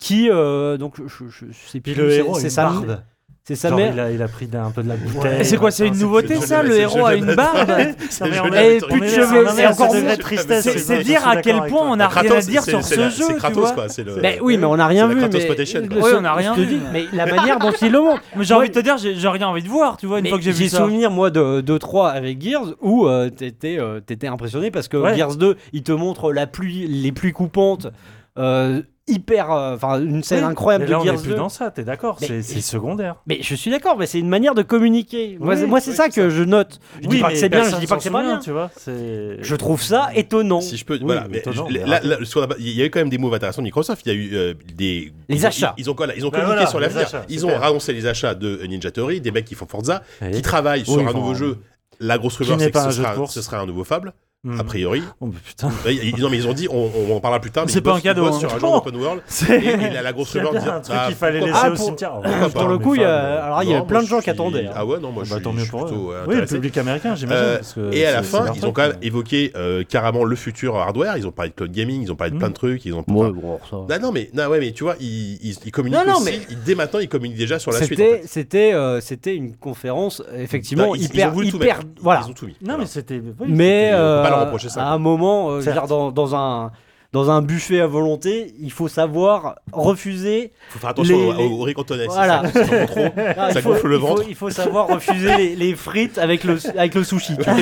E: qui euh, donc je, je- je sais plus c'est- c'est sa c'est sa
F: Genre,
E: mère
F: il a, il a pris d'un- un peu de la bouteille.
C: Et c'est quoi, c'est une nouveauté
B: c'est-
C: ça
B: c'est-
C: Le
B: c'est-
C: héros a
B: c'est-
C: une barbe
B: C'est
F: mais on
B: joli,
F: est-
B: le
C: Et
B: truc.
C: plus de
F: est-
C: cheveux,
F: on est-
C: c'est encore
F: c'est
C: mieux.
F: de la tristesse.
C: C'est-
F: je
C: c'est
F: suis
C: dire à
F: d'accord
C: quel
F: avec
C: point
F: toi.
C: on a rien à
B: Kratos,
C: dire
B: c'est-
C: sur
B: c'est
C: ce
B: la-
C: jeu,
B: C'est
C: tu
B: Kratos,
C: vois.
B: quoi.
F: euh,
B: C'est le.
E: Ben oui mais on n'a
B: c'est
E: rien
B: la
E: vu
B: Kratos
E: mais
B: Potation, quoi.
E: le-
C: Oui,
E: ce-
C: on n'a rien
E: je te
C: vu.
E: dis, mais la manière dont ils le montrent
C: Mais j'ai envie de te dire, j'ai j'ai rien envie de voir, tu vois, une
E: Mais
C: fois que j'ai vu ça.
E: souvenir moi de, de 3 avec Gears où euh, t'étais euh, t'étais impressionné parce que
F: Ouais.
E: Gears 2 il te montre la pluie les pluies coupantes euh, hyper euh, enfin une scène
F: Oui.
E: incroyable
F: Mais là,
E: de
F: on est
E: Gears
F: plus
E: 2
F: dans ça, t'es d'accord
E: Mais-
F: C'est c'est secondaire.
E: Mais je suis d'accord, mais c'est une manière de communiquer. Moi,
F: Oui,
E: c'est- moi, c'est
B: oui,
E: ça
B: c'est
E: que je note. Je dis pas
F: mais
E: que c'est bien, je
F: personne
E: dis pas que
F: s'en
E: c'est pas
F: souvient,
E: bien.
F: tu vois. c'est-
E: Je trouve ça étonnant.
B: Si je peux,
F: Oui,
B: voilà.
F: oui,
B: mais
F: étonnant,
B: je-
F: mais
B: là-
F: ravi.
B: là, sur la- il y a eu quand même des moves intéressants de Microsoft. Il y a eu euh, des
E: Les
B: ils ont-
E: achats.
B: Ils, ils ont quoi là Ils ont
F: Bah
B: communiqué
F: voilà,
B: sur
F: les
B: l'avenir.
F: achats,
B: Ils
F: super.
B: ont annoncé les achats de Ninja Theory, des mecs qui font Forza,
F: Oui.
B: qui travaillent sur
F: Oui,
B: un
F: enfin,
B: nouveau jeu. La grosse
F: qui
B: rumeur,
F: n'est
B: c'est que
F: pas
B: ce
F: un jeu de
B: sera,
F: course.
B: ce sera un nouveau Fable,
F: Hmm.
B: a priori.
F: Oh, mais putain.
B: Ouais, ils- non, mais ils ont dit, on, on en parlera plus tard. mais
C: C'est
B: ils
C: pas un
B: bossent- ils
C: cadeau,
B: bossent
C: hein.
B: sur un jeu
C: Bon.
B: open world. Et il a la grosse
F: Il y a
B: rumeur de
F: bien
B: dire.
F: un truc Ah,
B: bah,
F: qu'il fallait
B: pourquoi
F: laisser
E: pas
F: au
E: pour-
F: cimetière.
E: Pour le coup, il y a- alors il y a
B: Non,
E: plein de
B: moi,
E: gens
B: je
E: qui attendaient.
B: suis-
E: hein.
B: Ah ouais, non, moi je
F: Bah,
B: suis,
F: tant
B: je
F: mieux
B: suis
F: pour
B: plutôt
F: eux.
B: euh,
F: Oui, le
B: intéressé.
F: public américain,
B: Euh,
F: j'imagine. parce que
B: Et à la
F: c'est-
B: fin,
F: c'est leur
B: ils ont
F: truc,
B: quand même
F: mais-
B: évoqué euh, carrément le futur hardware. Ils ont parlé de cloud gaming, ils ont parlé de
F: Mm.
B: plein
E: Hmm.
B: de trucs. Ils ont. Ah non, mais, non, ouais, mais tu vois, ils, ils, ils communiquent
E: Non, non,
B: aussi.
E: mais-
B: ils- dès maintenant, ils communiquent déjà sur la suite. en
E: C'était
B: fait. Bah,
E: c'était euh, c'était une conférence effectivement
B: Ils- ils
E: hyper
B: ont voulu tout
E: hyper
B: mettre. Ils-
E: voilà.
B: Ils ont tout mis.
F: Non,
B: Voilà.
F: mais c'était. oui,
E: Mais
B: on peut
E: euh,
B: pas leur reprocher ça,
E: à
B: quoi.
E: un moment euh, je veux
F: Certes.
E: dire, dans, dans un dans un buffet à volonté, il faut savoir refuser.
B: Faut faire attention
E: les-
B: au-
E: les-
B: au, au riz cantonais. si
E: Voilà.
B: ça- si ça prend trop.
E: Ah, il
B: Ça
E: faut-
B: gonfle le
E: il faut-
B: ventre.
E: Il faut savoir refuser les, les frites avec le avec le sushi. tu vois.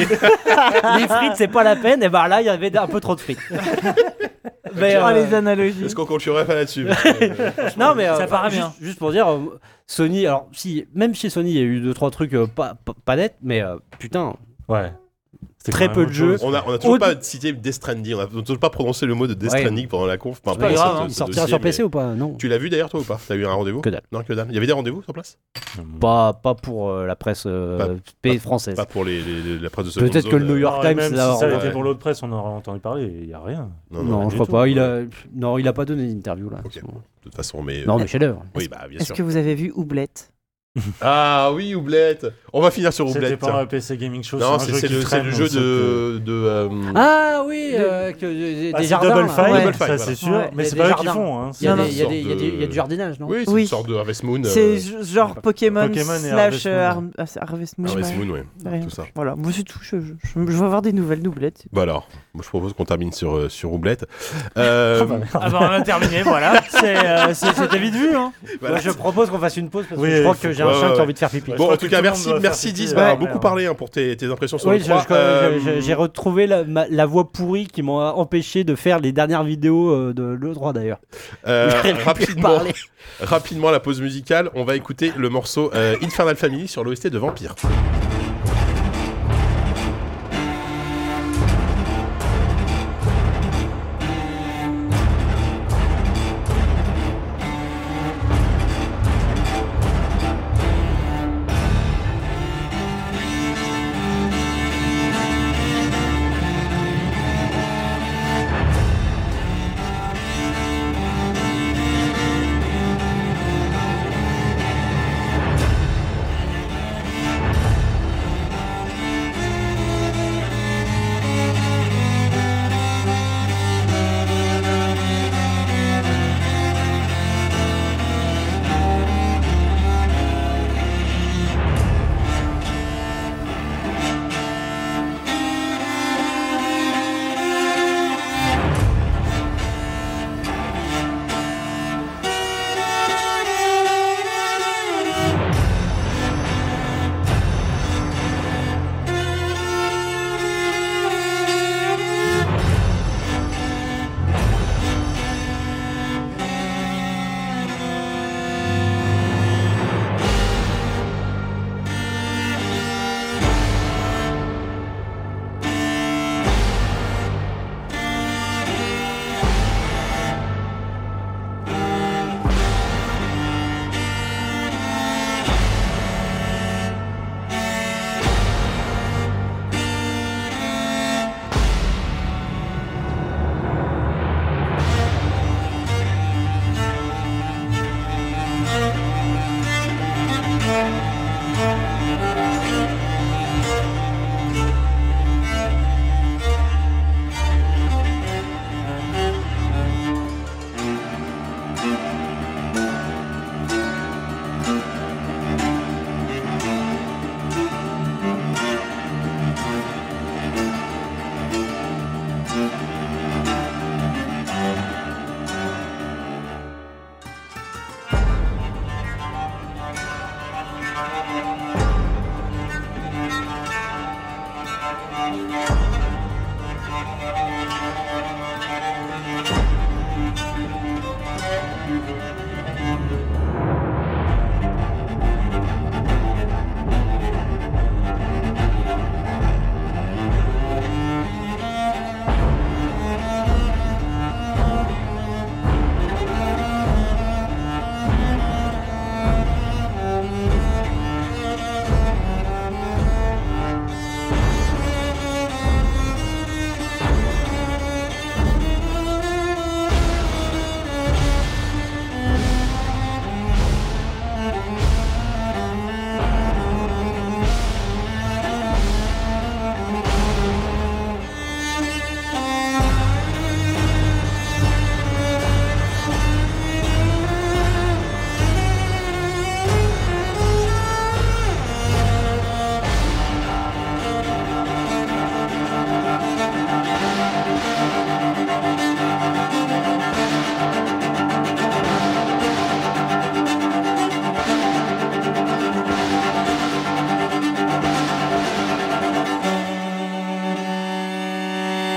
E: les frites, c'est pas la peine. Et bah là, il y avait un peu trop de frites. Mais,
D: Oh,
E: euh,
D: les analogies.
B: Est-ce qu'on conclurait pas là-dessus parce que, euh,
E: Non, mais euh,
C: paraît
E: juste,
C: bien.
E: juste pour dire, euh, Sony, alors si, même chez Sony, il y a eu deux trois trucs euh, pas, pas, pas nets, mais euh, putain,
F: Ouais. C'était
E: Très
F: quand
E: peu
F: même
E: de
F: autre
E: jeux.
F: chose.
B: On a, on a toujours
E: Au-
B: pas cité Death Stranding, on a toujours pas prononcé le mot de Death
E: Ouais.
B: Stranding pendant la conf. par
E: c'est
B: rapport
E: pas
B: à
E: grave,
B: ce-
E: hein. il
B: ce
E: sortira
B: dossier,
E: sur PC
B: mais-
E: ou pas Non,
B: Tu l'as vu d'ailleurs toi ou pas T'as eu un rendez-vous
E: que dalle.
B: Non, que dalle. Il y avait des rendez-vous sur place
E: Pas, pas pour euh, la presse euh,
B: Pas-
E: pays
B: pas-
E: française.
B: Pas pour les, les- les- la presse de seconde
E: Peut-être que
B: zone,
E: le New
B: euh,
E: York
F: Alors, et
E: Times,
F: même si
E: là,
F: ça
E: on-
F: avait
B: ouais.
F: été pour l'autre presse, on aurait entendu parler, il n'y a rien.
B: euh, Non,
E: non,
B: non,
E: je
F: du
E: crois
F: tout.
E: pas. Il a, non, il a pas donné d'interview là.
B: Ok. de toute façon, mais. euh,
E: Non, mais chef d'œuvre.
B: Oui, bah bien
D: Est-ce
B: sûr.
D: que vous avez vu Oublette
B: Oui, bah bien
D: Est-ce
B: sûr.
D: que
B: Ah oui, Oublette On va finir sur
F: C'était
B: Oublette.
F: pas un PC Gaming Show.
B: Non, c'est
F: c'est un jeu
B: c'est
F: qui
B: le, c'est
F: traîne,
B: le jeu
F: donc, euh,
B: de. de euh,
G: Ah oui, euh, que, des-
F: Ah,
G: des
F: c'est
G: jardins.
F: Double
G: là.
F: Fight,
D: Ouais.
B: Double Fight,
F: ça
B: voilà.
F: c'est sûr,
D: Ouais.
F: mais
G: Il y a
F: c'est
G: des
F: pas eux qui
G: jardins.
F: font. hein,
G: Il y a
D: Non,
G: des-
D: non.
G: il y a des- il y a des-
B: Sorte de-
G: il y a du jardinage, non
B: Oui, c'est
D: Oui.
B: une sorte de Harvest Moon.
D: C'est
B: euh,
D: ju- genre Pokémon,
F: Pokémon et Harvest
D: slash
F: Moon.
D: euh, Har- ah, c'est Harvest Moon.
B: Harvest
D: ouais.
B: Moon, ouais.
D: Ouais.
B: Tout ça.
D: Voilà, moi c'est tout. Je, je- je veux avoir des nouvelles doublettes.
B: Bah alors, moi je propose qu'on termine sur, euh, sur Oublette. Euh,
C: Ah bah, on a terminé, voilà. C'est, euh, c'est- C'était vite vu. Hein.
B: voilà.
E: Moi, je propose qu'on fasse une pause parce que
F: Oui,
E: je crois
F: il faut
E: que j'ai
B: qu'on-
E: un
B: ouais,
E: chien qui
B: ouais.
E: a envie de faire pipi.
B: Bon, en tout
F: que
B: cas,
F: tout le
B: merci,
F: monde doit
B: merci
F: faire pipi,
B: Diz
F: ouais.
B: d'avoir
F: Ouais,
B: beaucoup
F: ouais.
B: parlé hein, pour tes, tes impressions sur
E: Oui,
B: le euh,
E: je-
B: 3.
E: je- je- j'ai retrouvé la, ma- la voix pourrie qui m'a empêché de faire les dernières vidéos euh, de l'E3 d'ailleurs. J'aurais pu
B: Euh, rapidement,
E: parler.
B: rapidement, la pause musicale. On va écouter le morceau euh, Infernal Family sur l'OST de Vampire.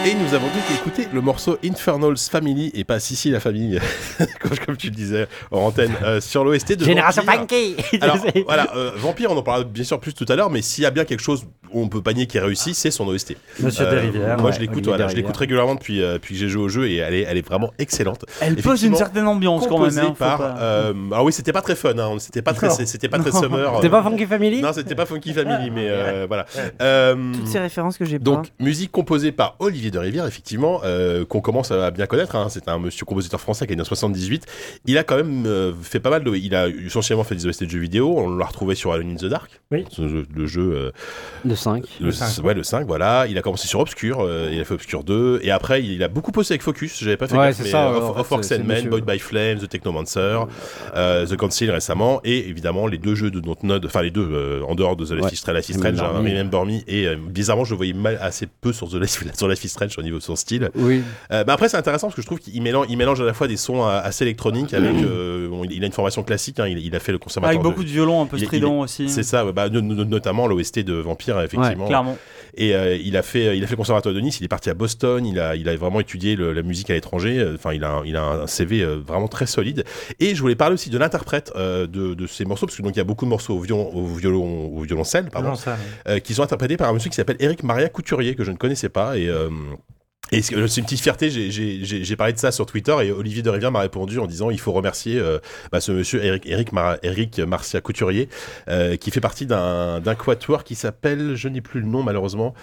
B: Et nous avons donc écouté le morceau Infernal's Family et pas Sissi la famille, comme, comme tu le disais en antenne, euh, sur l'OST de hein.
E: Génération
B: Vampire.
E: Funky
B: Alors voilà, euh, Vampire, on en parlera bien sûr plus tout à l'heure, mais s'il y a bien quelque chose on peut panier qui réussit, c'est son OST.
F: Monsieur Desrivières.
B: Euh, Moi,
E: ouais,
B: je l'écoute,
E: Olivier
B: voilà, je l'écoute
E: Desrivières.
B: régulièrement depuis, euh, depuis que j'ai joué au jeu et elle est, elle est vraiment excellente.
C: Elle pose une
B: Effectivement,
C: certaine ambiance quand même.
B: Composée
C: hein, faut
B: par.
C: pas-
B: euh, alors oui, c'était pas très fun. Hein, c'était pas très,
D: Non.
B: c'était pas très
D: Non.
B: summer.
E: T'es
B: euh,
E: pas Funky Family
B: Non, c'était pas Funky Family, mais euh, voilà.
F: Mm-hmm.
B: Euh,
D: Toutes ces références que j'ai pas.
B: donc, musique composée par Olivier de Rivière, effectivement, euh, qu'on commence à bien connaître. hein. C'est un monsieur compositeur français qui est né en 78. Il a quand même euh, fait pas mal de. Il a essentiellement fait des OST de jeux vidéo. On l'a retrouvé sur Alone in the Dark.
F: Oui.
B: Ce jeu- le jeu. euh,
E: De 5.
B: le, cinq. Ouais, le 5, voilà. Il a commencé sur Obscure. euh, il a fait Obscure 2. Et après, il a beaucoup bossé avec Focus. J'avais pas fait
E: Ouais,
B: gaffe,
E: c'est
B: mais
E: ça,
B: euh,
E: ouais,
B: Off-
E: en fait,
B: Off Orcs
E: c'est-
B: and
E: c'est
B: Men,
E: monsieur.
B: Boy by Flames, The Technomancer, euh, The Council récemment. Et évidemment, les deux jeux de Dontnod. Enfin, les deux euh, en dehors de The Life
E: Ouais.
B: is Strange, Life is
E: Et
B: Strange,
E: même
B: hein,
E: Dormi.
B: mais même Dormi. Et euh, bizarrement, je le voyais mal assez peu sur The Life, sur Life is Strange au niveau de son style.
E: Oui.
B: Euh, bah après, c'est intéressant parce que je trouve qu'il mélange, il mélange à la fois des sons euh, assez électroniques avec. euh, bon, il il a une formation classique, hein, il, il a fait le conservatoire.
C: Avec
B: de-
C: beaucoup de violons un peu
B: il- il est-
C: stridents aussi.
B: C'est ça, ouais, bah, no- no- notamment l'OST de Vampire, effectivement.
C: Clairement.
B: et euh, il, a fait, il a fait le conservatoire de Nice, il est parti à Boston, il a, il a vraiment étudié le- la musique à l'étranger. euh, Enfin, il a, un- il a un CV euh, vraiment très solide. Et je voulais parler aussi de l'interprète euh, de, de ces morceaux, parce que donc il y a beaucoup de morceaux au violon, au violon, au violoncelle, pardon
F: Non, ça,
B: euh, qui sont interprétés par un monsieur qui s'appelle Eric Maria Couturier, que je ne connaissais pas. Et, euh, et c'est euh, c'est une petite fierté, j'ai- j'ai j'ai- j'ai parlé de ça sur Twitter et Olivier de Rivière m'a répondu en disant il faut remercier euh, bah, ce monsieur Eric, Eric, Mar- Eric Marcia Couturier, euh, qui fait partie d'un d'un quatuor qui s'appelle, je n'ai plus le nom malheureusement.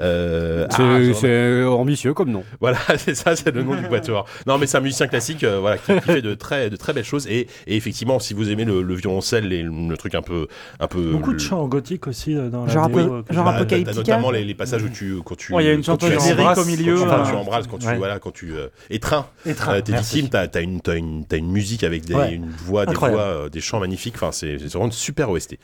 B: Euh, ah,
E: C'est-
B: j'en-
E: C'est ambitieux comme nom.
B: voilà, c'est ça, c'est le nom du quatuor. Non, mais c'est un musicien classique, euh, voilà, qui, qui fait de très, de très belles choses. Et, et effectivement, si vous aimez le, le violoncelle et le, le truc un peu, un peu,
F: Beaucoup de
B: le-
F: chants gothiques aussi euh, dans la
D: Genre un peu-
F: vidéo, euh, que
D: genre
F: j'ai-
D: un peu
B: Bah, t'as- t'as
D: Apocalyptica.
B: notamment les, les passages où tu quand tu
C: Ouais, il y a une
B: quand tu
C: chanteuse
B: embrasses,
C: lyrique
F: quand
C: au
F: tu
C: milieu.
B: quand tu
C: euh,
B: embrasses quand tu
F: Ouais.
B: voilà quand tu euh, étreins
F: Étreint,
B: euh, tes
F: merci.
B: victimes t'as t'as une t'as une t'as une musique avec des
F: Ouais.
B: une voix des
F: Incroyable.
B: voix euh, des chants magnifiques enfin c'est c'est vraiment une super OST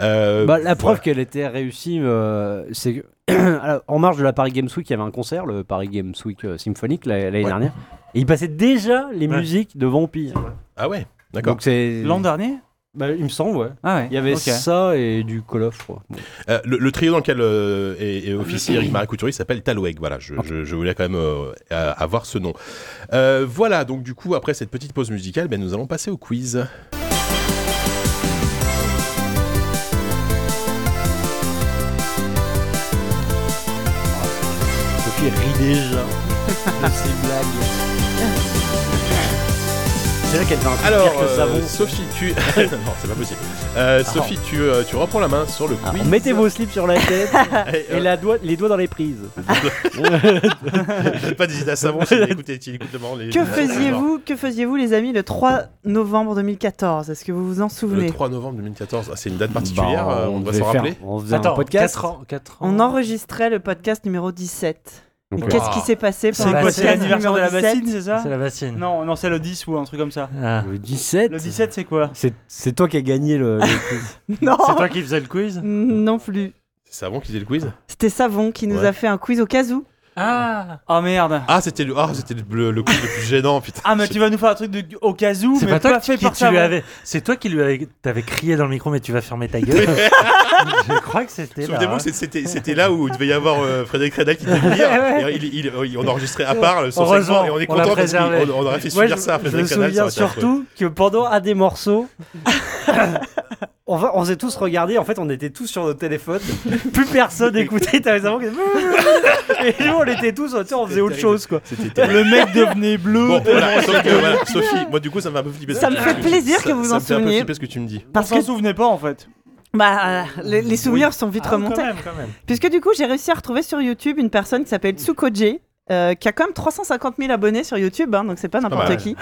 B: euh,
E: Bah, la
B: voilà.
E: preuve qu'elle était réussie, euh, c'est que alors, en marge de la Paris Games Week, il y avait un concert, le Paris Games Week euh, symphonique la- l'année
B: Ouais.
E: dernière, et il passait déjà les
F: Ouais.
E: musiques de Vampire.
B: ah ouais d'accord
E: Donc c'est
C: L'an dernier
E: Bah, il me semble, ouais.
C: Ah ouais.
E: Il y avait
C: ok.
E: ça et du Call of, je crois.
B: Euh, le, le trio dans lequel euh, est, est officier Eric Marie Couturier s'appelle Talweg voilà je, je, je voulais quand même euh, euh, avoir ce nom Euh, voilà donc du coup après cette petite pause musicale ben nous allons passer au quiz
E: Sophie rit déjà de ses blagues. C'est là qu'elle va un peu
B: Alors,
E: pire que
B: euh,
E: savon.
B: Sophie, tu. non, c'est pas possible. Euh, Sophie, tu, euh, tu reprends la main sur le
E: Alors,
B: quiz.
E: Mettez vos slips sur la tête
B: Eh,
E: et
B: euh,
E: la doigt- les doigts dans les prises.
B: pas d'hésiter à savoir si écoutez, si écoute devant les.
D: Que faisiez-vous, que faisiez-vous les amis le 3 novembre 2014 Est-ce que vous vous en
B: Le
D: souvenez
B: 3 novembre 2014, Ah, c'est une date particulière,
E: Bah,
B: euh, on doit
E: devait
B: s'en
E: faire-
B: rappeler.
E: On faisait
F: Attends,
E: un podcast.
F: 4 ans, 4 ans.
D: On enregistrait le podcast numéro 17. Et
E: Donc,
B: Ah.
D: qu'est-ce qui s'est passé
C: C'est
D: pendant le
C: quoi Bah, C'est
D: podcast
C: l'anniversaire
D: numéro
C: de la
D: 17
C: bassine, c'est ça
F: C'est la bassine.
C: Non, non, c'est le 10 ou un truc comme ça.
F: Ah.
E: Le 17.
C: Le 17, c'est quoi
E: C'est, c'est toi qui as gagné le. le quiz.
D: Non,
F: C'est toi qui faisais le quiz
D: non plus.
B: C'est avant qu'ils aient le quiz
D: C'était Savon qui nous
B: Ouais.
D: a fait un quiz au cas où.
F: Ah
C: Oh merde.
B: Ah, c'était le, ah, c'était le, le quiz le plus gênant, putain.
C: Ah, mais tu vas nous faire un truc de... au cas où,
F: C'est
C: mais
F: pas
C: pas,
F: toi qui,
C: fait
F: qui-
C: par
F: tu
C: ça.
F: lui avais- C'est toi qui lui avais. T'avais crié dans le micro, mais tu vas fermer ta gueule. Je crois que c'était là.
B: Souvenez-vous,
F: hein.
B: c'est- c'était c'était là où il devait y avoir euh, Frédéric Rédal qui devait venir. Et il, il- il- on enregistrait à part son
F: Heureusement,
B: segment et on est
F: on l'a
B: content parce qu'on
F: préservé.
B: on aurait fait
E: Moi,
B: subir
E: je,
B: ça à
E: je me
B: Frédéric Rédal. ça
E: souviens
B: aurait été affreux.
E: surtout que pendant un des morceaux, on, va, on s'est tous regardés. En fait, on était tous sur nos téléphones. Plus personne écoutait. T'avais vraiment que- Et nous, on était tous. tu sais, on faisait autre
B: terrible.
E: chose, quoi.
B: C'était terrible.
C: Le mec devenait bleu.
B: Bon, voilà, sauf que, voilà, Sophie, moi du coup ça m'a un peu flippé. ce
D: Ça
B: que
D: me
B: tu-
D: fait plaisir que vous
B: ça
D: en
B: me fait un peu
D: souveniez.
B: flipper ce que tu me dis.
C: Parce
D: Parce
C: qu'on
D: que
C: s'en souvenait pas en fait.
D: bah, les, les souvenirs sont vite
F: Ah, quand
D: remontés.
F: même, quand même.
D: Puisque du coup, j'ai réussi à retrouver sur YouTube une personne qui s'appelle Tsukoje. euh, qui a quand même 350 000 abonnés sur YouTube, hein, donc c'est pas n'importe
B: mal.
D: qui.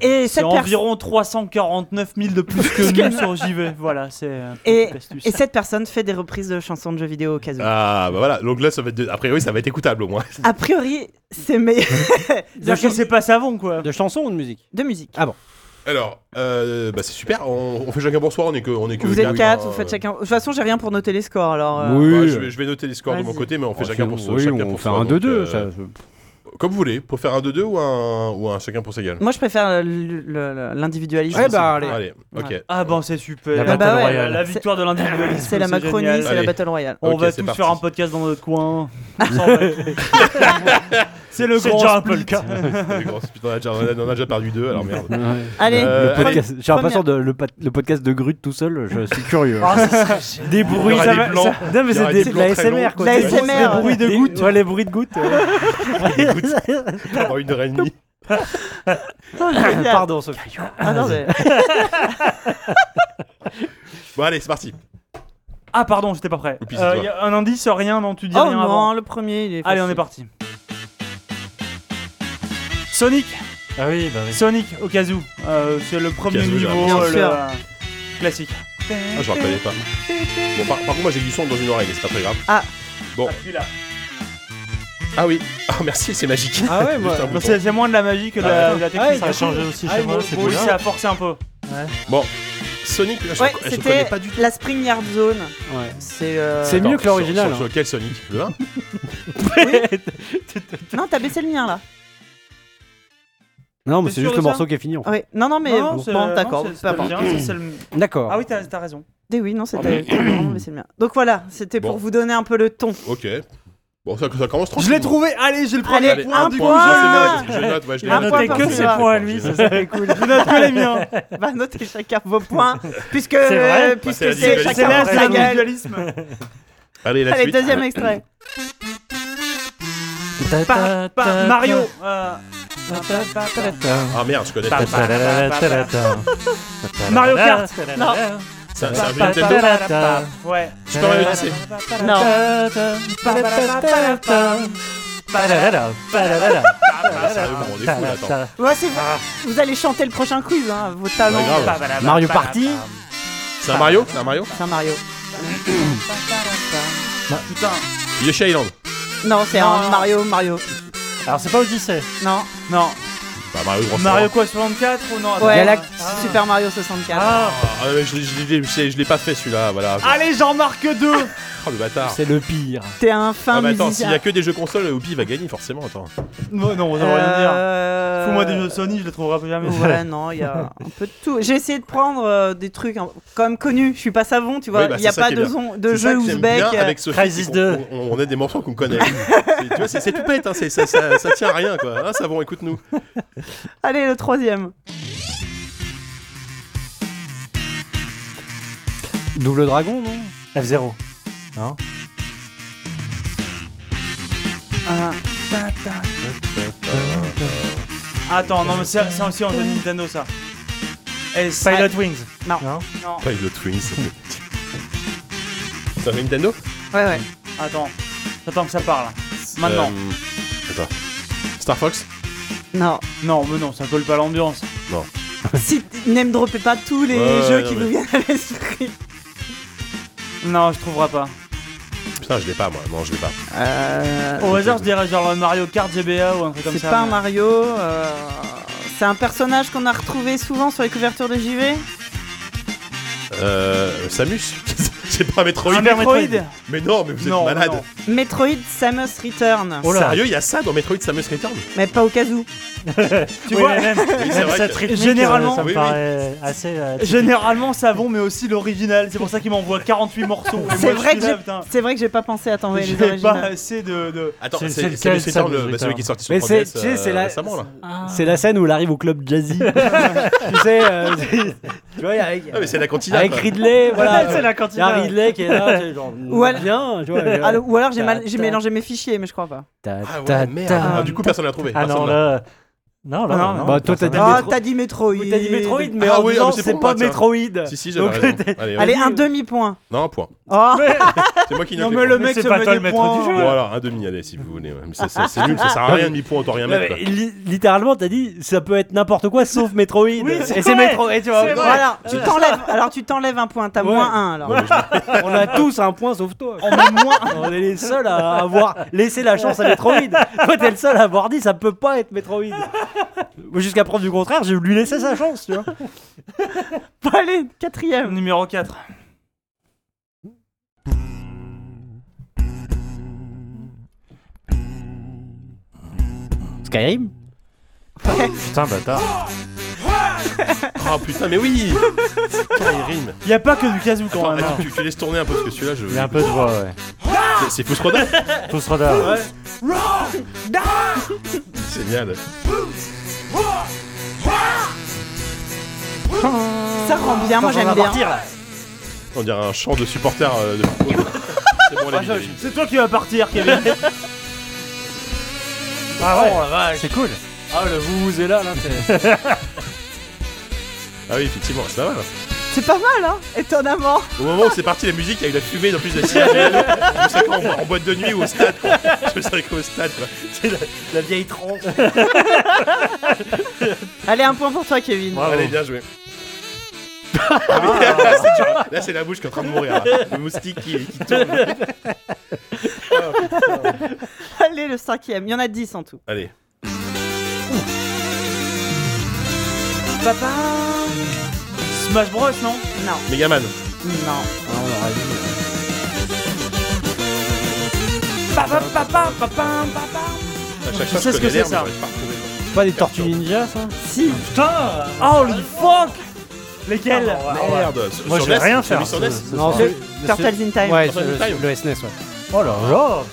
D: Et
C: C'est
D: cette, personne
C: environ 349 000 de plus que nous sur JV. Voilà, c'est. euh,
D: Et-
C: petite astuce.
D: et cette personne fait des reprises de chansons de jeux vidéo au cas où.
B: Ah bah voilà, donc là ça va être de- a priori ça va être écoutable au moins.
D: A priori, c'est meilleur
C: Dire que c'est pas savon quoi.
E: De chansons ou de musique
D: de musique.
B: Alors euh, bah c'est super, on, on fait chacun bonsoir, on est que on est que
D: vous êtes
B: quatre,
D: quatre,
B: hein.
D: vous faites chacun. De toute façon, j'ai rien pour noter les scores, alors. euh,
E: Oui. Oh,
B: Ouais, je, vais, je vais noter les scores de
D: Vas-y.
B: mon côté, mais on fait
E: On
B: chacun
E: fait-
B: pour soi.
E: oui,
B: chacun
E: on
B: pour
E: fait
B: soi,
E: un
B: donc,
E: 2-2.
B: euh,
E: ça-
B: Comme vous voulez, pour faire un 2-2 ou un, ou un chacun pour sa gueule
D: Moi, je préfère le- le- le- l'individualisme.
E: Eh bah, allez.
B: Allez, ok.
D: Ouais.
C: Ah bon, c'est super.
F: La
C: Ah
F: Battle
C: bah ouais,
F: Royale.
C: la victoire de l'individualisme.
D: C'est la Macronie,
C: génial.
D: c'est la
B: Allez.
D: Battle Royale.
C: On
B: Ok,
C: va
B: c'est
C: tous
B: parti.
C: faire un podcast dans notre coin. On s'en va. C'est le
F: C'est
C: grand
F: déjà un peu le
C: split.
F: cas.
B: Les grosses- Putain, on a déjà- on en a déjà perdu deux, alors merde.
D: Allez,
B: Euh,
E: Le
D: pre-
E: podcast- J'ai
D: première-
E: l'impression de le, pat- le podcast de Grut tout seul, je suis curieux.
C: Des bruits,
B: aura
C: Ah, ça
B: des
C: va-
B: blancs.
C: ça- Non, mais
B: Il y aura
C: c'est
B: des
C: des-
B: blancs
C: de la
B: très
C: SMR,
B: longs.
C: quoi.
D: La
C: Des-
D: ASMR,
C: Des bruits de
E: ouais.
C: gouttes. Ouais, les bruits de gouttes.
B: Pendant une heure et demie.
E: Pardon Sophie.
D: Ah non, mais-
B: Bon, allez, c'est parti.
C: Ah, pardon, j'étais pas prêt.
B: Et puis, c'est
C: Euh,
B: toi.
C: y a un indice, rien, non, tu dis
D: Oh
C: rien
D: non,
C: avant.
D: le premier, il est
C: Allez, on
D: facile.
C: est parti. Sonic,
F: Ah oui, bah oui.
C: Sonic, au cas où. Euh, c'est le premier
B: Okazu, j'ai
C: niveau
D: bien
C: euh,
D: sûr.
C: le- classique.
B: Ah, je reconnais pas. Bon, par, par contre, moi j'ai du son dans une oreille, mais c'est pas très grave. Bon. Ah oui. Ah, merci, c'est magique.
E: Ah ouais,
B: Juste
E: moi.
B: un
C: Non,
B: bouton.
C: C'est c'est moins de la magie que de la, de la technique.
E: ouais,
F: Ah, Ça a changé aussi
E: Ah,
F: chez
E: ils
F: moi,
E: m'ont-
F: c'est
E: bon,
C: Oui,
F: bizarre.
C: ça a forcé un peu.
B: Sonic, je,
D: Ouais,
B: je
D: c'était
B: connais pas du tout.
D: la Spring Yard Zone.
E: Ouais.
D: C'est. euh,
E: C'est
B: Attends,
E: mieux que l'original.
B: Sur, sur, sur quel Sonic Le 1
D: Non, t'as baissé le mien là.
E: Non, mais
C: T'es
E: c'est
C: sûr
E: juste
C: de
E: le
C: ça
E: morceau qui est fini. en fait.
D: Ah ouais. Non, non, mais
C: Non,
D: bon,
C: c'est-
D: bon,
C: non,
D: d'accord.
C: c'est-
D: peu importe.
C: c'est bien, ça, c'est le-
E: D'accord.
C: Ah oui, t'as t'as raison.
D: Eh oui, non, c'était t'as vraiment baissé le mien. Donc voilà, c'était
B: Bon.
D: pour vous donner un peu le ton.
B: Ok. Bon, ça, ça commence
C: Je
B: tranquille.
C: l'ai trouvé. Allez, j'ai le premier.
D: Allez,
B: Allez,
D: un
B: un
D: point.
B: point. Je, je note, je note, ouais, je l'ai
C: Ah,
D: Un
F: Il notait
D: point
F: Ah, que
D: par
F: ses
D: celui-là.
F: points à lui, c'est ça.
D: C'est cool.
C: Je note que les miens.
D: bah notez chacun vos points, puisque
F: C'est vrai
D: euh, puisque
B: Bah, c'est la
D: c'est
B: dualité.
D: chacun
B: là,
D: pour
B: c'est
D: sa
B: la
D: gueule.
B: Allez, la
D: Allez,
B: suite.
D: deuxième extrait.
C: Pa- pa- Mario. euh,
B: Ah merde, je connais.
C: Pam. Mario
F: Mario
C: Kart.
F: Kart.
D: Non.
B: C'est un c'est un jeu Nintendo.
C: Ouais.
B: Je t'en avais laissé.
D: Non.
B: Ah, sérieux, vous vous rendez fou, là, attends.
D: Ouais, c'est- Vous allez chanter le prochain quiz, hein, vos talents.
B: Ouais, grave.
E: Mario Party.
B: C'est un Mario C'est un Mario
D: C'est un Mario.
C: Putain.
B: Yoshi Island.
D: Non, c'est
C: Non.
D: un Mario, Mario.
F: Alors c'est pas Odyssey.
D: Non.
C: Non.
B: Bah, Mario Bros.
C: Mario quoi 64 ou non attends.
D: Ouais.
E: Galax-
C: Ah.
D: Super Mario 64.
C: Ah.
B: Ah, ouais, je, l'ai- je l'ai- je l'ai- je l'ai pas fait celui-là, voilà.
D: Ah.
C: Allez, j'en marque deux.
B: Oh le bâtard.
E: C'est le pire.
D: T'es un fin
B: Ah, mais attends, s'il y
D: musicien.
B: a que des jeux consoles, Oupi va gagner forcément, attends.
C: Non, non, on va rien dire.
D: Euh,
C: Fous-moi des jeux Sony, je les trouverai jamais.
D: Ouais, non, il y a un peu de tout. J'ai essayé de prendre euh, des trucs hein, comme connus. Je suis pas savon, tu vois.
B: Oui,
D: Il
B: bah,
D: y a
B: c'est ça
D: pas
B: qui est
D: de,
B: bien.
D: son, de
B: C'est ça
D: jeu
B: que j'aime bien
D: ouzbek. euh,
B: avec Sophie,
F: Crisis
B: c'est qu'on-
F: 2.
B: On, on a des morceaux qu'on connaît. C'est- tu vois, c'est c'est tout bête, hein, c'est- ça, ça, ça tient à rien quoi. Hein, Savon, écoute-nous.
D: Allez, le troisième.
E: Double Dragon, non
F: F0.
D: Un.
C: Attends, non, mais c'est c'est aussi un jeu Nintendo ça. Et ça-
F: Pilot Wings.
D: Non.
C: Non.
B: Pilot Twins. C'est un jeu Nintendo
D: Ouais, ouais.
C: Attends, j'attends que ça parle. Maintenant.
B: Euh, attends. Star Fox
D: Non.
C: Non, mais non, ça colle pas à l'ambiance.
D: si t- n'aime dropez pas tous les
B: Ouais,
D: jeux
B: non,
D: qui
B: mais-
D: vous viennent à l'esprit.
C: Non, je trouverai pas.
B: Putain, je l'ai pas moi. Non, je l'ai pas.
D: Euh,
C: Au hasard, je dirais genre le Mario Kart GBA ou un truc comme ça.
D: c'est pas un
C: mais-
D: Mario. euh, C'est un personnage qu'on a retrouvé souvent sur les couvertures de JV.
B: Euh, Samus C'est pas un Metroid
C: Un Ah, Metroid
B: Mais non, mais vous êtes
C: Non,
B: malade.
C: non.
D: Metroid Samus Return.
F: Oh là.
B: Sérieux, il y a ça dans Metroid Samus Return
D: Mais pas au cas où.
C: Tu
F: Oui,
C: vois,
F: mais même,
B: Oui, c'est
F: même
B: vrai
F: cette
B: que-
F: rythmique,
C: Généralement,
F: euh, ça me
B: oui, oui.
F: paraît assez. euh,
C: Généralement savon mais aussi l'original, c'est pour ça qu'il m'envoie 48 morceaux. Et
D: C'est
C: moi, je
D: vrai
C: suis
D: que
C: là,
D: j'ai-
C: putain,
D: C'est vrai que j'ai pas pensé à t'envoyer les
C: j'ai pas
D: originaux.
C: assez de... de-
B: Attends,
F: C'est-
B: c'est
F: c'est
B: c'est Samus
F: lequel,
B: Return,
F: Samus
B: le- bah,
F: Return
B: celui qui est sorti sur
E: Mais
B: 3DS
E: c'est- tu sais,
B: euh,
E: c'est la-
B: récemment là.
E: C'est la scène où il arrive au club jazzy. tu sais, euh, tu vois, avec,
B: Ah, mais c'est la cantina.
E: avec
B: quoi.
E: Ridley, voilà.
F: c'est la
E: Il y a
F: quantité.
E: Ridley qui est là, tu sais, genre,
D: Ou alors-
E: bien, tu vois.
D: Ah, le- ou alors j'ai mal-
E: Ta-
D: j'ai
E: ta-
D: mélangé mes fichiers, mais je crois pas.
E: Ta-
B: Ah ouais,
E: ta-
B: merde.
E: ta-
B: Ah, du coup, personne l'a trouvé.
F: Ah
B: personne
F: non,
B: l'a-
F: là. Non, là.
C: Ah non,
F: non,
E: bah, toi, t'as dit
F: personne.
D: Ah,
E: Metro-
D: t'as dit Metroid.
E: Oui, T'as dit Metroid, mais
B: Ah
E: en
B: oui,
E: disant
B: ah, mais c'est
E: c'est
B: pour moi,
E: pas
B: tiens.
E: Metroid.
B: Si, si, j'avais
E: Donc,
B: raison. Allez,
D: Allez,
B: ouais.
D: un demi-point.
B: Non, un point.
D: Oh,
B: C'est moi qui
C: Non
B: note les
C: mais le
B: points.
C: mec
F: c'est
C: se
F: pas
C: met
F: toi
C: des
F: le maître
C: points.
F: du
B: Bon,
F: jeu.
B: alors, Ah un demi, allez, si vous voulez. ouais. Mais c'est- c'est c'est nul, ça sert à rien, demi-point, autant rien
E: Ouais,
B: mettre.
E: mais
B: quoi.
E: li- littéralement, t'as dit ça peut être n'importe quoi sauf Metroid.
C: c'est
E: et c'est
C: vrai.
E: Metroid, tu vois.
C: C'est vrai.
D: Voilà,
E: Euh,
D: tu t'enlèves. Alors tu t'enlèves un point, t'as
E: Ouais.
D: moins un alors.
B: Non, mais je-
E: On a tous un point sauf toi.
C: On met moins...
E: On est les seuls à avoir laissé la chance à Metroid. Toi, t'es le seul à avoir dit ça peut pas être Metroid. Moi, Jusqu'à prendre du contraire, j'ai lui laissé sa chance, tu vois.
D: Bon, allez, quatrième.
C: Numéro 4.
E: Skyrim
F: Putain, bâtard.
B: Oh putain, mais oui Putain, il rime.
C: Y a pas que du kazoo quand
B: Attends,
C: même.
E: hein.
B: attends, tu, tu laisses tourner un peu parce que celui-là, je.
F: Il y a un peu de voix, ouais.
B: C'est- C'est Fous Roda
F: Tous radar.
B: C'est génial.
D: Ça rend bien, moi
E: Attends, on
D: j'aime
E: va
D: bien.
E: partir, là.
B: On dirait un chant de supporters euh, de football. C'est bon, les
C: Ah, je- C'est toi qui vas partir, Kevin.
F: Ah ouais.
E: C'est cool. Ah, le vous vous est là, là. c'est-
B: Ah oui, effectivement, c'est pas mal.
D: C'est pas mal, hein, étonnamment.
B: Au moment où c'est parti la musique, il y a eu la fumée dans plus de la cigale. Je sais quoi, en, en boîte de nuit ou au stade. quoi. Je sais qu'au stade. quoi. C'est la-
E: La vieille tronche.
D: Allez, un point pour toi, Kevin.
F: Bravo.
B: Allez, bien joué. Ah, mais là, c'est dur. Là, c'est la bouche qui est en train de mourir. là. Le moustique qui, qui tourne.
D: Allez, le cinquième. Il y en a dix en tout.
B: Allez.
D: Papa
C: Smash Bros, non
D: Non,
B: Megaman.
D: non.
C: Papa, papa, papa, papa.
B: À chaque
C: sais
B: fois, je
C: ce que
B: connais l'air, mais
C: c'est, ça.
B: j'arrive pas à retrouver le nom.
E: Pas des tortues ninja, ça
D: Si,
F: Putain.
C: Holy fuck Lesquels
B: Ah, bah, Merde. sur-
F: Moi,
B: sur
F: je vais
B: NES,
F: rien
B: celui
F: faire.
B: sur NES.
E: Non,
D: Le-
E: c'est-
D: Turtles in Time.
E: Ouais,
B: Turtles in
E: c'est-
B: Time.
E: le SNES, ouais.
F: Oh là là.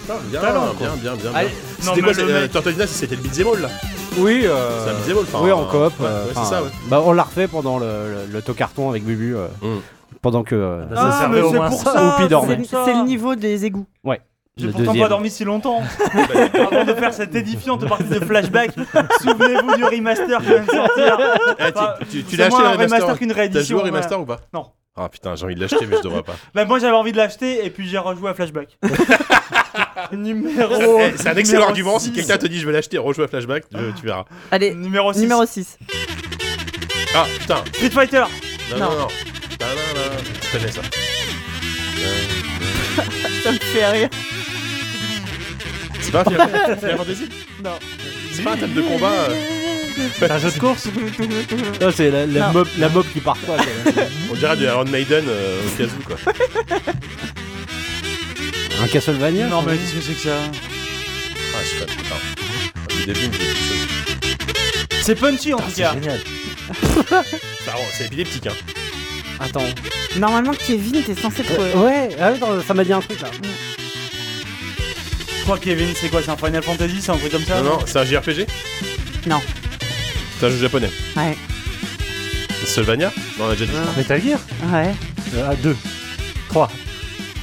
B: Ah, Bien,
F: talent, quoi.
B: bien, bien, bien,
E: Allez,
B: bien.
F: non,
B: C'était
F: mais
B: quoi,
F: le
B: euh,
F: mec-
B: Turtles in Time, C'était le beat'em all, là.
E: Oui, euh,
B: C'est un beat'em all, enfin,
E: oui, en
B: un-
E: coop.
B: ouais,
E: euh,
B: ouais, c'est
E: enfin,
B: ça, ouais.
E: Bah, on l'a refait pendant le, le, le tocarton avec Bubu. euh,
B: Mm.
E: Pendant que. euh,
F: Bah, ça servait au moins ça.
E: Ou Oupi dormait.
D: C'est c'est le niveau des égouts.
C: J'ai
E: le
C: pourtant
E: deuxième.
C: pas dormi si longtemps avant de faire cette édifiante partie de flashback. Souvenez-vous du remaster qui vient de sortir.
B: Eh,
C: Enfin,
B: tu- tu- Tu
C: C'est
B: l'as acheté
C: moins
B: le
C: un remaster
B: remaster
C: qu'une
B: T'as
C: réédition.
B: joué au
C: voilà.
B: remaster ou pas
C: euh, Non.
B: Ah putain, j'ai envie de l'acheter, mais je devrais pas.
C: Bah, moi j'avais envie de l'acheter et puis j'ai rejoué à flashback. numéro.
B: Eh, c'est un excellent
C: Oh, numéro
B: argument. Si
C: six.
B: quelqu'un te dit je vais l'acheter, rejoue à Flashback, tu, tu verras.
D: Allez,
C: Numéro 6.
D: numéro 6.
B: Ah putain,
C: Street Fighter.
B: non, non,
D: Non.
B: non. Ta-da-da. Je connais ça.
D: Ça me fait rire.
B: C'est pas un Final Final Fantasy
D: Non.
B: C'est pas un thème de combat euh,
F: C'est un jeu de course.
E: Ah, c'est la, la
D: Non.
E: mob, la mob qui part quoi. c'est-
B: On dirait du Iron Maiden euh, au cas où quoi.
E: un Castlevania
C: Non,
E: ça
C: mais qu'est-ce que c'est que ça
B: Ah, je sais pas, putain. Le début, il me dit quelque chose.
C: C'est punchy en tout
F: C'est
C: cas.
F: génial.
B: Ça rend- C'est épileptique hein.
E: Attends.
D: Normalement, Kevin, t'es censé être.
E: Euh, ouais, ah, attends, ça m'a dit un truc là.
C: Je crois Kevin, c'est quoi C'est un Final Fantasy C'est un truc comme ça
B: Non, non, c'est un JRPG
D: Non.
B: C'est un jeu japonais.
D: Ouais,
B: Solvania Non, on a déjà dit.
F: Metal Gear.
D: ouais.
F: Euh, ah, 2. 3.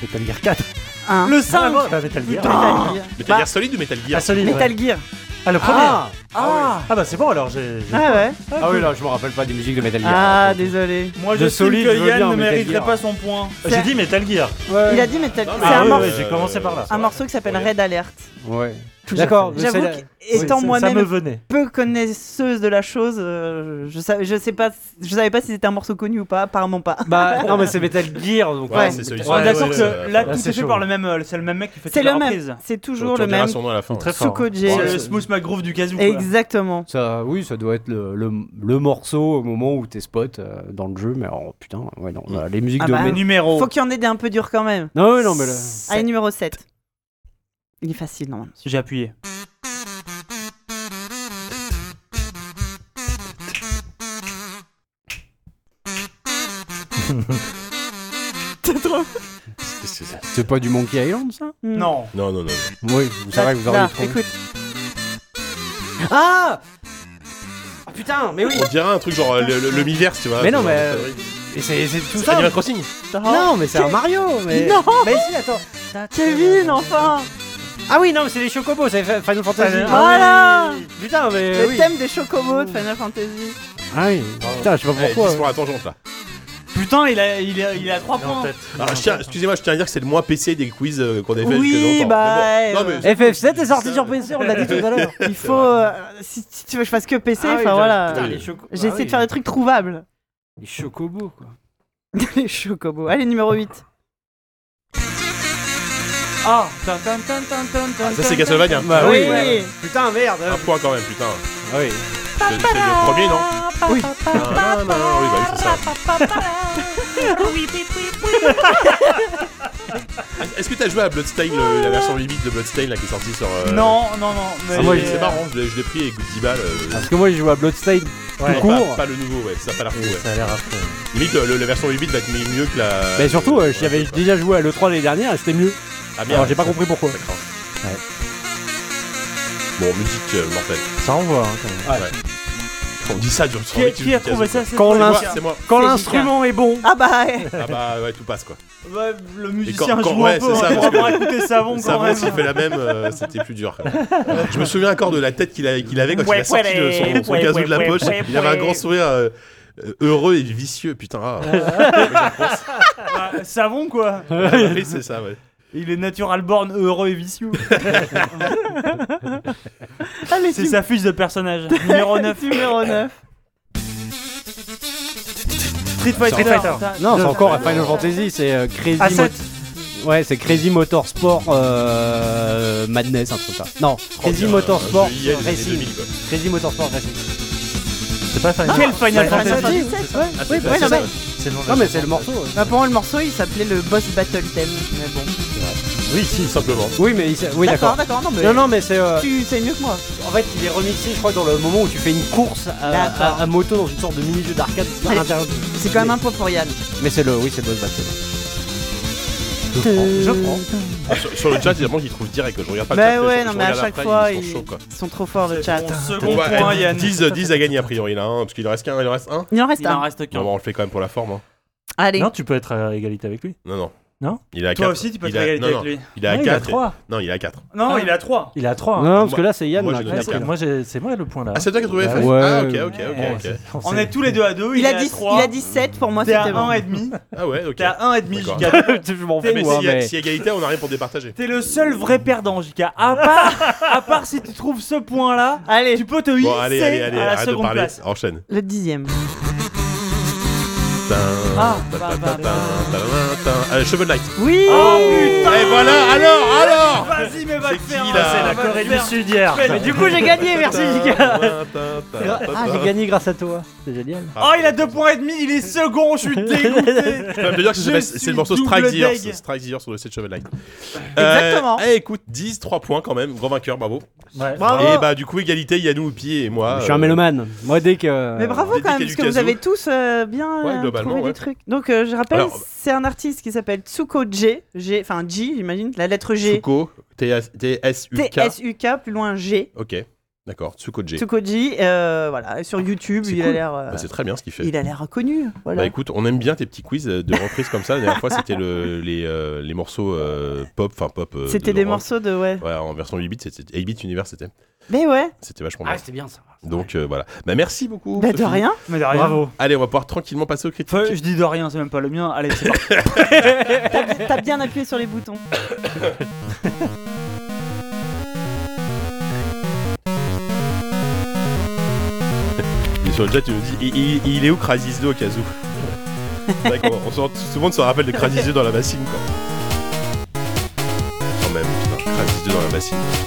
F: Metal Gear 4.
D: Un.
C: Le
F: Ah,
C: 5
F: non, pas Metal Gear.
D: Metal Gear.
B: Metal
D: Bah,
B: Gear Solid ou Metal Gear
F: Ah, solide. ouais.
D: Metal Gear.
F: Ah, le premier. Ah,
E: Ah,
F: bah c'est bon alors. j'ai... j'ai-
D: Ah ouais.
E: ah, oui, là, je me rappelle pas des musiques de Metal Gear.
D: Ah, désolé.
C: Moi
E: De
C: je trouve
E: solide,
C: que
E: je veux bien,
C: Yann ne
E: Metal
C: mériterait
E: Gear.
C: pas son point.
F: J'ai dit Metal Gear.
E: ouais.
D: Il a dit Metal
B: Non,
D: Gear.
B: mais euh,
D: C'est
F: ah
D: un
F: oui,
D: morceau-
F: oui, j'ai commencé par là.
D: un morceau qui s'appelle Red Alert.
E: Ouais.
F: Tout à
E: D'accord,
F: fait.
E: mais c'est
D: J'avoue
E: la-
D: qu'étant
F: Oui, ça- Ça me
D: moi-même
F: venait.
D: peu connaisseuse de la chose, euh, je savais, je sais pas, je savais pas si c'était un morceau connu ou pas. Apparemment pas.
E: Bah, non, mais c'est Metal Gear donc. euh,
B: Ouais,
E: ouais.
B: c'est celui-ci.
C: On est
F: Ouais,
C: d'accord
F: ouais,
C: que
B: ouais,
C: là
B: ouais.
C: tout
F: c'est
C: est fait
F: chaud.
C: par le même, euh, c'est le même mec qui fait
D: C'est
C: toutes
D: le
C: les reprises.
D: même. C'est toujours
B: Tu
D: le
B: rediras
D: même.
B: son nom à la fin.
F: Très fort.
D: Suko J.
C: C'est
B: Ouais,
C: le
B: c'est-
C: Smooth McGroove du Kazoo. quoi.
D: Exactement.
E: Ça, oui, ça doit être le, le, le morceau au moment où t'es spot euh, dans le jeu, mais alors, putain, ouais, non, euh, les musiques
D: Ah
E: de.
D: bah,
C: Mais numéro.
D: Faut qu'il y en ait des un peu durs quand même.
E: Non, ouais, non, mais là.
D: Allez, numéro 7. Il est facile normalement.
C: Si j'ai appuyé.
B: Qu'est-ce que c'est
E: C'est pas du Monkey Island ça
C: Non.
B: Non, non, non.
E: Oui, c'est vrai que vous
D: Là,
E: auriez trouvé.
D: écoute.
E: Ah Ah putain, mais oui
B: On dirait un truc genre euh, le, le, le Miiverse, tu vois.
E: Mais non,
B: ce genre
E: mais,
B: de
E: euh,
B: conneries.
E: Et c'est c'est tout
B: C'est
E: ça
B: Animal Crossing
E: Non, mais c'est un Mario mais...
D: Non
E: Mais si, attends
D: Kevin, enfin
E: Ah oui, non, mais c'est les Chocobos, c'est Fa- Final Fantasy
F: Ah,
D: Voilà
E: Putain, mais
D: Le
E: oui
D: thème des chocobos de Final Fantasy.
E: Ah oui, putain, je sais pas
B: Eh,
E: pourquoi.
B: dis-moi la tangente là.
C: Putain, il a, il a, il a 3
F: Il est en
C: points.
F: tête.
B: Alors, Ah, je tiens- excusez-moi, je tiens à dire que c'est le moins PC des quiz euh, qu'on ait fait
D: Oui,
B: jusque longtemps.
D: bah,
B: Mais bon.
D: euh,
B: non, mais,
E: FF7 est sorti sur PC, on l'a dit tout à l'heure Ah
D: Il faut. euh, si, si tu veux que je fasse que PC, enfin voilà.
B: putain,
E: les Ah Chocobos
D: J'ai essayé de faire des trucs trouvables.
E: Les Chocobos, quoi
D: les chocobos. Allez, numéro 8.
C: Ah. Tan, tan, tan, tan, tan, tan,
B: Ah, ça c'est
C: tan,
B: Castlevania.
E: Bah oui,
D: Ah oui.
E: ouais. Putain, merde
B: Un point quand même, putain.
E: Ah oui
B: C'est c'est le premier, non
D: Oui.
B: Ah, non, non, non, oui, bah oui, c'est ça. Est-ce que t'as joué à Bloodstain, le- la version 8 de Bloodstain là, qui est sortie sur. euh,
C: tan. Non, non, non. mais
B: Ah, moi,
C: j'ai-
B: c'est marrant, je l'ai- je l'ai pris et goût de 10 balles. euh,
E: Parce que moi, j'ai joué à Bloodstained
F: Ouais.
E: tout Ah, court
B: Pas, pas le nouveau, ouais, ça a pas l'air fou,
F: Et
B: ouais.
F: Ça a l'air affreux.
B: Limite, le- la version 8 va être mieux que la.
E: Mais surtout, euh, j'y avais
B: Ouais,
E: déjà joué à l'E3 l'année dernière et c'était mieux
B: Ah
E: Alors, j'ai pas compris pourquoi.
B: D'accord. Bon, musique euh, mortelle.
F: Ça envoie, hein, quand même.
B: Quand on dit ça, je me sens
C: Qui,
B: envie
C: qui a
B: que je me
C: trouvé
B: casse.
C: ça cette
E: Quand
C: fois
E: l'un-
B: Moi, C'est moi.
E: Quand
D: C'est
E: l'instrument est bon.
D: Ah bah ouais.
B: Ah bah ouais, tout passe quoi.
C: Bah, Le
B: Et
C: musicien
B: quand- quand-
C: joue
B: ouais,
C: un peu,
B: c'est ça,
C: hein, pour
B: parce que-
C: avoir écouté Savon quand
B: Savon,
C: même.
B: s'il fait la même, euh, c'était plus dur. quand même. Je me souviens encore de la tête qu'il avait, qu'il avait quand il a
C: Ouais,
B: sorti de
C: ouais,
B: son, son
C: ouais,
B: gazou de la
C: ouais,
B: poche.
C: ouais,
B: il avait un
C: ouais.
B: grand sourire euh, euh, heureux et vicieux, putain. ah.
C: Bah, Savon quoi
B: oui, c'est ça, ouais.
C: Il est natural born, heureux et vicieux.
D: Allez,
C: C'est sa fiche de personnage. Numéro 9.
D: numéro 9.
C: Street Fighter.
F: Street Fighter.
C: Putain,
E: Non, c'est encore un Final Fantasy, c'est euh, Crazy.
C: Ah, sept.
E: Mot- Ouais, c'est Crazy Motorsport euh, Madness, un truc comme ça. Non, Crazy
B: bien,
E: Motorsport
B: je y ai des années
E: Racing.
B: 2000, quoi.
E: Crazy Motorsport Racing.
F: C'est pas Final
C: Quel
D: Final
C: Final Fantasy
D: Fantasy, ouais.
B: Ah, c'est
D: Oui,
B: pas
D: ouais,
B: ça,
D: non, mais-
B: ouais.
F: C'est le nom de la
E: Non, mais
F: chanson.
E: c'est le morceau.
D: Apparemment, Bah, le morceau il s'appelait le Boss Battle Theme. Mais bon.
B: Oui, si, simplement.
E: Oui, mais il s'est- oui,
D: D'accord,
E: d'accord.
D: d'accord, non mais.
E: Non, non, mais c'est. euh,
D: Tu sais mieux que moi.
E: En fait, il est remixé, je crois, dans le moment où tu fais une course à,
D: D'accord.
E: à- à moto dans une sorte de mini-jeu d'arcade à
D: Allez.
E: l'intérieur.
D: C'est quand même un point pour Yann.
E: Mais c'est le, oui, c'est le boss battle.
D: Je
E: prends.
B: Ah, sur, sur le chat, il y a moi qui trouve direct. que Je regarde pas le
D: Bah
B: chat.
D: ouais,
B: je
D: non, mais à
B: regarde
D: chaque
B: après,
D: fois,
B: ils sont
D: ils-
B: chauds, quoi.
D: Ils sont trop forts le chat.
C: Mon second
B: Ouais,
C: point,
B: eh,
C: Yann.
B: 10, euh, 10 à gagner a priori là, hein, parce qu'il en reste qu'un, il en reste un.
D: Il en reste
C: Il en
D: un.
C: reste
B: Non,
C: qu'un.
B: bon, on le fait quand même pour la forme. hein.
D: Allez.
F: Non, tu peux être à égalité avec lui.
B: Non, non.
F: Non
B: Il est à 4.
C: Toi aussi, tu peux te régaler avec lui.
B: Il est à
F: Non, il a
B: 4.
F: 3.
B: Non, il est à 4.
C: Non,
F: Ah.
C: il a 3.
F: Il a 3.
E: Non, parce
B: Moi-
E: que là, c'est Yann.
B: moi,
E: là,
B: j'ai
E: qui
B: donné
E: l'a
B: quatre.
E: pris.
F: moi, j'ai- c'est moi le point là.
B: Ah, c'est toi qui as trouvé
F: Bah
B: Fred
E: ouais.
B: Ah, ok, ok,
F: Ouais,
B: ok, ok.
F: c'est-
C: On est tous les deux à 2.
D: Il a
C: est à
D: dit
C: trois.
D: il a dit 7 pour moi
C: T'es à
D: c'était bon.
C: 1,5.
B: Ah, ouais, ok.
C: T'es à 1,5,
B: D'accord.
C: Jika.
E: je m'en
B: Ah, mais
E: fous, hein,
B: si, y a-
E: mais-
B: si y a égalité, on a rien pour départager.
C: T'es le seul vrai perdant, Jika. À part, à part si tu trouves ce point-là,
D: Allez,
C: tu peux te
B: Bon, allez, allez,
C: hisser à
B: allez,
C: la
B: arrête de
C: seconde
B: parler.
C: place.
B: Enchaîne.
D: le dixième.
B: Tin,
C: Ah,
B: tin,
C: bah,
B: tin,
C: bah,
B: tin,
C: bah.
B: tin, tin. Euh, Shovel Knight.
D: Oui.
C: Oh putain
B: Et voilà, alors, alors
C: Vas-y, mais va
B: C'est
C: le
B: qui,
C: faire.
B: là
C: hein,
B: C'est la
C: va
F: Corée
C: le
F: du
C: faire.
F: Sud hier.
C: Mais du coup, j'ai
D: gagné, merci
B: Tin, tin, tin, tin,
E: Ah,
B: tin.
E: j'ai gagné grâce à toi. C'est génial.
C: Oh, il a 2 points et demi, il est second, je suis dégoûté.
B: Je peux même te dire que
C: Je
B: ça s'appelle- c'est
C: suis
B: le morceau
C: double
B: Strike the
C: deg.
B: Earth. Strike the Earth sur le set Shovel Knight.
D: Exactement.
B: Euh, eh, écoute, 10, 3 points quand même. Grand vainqueur, bravo.
F: Ouais.
D: Bravo.
B: Et bah, du coup, égalité, Yannou, Oupi et moi.
E: Je suis un
B: euh,
E: mélomane. Moi, dès que.
D: Mais bravo
B: Dédicace
D: quand même,
B: du
D: parce que vous
B: Kazoo.
D: avez tous euh, bien
B: Ouais,
D: euh,
B: globalement,
D: trouvé
B: ouais.
D: des trucs. Donc euh, je rappelle,
B: Alors,
D: c'est un artiste qui s'appelle Tsuko J, G, enfin J, j'imagine, la lettre
B: euh,
D: G,
B: Tsuko, T-S-U-K.
D: T-S-U-K, plus loin G.
B: Ok, d'accord. Tsuko J.
D: Tsuko J, euh, voilà, sur YouTube,
B: Ah, C'est
D: il a
B: cool.
D: l'air, euh,
B: Bah, c'est très bien ce qu'il fait.
D: il a l'air connu. Voilà.
B: Bah écoute, on aime bien tes petits quiz euh, de reprise comme ça. La dernière fois, c'était le- les, euh, les morceaux euh, pop, enfin pop. euh,
D: C'était
B: de
D: des
B: rock.
D: morceaux de ouais.
B: Ouais, en version 8 bit, c'était 8 bit univers, c'était.
D: Mais ouais,
B: C'était vachement bien.
E: Ah, c'était bien ça.
B: Donc euh, voilà. Bah merci beaucoup.
D: bah de
B: Sophie.
D: rien.
C: Mais de rien.
F: Bravo.
B: Allez, on va pouvoir tranquillement passer aux critiques.
C: Enfin, je dis de rien, c'est même pas le mien. Allez, c'est parti.
D: T'as bi- T'as bien appuyé sur les boutons.
B: Et sur le chat, tu nous dis il, il- il est où Crasis 2 au cas où C'est vrai qu'on- on s'en- Tout le monde se rappelle de Crasis 2 dans la bassine, quoi. Quand même, putain, Crasis 2 dans la bassine. putain.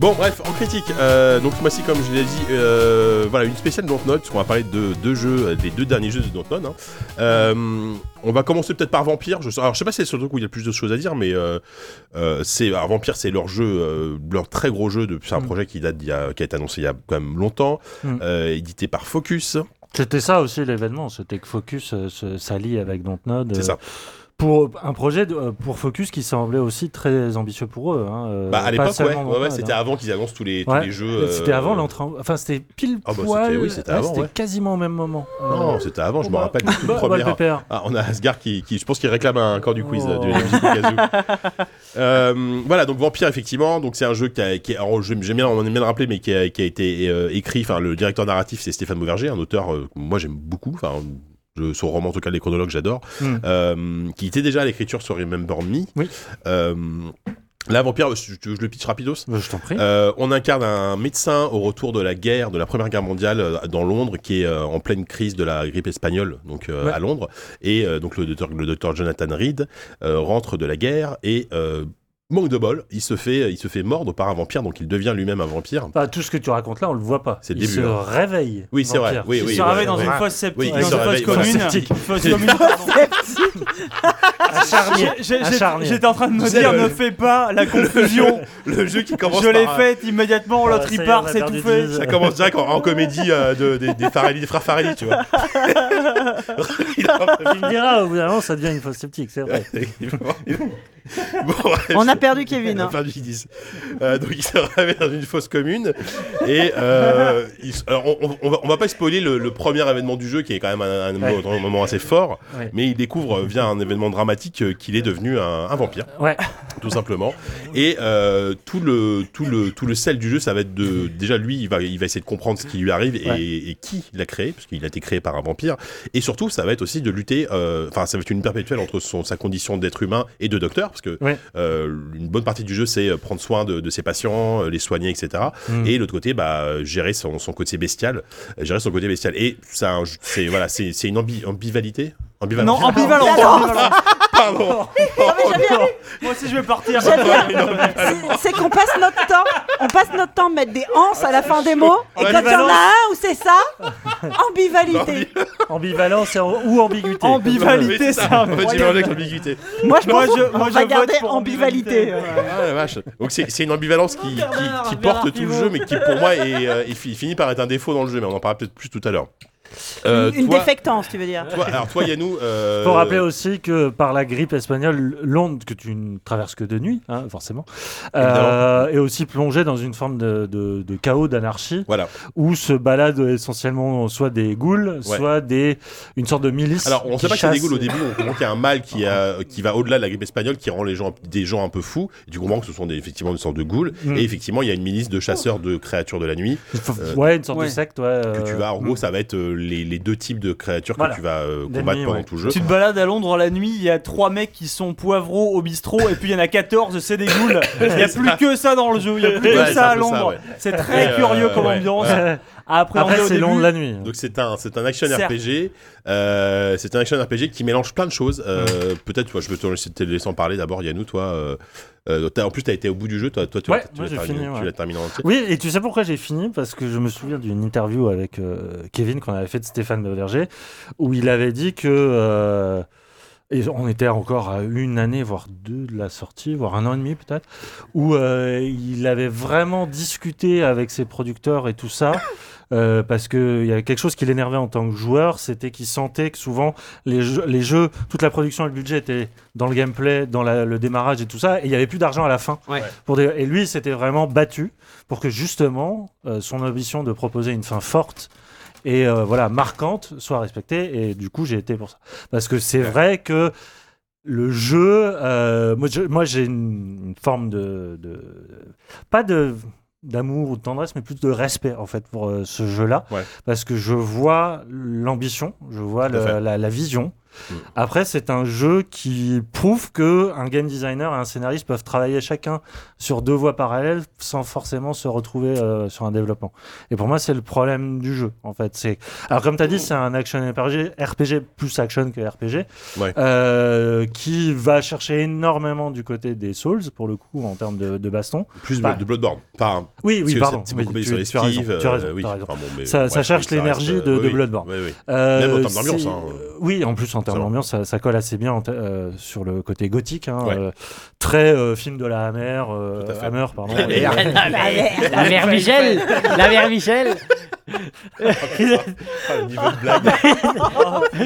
B: Bon, bref, en critique, euh, donc moi, comme je l'ai dit, euh, voilà, une spéciale Dontnod, parce qu'on va parler de deux jeux, euh, des deux derniers jeux de Dontnod. hein. Euh, on va commencer peut-être par Vampire. Je, sais- alors, je sais pas si c'est sur le truc où il y a le plus de choses à dire, mais euh, euh, c'est alors, Vampire, c'est leur jeu, euh, leur très gros jeu. de- C'est un
F: Mm.
B: projet qui date, d'il y a- qui a été annoncé il y a quand même longtemps,
F: Mm.
B: euh, édité par Focus.
F: C'était ça aussi l'événement, c'était que Focus euh, se s'allie avec Dontnod.
B: C'est
F: euh,
B: ça.
F: Pour un projet de- euh, pour Focus qui semblait aussi très ambitieux pour eux. hein, euh,
B: Bah, à
F: pas
B: l'époque, ouais,
F: seulement
B: ouais, ouais,
F: Dontnod,
B: c'était
F: hein.
B: avant qu'ils annoncent tous les, tous
F: Ouais,
B: les jeux.
F: C'était
B: euh,
F: avant l'entrée. en- Enfin, c'était pile
B: Ah, bah, c'était-
F: poil.
B: oui, c'était
F: ouais,
B: avant, ouais.
F: quasiment au même moment.
B: Non,
F: Euh,
B: c'était avant, je me
F: bah,
B: rappelle. toute
F: bah, bah, le
B: première.
F: PPR.
B: Ah, on a Asgard qui, qui- je pense qu'il réclame un corps du quiz euh,
F: Oh.
B: de Energy Kazoo. Euh, voilà, donc Vampire, effectivement, donc c'est un jeu qui, a, qui est- alors, je- j'aime bien, on aime bien le rappeler, mais qui a, qui a été euh, écrit. Enfin, le directeur narratif, c'est Stéphane Beauverger, un auteur euh, que moi j'aime beaucoup. Enfin, je- son roman, en tout cas, les chronologues, j'adore.
F: Mm.
B: Euh, qui était déjà à l'écriture sur Remember Me.
F: Oui.
B: Euh, là, Vampire, je, je- je le pitch rapidos.
F: Bah, Je t'en prie.
B: Euh, on incarne un médecin au retour de la guerre, de la Première Guerre mondiale euh, dans Londres, qui est euh, en pleine crise de la grippe espagnole, donc euh,
F: Ouais.
B: à Londres. Et euh, donc le docteur, le docteur Jonathan Reed euh, rentre de la guerre et euh, manque de bol, il se fait, il se fait mordre par un vampire, donc il devient lui-même un vampire.
F: Enfin, tout ce que tu racontes là, on le voit pas.
B: C'est le
F: Il
B: début,
F: se
B: hein.
F: réveille.
B: Oui, c'est vrai.
F: vampire.
B: Oui,
C: Il
B: oui,
C: se réveille
B: ouais,
C: dans
B: ouais.
C: une fosse septique,
B: Oui, il
C: dans une
B: se
C: fosse
B: réveille- enfin,
C: commune.
B: septique.
C: Une fosse commune, pardon.
F: Acharné.
C: J'ai- j'ai-
F: Acharné.
C: J'étais en train de me
B: C'est
C: dire,
B: le-
C: ne fais pas la confusion.
B: Le jeu qui commence
C: Je l'ai
B: par, euh,
C: faite immédiatement,
F: Voilà,
C: l'autre
F: ça y
C: il
F: est, on
C: part,
F: a
C: c'est
F: perdu
C: tout fait.
F: 10.
B: Ça commence direct en, en comédie euh, de- des, des Farelli, des frères Farelli, tu vois. Il a-
F: Tu me diras, au bout d'un moment, ça devient une fausse sceptique, c'est vrai.
B: il Bon, ouais,
D: On a
B: je-
D: perdu Kevin. hein.
B: Enfin, ils disent. Euh, donc il se réveille dans une fosse commune et euh, il s- alors, on, on- on va, on va pas spoiler le, le premier événement du jeu qui est quand même un, un
F: Ouais.
B: moment- un moment assez fort,
F: Ouais.
B: mais il découvre euh, via un événement dramatique euh, qu'il est devenu un, un vampire,
F: Ouais.
B: tout simplement. Et euh, tout le tout le tout le sel du jeu, ça va être de déjà lui, il va il va essayer de comprendre ce qui lui arrive et,
F: Ouais.
B: et qui l'a créé, parce qu'il a été créé par un vampire. Et surtout, ça va être aussi de lutter. euh, Enfin, ça va être une perpétuelle entre son sa condition d'être humain et de docteur, parce que euh, une bonne partie du jeu, c'est euh, prendre soin de, de ses patients, euh, les soigner, etc.
F: Mm.
B: Et l'autre côté, bah, euh, gérer son, son côté bestial, euh, gérer son côté bestial. Et ça, un jeu- c'est voilà, c'est c'est une ambi- ambivalité.
C: Non,
B: Ambivalence.
C: ambivalent. ambivalent.
B: Pardon.
D: Ah,
B: Oh,
C: Moi aussi, je vais partir.
D: J'avais- C'est- C'est qu'on passe notre temps, on passe notre temps à mettre des anses à
B: Ah,
D: la fin des mots, et quand il y en a un où c'est ça, ambivalité.
F: Ambivalence et- ou ambiguïté.
B: Oui,
C: Ambivalité,
B: c'est
C: c'est
B: ça. En fait, j'ai mélangé
C: incroyable.
B: avec ambiguïté.
D: Moi je
C: Moi,
D: pense
C: je-
D: qu'on
C: moi,
D: va
C: je vote
D: garder
C: pour
D: ambivalité.
C: ambivalité.
B: Ah la vache. Donc c'est c'est une ambivalence qui, qui- qui
C: Bernard
B: porte tout le
C: Pivot.
B: jeu, mais qui pour moi est, euh, il fi- finit par être un défaut dans le jeu, mais on en parlera peut-être plus tout à l'heure. Euh,
D: Une
B: toi,
D: défectance, tu veux dire.
B: toi- alors toi Yannou, euh,
F: Faut rappeler aussi que par la grippe espagnole, Londres, que tu ne traverses que de nuit, hein, forcément, euh, est aussi plongée dans une forme de, de- de chaos, d'anarchie,
B: Voilà.
F: où se baladent essentiellement soit des ghouls,
B: Ouais.
F: soit des, une sorte de milice.
B: Alors, on
F: qui
B: sait pas que c'est des
F: chasse-
B: ghouls au début, on comprend qu'il y a un mal qui, a, qui va au-delà de la grippe espagnole, qui rend les gens, des gens un peu fous. Et tu comprends que ce sont des, effectivement une sorte de ghouls.
F: Mm.
B: Et effectivement, il y a une milice de chasseurs de créatures de la nuit. euh,
F: ouais, une sorte
G: ouais.
F: de secte. ouais,
B: Que tu
F: euh,
B: vas, en gros, ça va être euh, les, les deux types de créatures
F: Voilà.
B: que tu vas euh,
F: D'ennemis,
B: combattre pendant
F: ouais.
B: tout le jeu.
C: Tu te balades à Londres la nuit, il y a trois mecs qui sont poivreaux au bistrot et puis il y en a 14, c'est des ghouls. Il n'y a plus que ça dans le jeu, il n'y a plus
B: Ouais,
C: que
B: c'est un
C: ça à
B: peu ça,
C: Londres.
B: ouais.
C: C'est très
B: Et, euh,
C: curieux comme
B: ouais.
C: ambiance.
B: Ouais.
C: À appréhender
F: Après,
C: au
F: c'est
C: début.
F: long de la nuit.
B: Donc c'est un c'est un action
C: Certes.
B: RPG, euh, c'est un action RPG qui mélange plein de choses.
F: Mm.
B: Euh, Peut-être toi, je peux te laisser, te laisser en parler d'abord, Yannou, toi. euh, euh, t'as- en plus, t'as été au bout du jeu, toi, toi tu
F: Ouais,
B: l'as- tu
F: moi,
B: l'as
F: j'ai
B: terminé,
F: fini,
B: tu
F: ouais.
B: l'as terminé en entier.
F: Oui, et tu sais pourquoi j'ai fini Parce que je me souviens d'une interview avec euh, Kevin qu'on avait fait de Stéphane Leverger, où il avait dit que. euh, et on était encore à une année, voire deux de la sortie, voire un an et demi peut-être, où euh, il avait vraiment discuté avec ses producteurs et tout ça. euh, parce qu'il y avait quelque chose qui l'énervait en tant que joueur, c'était qu'il sentait que souvent les jeux, les jeux, toute la production et le budget étaient dans le gameplay, dans la- le démarrage et tout ça, et il n'y avait plus d'argent à la fin.
E: Ouais.
F: Pour des- et lui, il s'était vraiment battu pour que justement euh, son ambition de proposer une fin forte et euh, voilà marquante soit respectée. Et du coup, j'ai été pour ça parce que c'est vrai que le jeu, euh, moi, je- moi, j'ai une, une forme de, de- pas de d'amour ou de tendresse, mais plus de respect en fait pour euh, ce jeu-là,
B: Ouais.
F: parce que je vois l'ambition, je vois
B: Tout à
F: le-
B: fait.
F: la, la vision.
B: Mm.
F: Après, c'est un jeu qui prouve que un game designer et un scénariste peuvent travailler chacun sur deux voies parallèles sans forcément se retrouver euh, sur un développement. Et pour moi, c'est le problème du jeu, en fait. C'est alors comme tu as dit, c'est un action RPG, RPG plus action que RPG,
B: Ouais.
F: euh, qui va chercher énormément du côté des Souls pour le coup en termes de, de baston.
B: Plus
F: Bah.
B: de Bloodborne. Enfin,
F: Oui, oui,
B: parce que
F: pardon.
B: c'est- C'est
F: Oui,
B: beaucoup basé
F: tu-
B: sur
F: tu as raison,
B: l'esquive.
F: tu as raison,
B: euh, oui,
F: t'as raison.
B: enfin, bon, mais
F: Ça-
B: ouais,
F: ça cherche
B: oui, reste,
F: l'énergie de-
B: euh,
F: de
B: oui, oui.
F: Bloodborne.
B: Oui, oui.
F: Euh,
B: Même en termes d'ambiance,
F: c'est-
B: hein.
F: Oui, en plus en termes
B: Ça va.
F: d'ambiance, ça, ça colle assez bien en te- euh, sur le côté gothique, hein,
B: Ouais.
F: euh, très euh, film de la Hammer, euh,
B: Tout à fait.
F: Hammer, pardon.
B: Et euh, arrête,
E: La mère Michel La mère Michel
B: ah, le niveau de blague.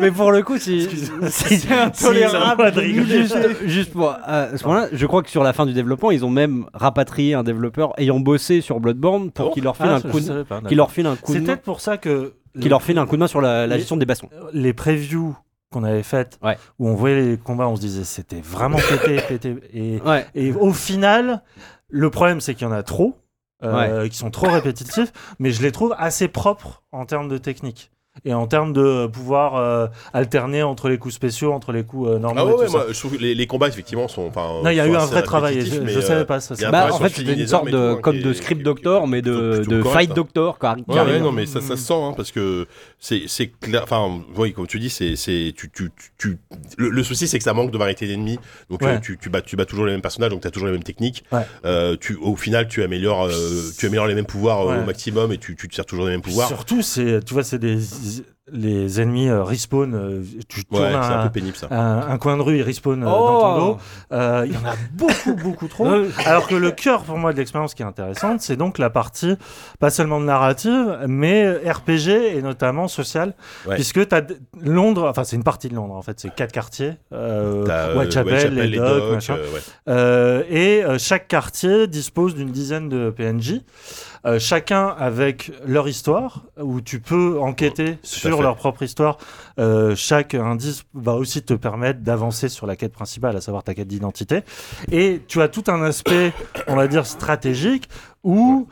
E: Mais pour le coup, si- si-
C: C'est intolérable.
F: Ça me fait rigoler.
E: Juste, juste pour euh, à ce point-là, je crois que sur la fin du développement, ils ont même rapatrié un développeur ayant bossé sur Bloodborne pour
B: Ah bon
E: qu'il leur file
F: Ah,
E: un
F: ça,
E: coup,
F: je
E: de-
F: savais pas,
E: qu'il leur file un coup de
F: C'est
E: main,
F: peut-être pour ça que
E: qu'il leur file un coup de main sur la, la
F: Les-
E: gestion des bastons.
F: les previews qu'on avait faites,
E: Ouais.
F: où on voyait les combats, on se disait c'était vraiment pété, pété. Et,
E: Ouais.
F: et au final, le problème c'est qu'il y en a trop, euh, qui sont trop répétitifs, mais je les trouve assez propres en termes de technique. Et en termes de pouvoir euh, alterner entre les coups spéciaux, entre les coups euh, normaux.
B: Ah ouais,
F: et tout
B: ouais,
F: ça.
B: moi, je trouve que les, les combats, effectivement, sont. enfin,
F: non, il y a
B: sont
F: eu un
B: assez
F: vrai travail.
B: répétitifs,
F: Je,
B: mais,
F: je
B: euh,
F: savais pas ça.
B: il y a
F: ça.
B: un
E: Bah,
B: travail
E: en
B: sur
E: fait,
B: le feeling
E: c'était une
B: des
E: sorte
B: armes et
E: de,
B: tout, hein,
E: comme
B: qui
E: de
B: est-
E: script
B: qui est
E: doctor,
B: plutôt-
E: mais de,
B: plutôt
E: de
B: correct,
E: fight
B: hein.
E: doctor, car-
B: Ouais, ouais,
E: carrément.
B: non, mais ça, ça se sent, hein, parce que c'est, c'est clair. Enfin, oui, comme tu dis, c'est, c'est, tu, tu, tu- tu- le, le souci, c'est que ça manque de variété d'ennemis. Donc,
F: Ouais.
B: euh, tu, tu bats, tu bats toujours les mêmes personnages, donc tu as toujours les mêmes techniques.
F: Ouais.
B: Euh, tu, au final, tu améliores, euh, tu améliores les mêmes pouvoirs euh,
F: Ouais.
B: au maximum et tu, tu te sers toujours des mêmes
F: Puis
B: pouvoirs.
F: Surtout, c'est, tu vois, c'est des. les ennemis euh, respawn. euh, tu
B: Ouais,
F: tournes
B: c'est un
F: un,
B: peu pénible ça.
F: un- un coin de rue, ils respawnent euh,
E: Oh.
F: dans ton dos. Euh, Il y en a beaucoup, beaucoup trop. Euh, Alors que le cœur, pour moi, de l'expérience qui est intéressante, c'est donc la partie, pas seulement de narrative, mais RPG et notamment sociale.
B: Ouais.
F: Puisque tu as Londres, enfin, c'est une partie de Londres en fait, c'est quatre quartiers euh,
B: T'as, euh,
F: Whitechapel, les, Docks, machin.
B: euh, ouais.
F: Euh, et euh, chaque quartier dispose d'une dizaine de PNJ, euh, chacun avec leur histoire, où tu peux enquêter sur
B: fait.
F: leur propre histoire. Euh, chaque indice va aussi te permettre d'avancer sur la quête principale, à savoir ta quête d'identité. Et tu as tout un aspect, on va dire, stratégique, où...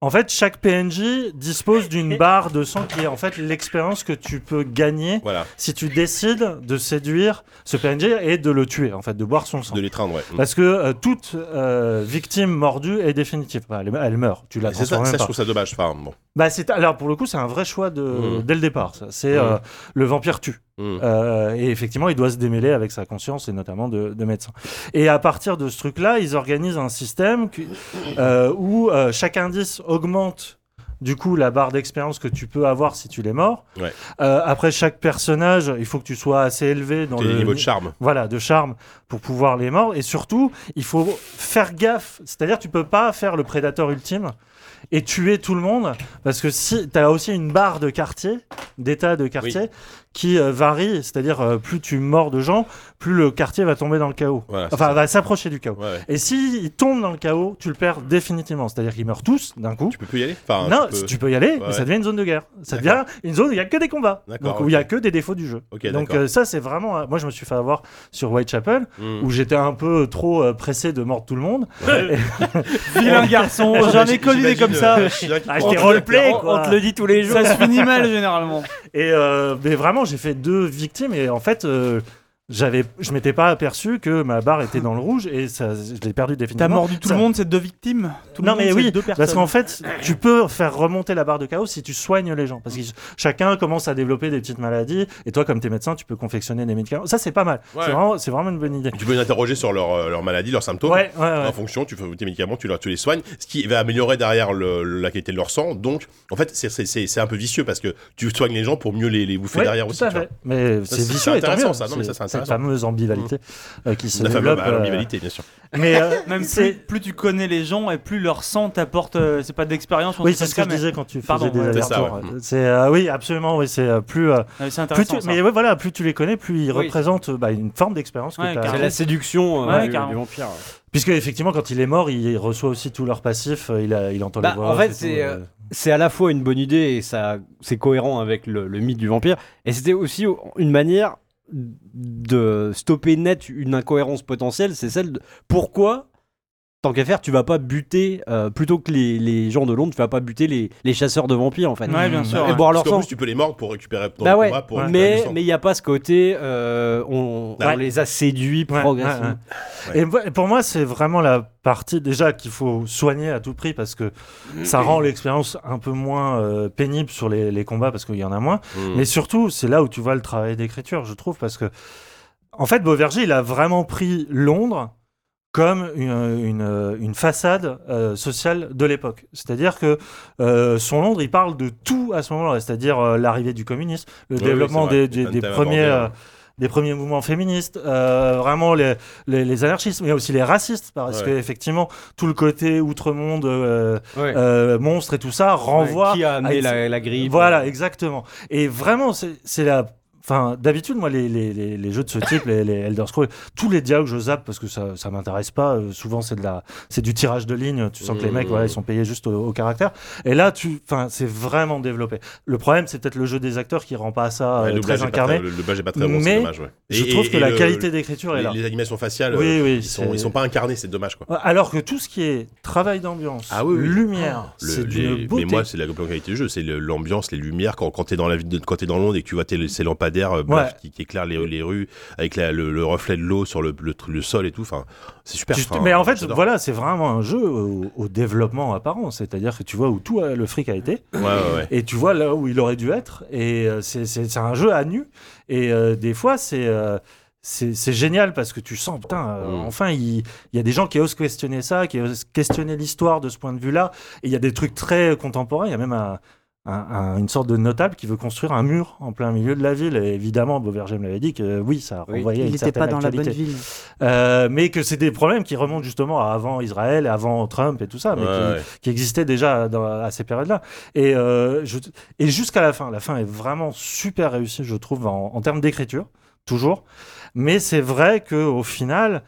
F: En fait, chaque PNJ dispose d'une barre de sang qui est en fait l'expérience que tu peux gagner
B: Voilà,
F: si tu décides de séduire ce PNJ et de le tuer, en fait, de boire son sang.
B: de l'étreindre, ouais.
F: Parce que euh, toute euh, victime mordue est définitive. Enfin, elle, elle meurt. Tu la
B: C'est ça,
F: transformes
B: ça, je
F: même pas.
B: trouve ça dommage. Enfin, bon.
F: Bah, c'est alors pour le coup, c'est un vrai choix de
B: Mhm.
F: dès le départ. ça. C'est
B: Mhm.
F: euh, le vampire tue.
B: Mm.
F: Euh, et effectivement, il doit se démêler avec sa conscience et notamment de, de médecin. Et à partir de ce truc-là, ils organisent un système qui- euh, où euh, chaque indice augmente du coup la barre d'expérience que tu peux avoir si tu l'es mort.
B: Ouais.
F: Euh, après chaque personnage, il faut que tu sois assez élevé dans
B: T'as des
F: le
B: niveaux de charme.
F: voilà, de charme pour pouvoir les mordre. Et surtout, il faut faire gaffe. C'est-à-dire, tu peux pas faire le prédateur ultime et tuer tout le monde parce que si tu as aussi une barre de quartier, d'état de quartier qui euh, varie. C'est-à-dire, euh, plus tu mords de gens, plus le quartier va tomber dans le chaos.
B: Voilà, Ah, c'est
F: Enfin,
B: ça.
F: va s'approcher du chaos.
B: Ouais, ouais.
F: Et s'il tombe dans le chaos, tu le perds définitivement. C'est-à-dire qu'ils meurent tous d'un coup.
B: Tu peux plus y aller Enfin,
F: non,
B: Ah, tu peux-
F: si tu peux y aller, mais
B: Ouais.
F: ça devient une zone de guerre. Ça devient
B: D'accord.
F: une zone où il n'y a que des combats.
B: D'accord,
F: Donc, où il n'y a
B: ok.
F: que des défauts du jeu.
B: Ok,
F: Donc,
B: d'accord.
F: euh, ça, c'est vraiment. euh, Moi, je me suis fait avoir sur Whitechapel,
B: Mm.
F: où j'étais un peu trop euh, pressé de mordre tout le monde.
C: Vilain garçon, j'en ai connu des comme ça. Oh,
B: J'imagine, euh, le chien qui
F: Ah,
B: prend
F: j'étais
B: un
F: roleplay,
C: on-
F: quoi.
C: on te le dit tous les jours. Ça se finit mal généralement.
F: Et euh, mais vraiment, j'ai fait deux victimes, et en fait. euh, j'avais, je m'étais pas aperçu que ma barre était dans le rouge et ça, je l'ai perdu définitivement.
C: T'as mordu tout
F: Ça-
C: le monde, c'est deux victimes. Tout le
F: non
C: monde,
F: mais
C: c'est
F: oui,
C: deux personnes.
F: parce qu'en fait, tu peux faire remonter la barre de chaos si tu soignes les gens, parce que ch- chacun commence à développer des petites maladies, et toi comme t'es médecin, tu peux confectionner des médicaments. Ça c'est pas mal,
B: Ouais.
F: c'est vraiment, c'est vraiment une bonne idée.
B: Tu peux les interroger sur leur, euh, leur maladie, leurs symptômes.
F: Ouais, ouais, ouais.
B: En fonction, tu fais tes médicaments, tu, leur- tu les soignes, ce qui va améliorer derrière le- la qualité de leur sang. Donc, en fait, c'est- c'est c'est- c'est un peu vicieux parce que tu soignes les gens pour mieux les, les bouffer
F: Ouais,
B: derrière
F: tout
B: aussi.
F: à
B: tu vois.
F: fait. Mais
B: Ça,
F: c'est
B: c'est
F: vicieux, et tant
B: intéressant,
F: mieux.
B: ça. Non, mais ça, c'est
F: Cette
B: intéressant.
F: fameuse ambivalité euh, qui se
B: La fameuse
F: développe.
B: bah,
F: euh,
B: l'ambivalité, bien sûr.
F: Mais euh,
C: Même si
F: c'est-
C: plus tu connais les gens et plus leur sang t'apporte, euh, c'est pas d'expérience. on
F: Oui,
C: dit
F: c'est
C: comme
F: ce
C: ça,
F: que je
C: mais-
F: disais quand tu faisais
C: Pardon,
F: des
C: ouais,
B: c'est ça,
F: allers-retours.
B: ouais.
F: Euh, C'est euh, oui, absolument, oui, c'est euh, plus, euh,
C: Ah, mais C'est
F: plus
C: intéressant.
F: tu-
C: ça.
F: mais ouais, voilà, plus tu les connais, plus ils
E: Oui.
F: représentent euh, bah, une forme d'expérience que
C: Ouais,
F: t'as-
C: carrément.
E: C'est la séduction euh,
C: Ouais,
E: du,
C: carrément.
E: du vampire.
F: Puisque effectivement, quand il est mort, il reçoit aussi tout leur passif. euh, Il, a- il entend
E: Bah,
F: les voix.
E: en fait,
F: off et
E: c'est,
F: tout,
E: euh, C'est à la fois une bonne idée et ça c'est cohérent avec le, le mythe du vampire. Et c'était aussi une manière de stopper net une incohérence potentielle, c'est celle de pourquoi tant qu'à faire tu vas pas buter euh, plutôt que les, les gens de Londres, tu vas pas buter les, les chasseurs de vampires en fait. Bah,
C: Ouais, bien sûr.
E: Et
C: ouais.
E: boire
B: Parce
E: leur
B: qu'en
E: sang.
B: plus, tu peux les mordre pour récupérer ton
E: Bah ouais,
B: combat, pour récupérer
E: mais
B: du sang.
E: mais il n'y a pas ce côté euh, on, on
B: Ouais.
E: les a séduits
F: Ouais,
E: progressivement.
F: ouais, ouais.
B: Ouais.
F: euh, Et moi- Et pour moi, c'est vraiment la partie déjà qu'il faut soigner à tout prix parce que ça
B: Mm.
F: rend l'expérience un peu moins euh, pénible sur les, les combats parce qu'il y en a moins.
B: Mm.
F: Mais surtout, c'est là où tu vois le travail d'écriture, je trouve, parce que en fait, Beauverger, il a vraiment pris Londres comme une, une- une façade euh, sociale de l'époque. C'est-à-dire que euh, son Londres, il parle de tout à ce moment-là, c'est-à-dire euh, l'arrivée du communisme, le
B: Oui,
F: développement
B: oui, c'est vrai.
F: des, des-
B: Un
F: des
B: thème
F: premiers...
B: abordé, ouais.
F: euh, des premiers mouvements féministes, euh, vraiment les, les, les anarchistes, mais aussi les racistes, parce
B: Ouais.
F: que effectivement tout le côté outre-monde, euh,
E: Ouais.
F: euh, monstre et tout ça renvoie.
E: qui a amené
F: à-
E: la, la grippe.
B: euh.
F: Voilà, exactement. Et vraiment, c'est c'est la. Enfin, d'habitude, moi, les, les, les, les jeux de ce type, les, les Elder Scrolls, tous les dialogues, je zappe parce que ça, ça m'intéresse pas. Euh, souvent, c'est de la, c'est du tirage de ligne. Tu sens que les
B: Mmh.
F: mecs, voilà, ils sont payés juste au, au caractère. Et là, tu, enfin, c'est vraiment développé. Le problème, c'est peut-être le jeu des acteurs qui rend pas ça
B: Ouais,
F: euh,
B: le
F: très
B: blage est pas
F: incarné.
B: très- Le le blage est pas très bon,
F: Mais
B: c'est dommage. ouais.
F: Je
B: Et-
F: trouve
B: et-
F: que
B: et
F: la
B: le-
F: qualité d'écriture est
B: les,
F: là.
B: les animations faciales,
F: Oui,
B: euh,
F: oui,
B: ils, sont,
F: c'est-
B: ils sont pas incarnés, c'est dommage quoi.
F: Alors que tout ce qui est travail d'ambiance,
B: Ah oui, oui.
F: lumière,
B: Le-
F: c'est
B: les-
F: d'une
B: mais
F: beauté.
B: moi, c'est la bonne qualité du jeu, c'est le- l'ambiance, les lumières. Quand, quand t'es dans la ville, de- quand t'es dans Londres et que tu vois tes- ces lampadaires euh, blancs
F: Ouais.
B: qui, qui éclairent les, les rues avec la- le, le reflet de l'eau sur le, le tr- le sol et tout, enfin, c'est super.
F: Tu-
B: enfin,
F: mais en fait,
B: j'adore.
F: voilà, c'est vraiment un jeu au, au développement apparent. C'est-à-dire que tu vois où tout euh, le fric a été,
B: Ouais, ouais, ouais.
F: et tu vois là où il aurait dû être. Et euh, c'est- c'est c'est un jeu à nu. Et euh, des fois, c'est. euh, c'est c'est génial parce que tu sens, putain, euh,
B: Mm.
F: enfin, il, il y a des gens qui osent questionner ça, qui osent questionner l'histoire de ce point de vue-là. Et il y a des trucs très contemporains. Il y a même un, un- un- une sorte de notable qui veut construire un mur en plein milieu de la ville. Et évidemment, Beauverger me l'avait dit que euh, oui, ça
E: Oui.
F: renvoyait à
D: Il
F: une
D: n'était
F: certaine
D: pas dans la bonne
F: actualité.
D: ville.
F: Euh, mais que c'est des problèmes qui remontent justement à avant Israël, avant Trump et tout ça, Ah, mais qui-
B: Ouais, ouais.
F: qui, existaient déjà dans- à ces périodes-là. Et, euh, je- et jusqu'à la fin, la fin est vraiment super réussie, je trouve, en, en termes d'écriture, toujours. Mais c'est vrai que au final,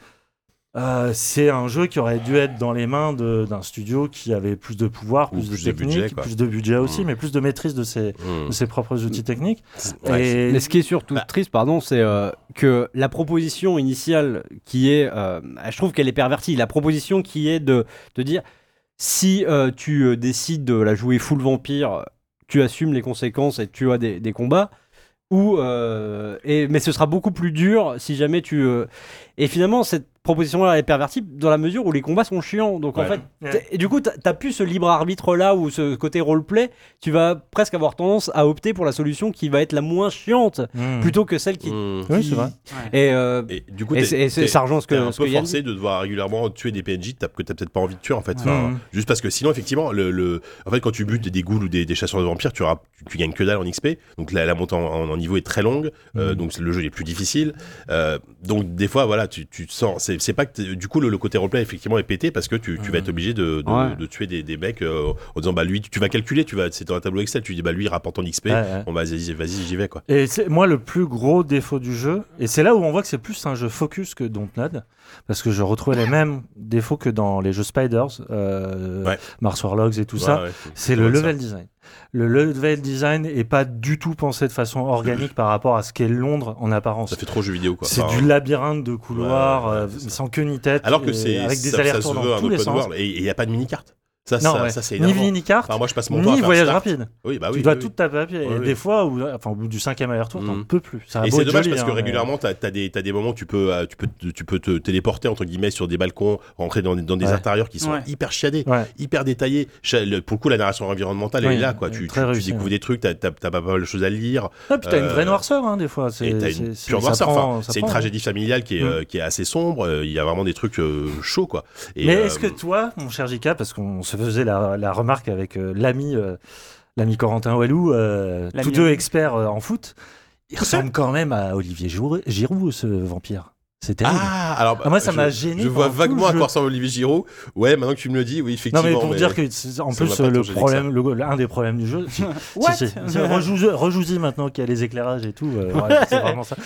F: euh, c'est un jeu qui aurait dû être dans les mains de- d'un studio qui avait plus de pouvoir,
B: Ou
F: plus,
B: plus de
F: de technique,
B: budget, quoi.
F: plus de budget aussi,
B: Mm.
F: mais plus de maîtrise de ses,
B: Mm.
F: de ses propres outils techniques.
B: Ouais.
F: Et-
E: Mais ce qui est surtout
B: Bah.
E: triste, pardon, c'est euh, que la proposition initiale qui est, euh, je trouve qu'elle est pervertie. La proposition qui est de de dire si euh, tu euh, décides de la jouer full vampire, tu assumes les conséquences et tu as des, des combats. Ou euh, et, mais ce sera beaucoup plus dur si jamais tu euh, et finalement cette proposition là est pervertie dans la mesure où les combats sont chiants. Donc en
B: Ouais.
E: fait T'es- Et du coup, t'as t'as plus ce libre arbitre là ou ce côté roleplay, tu vas presque avoir tendance à opter pour la solution qui va être la moins chiante
F: Mm.
E: plutôt que celle qui.
B: Mm.
F: Oui,
E: qui-
F: c'est vrai.
E: Et, euh,
B: Et du coup,
E: et
B: t'es-
E: c'est- et c'est-
B: t'es-
E: ça rejoint ce
B: T'es
E: que.
B: un
E: ce
B: peu
E: que Yann dit.
B: forcé de devoir régulièrement tuer des PNJ t'as- que t'as peut-être pas envie de tuer en fait. Enfin,
F: Mhm.
B: Juste parce que sinon, effectivement, le, le- en fait, quand tu butes des ghouls ou des, des chasseurs de vampires, tu, auras- tu, tu gagnes que dalle en XP. Donc la, la montée en, en- en niveau est très longue. euh,
F: Mhm.
B: Donc le jeu est plus difficile. Euh, donc des fois, voilà, tu, tu te sens. C'est c'est pas que t'es- du coup, le, le côté roleplay effectivement est pété parce que tu, tu vas être obligé de, de,
E: Ouais.
B: de tuer des, des mecs euh, en disant bah lui, tu, tu vas calculer. Tu vas, c'est dans un tableau Excel. Tu dis bah lui, il rapporte en XP.
F: Ouais, ouais.
B: Bon, bah, vas-y, vas-y, j'y vais quoi.
F: Et c'est moi le plus gros défaut du jeu, et c'est là où on voit que c'est plus un jeu focus que Dontnod, parce que je retrouvais les mêmes défauts que dans les jeux Spiders, euh,
B: Ouais.
F: Mars Warlogs et tout
B: Ouais,
F: ça.
B: ouais.
F: C'est
B: Ça
F: le
B: va, ça.
F: level design. Le level design est pas du tout pensé de façon organique par rapport à ce qu'est Londres en apparence.
B: Ça fait trop jeu vidéo quoi.
F: C'est
B: Enfin,
F: du labyrinthe de couloirs
B: Ouais, ouais,
F: euh,
B: c'est ça.
F: sans queue ni tête,
B: Alors que
F: et
B: c'est
F: avec des
B: ça, ça
F: allers-retours
B: se
F: dans
B: veut un
F: tous les
B: open
F: sens.
B: world et il n'y a pas de mini-carte. Ça,
F: Non,
B: ça,
F: ouais.
B: ça, c'est
F: ni
B: énervant.
F: mini-carte,
B: Enfin, moi, je passe mon temps à
F: ni
B: faire
F: voyage
B: start.
F: rapide.
B: Oui, bah oui.
F: tu dois
B: oui,
F: tout
B: oui.
F: taper à pied.
B: Ouais,
F: et
B: oui.
F: des fois, où, enfin, au bout du cinquième aller-retour, t'en
B: Mhm.
F: peux plus. Ça a
B: Et
F: beau
B: c'est
F: être
B: dommage
F: joli,
B: parce que
F: hein, mais-
B: régulièrement, t'as as des, t'as des moments où tu peux, euh, tu, peux, te- tu peux te téléporter, entre guillemets, sur des balcons, rentrer dans, des- dans des
F: Ouais.
B: intérieurs qui sont
C: Ouais.
B: hyper chiadés,
F: Ouais.
B: hyper détaillés. Cha- le- Pour le coup, la narration environnementale, elle
F: Oui,
B: est là, quoi.
F: elle est
B: Tu,
F: très
B: tu- tu
F: réussie,
B: découvres
F: ouais.
B: des trucs, t'as t'as- t'as pas mal de choses à lire.
F: Ah, puis t'as une
B: Euh,
F: vraie noirceur, hein, des fois. C'est
B: Et t'as
F: c'est-
B: une
F: c'est-
B: pure
F: ça
B: noirceur.
F: prend-
B: Enfin,
F: ça
B: c'est une
F: prend,
B: tragédie familiale qui est,
F: Mm.
B: euh, qui est assez sombre. Euh, Il y a vraiment des trucs euh, chauds, quoi. Et,
F: Mais
B: euh,
F: est-ce que toi, mon cher Jika, parce qu'on se faisait la, la remarque avec euh, l'ami euh, l'ami Corentin Walou, euh,
C: L'ami
F: tous deux
C: ami.
F: experts euh, en foot, il ressemble quand même à Olivier Giroud, Giroud, ce vampire. C'est terrible.
B: Ah, alors bah,
F: Ah, moi, ça
B: je-
F: m'a gêné
B: Je vois
F: pendant tout le
B: vaguement à
F: jeu.
B: quoi ressemble Olivier Giroud. Ouais, maintenant que tu me le dis, oui,
F: non
B: effectivement.
F: mais pour
B: mais-
F: dire que c'est- en
B: ça m'a
F: plus euh,
B: pas
F: le
B: tant gêné que
F: problème, le- le- un des problèmes du jeu, si-
C: What
F: si, si. C'est- rejoue- rejoue-y maintenant qu'il y a les éclairages et tout, euh, ouais, c'est vraiment ça.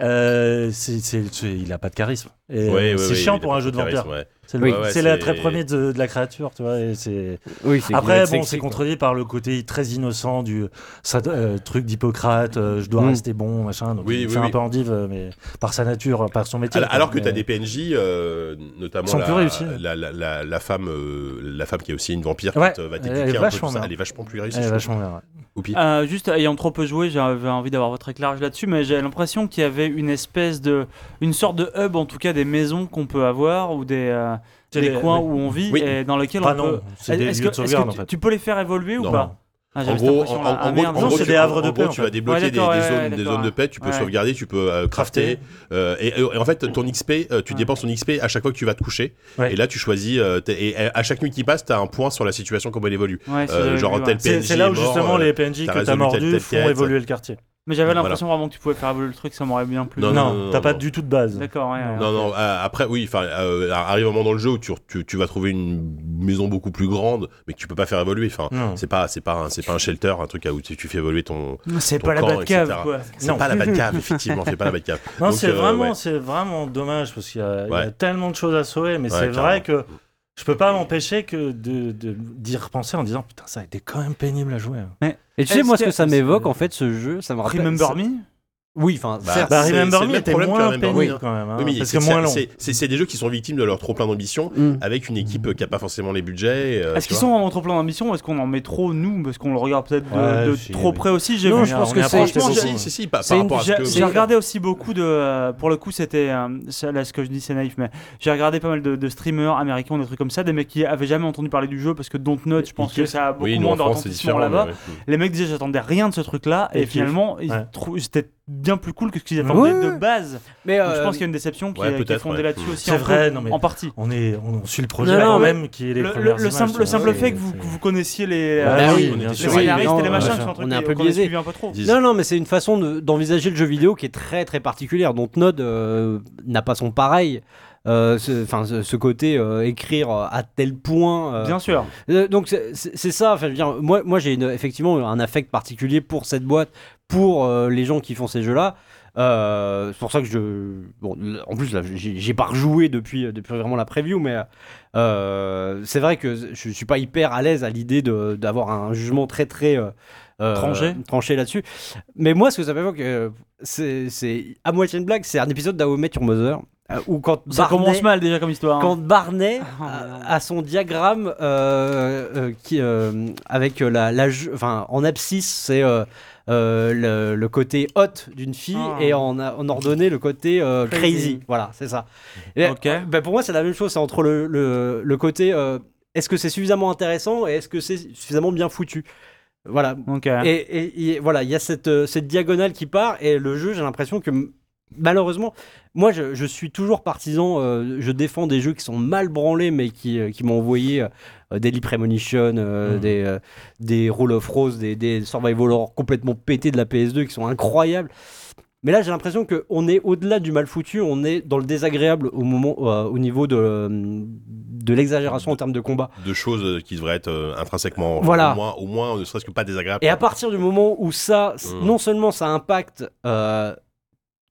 F: Euh, c'est- c'est- c'est- il a pas de charisme.
B: Ouais,
F: Et, euh,
B: ouais,
F: c'est
B: ouais, il
F: chiant
B: a
F: pour
B: pas
F: un jeu de vampire.
B: charisme, ouais.
F: C'est
B: Oui.
F: le-
B: Ouais, ouais,
F: c'est la
B: c'est-
F: très premier de, de la créature, tu vois. Et c'est
E: Oui, c'est-
F: Après,
E: c'est
F: bon, c'est
E: sexy, quoi.
F: contrôlé par le côté très innocent du ça- euh, truc d'Hippocrate, euh, je dois
E: Mm.
F: rester bon, machin. Donc,
B: Oui,
F: il
B: oui,
F: fait
B: oui.
F: un peu endive, euh, mais par sa nature, par son métier.
B: Alors,
F: quoi.
B: alors que
F: Mais-
B: tu as des PNJ, euh, notamment
F: Sont
B: la,
F: plus réussis, ouais.
B: la, la, la, la femme, euh, la femme qui est aussi une vampire,
F: Ouais,
B: qui te- va
F: elle
B: t'expliquer
F: est
B: un peu
F: vachement
B: tout ça.
F: bien.
B: Elle est vachement plus réussie.
F: Elle est
B: je trouve.
F: eh, vachement bien. ouais.
B: Oupi.
C: Euh, juste ayant trop peu joué, j'avais envie d'avoir votre éclairage là-dessus, mais j'ai l'impression qu'il y avait une espèce de, une sorte de hub en tout cas des maisons qu'on peut avoir ou des, euh,
F: C'est
C: des
F: des-
C: coins
F: oui.
C: où on vit
B: Oui.
C: et dans lesquels
F: Enfin,
C: on
F: non,
C: peut.
F: c'est des
C: Est-ce
F: lieux
C: que, est-ce
F: de
C: que
F: sauvegarde, en
C: tu-
F: fait.
C: tu peux les faire évoluer
B: Non.
C: ou pas Ah,
B: En
C: j'avais cette
B: gros, en,
C: impression-là.
B: en-
C: Ah,
B: en gros,
C: merde.
B: en
F: Non,
B: gros,
F: c'est
B: tu-
F: des havres
B: en
F: de
B: gros,
F: paix,
B: tu
F: en
B: vas
F: fait.
B: débloquer
C: Ouais,
B: des,
C: d'accord,
B: des
C: ouais,
B: zones,
C: ouais,
B: des
C: d'accord,
B: zones de
C: ouais.
B: paix, tu peux
C: Ouais.
B: sauvegarder, tu peux euh, crafter.
F: Crafter.
B: euh, et, et en fait, ton XP, euh, tu
C: Ouais.
B: dépenses ton XP à chaque fois que tu vas te coucher.
F: Ouais.
B: Et là, tu choisis. euh, t'es- et euh, à chaque nuit qui passe, tu as un point sur la situation, comment elle évolue.
C: Ouais, c'est-
B: euh,
C: j'avais
B: genre
C: vu,
B: un
C: ouais.
B: tel
F: C'est
B: PNJ
F: c'est là où
B: est mort,
F: justement
B: euh,
F: les PNJ
B: t'as
F: que t'as
B: résolu telle-
F: mordus
B: telle
F: font
B: quête.
F: évoluer le quartier.
C: Mais j'avais
B: Voilà.
C: l'impression vraiment que tu pouvais faire évoluer le truc, ça m'aurait bien plu.
B: Non, non, non,
F: Non, t'as
B: non,
F: pas
B: non.
F: du tout de base.
C: D'accord, ouais. ouais.
B: Non, non, euh, après, oui, enfin, euh, arrive un moment dans le jeu où tu, tu, tu vas trouver une maison beaucoup plus grande, mais que tu peux pas faire évoluer. Enfin,
F: Non.
B: c'est pas, c'est pas, un, c'est pas un shelter, un truc à où tu, tu fais évoluer ton.
C: C'est
B: Ton
C: pas la
B: camp,
C: bad
B: etc.
C: cave, quoi.
B: C'est
F: Non.
B: pas la bad cave, effectivement, c'est pas la bad cave.
F: Non,
B: Donc,
F: c'est
B: euh,
F: vraiment,
B: ouais.
F: c'est vraiment dommage parce qu'il y, a- il y
B: Ouais.
F: a tellement de choses à sauver, mais
B: Ouais,
F: c'est vrai que je peux pas m'empêcher que de de- d'y repenser en disant putain ça a été quand même pénible à jouer. hein.
E: Et tu sais, moi, ce que
C: Est-ce
E: ça
C: que-
E: m'évoque, en fait, ce jeu, ça me rappelle.
C: Remember
E: ça-
C: me
E: Oui, enfin,
B: Bah,
E: certes.
F: Bah
B: C'est- c'est
F: Remember
B: le
F: Me
B: même
F: était
B: problème que
F: moins
B: Remember Me,
F: pénible
B: hein.
F: quand même, hein,
B: Oui, mais
F: parce
B: c'est-
F: que moins
B: c'est- c'est-
F: long.
B: c'est c'est des jeux qui sont victimes de leur trop plein d'ambition,
E: Mm.
B: avec une équipe qui a pas forcément les budgets. euh, tu
C: Est-ce qu'ils
B: vois.
C: sont vraiment trop plein d'ambition ou est-ce qu'on en met trop, nous Parce qu'on le regarde peut-être de,
F: Ouais,
C: de
F: si,
C: trop
F: oui.
C: près aussi, j'ai vu.
E: Non, je pense que c'est-
B: Franchement,
E: c'est-
B: si, si, si, par,
E: c'est
B: par
E: une-
B: rapport à ce
C: J'ai
B: que.
C: j'ai regardé aussi beaucoup de. euh, pour le coup, c'était. euh, ça, là, ce que je dis, c'est naïf, mais j'ai regardé pas mal de, de streamers américains, des trucs comme ça, des mecs qui avaient jamais entendu parler du jeu parce que Dontnod, je pense que ça a beaucoup
B: Oui, nous,
C: moins
B: en France, c'est
C: d'entendissement
B: différent euh,
C: là-bas.
B: mais ouais.
C: Les mecs disaient, j'attendais rien de ce truc-là,
F: Et
C: et
F: kiff.
C: finalement, ils
F: Ouais.
C: trou- c'était bien plus cool que ce qu'ils
F: Ouais.
C: attendaient de
E: Ouais.
C: base.
E: Mais
C: Donc, je
E: euh,
C: pense qu'il y a une déception qui,
B: ouais,
C: est- qui est
B: peut-être,
C: fondée
B: ouais.
C: là-dessus aussi.
F: C'est
C: un
F: vrai,
C: peu,
F: non, mais-
C: en partie.
F: On, est, on, on suit le projet
G: Non, non,
F: quand
G: mais-
F: même, qui est
C: Le,
F: les
C: le-
F: premières
C: le
F: images,
C: simple, le
F: c'est-
C: simple
F: c'est-
C: fait que vous,
F: c'est-
C: que vous connaiez les,
E: Bah
C: euh,
E: oui,
C: les
E: on est
B: bien sûr.
C: scénaristes
E: Oui,
C: et les
E: non,
C: machins
F: ouais.
C: qui sont un truc
E: On est un
C: qu'on
E: peu
C: a
E: biaisé.
C: suivi un peu trop.
B: Ils disent-
E: Non, non, mais c'est une façon de- d'envisager le jeu vidéo qui est très très particulière, dont Node euh, n'a pas son pareil. Euh, ce- Enfin, ce, ce côté euh, écrire à tel point. euh,
C: Bien sûr.
E: euh, donc c'est- c'est c'est ça. Enfin, je veux dire, moi, moi j'ai une- effectivement un affect particulier pour cette boîte, pour euh, les gens qui font ces jeux-là. Euh, c'est pour ça que je, bon, l- en plus là, j'ai j'ai pas rejoué depuis euh, depuis vraiment la preview, mais euh, c'est vrai que je, je suis pas hyper à l'aise à l'idée de- d'avoir un jugement très très euh, euh,
F: Tranché.
E: tranché là-dessus. Mais moi, ce que ça m'évoque, euh, c'est c'est à moitié une blague. C'est un épisode d'How I Met Your Mother euh, où quand
C: Ça
E: Barney-
C: commence mal déjà comme histoire. hein.
E: quand Barney
D: Oh, merde.
E: a, a son diagramme euh, euh, qui, euh, avec euh, la, la ju- enfin, en abscisse, c'est euh, euh, le, le côté hot d'une fille
D: Ah.
E: et en, a- en ordonnée le côté euh, crazy.
D: Crazy.
E: Voilà, c'est ça. Et,
C: Ok.
E: euh, bah, pour moi, c'est la même chose. C'est entre le, le- le côté euh, est-ce que c'est suffisamment intéressant et est-ce que c'est suffisamment bien foutu. Voilà,
C: Ok.
E: et, et- et voilà, il y a cette, euh, cette diagonale qui part, et le jeu, j'ai l'impression que m- malheureusement, moi je, je suis toujours partisan, euh, je défends des jeux qui sont mal branlés, mais qui, euh, qui m'ont envoyé euh, des Lee Premonition, euh,
F: Mm.
E: des, euh, des Rule of Rose, des, des Survival Horror complètement pétés de la PS2 qui sont incroyables. Mais là, j'ai l'impression qu'on est au-delà du mal foutu, on est dans le désagréable au, moment, euh, au niveau de, euh, de l'exagération en termes de combat.
B: de choses euh, qui devraient être euh, intrinsèquement,
E: Voilà.
B: au moins, au moins, ne serait-ce que pas désagréables.
E: Et à partir du moment où ça, c-
B: Mm.
E: non seulement ça impacte euh,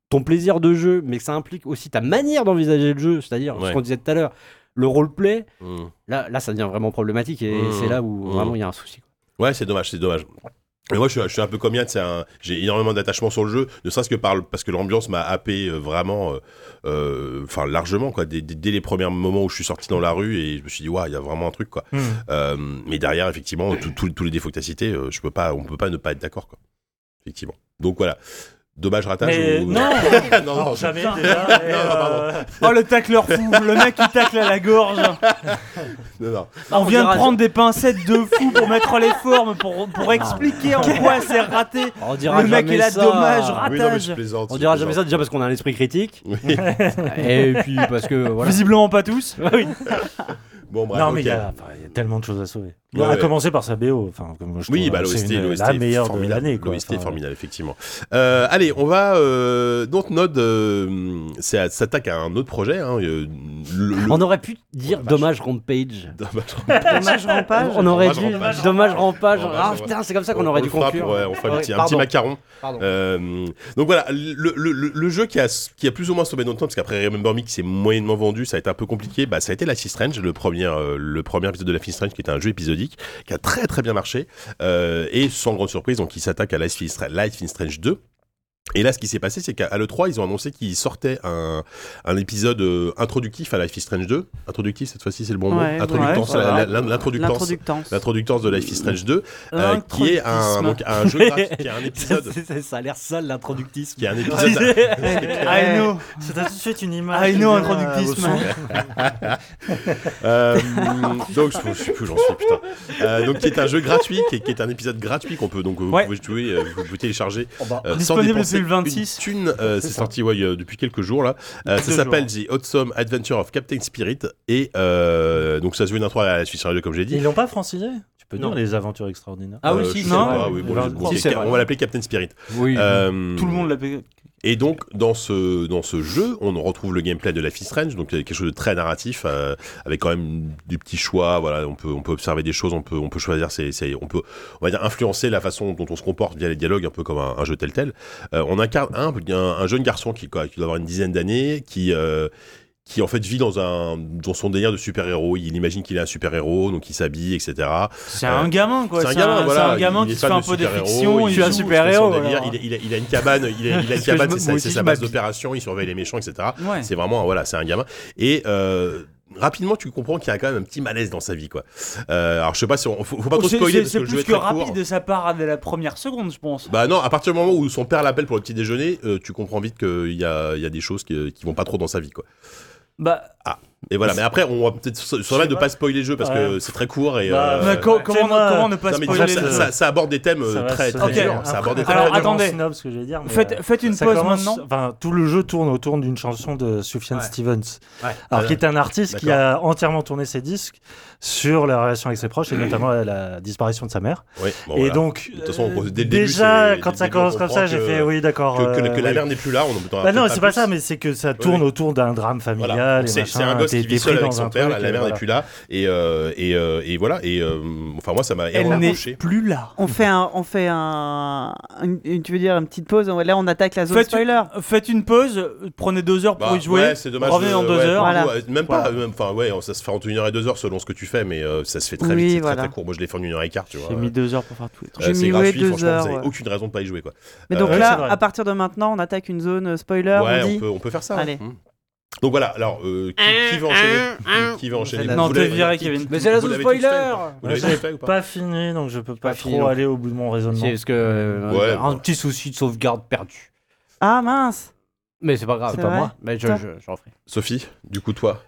E: ton plaisir de jeu, mais que ça implique aussi ta manière d'envisager le jeu, c'est-à-dire
B: Ouais.
E: ce qu'on disait tout à l'heure, le roleplay,
B: Mm.
E: là, là ça devient vraiment problématique et
B: Mm.
E: c'est là où
B: Mm.
E: vraiment il y a un souci. quoi.
B: Ouais, c'est dommage, c'est dommage. Mais moi, je suis, je suis un peu comme Yann, c'est un- j'ai énormément d'attachement sur le jeu, ne serait-ce que par, le- parce que l'ambiance m'a happé euh, vraiment, euh, euh, enfin largement, quoi. Dès, dès- dès les premiers moments où je suis sorti dans la rue et je me suis dit, waouh, il y a vraiment un truc, quoi.
F: Hmm.
B: Euh, mais derrière, effectivement, tout- tout- tous les défauts que tu as cités, euh, je peux pas, on peut pas ne pas être d'accord, quoi. Effectivement. Donc voilà. Dommage, ratage.
F: Mais
B: ou-
F: non,
B: non, non,
F: Alors,
B: non,
F: jamais
C: putain.
F: déjà. et,
B: Non, non, pardon.
F: euh,
C: Oh le tacleur fou, le mec qui tacle à la gorge.
B: non, non.
C: On vient de
E: dira-
C: prendre des pincettes de fou pour mettre les formes, pour, pour expliquer en quoi c'est raté.
E: On dira
C: Le mec
E: jamais
C: est là,
E: ça. hein.
C: dommage, rat-
B: Oui, non, mais je
C: Ratage.
B: plaisante,
E: On
B: je
E: dira jamais ça
B: plaisante.
E: déjà parce qu'on a un esprit critique
B: Oui.
E: et puis parce que voilà.
C: Visiblement pas tous.
F: Ah
B: Hmm. Bon, bref.
F: non, mais
B: ok.
F: il y, a enfin, il y a tellement de choses à sauver.
B: Ouais,
F: à
B: ouais.
F: commencer par sa BO. Enfin, comme je
B: Oui,
F: trouve,
B: bah,
F: c'est
B: l'OST,
F: une-
B: l'OST,
F: la meilleure de
B: formidable.
F: l'année. quoi.
B: L'OST
F: Enfin,
B: formidable, effectivement. Euh, allez, on va. Euh, donc, Node euh, c'est- s'attaque à un autre projet. Hein, euh, le, le-
E: On aurait pu dire
B: Oh, la
E: dommage rampage.
B: Dommage.
D: Dommage rampage.
E: On aurait
B: Dommage
E: dû
B: rampage.
E: dommage rampage.
B: Dommage
E: Ah
B: rampage.
E: putain, c'est comme ça
B: On-
E: qu'on
B: on
E: aurait
B: le
E: dû
B: fera
E: conclure.
B: pour- ouais, on fera un,
E: Ouais,
B: petit, un petit
E: pardon.
B: macaron.
E: Pardon.
B: Euh, donc voilà, le, le- le- le jeu qui a, qui a plus ou moins sauvé notre temps, parce qu'après Remember Me qui s'est moyennement vendu, ça a été un peu compliqué, bah, ça a été Life is Strange, le premier, euh, le premier épisode de Life is Strange qui était un jeu épisodique, qui a très très bien marché, euh, et sans grande surprise, donc il s'attaque à Life is, Stra- Life is Strange 2. Et là, ce qui s'est passé, c'est qu'à l'E3, ils ont annoncé qu'ils sortaient un, un épisode euh, introductif à Life is Strange 2. Introductif, cette fois-ci, c'est le bon mot.
D: Ouais,
B: Introductance,
C: ouais,
B: la-
C: voilà.
B: la- la- l'introductance,
D: L'introductance.
B: l'introductance de Life is Strange 2, euh, qui est un, donc, un jeu graphique, qui est un épisode, Euh,
E: C'est- c'est- ça a l'air sale l'introductisme.
B: qui est un épisode
F: Ah,
C: I know.
F: C'était tout de suite une
C: I
F: image.
C: know,
F: qui vient, euh, au
C: introductisme.
F: son.
B: Euh, donc je sais plus où j'en suis putain. Euh, donc qui est un jeu gratuit, qui est, qui est un épisode gratuit qu'on peut donc euh, vous
C: Ouais.
B: pouvez jouer, euh, vous pouvez télécharger euh, sans
C: Disponible
B: dépenser
C: depuis le 26.
B: une thune. Euh, c'est sorti ouais, euh, depuis quelques jours là. Euh, ça
C: Deux
B: s'appelle The Awesome Adventure of Captain Spirit et euh, donc ça se joue une intro à la Suisse Radio comme j'ai dit.
F: Ils l'ont pas francisé Tu peux
E: Non.
F: dire les aventures extraordinaires.
E: Ah oui,
B: Euh,
E: si,
B: je
E: si,
B: sais
C: non.
B: pas, oui, bon,
F: Si,
B: je- bon,
E: c'est
B: on
E: vrai.
B: va l'appeler Captain Spirit.
E: Oui.
B: Euh,
C: Tout le monde l'a payé.
B: Et donc, dans ce, dans ce jeu, on retrouve le gameplay de la Fist Range, donc euh, quelque chose de très narratif, euh, avec quand même des petits choix. Voilà, on peut, on peut observer des choses, on peut, on peut choisir, ses, ses- on peut, on va dire, influencer la façon dont on se comporte via les dialogues, un peu comme un, un jeu tel tel. on incarne un, un, un jeune garçon qui, quoi, qui doit avoir une dizaine d'années, qui, euh, qui en fait vit dans un dans son délire de super-héros, il imagine qu'il est un super-héros, donc il s'habille, etc.
C: C'est un gamin quoi.
B: C'est un gamin, voilà.
C: C'est un gamin
B: Il est
C: qui se
B: fan
C: fait un
B: de
C: peu des
B: super-héros,
C: fictions.
B: il
C: Il
B: joue,
C: est un
B: il fait son
C: super-héros.
B: délire,
C: alors.
B: Il, est- il est- il a une cabane, il, est- il a une
E: Parce que je
B: cabane, c'est
E: me- moi
B: sa,
E: aussi,
B: c'est
E: je
B: sa base
E: m'habille.
B: d'opération, il surveille les méchants, etc.
C: Ouais.
B: C'est vraiment, voilà, c'est un gamin. Et euh, rapidement, tu comprends qu'il y a quand même un petit malaise dans sa vie, quoi. Euh, alors, je sais pas si on. Faut, faut pas trop
C: Oh, C'est-
B: spoiler
C: C'est
B: parce que le
C: c'est
B: jeu
C: plus
B: est
C: que
B: très court.
C: rapide de sa part dès la première seconde, je pense.
B: Bah non, à partir du moment où son père l'appelle pour le petit déjeuner, euh, tu comprends vite qu'il y a, il y a des choses qui, qui vont pas trop dans sa vie, quoi.
C: Bah.
B: Ah. Et voilà, mais après, on va peut-être se se remettre de pas spoiler le jeu parce que
F: Ouais.
B: c'est très court et.
F: Bah,
B: euh,
C: Mais co- comment,
F: Tellement-
C: comment ne pas
B: non, mais
C: spoiler
B: disons,
C: les
B: ça,
C: jeux
B: ça- ça aborde des thèmes euh,
F: Ça va
B: très
F: se-
B: très
C: Ok.
B: durs. Ça aborde des
C: Après-
B: thèmes
C: Alors,
B: très durs.
C: attends, attendez.
F: Snob, ce que je vais dire, mais, euh,
C: Faites, faites une
F: ça
C: pause
F: commence-
C: maintenant.
F: Enfin, tout le jeu tourne autour d'une chanson de Sufjan
E: Ouais.
F: Stevens,
E: Ouais.
F: alors
B: Ouais.
F: qui est un artiste qui a entièrement tourné ses disques sur la relation avec ses proches et notamment la, la disparition de sa mère.
B: Oui, bon,
F: et
B: voilà.
F: donc, euh,
B: De toute façon, on- dès le début,
F: déjà
B: c'est- dès
F: quand
B: le
F: ça
B: début,
F: commence
B: on
F: comme
B: comprend
F: ça, j'ai
B: que-
F: fait oui, d'accord.
B: que, que-
F: euh,
B: que la
F: oui.
B: mère n'est plus là, on en peut en
F: Bah non,
B: apprendre
F: c'est pas
B: plus.
F: ça, mais c'est que ça
B: Oui,
F: tourne
B: oui.
F: autour d'un drame
B: Voilà.
F: familial. et
B: C'est
F: machin,
B: c'est un gosse
F: t'es-
B: qui
F: t'es
B: vit seul
F: pris
B: avec
F: dans
B: son
F: un
B: père, la
F: truc, et
B: mère n'est
F: voilà.
B: plus là, et euh, et euh, et voilà. Et euh, enfin moi, ça m'a
C: Elle n'est
B: rapproché.
C: plus là.
D: On fait un, on fait un, une- une- tu veux dire une petite pause. Là, on attaque la zone
C: Faites-
D: spoiler.
C: Faites une pause, euh, prenez deux heures pour
B: Bah,
C: y jouer.
B: ouais, c'est dommage.
C: Revenez
B: de-
C: dans deux
B: ouais,
C: heures.
B: pour le coup,
D: Voilà.
B: euh, Même pas. même- Enfin, ouais, ça se fait entre une heure et deux heures selon ce que tu fais, mais euh, ça se fait très
D: Oui,
B: vite. C'est
D: voilà.
B: très très court. Moi, je l'ai fait en une heure et quart, tu vois.
C: J'ai mis deux heures pour faire tout.
B: Euh,
D: J'ai
B: c'est
D: mis, ouais,
B: gratuit,
D: deux
B: franchement,
D: heures,
B: vous avez
D: ouais.
B: aucune raison de pas y jouer, quoi.
D: Mais donc
B: Euh,
F: c'est
D: là,
F: vrai.
D: à partir de maintenant, on attaque une zone spoiler.
B: ouais,
D: on
B: on,
D: dit.
B: peut, on peut faire ça. ouais.
D: Allez.
B: Mm. Donc voilà, alors, euh, qui, qui veut enchaîner Qui- Qui veut enchaîner
C: Non,
B: Vous
C: t'es
B: l'avez-
C: viré, Kevin.
G: Mais c'est la
B: Vous
G: zone
B: l'avez tous fait ou
G: spoiler
B: pas Vous
F: Ouais,
B: l'avez
F: j'ai
B: tous fait ou pas
F: Pas fini, donc je peux pas,
E: Pas
F: trop
E: fini, non.
F: aller au bout de mon raisonnement.
E: C'est parce que euh,
B: Ouais,
E: un
B: bah.
E: petit souci de sauvegarde perdu.
D: Ah mince.
E: Mais c'est pas grave,
D: C'est pas vrai moi.
E: Mais je,
D: Toi.
E: je, j'en ferai.
B: Sophie, du coup, toi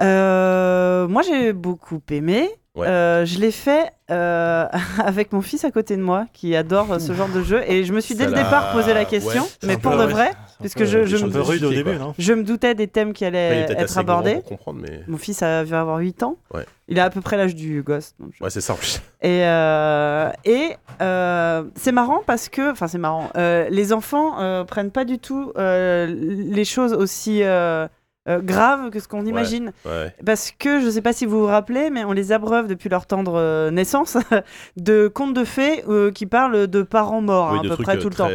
D: Euh, moi, j'ai beaucoup aimé.
B: Ouais.
D: Euh, je l'ai fait euh, avec mon fils à côté de moi qui adore euh, ce genre de jeu et je me suis dès
B: Ça
D: le
B: l'a-
D: départ posé la question,
B: ouais.
D: mais
F: un
D: pour
F: peu-
D: de
F: ouais.
D: vrai,
F: C'est un
D: puisque
F: peu-
D: je,
B: les
D: je,
F: Un
B: choses
D: me-
F: peu rude au
B: Justifié,
F: début,
B: quoi.
F: non
D: je me doutais des thèmes qui
B: Après, Il est
D: allaient
B: peut-être
D: être
B: assez grand
D: abordés.
B: pour comprendre, mais.
D: Mon fils a, va avoir 8 ans.
B: Ouais.
D: Il a à peu près l'âge du gosse. donc je-
B: Ouais, c'est ça en plus.
D: Et, euh, et euh, c'est marrant parce que, enfin c'est marrant, euh, les enfants euh, prennent pas du tout euh, les choses aussi euh, euh, graves que ce qu'on imagine.
B: Ouais.
D: Parce que, je sais pas si vous vous rappelez, mais on les abreuve depuis leur tendre euh, naissance de contes de fées euh, qui parlent de parents morts hein, à peu près
B: euh,
D: tout le temps.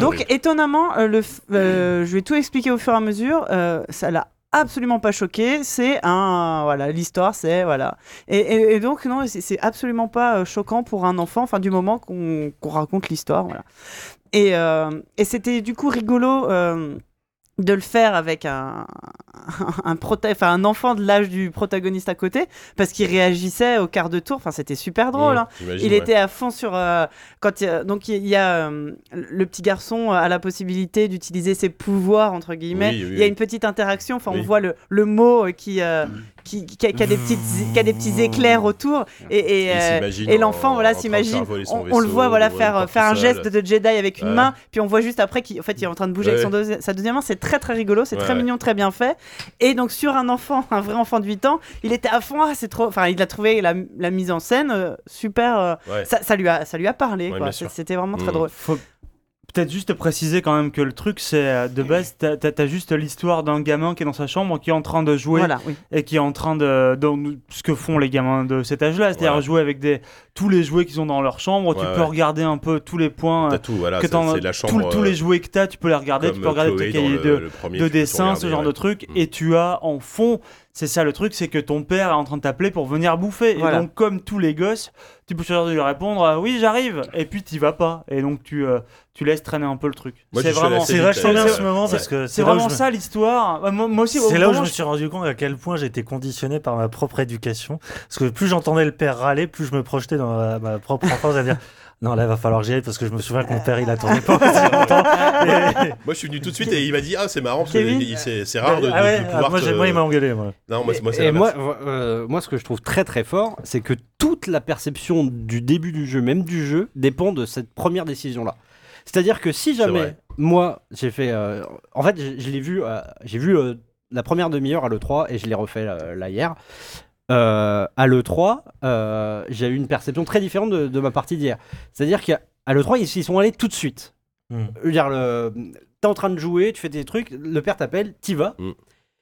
D: Donc étonnamment, euh, le f- euh, je vais tout expliquer au fur et à mesure. euh, ça l'a absolument pas choqué. C'est un voilà l'histoire, c'est voilà. Et, et- et donc non, c'est- c'est absolument pas euh, choquant pour un enfant. Enfin du moment qu'on qu'on raconte l'histoire, voilà. Et, euh, et c'était du coup rigolo. euh, de le faire avec un, un, prota- enfin, un enfant de l'âge du protagoniste à côté, parce qu'il réagissait au quart de tour, enfin, c'était super drôle. hein. Il était à fond sur euh, quand il y a- donc il y a euh, le petit garçon a la possibilité d'utiliser ses pouvoirs entre guillemets.
B: Oui, oui,
D: il y a
B: oui.
D: une petite interaction. Enfin,
B: Oui.
D: on voit le, le mot euh, qui, euh, qui, qui a, qui a des petites qui a des petits éclairs autour et et,
B: Il
D: euh,
B: s'imagine
D: et
B: en-
D: l'enfant
B: en
D: voilà
B: train de
D: s'imagine.
B: faire voler son
D: On, on le
B: vaisseau,
D: voit voilà
B: ouais,
D: faire
B: partir
D: euh, faire un
B: seul.
D: geste de Jedi avec une
B: Ouais.
D: main. Puis on voit juste après qu'en fait il est en train de bouger avec
B: Ouais.
D: son deuxi- sa deuxième main. C'est très très rigolo. C'est
B: Ouais,
D: très
B: ouais.
D: mignon, très bien fait. Et donc sur un enfant, un vrai enfant de 8 ans, il était à fond. Ah, c'est trop. Enfin, il a trouvé la, la mise en scène euh, super. euh,
B: Ouais.
D: ça, ça lui a, ça lui a parlé.
B: Ouais,
D: quoi.
B: bien sûr.
D: C'est- C'était vraiment très
B: Mm.
D: drôle.
C: Faut peut-être juste préciser quand même que le truc, c'est euh, de base, t'as t'as- t'as juste l'histoire d'un gamin qui est dans sa chambre, qui est en train de jouer
D: Voilà, oui.
C: et qui est en train de donc, ce que font les gamins de cet âge-là, c'est-à-dire
B: Voilà.
C: jouer avec des tous les jouets qu'ils ont dans leur chambre. tu
B: Ouais,
C: peux
B: ouais.
C: regarder un peu tous les points, euh,
B: T'as tout, voilà.
C: que
B: C'est
C: t'en-
B: c'est la
C: tous-
B: chambre.
C: tous
B: euh,
C: les jouets que t'as, tu peux les regarder, tu
B: comme
C: peux regarder
B: Chloé
C: tes
B: dans
C: cahiers
B: le-
C: de
B: le premier,
C: de
B: tu peux tout
C: dessin, ce
B: regarder,
C: genre
B: ouais.
C: de truc,
B: Mm.
C: et tu as en fond, c'est ça le truc, c'est que ton père est en train de t'appeler pour venir bouffer.
D: Voilà.
C: Et donc, comme tous les gosses, tu peux choisir de lui répondre euh, oui, j'arrive, et puis t'y vas pas. Et donc, tu, euh, tu laisses traîner un peu le truc.
B: Moi,
C: C'est
B: je suis allé
C: vraiment,
B: assez
F: C'est
B: vite,
F: vachement
B: euh,
F: bien
B: ouais.
F: ce moment parce que
C: c'est
F: là où
C: vraiment
F: je me-
C: ça l'histoire. Ouais, Moi, moi aussi,
F: C'est
C: au
F: là où je
C: moment,
F: me suis rendu compte à quel point j'étais conditionné par ma propre éducation. Parce que plus j'entendais le père râler, plus je me projetais dans ma, ma propre enfance à dire non, là, va falloir que j'y aille parce que je me souviens que mon père, il a tourné pas aussi longtemps. Et-
B: Moi, je suis venu tout de suite et il m'a dit Ah, c'est marrant parce que
D: Kevin
B: il- c'est c'est rare de, de-
F: Ah ouais,
B: de
F: ah,
B: pouvoir.
F: moi,
B: te-
F: j'ai- moi, il m'a engueulé. Moi.
B: Non, moi, c'est- moi, c'est
E: et
B: l'inverse.
E: moi, euh, moi, ce que je trouve très très fort, c'est que toute la perception du début du jeu, même du jeu, dépend de cette première décision-là. C'est-à-dire que si jamais
B: vrai.
E: moi j'ai fait, euh, en fait, je, je l'ai vu, euh, j'ai vu euh, la première demi-heure à le 3 et je l'ai refait euh, là hier. Euh, à l'E3, euh, j'ai eu une perception très différente de, de ma partie d'hier. C'est-à-dire qu'à à l'E3, ils y sont allés tout de suite.
B: Hmm.
F: Mm.
E: Je veux dire, le- t'es en train de jouer, tu fais tes trucs, le père t'appelle, t'y vas,
B: Mm.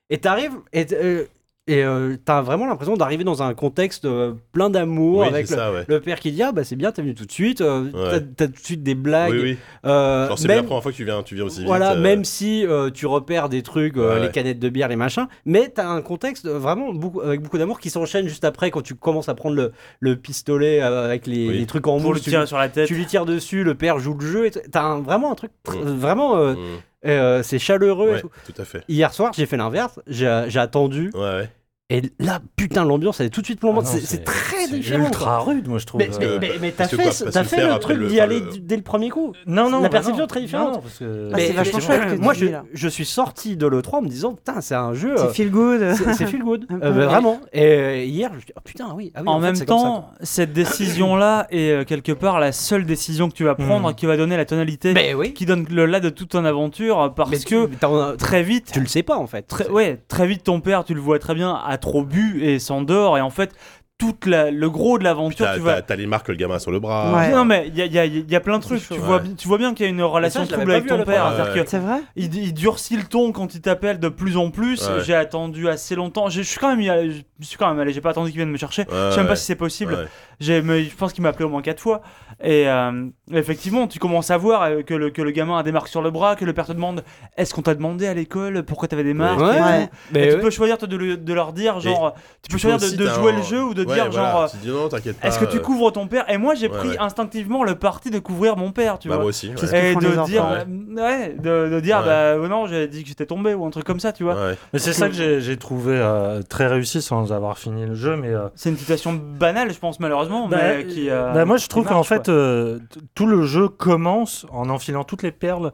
E: et t'arrives, et, t- euh, et euh, t'as vraiment l'impression d'arriver dans un contexte euh, plein d'amour,
B: Oui,
E: avec
B: c'est
E: le,
B: ça, ouais.
E: le père qui dit Ah bah c'est bien, t'es venu tout de suite, euh,
B: Ouais.
E: t'as- t'as tout de suite des blagues.
B: Oui, oui.
E: euh,
B: Alors, c'est
E: même-
B: la première fois que tu viens, tu viens aussi vite.
E: voilà,
B: euh,
E: même si euh, tu repères des trucs, euh,
B: Ouais,
E: les
B: ouais.
E: canettes de bière, les machins, mais t'as un contexte euh, vraiment beaucoup, avec beaucoup d'amour qui s'enchaîne juste après quand tu commences à prendre le, le pistolet euh, avec les,
B: Oui.
E: les trucs en
C: pour
E: mousse,
C: le
E: tu,
C: tirer sur la tête.
E: tu lui tires dessus, le père joue le jeu, et t- t'as un- vraiment un truc tr-
B: Mm.
E: vraiment, euh,
B: mm,
E: euh, c'est chaleureux. et
B: ouais,
E: tout.
B: tout à fait.
E: Hier soir, j'ai fait l'inverse, j'ai j'ai attendu
B: Ouais, ouais.
E: Et là, putain, l'ambiance, elle est tout de suite plombante.
F: Ah non,
E: c'est c'est
F: c'est-
E: très
F: C'est
E: différent. quoi.
F: ultra rude, moi je trouve.
E: Mais, mais,
F: Euh,
E: mais, mais t'as
B: parce que quoi,
E: fait, ce-
B: parce
E: t'as
B: que
E: fait
B: faire
E: le
B: après
E: truc
B: le-
E: d'y
B: enfin,
E: aller
B: le-
E: d- dès le premier coup.
F: Non, non.
E: la
F: bah
E: perception
F: non.
E: est très différente.
F: Non, non, parce que-
D: Ah, c'est
E: Mais
D: vachement
F: effectivement,
D: chouette que
E: Moi,
D: tu
E: je,
D: dis, là.
E: je suis sorti de l'E3 en me disant, putain, c'est un jeu. euh,
D: C'est feel good.
E: c'est c'est feel good.
D: Un
E: Euh,
D: peu.
E: bah, vraiment. Et euh, hier, je me suis dit, oh, putain, oui. ah oui,
C: en,
E: fait,
C: même
E: c'est comme ça,
C: temps, cette décision-là est euh, quelque part la seule décision que tu vas prendre
F: Mm.
C: qui va donner la tonalité,
E: quoi. mais Hmm. Ben oui.
C: qui donne le là de toute ton aventure, euh, parce
E: Mais
C: que
E: tu- t'en as-
C: très vite,
E: tu le sais pas en fait.
C: très, ouais, très vite ton père, tu le vois très bien, a trop bu et s'endort, et en fait, toute la, le gros de l'aventure,
B: T'as
C: tu vas.
B: t'as- t'as les marques que le gamin a sur le bras.
D: Ouais.
C: Non mais il y, a- il y a- il y a plein de trucs.
D: chaud.
C: Tu vois,
B: Ouais.
C: bi- tu vois bien qu'il y a une relation
E: je l'avais
C: trouble
E: pas
C: avec
E: vu à
C: ton
E: l'époque.
C: père.
B: Ouais,
C: c'est-à-dire
B: ouais.
C: que
D: C'est vrai
C: il, il durcit le ton quand il t'appelle de plus en plus.
B: Ouais.
C: J'ai attendu assez longtemps. J'ai- Je suis quand même, y allé- je suis quand même allé. J'ai pas attendu qu'il vienne me chercher.
B: Ouais,
C: je sais même
B: ouais.
C: pas si c'est possible.
B: Ouais.
C: J'ai- mais je pense qu'il m'a appelé au moins quatre fois. Et euh, effectivement, tu commences à voir euh, que le, que le gamin a des marques sur le bras, que le père te demande est-ce qu'on t'a demandé à l'école pourquoi t'avais des marques et
E: Ouais.
C: tout.
D: Ouais.
E: Mais
C: Et tu
E: ouais.
C: peux choisir toi, de, le- de leur dire genre, tu peux
B: Tu peux
C: choisir
B: aussi,
C: de, de
B: t'as
C: jouer
B: un-
C: le jeu ou de
B: Ouais,
C: dire
B: voilà,
C: genre. euh,
B: tu te dis non, t'inquiète pas.
C: Est-ce que tu
B: euh,
C: couvres ton père Et moi, j'ai
B: ouais,
C: pris
B: ouais.
C: instinctivement le parti de couvrir mon père, tu
B: Bah,
C: vois.
B: moi aussi. ouais.
D: Qu'est-ce
C: Et
D: font les
C: de
D: enfants,
C: dire, euh,
B: ouais.
C: ouais, de, de dire,
B: Ouais.
C: bah oh non, j'ai dit que j'étais tombé ou un truc comme ça, tu vois.
B: Ouais.
F: Mais c'est ça que j'ai j'ai trouvé euh, très réussi sans avoir fini le jeu, mais. euh,
C: C'est une situation banale, je pense, malheureusement,
F: Bah,
C: mais qui. euh,
F: bah, moi, je
C: qui
F: trouve qu'en
C: marche,
F: fait,
C: quoi.
F: euh, t- tout le jeu commence en enfilant toutes les perles,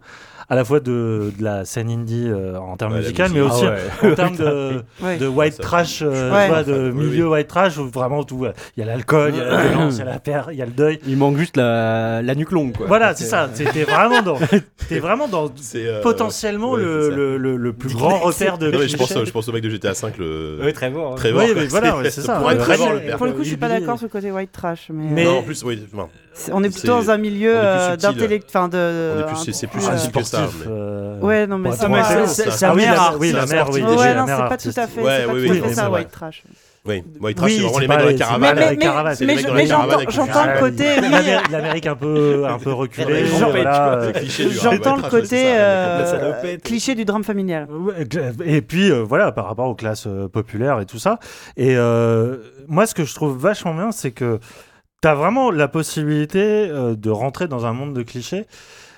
F: à la fois de, de la scène indie euh, en termes
B: Ouais, la
F: musicaux, mais
B: musique.
F: aussi
E: Ah ouais.
F: en termes de,
D: Ouais.
F: de white
B: Ça,
F: trash, euh,
D: Ouais.
F: tu vois, de
B: Oui, oui.
F: milieu white trash, où vraiment tout. euh, Il y a l'alcool, il y a la violence, il y a la perte, il y a le deuil.
E: Il manque juste la, la nuque longue quoi. euh,
F: Voilà, c'est ça. T'es t'es vraiment dans, t'es vraiment dans
B: C'est, euh,
F: potentiellement
B: ouais,
F: le,
B: c'est ça.
F: le, le- le plus grand repère de.
B: Non, mais je pense,
F: clichés.
B: je pense au mec de GTA V, le.
E: Oui, très bon. hein.
B: Trevor,
F: Oui,
B: quoi.
F: mais voilà, ouais, c'est ça.
B: pourrait être
F: Ouais,
B: Trevor,
D: je-
B: le père.
D: pour le coup, je suis pas
F: Billy.
D: d'accord sur le côté white trash, mais, euh,
F: Mais-
B: Non, en plus, oui. enfin,
D: C'est- on est plutôt
B: c'est-
D: dans un milieu
B: on est plus
D: euh,
B: subtil.
D: d'intellect, enfin de.
B: On est plus- c'est- c'est plus
D: un peu,
B: subtil. que ça,
F: Euh, Sportif,
B: mais-
F: euh,
D: Ouais, non mais
F: Ouais,
D: c'est hein.
C: Ah,
F: Ouais,
C: mais
D: pas-
C: c'est-
B: ça, ça.
C: c'est- sa
F: Ah oui,
C: mère
F: la-
C: a-
F: oui, la
B: c'est
F: mère,
B: sportif.
F: oui.
D: Ouais,
F: déjà, la
D: non,
F: mère
D: c'est pas tout
F: artiste.
D: à fait,
B: Ouais,
D: c'est pas
B: oui,
D: tout à
F: oui,
D: fait
F: c'est
D: ça,
B: vrai.
D: white trash.
B: Oui, White Trash,
F: Oui,
B: c'est vraiment les
F: pas
B: mecs dans la
F: les- c'est
B: caravane.
F: pas les-
B: avec-
F: avec caravane, c'est
D: mais
B: les
D: je-
B: mecs dans
D: mais
B: les caravanes
D: j'entends-
B: avec les
D: j'entends le
B: fusils.
D: côté, oui,
F: L'Amérique- L'Amérique un peu, un peu reculée.
B: Genre,
F: voilà,
B: C'est
F: euh,
B: le cliché du
D: j'entends
B: White
D: le
B: Trash, ouais, c'est
D: côté
B: ça,
D: euh,
B: la salopette.
D: cliché du drame familial.
F: Ouais, Et puis euh, voilà, par rapport aux classes euh, populaires et tout ça. Et euh, moi, ce que je trouve vachement bien, c'est que tu as vraiment la possibilité euh, de rentrer dans un monde de clichés,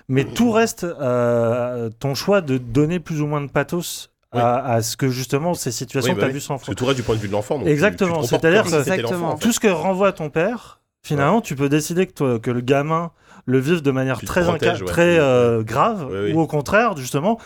F: mais tout reste euh, ton choix de donner plus ou moins de pathos
B: Oui.
F: à, à ce que justement ces situations
B: Oui,
F: que
B: bah
F: tu
B: oui.
F: as vues sans
B: Parce que
F: fond.
B: tout reste du point de vue de l'enfant. donc
F: Exactement,
B: tu- tu te
F: c'est-à-dire
B: comportes comme
D: que-
B: si c'était l'enfant, en fait.
F: Tout ce que renvoie ton père, finalement, tu peux décider que, toi- que le gamin le vive de manière
B: Tu te
F: très, inca-
B: protèges, ouais.
F: très euh, grave,
B: Oui, oui.
F: ou au contraire, justement,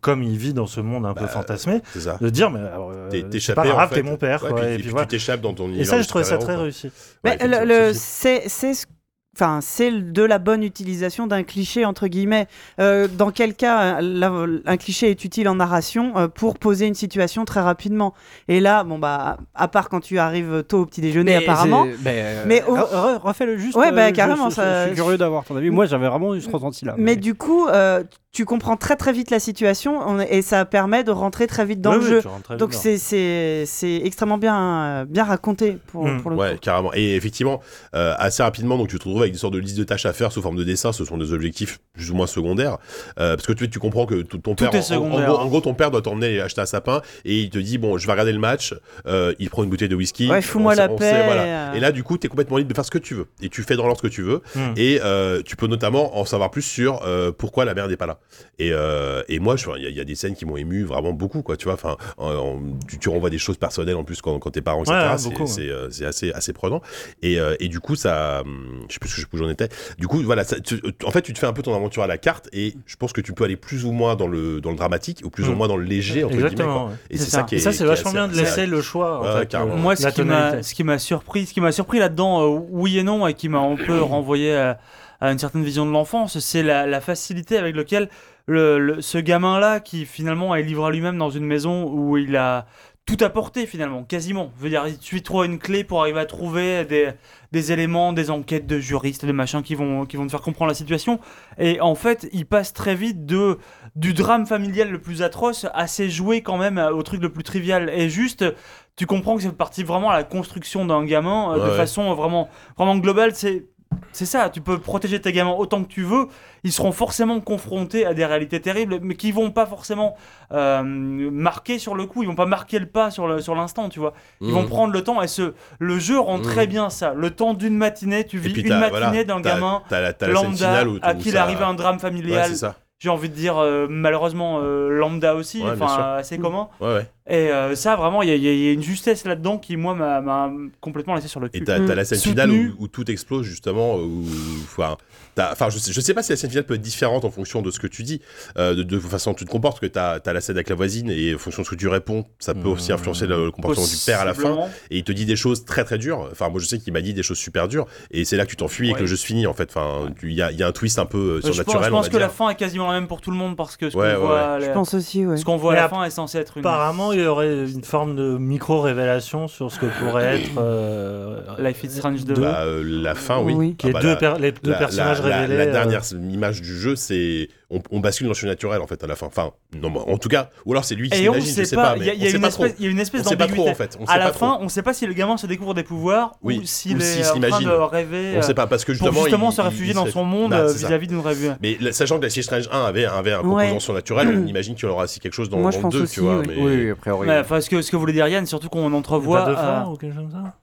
F: comme il vit dans ce monde un peu
B: Bah,
F: fantasmé,
B: C'est ça.
F: de dire mais alors, euh,
B: T'es-
F: c'est
B: T'échappes.
F: pas
B: en
F: grave
B: fait.
F: t'es mon père
B: Ouais,
F: quoi,
B: puis-
F: et,
B: puis
F: puis
B: tu
F: voilà.
B: t'échappes dans ton univers.
F: et ça je
B: de
F: trouvais ça très
B: super-héros, quoi.
F: réussi
D: Mais
B: Ouais,
D: le,
B: effectivement,
D: le-
B: c'est-
D: c'est c'est ce- enfin c'est de la bonne utilisation d'un cliché entre guillemets. Euh, dans quel cas euh, la- un cliché est utile en narration euh, pour poser une situation très rapidement. Et là, bon bah à part quand tu arrives tôt au petit déjeuner apparemment.
E: c'est- Mais, euh,
D: Mais
F: oh,
D: au-
E: re- re- refais-le juste. euh,
D: Ouais, bah,
E: je-
D: carrément,
E: je,
D: ça-
E: je suis curieux d'avoir ton avis. Moi, j'avais vraiment eu ce ressenti là.
D: Mais du coup, euh, tu comprends très très vite la situation on- et ça permet de rentrer très vite dans
F: Ouais,
D: le
F: ouais,
D: jeu.
F: tu rentres très
D: Donc
F: bien.
D: c'est c'est- c'est extrêmement bien, euh, bien raconté pour,
F: Mm.
D: pour le
B: Ouais, carrément. Et effectivement, euh, assez rapidement, donc tu te retrouves avec une sorte de liste de tâches à faire sous forme de dessin. Ce sont des objectifs plus ou moins secondaires, Euh, parce que tu, tu comprends que tout- ton père,
C: est
B: en- en-
C: secondaire.
B: En, gros, en gros, ton père doit t'emmener acheter un sapin, et il te dit bon, je vais regarder le match. Euh, il prend une bouteille de whisky.
D: coup. Ouais, fous-moi
B: on sait-
D: la
B: on
D: paix.
B: sait, voilà.
D: euh,
B: Et là, du coup, t'es complètement libre de faire ce que tu veux, et tu fais dans l'ordre ce que tu veux.
D: Hmm.
F: Mm.
B: Et euh, tu peux notamment en savoir plus sur euh, pourquoi la mère n'est pas là. Et, euh, et moi, je- il y, a- il y a des scènes qui m'ont ému vraiment beaucoup, quoi. Tu vois, enfin, en- en- tu, tu renvoies des choses personnelles en plus quand, quand t'es parent, etc.
F: Ouais, ouais,
B: C'est-
F: beaucoup, ouais.
B: c'est euh, c'est assez, assez prenant. Et, euh, et du coup, ça. hum, Je sais plus ce que- où j'en étais. Du coup, voilà. ça- tu- en fait, tu te fais un peu ton aventure à la carte et je pense que tu peux aller plus ou moins dans le, dans le dramatique ou plus
F: Mm.
B: ou moins dans le léger, entre guillemets.
F: exactement
B: quoi.
F: ouais.
B: Et
C: C'est
B: c'est ça
C: ça.
B: qui
F: et
B: est.
F: ça
B: qui
F: c'est
B: est
F: vachement
B: assez-
F: bien de
B: assez-
F: laisser le choix en
B: Ouais,
F: fait,
B: ouais, carrément.
F: euh,
C: Moi, ce
F: la
C: qui m'a,
F: tonalité.
C: ce qui m'a surpris, ce qui m'a surpris là-dedans, euh, oui et non, et qui m'a un peu renvoyé à, à une certaine vision de l'enfance, c'est la, la facilité avec laquelle le, le- ce gamin-là, qui finalement est livré à lui-même dans une maison où il a tout apporté finalement, quasiment. Je veux dire, tu y trouves une clé pour arriver à trouver des, des éléments, des enquêtes de juristes, de machins qui vont, qui vont te faire comprendre la situation. Et en fait, il passe très vite de, du drame familial le plus atroce à ses jouets quand même euh, au truc le plus trivial et juste tu comprends que c'est parti vraiment à la construction d'un gamin euh, de
B: Ouais, ouais.
C: façon euh, vraiment, vraiment globale. C'est c'est ça, tu peux protéger tes gamins autant que tu veux. Ils seront forcément confrontés à des réalités terribles, mais qui vont pas forcément euh, marquer sur le coup. Ils vont pas marquer le pas sur le- sur l'instant, tu vois. Ils vont
B: Mhm.
C: prendre le temps et ce, le jeu rend
B: Mhm.
C: très bien ça. Le temps d'une matinée, tu
B: Et
C: vis
B: puis
C: une
B: t'as-
C: matinée
B: voilà,
C: d'un
B: t'as-
C: gamin
B: T'as la, t'as la scène
C: lambda
B: finale où,
C: à
B: où
C: qui il
B: ça-
C: arrive un drame
B: Ouais,
C: familial.
B: c'est ça.
C: J'ai envie de dire euh, malheureusement euh, lambda aussi,
B: Ouais, bien
C: enfin
B: sûr.
C: assez commun.
B: Ouais, ouais.
C: Et euh, ça, vraiment, il y, a- il y a- il y a une justesse là-dedans qui, moi, m'a- m'a complètement laissé sur le
B: Et
C: cul.
B: t'as t'as la scène finale
C: Mm. Soutenu.
B: où, où tout explose justement. Où, enfin, t'as- enfin, je, sais, je sais pas si la scène finale peut être différente en fonction de ce que tu dis, euh, de, de façon dont tu te comportes. Parce que t'as as la scène avec la voisine et en fonction de ce que tu réponds, ça peut aussi influencer le, le comportement du père à la fin.
C: Possiblement. Euh,
B: Et il te dit des choses très très dures. Enfin, moi je sais qu'il m'a dit des choses super dures. Et c'est là que tu t'enfuis et que
C: Ouais.
B: le jeu se finit en fait. Enfin, tu- il y, a- il y a un twist un peu euh,
C: Euh, Je pense,
B: surnaturel.
C: je pense
B: on va
C: que la
B: dire.
C: fin est quasiment la même pour tout le monde parce que ce
B: Ouais,
C: qu'on
B: ouais,
C: voit, à la-
D: Je pense aussi, ouais.
C: ce qu'on voit à
F: Mais
C: la
F: ap-
C: fin est censé être une
F: Apparemment, il y aurait une forme de micro-révélation sur ce que pourrait être euh,
C: Life is Strange 2.
B: Bah, euh, la fin, oui.
D: Oui.
F: qui est
B: Ah bah,
F: deux
B: la-
F: per- les deux
B: la-
F: personnages
B: la- la-
F: révélés.
B: La,
F: euh,
B: dernière s- image du jeu, c'est on, on bascule dans le surnaturel en fait à la fin. Enfin, non, mais en tout cas, ou alors c'est lui qui
C: Et on ne
B: s'imagine, je
C: sait
B: sais
C: pas,
B: pas,
C: il
B: mais
C: y, a- il y a
B: on sait
C: une
B: pas trop.
C: espèce- il y a une espèce
B: On sait pas trop hein.
C: d'ambiguïté.
B: en fait. On
C: À
B: sait
C: la
B: pas
C: fin,
B: trop.
C: on ne sait pas si le gamin se découvre des pouvoirs
B: Oui.
C: ou s'il
B: Ou
C: est
B: s'il
C: en train
B: s'imagine.
C: de rêver
B: on sait
C: euh,
B: pas parce que justement,
C: pour justement
B: il-
C: se
B: il-
C: réfugier
B: il
C: dans
B: se-
C: son monde
B: Voilà,
C: euh,
B: c'est ça.
C: vis-à-vis d'une rêve.
B: Mais la- sachant que la Strange 1 avait, avait un composant
D: Ouais.
B: surnaturel, on imagine qu'il y aura aussi quelque chose dans,
D: Moi,
B: dans
D: je
B: le
D: pense
B: 2, tu
D: aussi,
B: vois.
D: oui.
B: mais-
E: Oui, a priori.
C: Ouais, Enfin, ce que, ce que voulait dire Yann, surtout qu'on
F: il y a
C: entrevoit.
F: pas de
C: euh,
F: fin ou quelque chose comme ça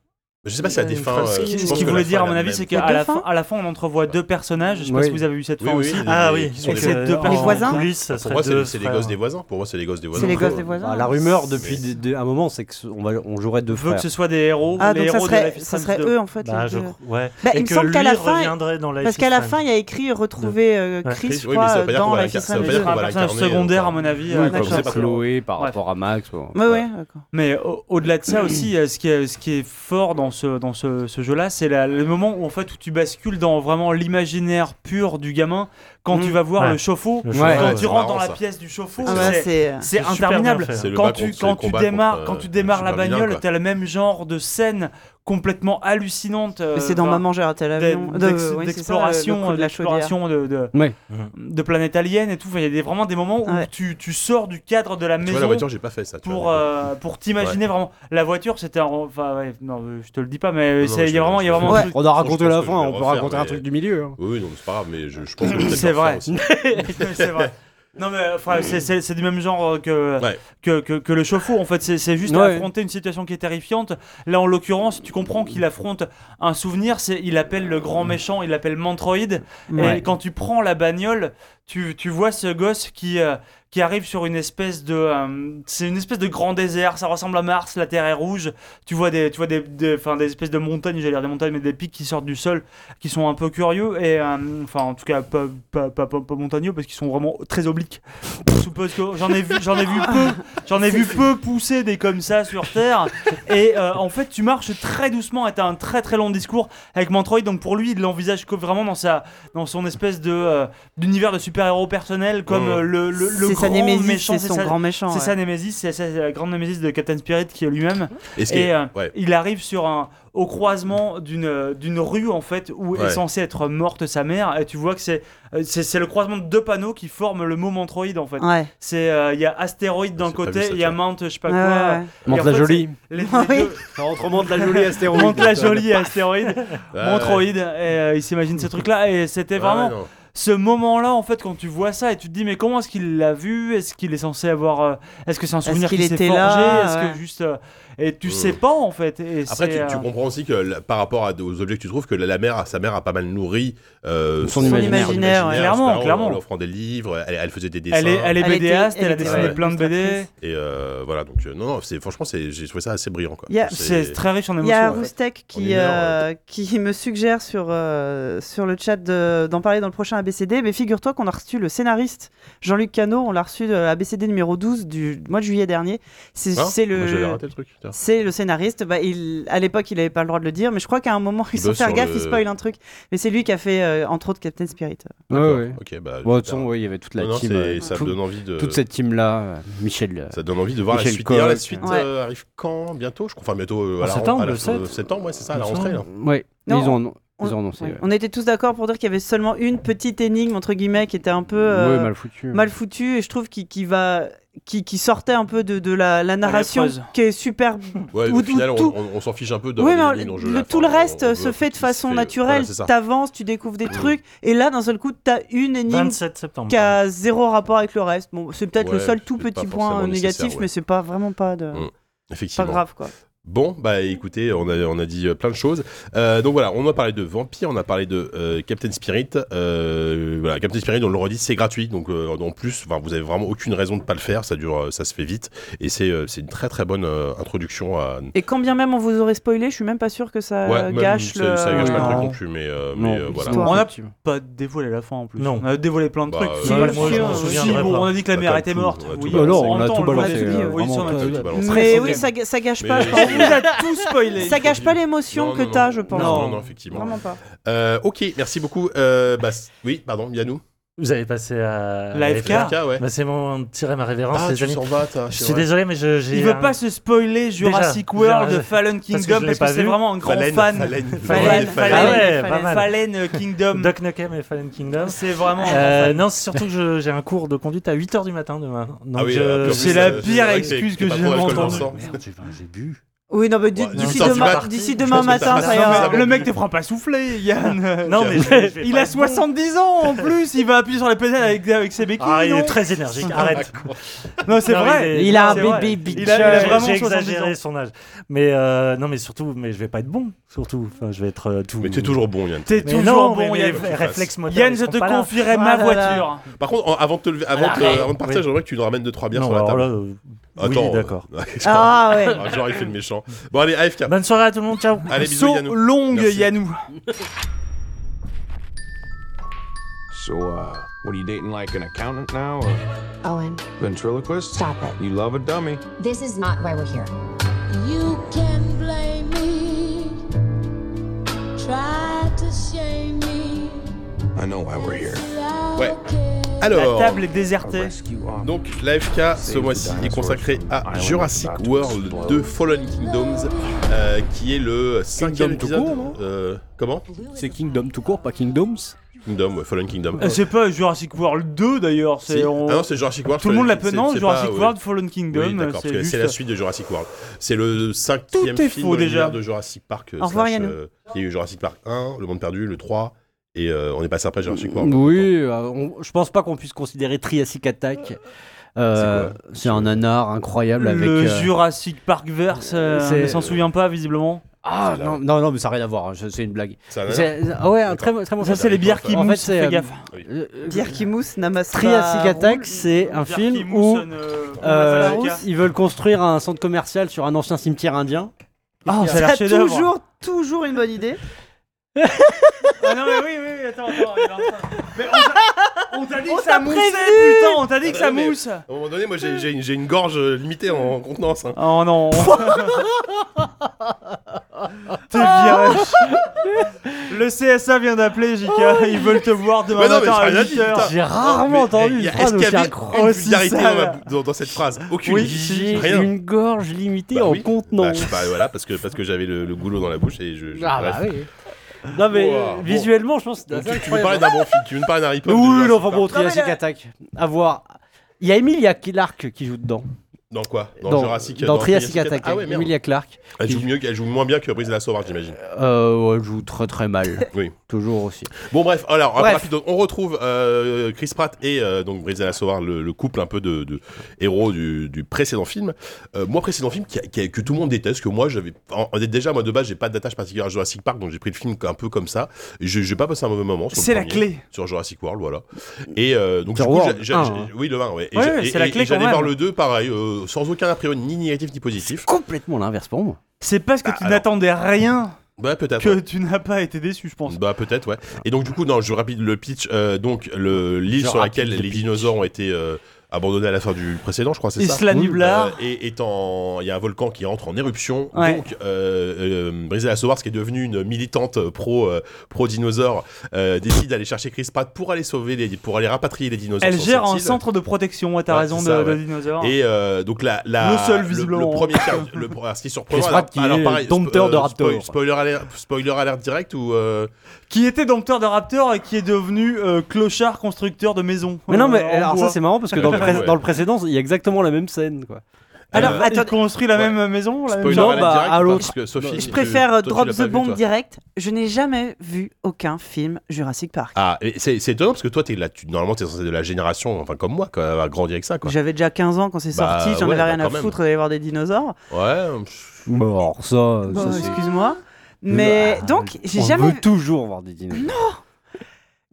B: Je sais pas si à des
F: Euh,
B: fins.
F: ce
B: euh,
F: qui-
B: je
F: ce
B: pense
C: ce qu'il
B: que la
C: voulait
B: fin
C: dire, à
B: est
C: mon
B: la
C: avis,
B: même.
C: c'est
D: Il y a
C: qu'à
D: deux
C: la fin,
D: fins
C: à la fin, on entrevoit deux personnages. Je sais pas
E: Oui.
C: si vous avez vu cette
B: Oui,
C: fin
B: oui,
C: aussi.
B: les-
F: Ah oui,
B: qui sont
C: Et
B: les-
C: c'est deux
F: en
C: parents.
D: Les voisins
F: coulisses, ça
B: Pour
F: serait
B: moi, c'est
F: deux
B: c'est les
F: frères.
B: gosses des voisins. Pour moi, c'est les gosses des voisins.
D: C'est les
B: Enfin,
D: gosses des voisins.
E: Bah, la rumeur depuis d- d- un moment, c'est qu'on va- on jouerait deux
C: veut
E: frères.
C: que ce soit des héros,
D: Ah,
C: les
D: donc ça
C: héros de
D: serait,
C: Life is
D: ça
C: Strange
D: serait
C: 2.
D: eux en fait.
F: Bah,
D: les
F: je
D: deux.
F: crois. Ouais.
D: Bah,
F: Et
D: il me
F: que
D: semble qu'à la
F: lui
D: fin,
F: reviendrait dans Life
D: Parce
F: is
D: qu'à la
F: Strange.
D: fin, il y a écrit retrouver euh,
F: Ouais.
D: Chris,
B: Chris,
D: je
B: oui, mais ça
D: crois,
B: veut pas dire qu'on
D: dans
B: va
D: la
B: l'incar-
D: Kiss
B: ça veut
C: Mais
B: pas dire
C: ce sera
B: qu'on
C: un
B: va
C: personnage
B: l'incarner,
C: secondaire, à
B: enfin.
C: mon avis.
E: Oui,
C: euh,
D: d'accord.
E: comme bah, c'est
B: Bref.
E: Chloé par
C: Ouais.
E: rapport à Max. ou-
D: Ouais, ouais, d'accord.
C: Mais au- au-delà de ça aussi, euh, ce, qui est, ce qui est fort dans ce, dans ce, ce jeu-là, c'est la- le moment où en fait où tu bascules dans vraiment l'imaginaire pur du gamin quand
E: Mm.
C: tu vas voir
F: Ouais.
C: le chauffe-eau,
F: Le
E: Ouais.
F: chauffeur,
C: quand
B: Mmh. Ouais,
C: tu
B: c'est
C: rentres
B: marrant,
C: dans la
B: ça.
C: pièce du chauffe-eau,
D: Ah bah,
C: c'est-
D: c'est.
C: c'est
F: super bien
C: interminable.
F: fait.
B: C'est le
C: Quand
B: bas
C: tu,
B: contre- c'est
C: quand
B: le
C: tu
B: combat
C: démarres,
B: contre,
C: quand
B: euh,
C: tu démarres la
B: Super Villain,
C: bagnole,
B: quoi.
C: t'as le même genre de scène complètement hallucinante. euh,
D: Mais c'est dans
C: enfin,
D: Maman j'ai raté l'avion.
C: d'ex-
D: De- oui, c'est ça, le- le
C: d'exploration,
D: coup
C: euh,
D: de la chaudière.
C: d'exploration de, de,
E: Ouais.
C: de planète alien et tout. Enfin, Il y a des- vraiment des moments où
D: Ouais.
C: tu, tu sors du cadre de la
B: Tu
C: maison
B: vois, la voiture, j'ai pas fait ça. tu
C: pour
B: vois.
C: euh, pour t'imaginer vraiment la voiture c'était un- enfin ouais, non euh, je te le dis pas mais
B: Non,
C: c'est- il y
B: je-
C: a vraiment il y a
B: je-
C: vraiment
D: Ouais.
E: On a
B: raconté Je
E: raconté
B: pense
E: la
B: que je
E: fin,
B: vais
E: on peut
B: refaire,
E: raconter un
B: mais-
E: truc du milieu. hein.
B: Oui, non, mais c'est pas grave, mais je, je pense que je vais peut-être
C: C'est
B: le refaire
C: vrai.
B: aussi.
C: c'est vrai non mais enfin c'est- c'est c'est du même genre euh, que
B: Mm. Ouais.
C: que, que, que le chauffe-eau en fait c'est c'est juste
E: Ouais.
C: affronter une situation qui est terrifiante là en l'occurrence tu comprends qu'il affronte un souvenir c'est il appelle le grand méchant il l'appelle Mantroid Et
E: Ouais.
C: quand tu prends la bagnole, tu, tu vois ce gosse qui, euh, qui arrive sur une espèce de. euh, c'est une espèce de grand désert, ça ressemble à Mars, la Terre est rouge. Tu vois des, tu vois des, des, enfin, des espèces de montagnes, j'allais dire des montagnes, mais des pics qui sortent du sol, qui sont un peu curieux, et euh, enfin, en tout cas, pas, pas, pas, pas- pas montagneux, parce qu'ils sont vraiment très obliques. Je suppose que j'en ai vu, j'en ai vu peu, j'en ai vu peu pousser des comme ça sur Terre, et euh, en fait, tu marches très doucement, et t'as un très très long discours avec Mantroid, donc pour lui, il l'envisage que vraiment dans sa dans son espèce de euh, d'univers de super-héros personnel comme
B: Ouais.
C: euh, le le, le
D: C'est
C: grand
D: sa némésis,
C: méchant
D: c'est son
C: sa,
D: grand méchant.
C: c'est
D: ouais.
C: sa némésis c'est sa- c'est la grande némésis de Captain Spirit qui est lui-même
B: Et ce qui
C: et
B: est-
C: euh,
B: ouais.
C: il arrive sur un au croisement d'une euh, d'une rue en fait où est
B: Ouais.
C: censée être morte sa mère et tu vois que c'est euh, c'est c'est le croisement de deux panneaux qui forment le mot Mantroid en fait
D: Ouais.
C: c'est euh, il y a astéroïde d'un
B: j'ai pas vu
C: côté et
B: ça,
C: il y a
B: toi.
C: Mount je sais pas
D: Ouais,
C: quoi
D: ouais, ouais.
C: Et en
E: Montre la
C: fait,
E: jolie.
C: les, les
D: Oui.
C: deux
E: Autrement de la jolie astéroïde.
C: Mount la jolie astéroïde
B: Ouais,
C: Mantroid
B: ouais,
C: et euh, il s'imagine ce truc là et c'était vraiment
B: ouais, non.
C: ce moment-là, en fait, quand tu vois ça et tu te dis, mais comment est-ce qu'il l'a vu Est-ce qu'il est censé avoir. euh, Est-ce que c'est un souvenir
D: qu'il
C: qui s'est
D: était
C: forgé
D: là
C: Est-ce
D: Ouais.
C: que juste. euh, et tu
B: Euh.
C: sais pas, en fait. Et
B: Après,
C: c'est,
B: tu, tu
C: euh,
B: comprends aussi que la- par rapport à, aux objets que tu trouves, que la, la mère, sa mère a pas mal nourri euh,
E: Son imaginaire.
D: imaginaire, ouais.
B: etc.
C: Clairement,
B: en-
C: clairement.
B: En lui offrant des livres, elle, elle faisait des dessins.
C: Elle est, elle est
D: Elle était-
C: BDaste, elle, a
D: était
C: dessiné
B: ouais.
C: plein de BD.
D: illustratrice.
B: Et euh, voilà, donc euh, non, non, c'est- franchement, c'est- j'ai trouvé ça assez brillant. Quoi.
D: Il y a-
C: C'est très riche en
D: Il y a
C: émotions. en fait.
D: Roustek
B: On
D: qui,
B: est heure,
D: euh, qui me suggère sur, euh, sur le chat de- d'en parler dans le prochain ABCD, mais figure-toi qu'on a reçu le scénariste Jean-Luc Cano, on l'a reçu euh, de ABCD numéro 12 du mois de juillet dernier. C'est
B: Hein
D: c'est
B: Moi, J'avais
D: le,
B: raté le truc. putain.
D: c'est le scénariste. Bah, il, à l'époque, il n'avait pas le droit de le dire, mais je crois qu'à un moment, ils
B: Il
D: se sont
B: bosse
D: fait
B: sur
D: gaffe,
B: le-
D: ils spoilent un truc. Mais c'est lui qui a fait, euh, entre autres, Captain Spirit.
E: Ouais, ouais.
B: Ok, bah.
E: Bon, de toute
B: super.
E: façon, ouais, il y avait toute la
B: Non, non,
E: team.
B: c'est-
E: euh,
B: ça
E: tout-
B: me donne envie de.
E: Toute cette team-là, euh, Michel. euh,
B: Ça donne envie de voir la
E: Michel
B: suite. D'ailleurs, la
E: Cohen.
B: suite
D: Ouais.
B: euh, arrive quand Bientôt, je crois. Enfin, bientôt euh,
F: En
B: à la
F: septembre,
B: à la-
F: le sept.
B: septembre, ouais, c'est ça, à la
F: Il me
B: rentrée.
F: semble.
B: Là.
E: Ouais,
D: Non,
E: ils ont,
D: on-
E: ils ont annoncé.
D: Ouais.
E: ouais.
D: On était tous d'accord pour dire qu'il y avait seulement une petite énigme, entre guillemets, qui était un peu euh,
E: Ouais, mal foutu.
D: mal foutue, et je trouve qu'il qu'il va. Qui, qui sortait un peu de, de la, la narration
C: phrase.
D: qui est super
B: Ouais,
D: Ou-
B: au final,
D: ou
B: on,
D: tout-
B: on, on s'en fiche un peu de.
D: Oui,
B: des
D: mais
B: lignes dans
D: le-
B: jeu, là.
D: tout le
B: Enfin, on-
D: reste
B: on
D: se
B: veut
D: fait de
B: qu'il
D: façon
B: se fait- euh,
D: naturelle.
B: voilà, c'est ça. Mmh.
D: T'avances, tu découvres des trucs, et là, d'un seul coup, t'as une énigme
F: 27 septembre.
D: qui a zéro rapport avec le reste. Bon, c'est peut-être le
B: euh, Ouais,
D: seul
B: c'est
D: tout
B: peut-être
D: petit
B: pas
D: point
B: forcément
D: négatif,
B: nécessaire, ouais.
D: mais c'est pas vraiment pas de
B: Mm,
D: pas
B: Effectivement.
D: grave quoi.
B: Bon, bah écoutez, on a, on a dit euh, plein de choses. Euh, donc voilà, on a parlé de Vampire, on a parlé de euh, Captain Spirit. Euh, voilà, Captain Spirit, on le redit, c'est gratuit. Donc euh, en plus, enfin, vous avez vraiment aucune raison de pas le faire. Ça dure, euh, ça se fait vite. Et c'est euh, c'est une très très bonne euh, introduction à.
D: Et quand bien même on vous aurait spoilé, je suis même pas sûr que ça
B: Ouais, même,
D: Euh, gâche
B: ça,
D: le.
B: ça gâche pas le
C: Non.
B: truc non plus, mais, euh, mais, euh, voilà.
D: l'histoire.
C: On a pas dévoilé la fin en plus.
F: Non.
C: On a dévoilé plein de
B: Bah,
C: trucs.
B: euh,
D: Si, bien
F: moi, je
D: sûr.
F: m'en souviens.
D: Si,
C: Si,
F: viendrai
C: bon,
F: pas.
C: on a dit que la
B: Bah,
C: mère
B: t'as
C: était
B: tout-
C: morte.
B: ouais, tout
C: Oui,
B: balancé.
E: Non,
C: en
E: on
C: même
E: a
C: temps,
E: tout
C: le
E: balancé,
C: dit,
E: euh,
C: oui, ça, on a
E: vraiment,
C: tout
E: t'as-
C: dit.
E: t'as
B: balancé.
D: Mais
B: Ok.
D: oui, ça, ga- ça gâche pas.
B: Mais
D: je
B: c'est-
D: pense.
C: On vous a tout spoilé.
D: Ça gâche pas l'émotion
B: Non,
D: que
B: non,
D: t'as,
B: non.
D: je pense.
B: Non, non, non, effectivement.
D: Vraiment pas.
B: Euh, ok, merci beaucoup. Euh, bah, c- oui, pardon, Yannou.
F: Vous avez passé à
C: La FK.
F: FK.
B: ouais.
F: Bah, c'est mon petit rêve, ma révérence,
B: Ah,
F: les
B: tu
F: amis.
B: s'en vas, toi,
F: Je
B: c'est
F: suis
B: vrai.
F: désolé, mais je- j'ai.
C: Il veut
F: un-
C: pas se spoiler Jurassic
F: Déjà,
C: World,
F: déjà,
C: Fallen
F: parce que
C: Kingdom,
F: je l'ai
C: parce que,
F: pas
C: c'est
F: vu.
C: vraiment un grand
B: Phalène,
C: fan.
B: Phalène,
C: Phalène,
F: Ah
C: Phalène,
F: ouais, pas mal.
C: Phalène Kingdom.
F: Doc Nukem et Fallen Kingdom.
C: C'est vraiment. un grand
F: Euh,
C: fan.
F: non, c'est surtout que je- j'ai un cours de conduite à 8h du matin demain. Donc
B: Ah oui,
F: je-
B: euh, puis en
C: c'est
B: plus,
C: la
B: euh,
C: pire
B: vrai
C: excuse
B: t'es- t'es
C: que
B: pas
C: j'ai
B: pour l'alcool dans
C: jamais
B: le
C: entendue.
B: sang.
E: Merde, j'ai- j'ai bu.
D: Oui, non, mais d-
B: Ouais,
D: d'ici
B: non,
D: demain,
B: tu
D: d'ici
B: vas-
D: demain
B: je pense que
D: matin,
B: ça va
D: ça
B: se
D: ira.
B: faire.
C: Le mec te fera pas souffler, Yann.
F: Non, mais je- je vais
C: Il
F: pas
C: a
F: être bon.
C: 70 ans en plus, il va appuyer sur les pédales avec, avec ses béquilles.
F: Ah, il
C: non
F: est très énergique,
B: Ah,
F: arrête.
C: Non, c'est
F: Non, il
C: vrai.
F: est-
C: C'est
F: Il a un
C: vrai.
E: bébé
C: Il a, il a
F: J'ai-
C: vraiment
F: J'ai
C: 70 ans.
F: exagéré son âge. Mais euh, non, mais surtout, mais je vais pas être bon. Surtout, enfin, je vais être euh, tout.
B: Mais tu es toujours bon, Yann.
C: T'es
F: Mais
C: toujours
F: non, mais
C: bon,
F: mes
C: Yann.
F: ré- réflexes moteurs,
C: Yann,
F: ils
C: je
F: sont
C: te
F: pas là.
C: confierai
D: Ah
C: ma
D: là
C: voiture.
B: Par contre, en- avant de te lever- avant, de-
F: Arrête.
B: avant de partir,
F: Oui.
B: j'aimerais que tu nous ramènes deux trois bières
F: Non,
B: sur la
F: alors
B: table.
F: là, euh,
B: Attends,
F: oui, d'accord.
B: euh,
D: Ah ouais.
B: Ah, Genre, il fait le méchant. Bon, allez, AFK.
C: Bah,
F: Bonne soirée à tout le monde, ciao.
B: Allez, bisous,
C: So
B: Yannou.
C: longue,
B: Merci.
C: Yannou.
A: So, uh, what are you dating like an accountant now? Or
H: Owen,
A: ventriloquist?
H: stop it.
A: You love a dummy.
H: This is not why we're here.
I: You can blame me, try to shame me.
A: I know why we're here.
B: Ouais.
I: Okay.
C: La
B: Alors,
C: table est désertée.
A: Rescue off.
B: donc l'AFK ce mois-ci est consacré à Jurassic World 2 Fallen Kingdoms, euh, qui est le cinquième
E: tout
B: épisode.
E: court, non
B: euh, comment
E: C'est Kingdom tout court, pas Kingdoms.
B: Kingdom, ouais, Fallen Kingdom.
C: Euh, C'est pas Jurassic World 2 d'ailleurs.
B: Si.
C: c'est on-
B: Ah non, c'est Jurassic World.
C: Tout le
B: Fallen
C: monde l'appelle
B: Kingdom,
C: non
B: c'est- c'est
C: Jurassic
B: pas, ouais.
C: World Fallen Kingdom. euh,
B: Oui, d'accord, parce
C: c'est
B: que
C: juste-
B: c'est la suite de Jurassic World. C'est le cinquième
C: Tout est
B: film
C: faux,
B: dans l'univers
C: déjà.
B: de Jurassic Park. euh,
D: Au revoir,
B: slash,
D: Yannou.
B: euh, Il y a eu Jurassic Park 1, Le Monde Perdu, le 3, et euh, on est passé après Jurassic World.
E: Oui, euh, on- je pense pas qu'on puisse considérer Triassic Attack. Euh,
B: C'est
E: c'est un nanar incroyable avec.
C: Le
E: euh,
C: Jurassic Park verse, euh, on
E: c'est-
C: ne s'en souvient pas visiblement.
E: Ah
B: C'est là.
E: non, non, non, mais ça n'a rien à voir, hein, je- c'est une blague.
B: Ça va,
E: C'est- Ah ouais, un très, bon- très bon
B: Ça,
E: film.
B: c'est les bières qui
E: En fait,
C: moussent,
E: c'est,
C: fais
E: euh,
C: gaffe.
E: euh, euh,
D: Pierre qui mousse n'amasse pas.
E: Triassic Attack,
D: roule.
E: c'est un film où euh, ils veulent construire un centre commercial sur un ancien cimetière indien.
C: Ah, ça a
D: Ça
C: l'air
D: a
C: chef-d'œuvre.
D: toujours, toujours une bonne idée.
C: Ah non, mais oui, oui, oui, attends, attends. il est en train- Mais on t'a- on t'a dit
D: On
C: que ça
D: t'a
C: moussait,
D: prévenu.
C: putain, on t'a dit que ça
B: Ouais, mais-
C: mousse.
B: À un moment donné, moi j'ai- j'ai une- j'ai une gorge euh, limitée en contenance. hein.
C: Oh non. T'es viré. Le CSA vient d'appeler, JK. Ils veulent te voir demain
B: Oh. Mais non, mais
C: matin
B: j'ai
C: à
B: rien dit,
C: 8 heures.
B: putain.
E: J'ai
B: Ah, Mais,
E: rarement Ah,
B: eh,
E: entendu
B: y
E: une
B: a-
E: phrase
B: Est-ce qu'il y
E: aussi
B: avait une
E: incroyable.
B: vulgarité dans,
C: sale.
B: la- dans- dans cette phrase Aucune.
E: Oui, j'ai
B: rien.
E: une gorge limitée
B: Bah
E: en
B: oui. Bah, je
E: contenance.
B: sais pas, voilà, parce que, parce que j'avais le, le goulot dans la bouche et je. je-
E: Ah
B: bref.
E: bah oui. Non mais
B: Wow,
E: euh,
B: bon. Bah,
E: visuellement, je pense. que
B: Donc,
E: c'est
B: tu,
E: assez
B: tu veux parler d'un bon film, tu veux me parler d'un Harry Potter de
E: Oui,
B: Jurassic
E: non, enfin bon,
B: Park
E: Triassic Attack. À voir. Il y a Emilia Clarke qui joue dedans.
B: Dans quoi Dans,
E: dans
B: Jurassic
E: dans Triassic Attack.
B: Ah ouais, merde.
E: Emilia Clarke.
B: Elle joue, mieux, elle joue moins bien que Brise la Sauvage, j'imagine.
E: Euh, ouais, elle joue très très mal.
B: Oui.
E: Toujours aussi.
B: Bon bref, alors
E: Bref.
B: rapide, on retrouve euh, Chris Pratt et euh, donc Brise la Sauvage, le, le couple un peu de, de héros du, du précédent film. Euh, moi, précédent film qui a- qui a- que tout le monde déteste, que moi j'avais en- en- déjà moi de base j'ai pas d'attache particulière à Jurassic Park, donc j'ai pris le film un peu comme ça. Je j'ai pas passé un mauvais moment. sur le
C: C'est la
B: premier,
C: clé.
B: sur Jurassic World, voilà. Et euh, donc du
E: Sur
B: coup,
E: World,
B: j'ai- j'ai-
E: un,
B: j'ai-
E: hein.
B: oui le 1, ouais. Et
C: Ouais,
B: j'ai-
C: ouais,
B: et-
C: c'est la
B: et-
C: clé
B: et j'allais
C: quand
B: voir
C: même.
B: le 2 pareil, euh, sans aucun a priori ni négatif ni positif.
E: Complètement l'inverse pour moi.
C: C'est parce que tu
B: Bah, alors.
C: n'attendais rien
B: Bah peut-être. ouais.
C: que tu n'as pas été déçu, je pense.
B: Bah peut-être ouais. Et donc du coup non, je rapide le pitch. euh, donc le l'île
E: Je
B: sur
E: rapide
B: laquelle
E: le
B: les
E: pitch.
B: dinosaures ont été euh, abandonnés à la fin du précédent, je crois, c'est ça.
C: Isla
E: Oui.
C: Nublar.
B: Euh, et est en- il y a un volcan qui entre en éruption.
C: Ouais.
B: Donc, euh, euh, Brisela Sowars, qui est devenue une militante pro euh, pro dinosaure, euh, décide d'aller chercher Chris Pratt pour aller sauver les, pour aller rapatrier les dinosaures.
C: Elle
B: sur
C: gère
B: cette
C: un
B: île.
C: centre de protection, ouais, t'as
B: Ouais,
C: raison,
B: c'est
C: de,
B: ça,
C: de
B: ouais.
C: dinosaures.
B: Et euh, donc la, la
C: Le seul,
B: le-
C: visiblement.
B: le, premier quart- le, alors, ce qui est surprenant.
E: Chris
B: alors-
E: Pratt qui
B: alors,
E: est
B: pareil,
E: dompteur de
B: spo- euh,
E: raptors.
B: spoil- Spoiler alert, spoiler alert direct ou euh,
C: Qui était dompteur de Raptor et qui est devenu euh, clochard constructeur de maison.
E: Mais non, mais
C: Euh, en
E: alors ça
C: bois.
E: c'est marrant parce que dans le, pré-
B: Ouais.
E: dans le précédent, il y a exactement la même scène quoi.
C: Alors,
B: Euh,
C: attends,
D: attendez.
C: construit la
B: Ouais.
C: même maison la même-
B: Spoiler
D: Non,
B: alert
D: bah, à
B: direct, ou pas
D: l'autre.
B: Parce que Sophie,
D: Je
B: tu-
D: préfère
B: toi, tu
D: drop
B: l'as
D: the
B: pas vu,
D: bomb
B: toi.
D: direct. Je n'ai jamais vu aucun film Jurassic Park.
B: Ah, et c'est c'est étonnant parce que toi, es là, tu, normalement, t'es censé être de la génération, enfin comme moi, quoi, à grandir avec ça, quoi.
D: J'avais déjà 15 ans quand c'est
B: Bah,
D: sorti, j'en
B: ouais,
D: avais rien
B: bah,
D: à
B: quand même.
D: foutre d'aller voir des dinosaures.
B: Ouais, pff,
E: Bon, alors ça,
D: Bon,
E: ça, c'est-
D: excuse-moi. Mais
B: bah,
E: Ah,
D: donc, j'ai
E: on
D: jamais,
E: veut toujours voir des dinosaures.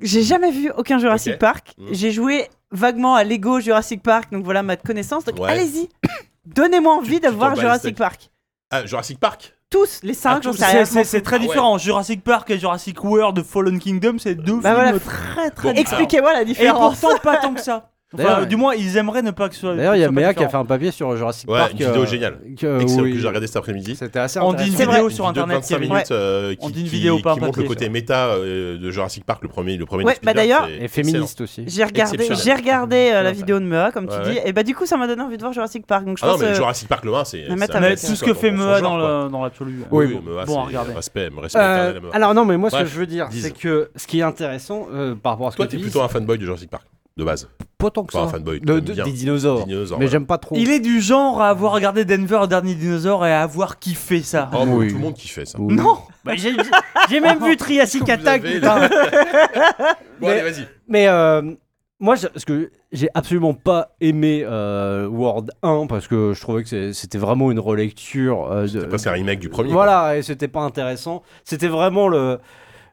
D: j'ai jamais vu aucun Jurassic
B: Ok.
D: Park.
B: Mm.
D: J'ai joué vaguement à Lego Jurassic Park, donc voilà ma connaissance. Donc
B: Ouais.
D: allez-y, donnez-moi envie
B: tu
D: de
B: t'en
D: voir
B: bats les
D: Jurassic
B: steaks.
D: Park.
B: Ah, Jurassic Park
D: Tous les
C: Ah,
D: 5, j'en sais
C: c'est-
D: rien.
C: C'est c'est très
B: Ah ouais.
C: différent. Jurassic Park et Jurassic World, Fallen Kingdom, c'est deux
D: Bah voilà,
C: films très
B: très Bon, différents.
D: Expliquez-moi la
C: Et
D: différence.
C: pourtant pas tant que ça. Enfin,
E: D'ailleurs,
C: euh, Du moins, ils aimeraient ne pas que ce soit.
E: D'ailleurs, il y a
C: que ce soit pas
E: Méa qui a fait
C: différent.
E: un papier sur Jurassic
B: Ouais,
E: Park. euh,
B: une vidéo géniale.
E: que-
B: Excellent
E: oui,
B: que j'ai regardé cet après-midi.
E: C'était assez
C: On dit une
E: intéressant.
C: vidéo sur
B: Une vidéo de
C: internet qui
B: 25
C: avait
B: minutes euh,
C: On
B: qui,
C: dit une
B: qui-
C: vidéo, pas un
B: qui montre le
C: papier,
B: côté
C: ça.
B: méta euh, de Jurassic Park, le premier, le premier.
D: Ouais,
B: de
D: bah
B: Spielberg,
D: d'ailleurs,
B: c'est
E: Et
B: excellent.
E: féministe aussi.
D: J'ai regardé,
B: Exceptionnel.
D: j'ai regardé euh, la
E: Ouais.
D: vidéo de Mea, comme tu
B: Ouais,
D: dis, et bah du coup ça m'a donné envie de voir Jurassic Park. Donc je
B: Ah non,
D: pense.
B: mais
D: euh,
B: Jurassic Park, le 1, c'est.
D: mais
B: c'est
D: attends,
B: un
C: Mais
D: Ouais,
C: tout ce
B: son
C: que
B: genre,
C: fait
B: dans son
C: Mea
B: genre,
C: dans
B: quoi.
C: le- dans l'absolu.
F: hein.
B: Oui,
C: bon,
B: mais Mea,
C: bon,
B: c'est
C: à regarder.
B: Respect, respect.
E: Euh,
B: éternel à Mea.
E: alors non, mais moi ce que
B: Bref,
E: je veux dire,
B: dis.
E: c'est que ce qui est intéressant euh, par rapport à ce
B: Toi,
E: que tu
B: t'es
E: dis,
B: plutôt un fanboy de Jurassic Park, de base.
E: c'est pas tant que
B: Pas
E: ça.
B: un fanboy.
E: De-
B: t'aimes
E: de-
B: bien.
E: des dinosaures.
B: Dinosaures,
E: Mais
B: voilà.
E: j'aime pas trop.
C: Il est du genre à avoir regardé Denver, dernier dinosaure, et à avoir kiffé ça.
B: Oh, mais
E: Oui.
B: tout le monde qui fait ça.
E: Oui.
C: Non
E: Bah, j'ai- J'ai même vu Triassic
B: Vous
E: Attack.
B: avez
E: putain.
B: Bon,
E: Mais-
B: allez, vas-y.
E: Mais euh, moi, je- ce que j'ai absolument pas aimé euh, World 1 parce que je trouvais que c'est- c'était vraiment une relecture euh, de.
B: Après, c'est un remake du premier.
E: Voilà, et c'était pas intéressant. C'était vraiment le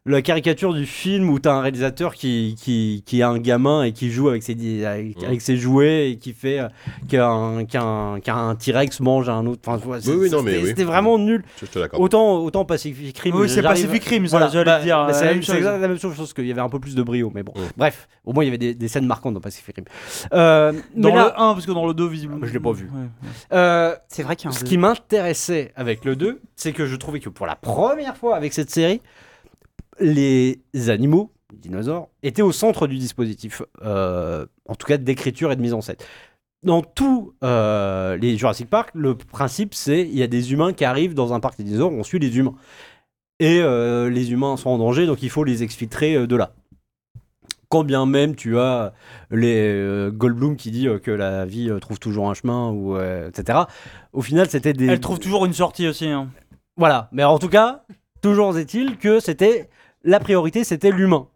E: la caricature du film où t'as un réalisateur qui, qui, qui est un gamin et qui joue avec ses, di- avec,
B: Ouais.
E: avec ses jouets et qui fait euh, qu'un qu'un qu'un T-Rex mange un autre. Enfin, tu vois, c'est-
B: oui, non, mais
E: c'était
B: oui.
E: c'était vraiment nul.
B: quoi. Je te l'accorde.
E: Autant, autant Pacific Rim.
C: Oui, c'est
E: j'arrive-
C: Pacific Rim, ça,
E: Voilà,
C: j'allais
E: bah,
C: dire.
E: bah,
C: euh,
E: c'est
C: la
E: la,
C: même
E: c'est
C: chose.
E: exactement la même chose, je pense qu'il y avait un peu plus de brio, mais bon.
B: Mm.
E: Bref, au moins il y avait des, des scènes marquantes dans Pacific Rim. Euh, mais
C: Dans le 1,
E: là,
C: parce que dans le 2, visiblement.
E: Ah, je l'ai pas vu.
C: Ouais.
E: euh,
D: C'est vrai qu'il y a un
E: ce
D: deux.
E: qui m'intéressait avec le 2, c'est que je trouvais que pour la première fois avec cette série, les animaux, les dinosaures, étaient au centre du dispositif, euh, en tout cas d'écriture et de mise en scène. Dans tous euh, les Jurassic Park, le principe c'est il y a des humains qui arrivent dans un parc des dinosaures, on suit les humains. Et euh, les humains sont en danger, donc il faut les exfiltrer euh, de là. Quand bien même tu as les euh, Goldblum qui dit euh, que la vie euh, trouve toujours un chemin, ou, euh, etc. Au final, c'était des.
C: Elle trouve toujours une sortie aussi. hein.
E: Voilà, mais en tout cas, toujours est-il que c'était la priorité, c'était l'humain.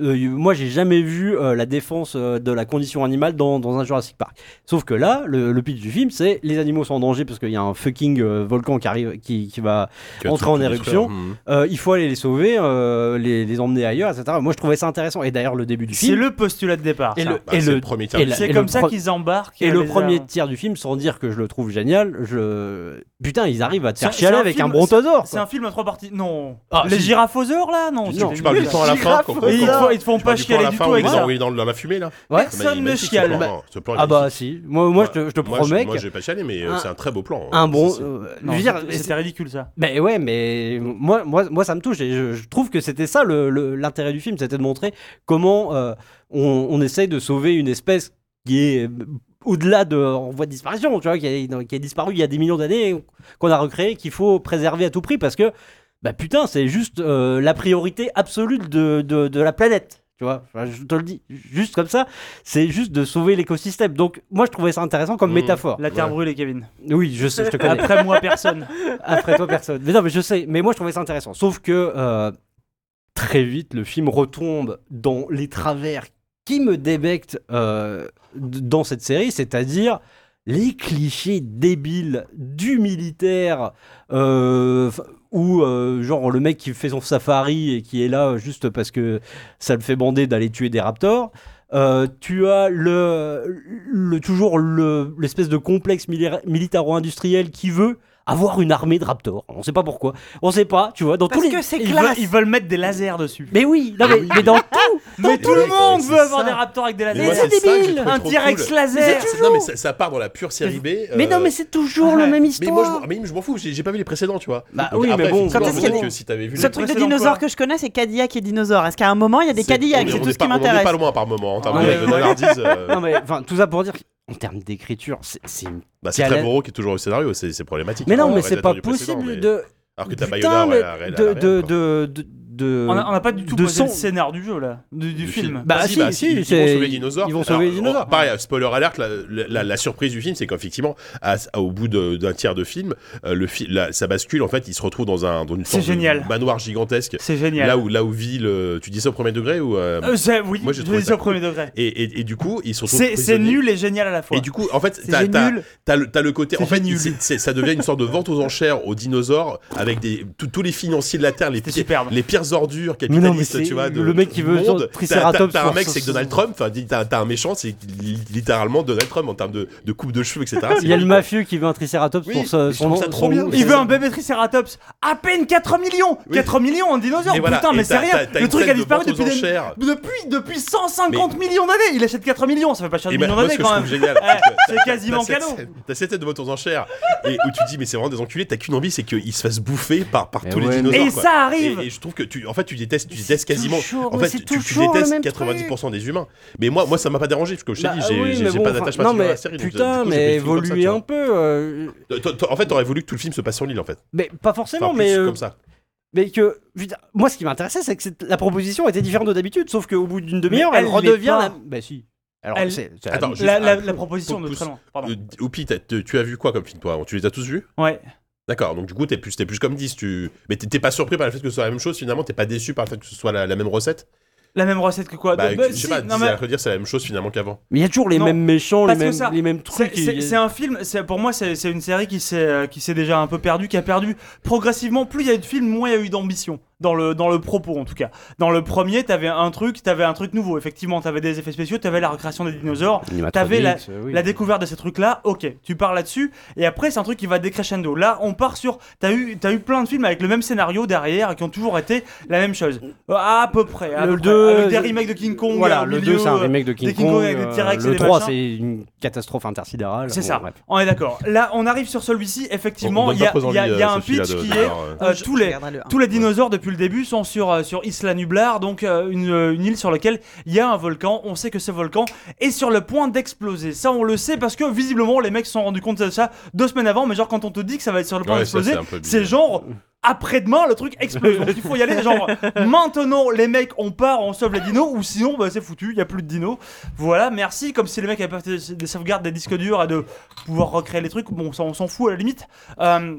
E: Euh, y- moi, j'ai jamais vu euh, la défense euh, de la condition animale dans, dans un Jurassic Park. Sauf que là, le, le pitch du film, c'est les animaux sont en danger parce qu'il y a un fucking euh, volcan qui arrive, qui, qui va.
B: Tu vas
E: Entrer
B: tout-
E: en
B: tout
E: éruption.
B: détruire. Mhm.
E: euh, il faut aller les sauver, euh, les, les emmener ailleurs, etc. Moi, je trouvais ça intéressant. Et d'ailleurs, le début du
C: C'est
E: film.
C: le postulat de départ.
E: Et
C: ça.
E: le,
B: Bah,
E: et
B: C'est
E: le,
B: le premier
E: et
B: terme.
E: la-
C: C'est comme
E: le
C: ça
E: pro-
C: qu'ils embarquent.
E: et
C: euh,
E: le
C: les
E: premier
C: armes.
E: tiers du film, sans dire que je le trouve génial, je. Putain, ils arrivent à te
C: C'est un-
E: faire chialer
C: c'est un
E: avec
C: film-
E: un brontosaure.
C: C'est un film à trois parties. Non.
E: Ah,
C: les
E: si.
C: gyrophosaures là Non.
E: Tu-
C: c'est
E: tu
C: des
B: Tu parles
C: nuls.
B: du temps à la fin. quand- quand-
C: Et ils te font-
B: quand-
C: ils te font
B: tu parles
C: pas
B: du temps à
C: chialer
B: la
C: du
B: fin
C: tout
B: où
C: avec
B: il est
C: ça.
B: dans- où il est dans dans la fumée là.
E: Ouais.
C: Personne ne
B: Magnifique, ce
C: chiale.
B: plan. Non, ce plan est
E: Ah bah
B: magnifique.
E: si, moi, moi
B: Ouais.
E: je te, je te
B: Moi,
E: promets
B: Moi
E: que
B: j'ai pas chialé, mais euh,
E: un-
B: c'est un très beau plan.
E: un
B: euh,
E: bon.
B: si, si.
E: euh, je
C: Non,
E: veux dire,
C: c'était-
E: c'est-
C: C'était ridicule ça.
E: mais ouais, mais moi, moi, moi ça me touche et je, je trouve que c'était ça le- le- l'intérêt du film, c'était de montrer comment euh, on, on essaye de sauver une espèce qui est euh, au-delà de en voie de disparition, tu vois, qui a, qui a disparu il y a des millions d'années, qu'on a recréé, qu'il faut préserver à tout prix parce que bah putain, c'est juste euh, la priorité absolue de, de, de la planète. Tu vois, Enfin, je te le dis, juste comme ça, c'est juste de sauver l'écosystème. Donc, moi, je trouvais ça intéressant comme
B: Mmh.
E: métaphore.
C: La terre
B: Ouais.
C: brûlée, Kevin.
E: Oui, je sais, je te connais.
C: Après moi, personne.
E: Après toi, personne. Mais non, mais je sais. Mais moi, je trouvais ça intéressant. Sauf que euh, très vite, le film retombe dans les travers qui me débectent euh, d- dans cette série, c'est-à-dire les clichés débiles du militaire euh, f- ou euh, genre le mec qui fait son safari et qui est là euh, juste parce que ça le fait bander d'aller tuer des raptors. Euh, tu as le, le toujours le- l'espèce de complexe mili- militaro-industriel qui veut avoir une armée de raptors. On sait pas pourquoi. On sait pas, tu vois, dans
D: Parce
E: tous les
D: que c'est
E: ils
C: Ils
D: classe.
E: veulent-
C: veulent, ils veulent mettre des lasers dessus.
E: Mais oui, non, mais,
B: Ah Oui,
E: mais dans
C: Mais tout le
B: mecs,
C: monde
B: mais
C: veut
B: c'est
C: avoir
B: ça.
C: des raptors avec des
B: Mais
C: lasers.
B: moi, c'est ça que j'ai trouvé
C: Un
B: trop
C: T-Rex
B: cool.
C: laser.
B: C'est- Non mais ça, ça part dans la pure série B.
E: Mais non,
B: euh,
E: mais c'est toujours
C: ouais.
E: le même
B: mais
E: histoire.
B: moi je m'en- mais je m'en fous, j'ai j'ai pas vu les précédents, tu vois.
E: Bah
B: Donc
E: oui,
B: après,
E: mais bon,
B: effectivement,
D: quand est-ce qu'il y a
B: peut-être
D: des-
B: que si t'avais vu
D: Ce
B: les
D: truc de
C: précédent
D: dinosaure que
C: quoi
D: je connais, c'est Cadillac et dinosaure. Est-ce qu'à un moment il y a des Cadillacs
B: on
D: C'est
B: est
D: tout ce
B: pas-
D: qui
B: On est
D: m'intéresse.
B: pas loin par moment en termes
E: Ouais,
B: de-
E: ouais.
B: de nardise, euh,
E: Non, mais enfin, tout ça pour dire qu'en termes d'écriture, c'est c'est une Ah
B: bah, c'est
E: qu'à
B: très
E: la-
B: Borro qui est toujours au scénario, c'est c'est problématique.
E: Mais
B: hein,
E: non,
B: le
E: mais c'est
B: réalisateur
E: pas
B: du précédent,
E: possible
B: mais-
E: de.
B: Alors que t'as
E: Putain,
B: Bayonard,
E: mais
B: elle a- elle a- elle a
E: de,
B: la
E: de,
B: réelle, quoi.
E: de, de- de.
C: on a- on n'a pas du tout
E: de
C: posé
E: son-
C: le scénar du jeu là, du, du
B: Du
C: film.
B: film.
E: Bah,
B: Ah
E: si, si,
B: ils vont
E: c'est-
B: sauver les dinosaures.
E: ils vont sauver les
B: oh,
E: dinosaures.
B: pareil, spoiler alert, la, la- la- la surprise du film, c'est qu'effectivement, à- à- au bout de- d'un tiers de film, euh, le fi- la- ça bascule, en fait, ils se retrouvent dans, un, dans une
C: C'est
B: sorte de
C: génial.
B: manoir gigantesque.
C: C'est génial.
B: Là où, là où vit le. Tu dis ça au premier degré ou. euh,
C: Euh, c'est- oui,
B: Moi, j'ai
C: je
B: trouvé
C: l'ai dit
B: ça
C: au premier degré.
B: et, et- et du coup, ils se retrouvent.
C: C'est c'est
B: prisonniers.
C: nul et génial à la fois.
B: Et du coup, en fait,
C: C'est
B: t'as- t'as-
C: nul.
B: T'as le, t'as le côté. En
C: C'est
B: fait,
C: nul.
B: c'est- c'est- ça devient une sorte de vente aux enchères aux dinosaures avec des, tous- tous les financiers de la Terre, les,
C: C'était
B: pi-
C: superbe.
B: les pires ordures
E: Mais non, mais
B: capitalistes,
E: c'est
B: tu vois. de-
E: le mec
B: du
E: qui veut
B: monde.
E: genre
B: T'as- t'as-
E: Triceratops
B: T'as un
E: sur-
B: mec,
E: sur-
B: c'est que Donald Trump. Enfin, dis- t'as t'as un méchant, c'est li- littéralement Donald Trump en termes de, de coupe de cheveux, etc.
E: Il y a
B: C'est-
E: le mafieux qui veut un triceratops
B: Oui,
E: pour ce-
B: mais je
E: son
B: trouve ça
E: son-
B: trop bien.
C: Il veut un bébé Triceratops à peine 4 millions
B: Oui.
C: 4 millions en dinosaure
B: Et voilà,
C: Putain,
B: et
C: mais
B: t'as-
C: c'est rien
B: t'as- t'as
C: Le
B: une
C: truc a
B: scène de
C: disparu
B: vente aux
C: depuis, des-
B: enchères.
C: depuis, depuis 150 millions d'années Il achète 4 millions, ça fait pas cher
B: Et
C: de
B: bah,
C: millions
B: moi, ce
C: d'années
B: que je
C: quand
B: trouve génial,
C: même Eh,
B: que
C: c'est
B: t'as- t'as
C: quasiment
B: cette
C: cadeau.
B: scène- T'as cette tête de vente aux enchères et où tu dis mais c'est vraiment des enculés. T'as qu'une envie, c'est qu'ils se fassent bouffer par par
E: Mais
B: tous les
E: ouais, mais-
B: dinosaures.
C: Et
B: quoi.
C: ça arrive
B: Et, et je trouve que tu, en fait, tu détestes, tu détestes quasiment.
C: toujours-
B: en
C: mais
B: fait,
C: c'est
B: tu, tu
C: toujours le
B: détestes
C: même
B: 90% des humains. Mais moi, moi, ça m'a pas dérangé parce que je t'ai
E: Bah,
B: dit, j'ai
E: oui,
B: j'ai-
E: mais
B: j'ai
E: bon,
B: pas
E: enfin,
B: d'attachement particulier à
E: Non, mais
B: la série. donc, du
E: putain,
B: coup, j'ai
E: mais
B: fait le film comme ça, tu
E: évoluer
B: vois.
E: un peu. euh,
B: Toi- toi- En fait, t'aurais voulu que tout le film se passe sur l'île, en fait.
E: Mais pas
B: Enfin,
E: forcément,
B: plus
E: mais. euh,
B: comme ça.
E: Mais que. putain, moi, ce qui m'intéressait, c'est que c'est- la proposition était différente de d'habitude, sauf qu'au bout d'une demi-heure,
C: Mais
E: elle,
C: elle l'est
E: redevient
C: pas.
E: la. Bah, si. Alors,
C: Elle-
E: c'est- c'est-
B: Attends, juste,
C: la, la-
B: ah,
C: la proposition de
B: pousse.
C: très loin. Pardon.
B: euh, Oupi, t'as- tu tu as vu quoi comme film, toi avant Tu les as tous vus
C: Euh, Ouais.
B: D'accord, donc du coup, t'es plus, t'es plus comme 10. Tu... Mais t'es- t'es pas surpris par le fait que ce soit la même chose, finalement T'es pas déçu par le fait que ce soit la, la même recette
C: La même recette que quoi
B: Bah,
C: De-
B: tu-
C: bah,
B: je
C: si,
B: sais pas,
C: non,
B: c'est à
C: mais
B: redire, c'est la même chose finalement qu'avant.
E: Mais il y a toujours les
C: Non.
E: mêmes méchants, les
C: Parce que
E: mêmes,
C: ça,
E: les mêmes
C: c'est-
E: trucs.
C: C'est
E: et-
C: c'est un film, c'est- pour moi c'est c'est une série qui s'est euh, qui s'est déjà un peu perdue, qui a perdu progressivement. Plus il y a eu de films, moins il y a eu d'ambition. Dans le, dans le propos en tout cas. Dans le premier, t'avais un truc, t'avais un truc nouveau. Effectivement, t'avais des effets spéciaux, t'avais la recréation des dinosaures, T'avais la-
E: Animatronics, euh, oui.
C: La découverte de ces trucs-là, ok, tu pars là-dessus, et après c'est un truc qui va décrescendo. Là, on part sur, t'as eu, t'as eu plein de films avec le même scénario derrière, qui ont toujours été la même chose, Euh, à peu près. À
E: Le
C: peu près.
E: 2.
C: avec des remakes de King Kong.
E: euh, Voilà,
C: au
E: le
C: milieu,
E: 2, c'est un
C: euh,
E: remake de King,
C: King Kong avec des
E: euh,
C: T-Rex et
E: le
C: des
E: 3,
C: machins.
E: c'est une catastrophe intersidérale.
C: euh, C'est
E: Bon,
C: ça.
E: bref.
C: On est d'accord. Là, on arrive sur celui-ci.
B: On- on
C: Effectivement,
B: donne
C: il y a,
B: pas très
C: il y a-
B: envie,
C: il y a
B: euh,
C: un
B: ce film-là,
C: pitch
B: de-
C: qui
B: de
C: est
B: voir, euh,
C: euh,
D: Oh, Je-
C: tous
D: je
C: les
D: regarderai le un.
C: tous les dinosaures depuis le début sont sur euh, sur Isla Nublar, donc euh, une, euh, une île sur laquelle il y a un volcan. On sait que ce volcan est sur le point d'exploser. Ça, on le sait parce que visiblement les mecs se sont rendus compte de ça deux semaines avant. Mais genre quand on te dit que ça va être sur le point
B: Ouais, ça,
C: d'exploser,
B: un peu
C: c'est
B: bizarre.
C: genre après-demain le truc explose. Donc il faut y aller genre maintenant les mecs on part, on sauve les dinos ou sinon bah, c'est foutu, il y a plus de dinos. Voilà, merci comme si les mecs avaient pas fait des sauvegardes des disques durs et de pouvoir recréer les trucs. Bon, ça on s'en fout à la limite. Euh,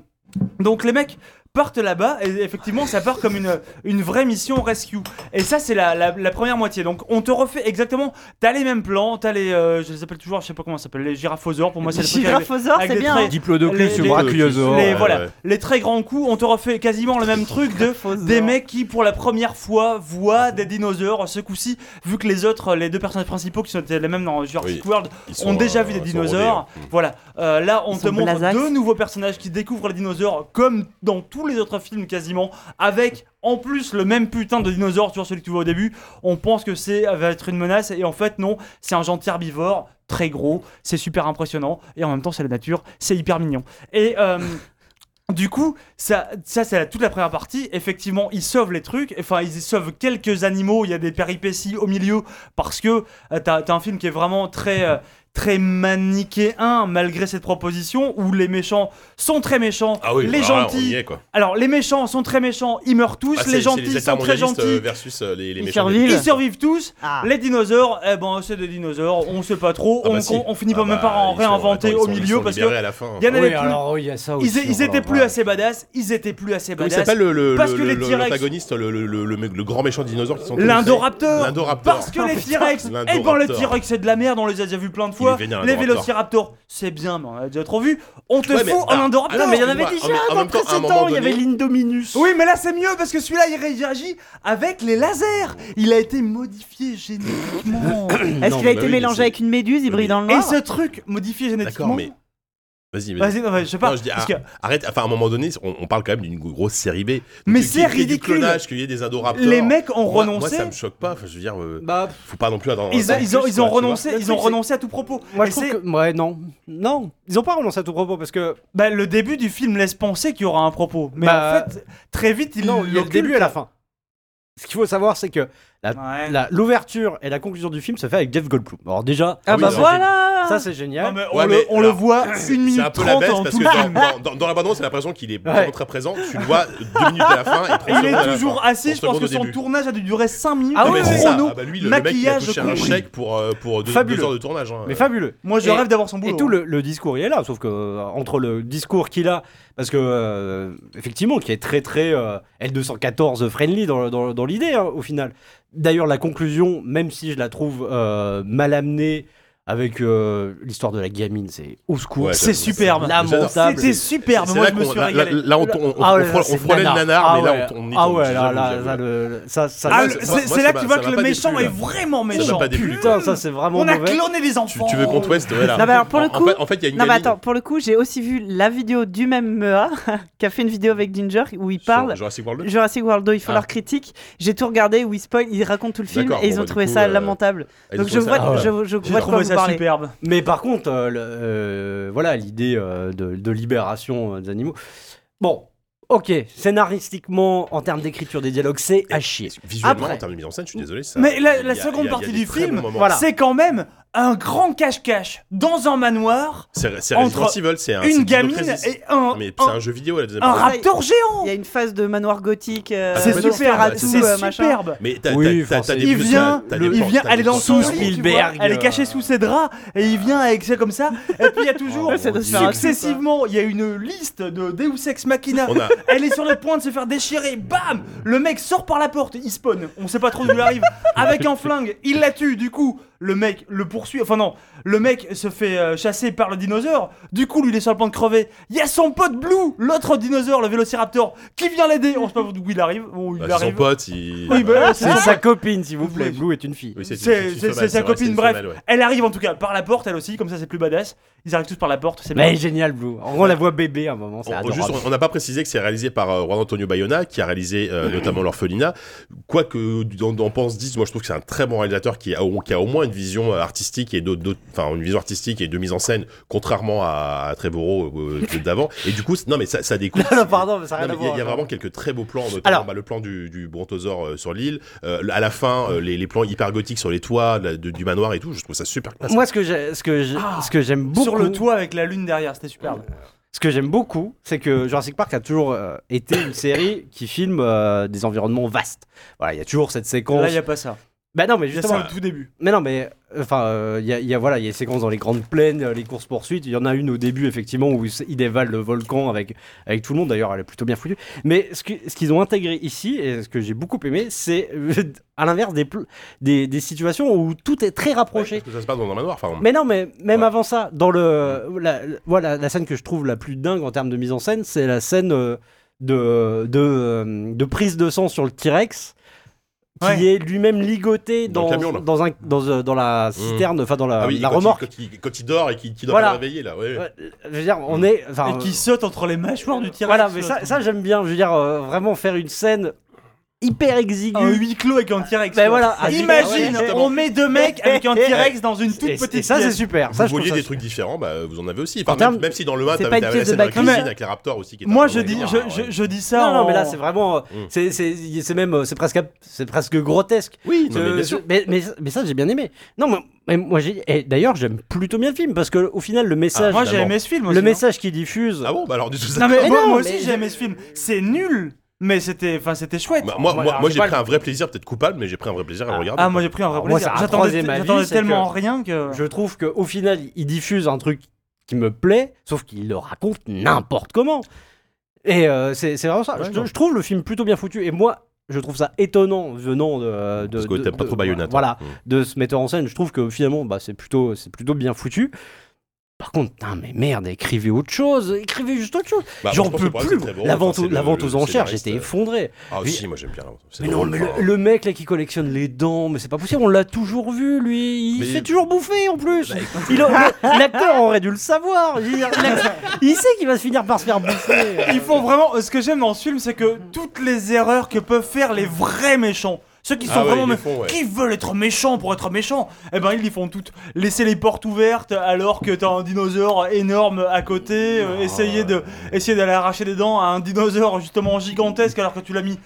C: donc les mecs partent là-bas et effectivement ça part comme une, une vraie mission rescue. Et ça c'est la, la- la première moitié. Donc on te refait exactement, t'as les mêmes plans, t'as les, euh, je les appelle toujours, je sais pas comment ça s'appelle, les gyrafosaures pour moi c'est le truc avec-
D: Giraffosaur,
C: avec
D: c'est
C: des
D: bien.
C: traits-
D: hein.
E: Diplodocus, euh.
C: Les- les-
E: Brachiosaur.
C: les,
B: ouais,
C: voilà,
B: ouais.
C: les très grands coups, on te refait quasiment le même truc de des mecs qui pour la première fois voient des dinosaures. Ce coup-ci, vu que les autres, les deux personnages principaux qui sont les mêmes dans Jurassic
B: Oui.
C: World,
B: Ils
C: ont
B: sont,
C: déjà
B: euh,
C: vu des
B: ils sont
C: dinosaures.
B: rodés, hein.
C: Voilà, Euh, là on
D: Ils
C: te
D: sont
C: montre
D: blasax.
C: deux nouveaux personnages qui découvrent les dinosaures comme dans tous les autres films quasiment, avec en plus le même putain de dinosaure, toujours celui que tu vois au début. On pense que c'est va être une menace et en fait non, c'est un gentil herbivore très gros, c'est super impressionnant et en même temps c'est la nature, c'est hyper mignon. Et euh, du coup, ça, ça c'est la- toute la première partie. Effectivement, ils sauvent les trucs. Enfin, ils sauvent quelques animaux. Il y a des péripéties au milieu parce que euh, t'as t'as un film qui est vraiment très euh, très manichéen malgré cette proposition où les méchants sont très méchants,
B: Ah oui,
C: les
B: bah, on
C: gentils.
B: y est, quoi.
C: Alors les méchants sont très méchants, ils meurent tous.
B: Ah, c'est-
C: les
B: c'est
C: gentils sont très
B: intermondialistes,
C: gentils.
B: euh, versus euh, les, les
D: Ils
B: méchants.
D: survivent.
C: ils survivent tous.
D: Ah.
C: Les dinosaures, eh ben c'est des dinosaures, on sait pas trop,
B: Ah
C: on,
B: bah si.
C: on- on finit pas
B: Ah
C: même
B: bah,
C: par en
B: ils sont-
C: réinventer
B: attends, ils
C: au
B: sont- ils
C: milieu
B: sont
C: parce
B: libérés hein.
C: que
B: à la fin.
C: y en avait
E: Oui,
C: plus.
E: alors, il y a ça aussi.
C: Ils, ils
E: voilà,
C: étaient plus
E: Oh, voilà.
C: assez badass, ils étaient plus assez
B: Comment il
C: badass.
B: s'appelle le, le,
C: Parce
B: le-
C: que les
B: le-
C: T-Rex-
B: l'antagoniste, le, le, le, le mec- le grand méchant dinosaure qui sont
C: L'Indoraptor
B: L'Indoraptor.
C: Parce que les T-Rex,
B: L'Indoraptor.
C: eh ben le T-Rex c'est de la merde, on les a déjà vus plein de
B: Il
C: fois.
B: est vénère,
C: Les
B: l'Indoraptor.
C: Vélociraptors, c'est bien, mais on a déjà trop vu. On te
B: Ouais, mais-
C: fout en
B: ah,
C: Indoraptor
B: ah,
E: Non, mais il y en avait
B: Ouais,
E: déjà
B: en même- en
E: dans le
B: même temps, à un
E: précédent,
B: moment
E: il y
B: donné-
E: avait l'Indominus.
C: Oui, mais là c'est mieux parce que celui-là il réagit avec les lasers. Il a été modifié génétiquement.
D: Est-ce
B: Non,
D: qu'il a
B: bah
D: été
B: oui, mais
D: mélangé
B: c'est-
D: avec une méduse Il brille dans le
C: Et
D: noir.
C: ce truc modifié génétiquement.
B: D'accord, mais- Vas-y, vas-y.
C: Vas-y, non, mais je sais pas.
B: Non, je dis,
C: parce
B: ah,
C: que-
B: Arrête, enfin à un moment donné, on, on parle quand même d'une grosse série B. Donc,
C: Mais
B: qu'il y
C: c'est
B: ait du
C: ridicule.
B: clonage, Qu'il y ait des Indoraptors.
C: les mecs ont
B: Moi- Moi,
C: renoncé.
B: ça me choque pas. Enfin, je veux dire, euh,
E: Bah,
B: faut pas non plus attendre.
C: ils, ont- ils ont, ils ont renoncé,
E: Le
C: ils
E: truc,
C: ont
E: c'est-
C: renoncé à tout propos.
E: moi,
C: Et
E: je trouve
C: c'est-
E: que. Ouais, non. Non, ils ont pas renoncé à tout propos parce que.
C: bah, le début du film laisse penser qu'il y aura un propos, mais
E: Bah,
C: en fait très vite ils
E: Non, il y a le
C: l'occultent.
E: début et la fin. Ce qu'il faut savoir, c'est que La-
C: Ouais.
E: la- L'ouverture et la conclusion du film se fait avec Jeff Goldblum. Alors déjà,
D: Ah
B: Oui,
D: bah
B: ça,
D: voilà
E: ça c'est génial.
C: Non, mais on
B: Ouais,
C: le,
B: mais
C: on le
B: alors,
C: voit une minute
B: C'est un peu la
C: 30
B: baisse
C: en
B: parce
C: tout
B: que
C: le
B: dans,
C: film.
B: dans, dans, dans la bande-annonce, t'as l'impression qu'il est vraiment très présent. Tu le vois deux minutes à la fin. Et
C: Et
B: 30
C: il
B: secondes à
C: est
B: la
C: toujours
B: fin.
C: assis, je
B: Trente
C: pense que
B: secondes au
C: son
B: début.
C: tournage a dû durer 5 minutes
E: Ah
B: Ah,
E: oui,
C: de
B: mais
E: oui,
B: c'est ça.
C: chrono.
B: Ah bah lui, le, le mec, il a
C: maquillage
B: touché un
C: compris.
B: chèque pour, euh, pour deux,
E: Fabuleux.
B: deux heures de tournage. hein.
E: Mais fabuleux.
C: Moi, je
E: Et-
C: rêve d'avoir son
B: euh,
C: boulot.
E: Et tout
C: hein.
E: le, le discours, il est là, sauf que euh, entre le discours qu'il a, parce que euh, effectivement, qui est très très euh, L214 friendly dans, dans- dans l'idée hein, au final. D'ailleurs, la conclusion, même si je la trouve euh, mal amenée avec euh, l'histoire de la gamine, c'est au secours,
B: Ouais,
C: C'est superbe.
E: lamentable.
C: C'était superbe.
B: C'est
C: Moi,
B: là
C: je me
B: qu'on-
C: suis
B: là-
C: régalé.
B: Là, là, on, on, on,
E: Ah ouais,
B: on frôle-
E: c'est
B: on frôlait le nanar,
E: Ah
B: mais là,
E: ouais.
B: on, on y
E: Ah
B: tombe,
E: ouais,
B: j'avoue,
E: là, là,
B: j'avoue.
E: là, le- ça, ça,
C: Ah,
B: moi,
C: le-
B: ça- moi,
C: c'est
B: ça
C: c'est là
B: m'a-
C: que tu vois
B: ça
C: que
B: m'a
C: le
B: pas
C: méchant
B: déplu,
C: est
B: là.
C: vraiment
B: Ça m'a
C: méchant.
B: pas déplu.
E: putain, ça c'est vraiment
C: On a
E: mauvais.
C: cloné les
B: Tu,
C: enfants.
B: tu veux qu'on te ouest ouais, là.
D: Non, mais alors, pour le
B: En- en
D: coup-
B: fait- En fait, il y a une
D: Non mais
B: gamine-
D: attends, pour le coup, j'ai aussi vu la vidéo du même Mea qui a fait une vidéo avec Ginger où il parle
B: Sur Jurassic World
D: Jurassic World 2, il faut
B: Ah.
D: leur critique. J'ai tout regardé où ils spoil, ils racontent tout le film et
B: D'accord, bon,
D: ils ont
B: bah, du
D: trouvé
B: coup,
D: ça
B: euh,
D: lamentable.
B: ils ont
D: Donc je
B: trouvé ça-
D: vois,
E: Ah ouais.
D: je, je
C: J'ai
D: vois de quoi
C: trouvé
D: vous
C: ça
D: parlez.
C: superbe.
E: Mais par contre, euh, le- euh, voilà l'idée euh, de, de libération euh, des animaux. Bon, ok, scénaristiquement, en termes d'écriture des dialogues, c'est à chier.
B: Visuellement,
E: Après.
B: en termes de mise en scène, je suis désolé. ça-
C: Mais la,
B: il y
C: la
B: a-
C: seconde
B: il y a- il y a
C: partie
B: des
C: du
B: très
C: film,
B: bons moments.
E: voilà.
C: c'est quand même un grand cache-cache dans un manoir,
B: C'est c'est
C: Entre
B: Resident Evil, c'est un. c'est
C: une
B: du
C: gamine
B: Dino Crisis.
C: et un,
B: Mais c'est
C: un,
B: un jeu vidéo, la deuxième
C: un
B: partie.
C: raptor géant.
D: Il y a une phase de manoir gothique. euh,
B: Ah,
C: C'est
B: bah,
D: de faire à
C: superbe,
B: bah,
D: tout,
C: c'est
D: euh, machin.
C: superbe.
B: Mais t'as t'as-
E: Oui,
B: t'as- t'as
E: forcément.
B: des
C: Il
B: plans-
C: vient,
B: t'as des
C: il
B: plans-
C: vient,
B: t'as
C: elle
B: des
C: est dans
B: plans
C: son
B: sur-
C: lit, tu
E: Spielberg,
C: vois, elle est cachée
E: euh,
C: sous ses draps, et il vient avec ça comme ça, et puis il y a toujours,
D: Ouais, ça doit se faire raconter,
C: successivement, il y a une liste de Deus Ex Machina,
B: On a-
C: elle est sur le point de se faire déchirer, bam Le mec sort par la porte, il spawn, on sait pas trop d'où il arrive, avec un flingue, il la tue, du coup, le mec le poursuit, enfin non, le mec se fait euh, chasser par le dinosaure, du coup lui il est sur le point de crever, il y a son pote Blue, l'autre dinosaure, le vélociraptor, qui vient l'aider, on sait pas d'où il arrive, bon, il
B: Bah, c'est son
C: arrive...
B: pote, il.
C: Oui, bah, c'est
E: C'est
C: ça.
E: sa copine, s'il vous plaît.
C: Oui.
E: Blue est une fille.
B: Oui, c'est une-
C: C'est-
B: une
C: c'est-
B: femelle,
C: c'est sa
B: vrai,
C: copine,
B: une
C: bref.
B: femelle, ouais.
C: Elle arrive en tout cas par la porte, elle aussi, comme ça c'est plus badass. Ils arrivent tous par la porte, c'est
E: Mais
C: bien.
E: génial, Blue. En gros, on la voit bébé à un moment, c'est
B: On- on-
E: adorable.
B: juste, on- on n'a pas précisé que c'est réalisé par euh, Juan Antonio Bayona, qui a réalisé euh,
E: Mm-hmm.
B: notamment l'orphelinat. Quoi que d'en d'en pense 10, moi je trouve que c'est un très bon réalisateur qui a, au- qui a au moins une vision euh, artistique et d'autres, d'autres- enfin une vision artistique et de mise en scène, contrairement à, à Trevorrow euh, euh, d'avant. Et du coup, c- non mais ça, ça découle.
E: Non, non, pardon, mais ça n'a
B: Non,
E: rien
B: mais
E: à
B: Il y a- il y,
E: voir.
B: a
E: genre.
B: vraiment quelques très beaux plans, notamment
E: Alors-
B: bah, le plan du, du brontosaure euh, sur l'île, euh, à la fin euh, les, les plans hyper gothiques sur les toits la- de- du manoir et tout. Je trouve ça super classe.
E: Moi, ce que j'ai- ce que j'ai-
C: Ah,
E: ce que j'aime beaucoup,
C: Sur le toit avec la lune derrière, c'était superbe.
E: ce que j'aime beaucoup, c'est que Jurassic Park a toujours euh, été une série qui filme euh, des environnements vastes. Voilà, il y a toujours cette séquence.
C: Là, il y a pas ça.
E: Bah non, mais
C: Il y a
E: justement,
C: ça au tout début.
E: Mais non, mais enfin, euh, il y a, il y a voilà, il y a des séquences dans les grandes plaines, euh, les courses poursuites. Il y en a une au début effectivement où ils ils dévalent le volcan avec avec tout le monde. D'ailleurs, elle est plutôt bien foutue. Mais ce que- ce qu'ils ont intégré ici et ce que j'ai beaucoup aimé, c'est euh, à l'inverse des, pl- des des situations où tout est très rapproché.
B: Ouais, parce que ça se passe dans un manoir, enfin.
E: Mais non, mais même
B: Ouais.
E: avant ça, dans le la, la- voilà la scène que je trouve la plus dingue en termes de mise en scène, c'est la scène euh, de, de euh, de prise de sang sur le T-Rex qui
C: Ouais.
E: est lui-même ligoté
B: Dans
E: dans
B: le camion, là. Mmh.
E: dans un dans, euh, dans la cisterne, enfin dans la,
B: Ah oui,
E: la
B: quand il-
E: remorque.
B: quand il, quand il dort et qu'il qu'il doit
E: Voilà.
B: le réveiller là. ouais, ouais.
E: Ouais, je veux dire,
B: Mmh.
E: on est enfin,
C: Et qui saute entre les mâchoires du
E: euh,
C: tirage.
E: voilà, mais ça, ça j'aime bien. Je veux dire euh, vraiment faire une scène
B: Ah
E: hyper
C: un
E: exiguë.
C: huis clos avec un T-Rex.
E: Ben
C: quoi.
E: voilà, ah, ouais,
C: Imagine,
E: exactement.
C: on met deux mecs avec un T-Rex dans une toute
E: Et-
C: petite
E: et ça c'est
C: pièce.
E: super.
B: Vous
E: ça, je trouve
B: vouliez
E: ça
B: des
E: super.
B: trucs différents, bah, vous en avez aussi. Enfin,
E: En termes-
B: même, même si dans le
D: c'est
B: 1, t'avais
D: pas une
B: t'avais la
D: pièce de
B: scène de la
D: Bacchus.
B: cuisine
C: Mais-
B: avec les raptors aussi. Qui était
C: Moi,
B: un peu
C: je dis,
B: bizarre,
C: je,
E: hein,
B: ouais.
C: je- je dis ça.
E: Non, non,
C: en-
E: mais là, c'est vraiment. euh,
B: Mm.
E: c'est- C'est c'est même. euh, C'est presque, ab- c'est presque grotesque.
B: Oui, non,
E: Euh,
B: mais bien sûr.
E: mais, mais- mais ça, j'ai bien aimé. Non, mais, mais moi, j'ai. et D'ailleurs, j'aime plutôt bien le film parce que, au final, le message.
C: Moi, j'ai
B: Finalement.
C: aimé ce film.
E: le
C: aussi, hein.
E: message qu'il diffuse.
B: Ah bon, bah alors du tout ça.
C: Non, mais
E: Mais
C: moi
E: non,
C: moi
E: mais-
C: aussi, j'ai aimé ce film. C'est nul, mais c'était enfin, c'était chouette.
B: Bah, moi,
E: Moi,
B: moi,
E: alors,
B: moi,
E: j'ai
B: j'ai
E: pas
B: pris un vrai plaisir, peut-être coupable, mais j'ai pris un vrai plaisir à le regarder.
C: Ah, moi, j'ai pris un vrai
E: Alors, moi,
C: plaisir.
E: c'est un
C: J'attendais
E: troisième avis,
C: j'attendais
E: c'est
C: tellement
E: que-
C: rien que.
E: Je trouve qu'au final, il diffuse un truc qui me plaît, sauf qu'il le raconte n'importe comment. Et euh, c'est c'est vraiment ça.
B: Ouais, non.
E: je, je trouve le film plutôt bien foutu. Et moi, je trouve ça étonnant venant de. de
B: parce que
E: de-
B: t'aimes pas
E: de-
B: trop Bayonetta.
E: Voilà.
B: Mm.
E: de ce metteur en scène. Je trouve que finalement, bah, c'est plutôt, c'est plutôt bien foutu. Par contre, putain, mais merde, écrivez autre chose, écrivez juste autre chose.
B: Bah,
E: J'en
B: moi, je pense
E: peux
B: que pour
E: plus.
B: moi, c'est très
E: la
B: bon.
E: vente,
B: Enfin,
E: aux-
B: c'est
E: la
B: le-
E: vente
B: le
E: aux enchères,
B: scénariste,
E: j'étais
B: euh,
E: effondré.
B: Ah,
E: Mais-
B: si, moi j'aime bien la vente. C'est
E: Mais non,
B: drôle,
E: mais le,
B: enfin.
E: le mec là qui collectionne les dents, mais c'est pas possible, on l'a toujours vu lui,
B: Mais-
E: il
B: Bah, euh,
E: se fait toujours bouffer en plus. Il a- le- L'acteur aurait dû le savoir. Je veux dire, l'acteur- il sait qu'il va se finir par se faire bouffer.
C: euh,
B: Mhm.
C: Ils font vraiment. Ce que j'aime dans ce film, c'est que toutes les erreurs que peuvent faire les vrais méchants, Ceux qui sont
B: Ah ouais,
C: vraiment
B: ils les
C: mé-
B: font, ouais.
C: qui veulent être méchants pour être méchants, eh ben ils les font toutes. Laisser les portes ouvertes alors que t'as un dinosaure énorme à côté, euh,
B: Ah.
C: essayer de essayer d'aller arracher des dents à un dinosaure justement gigantesque alors que tu l'as mis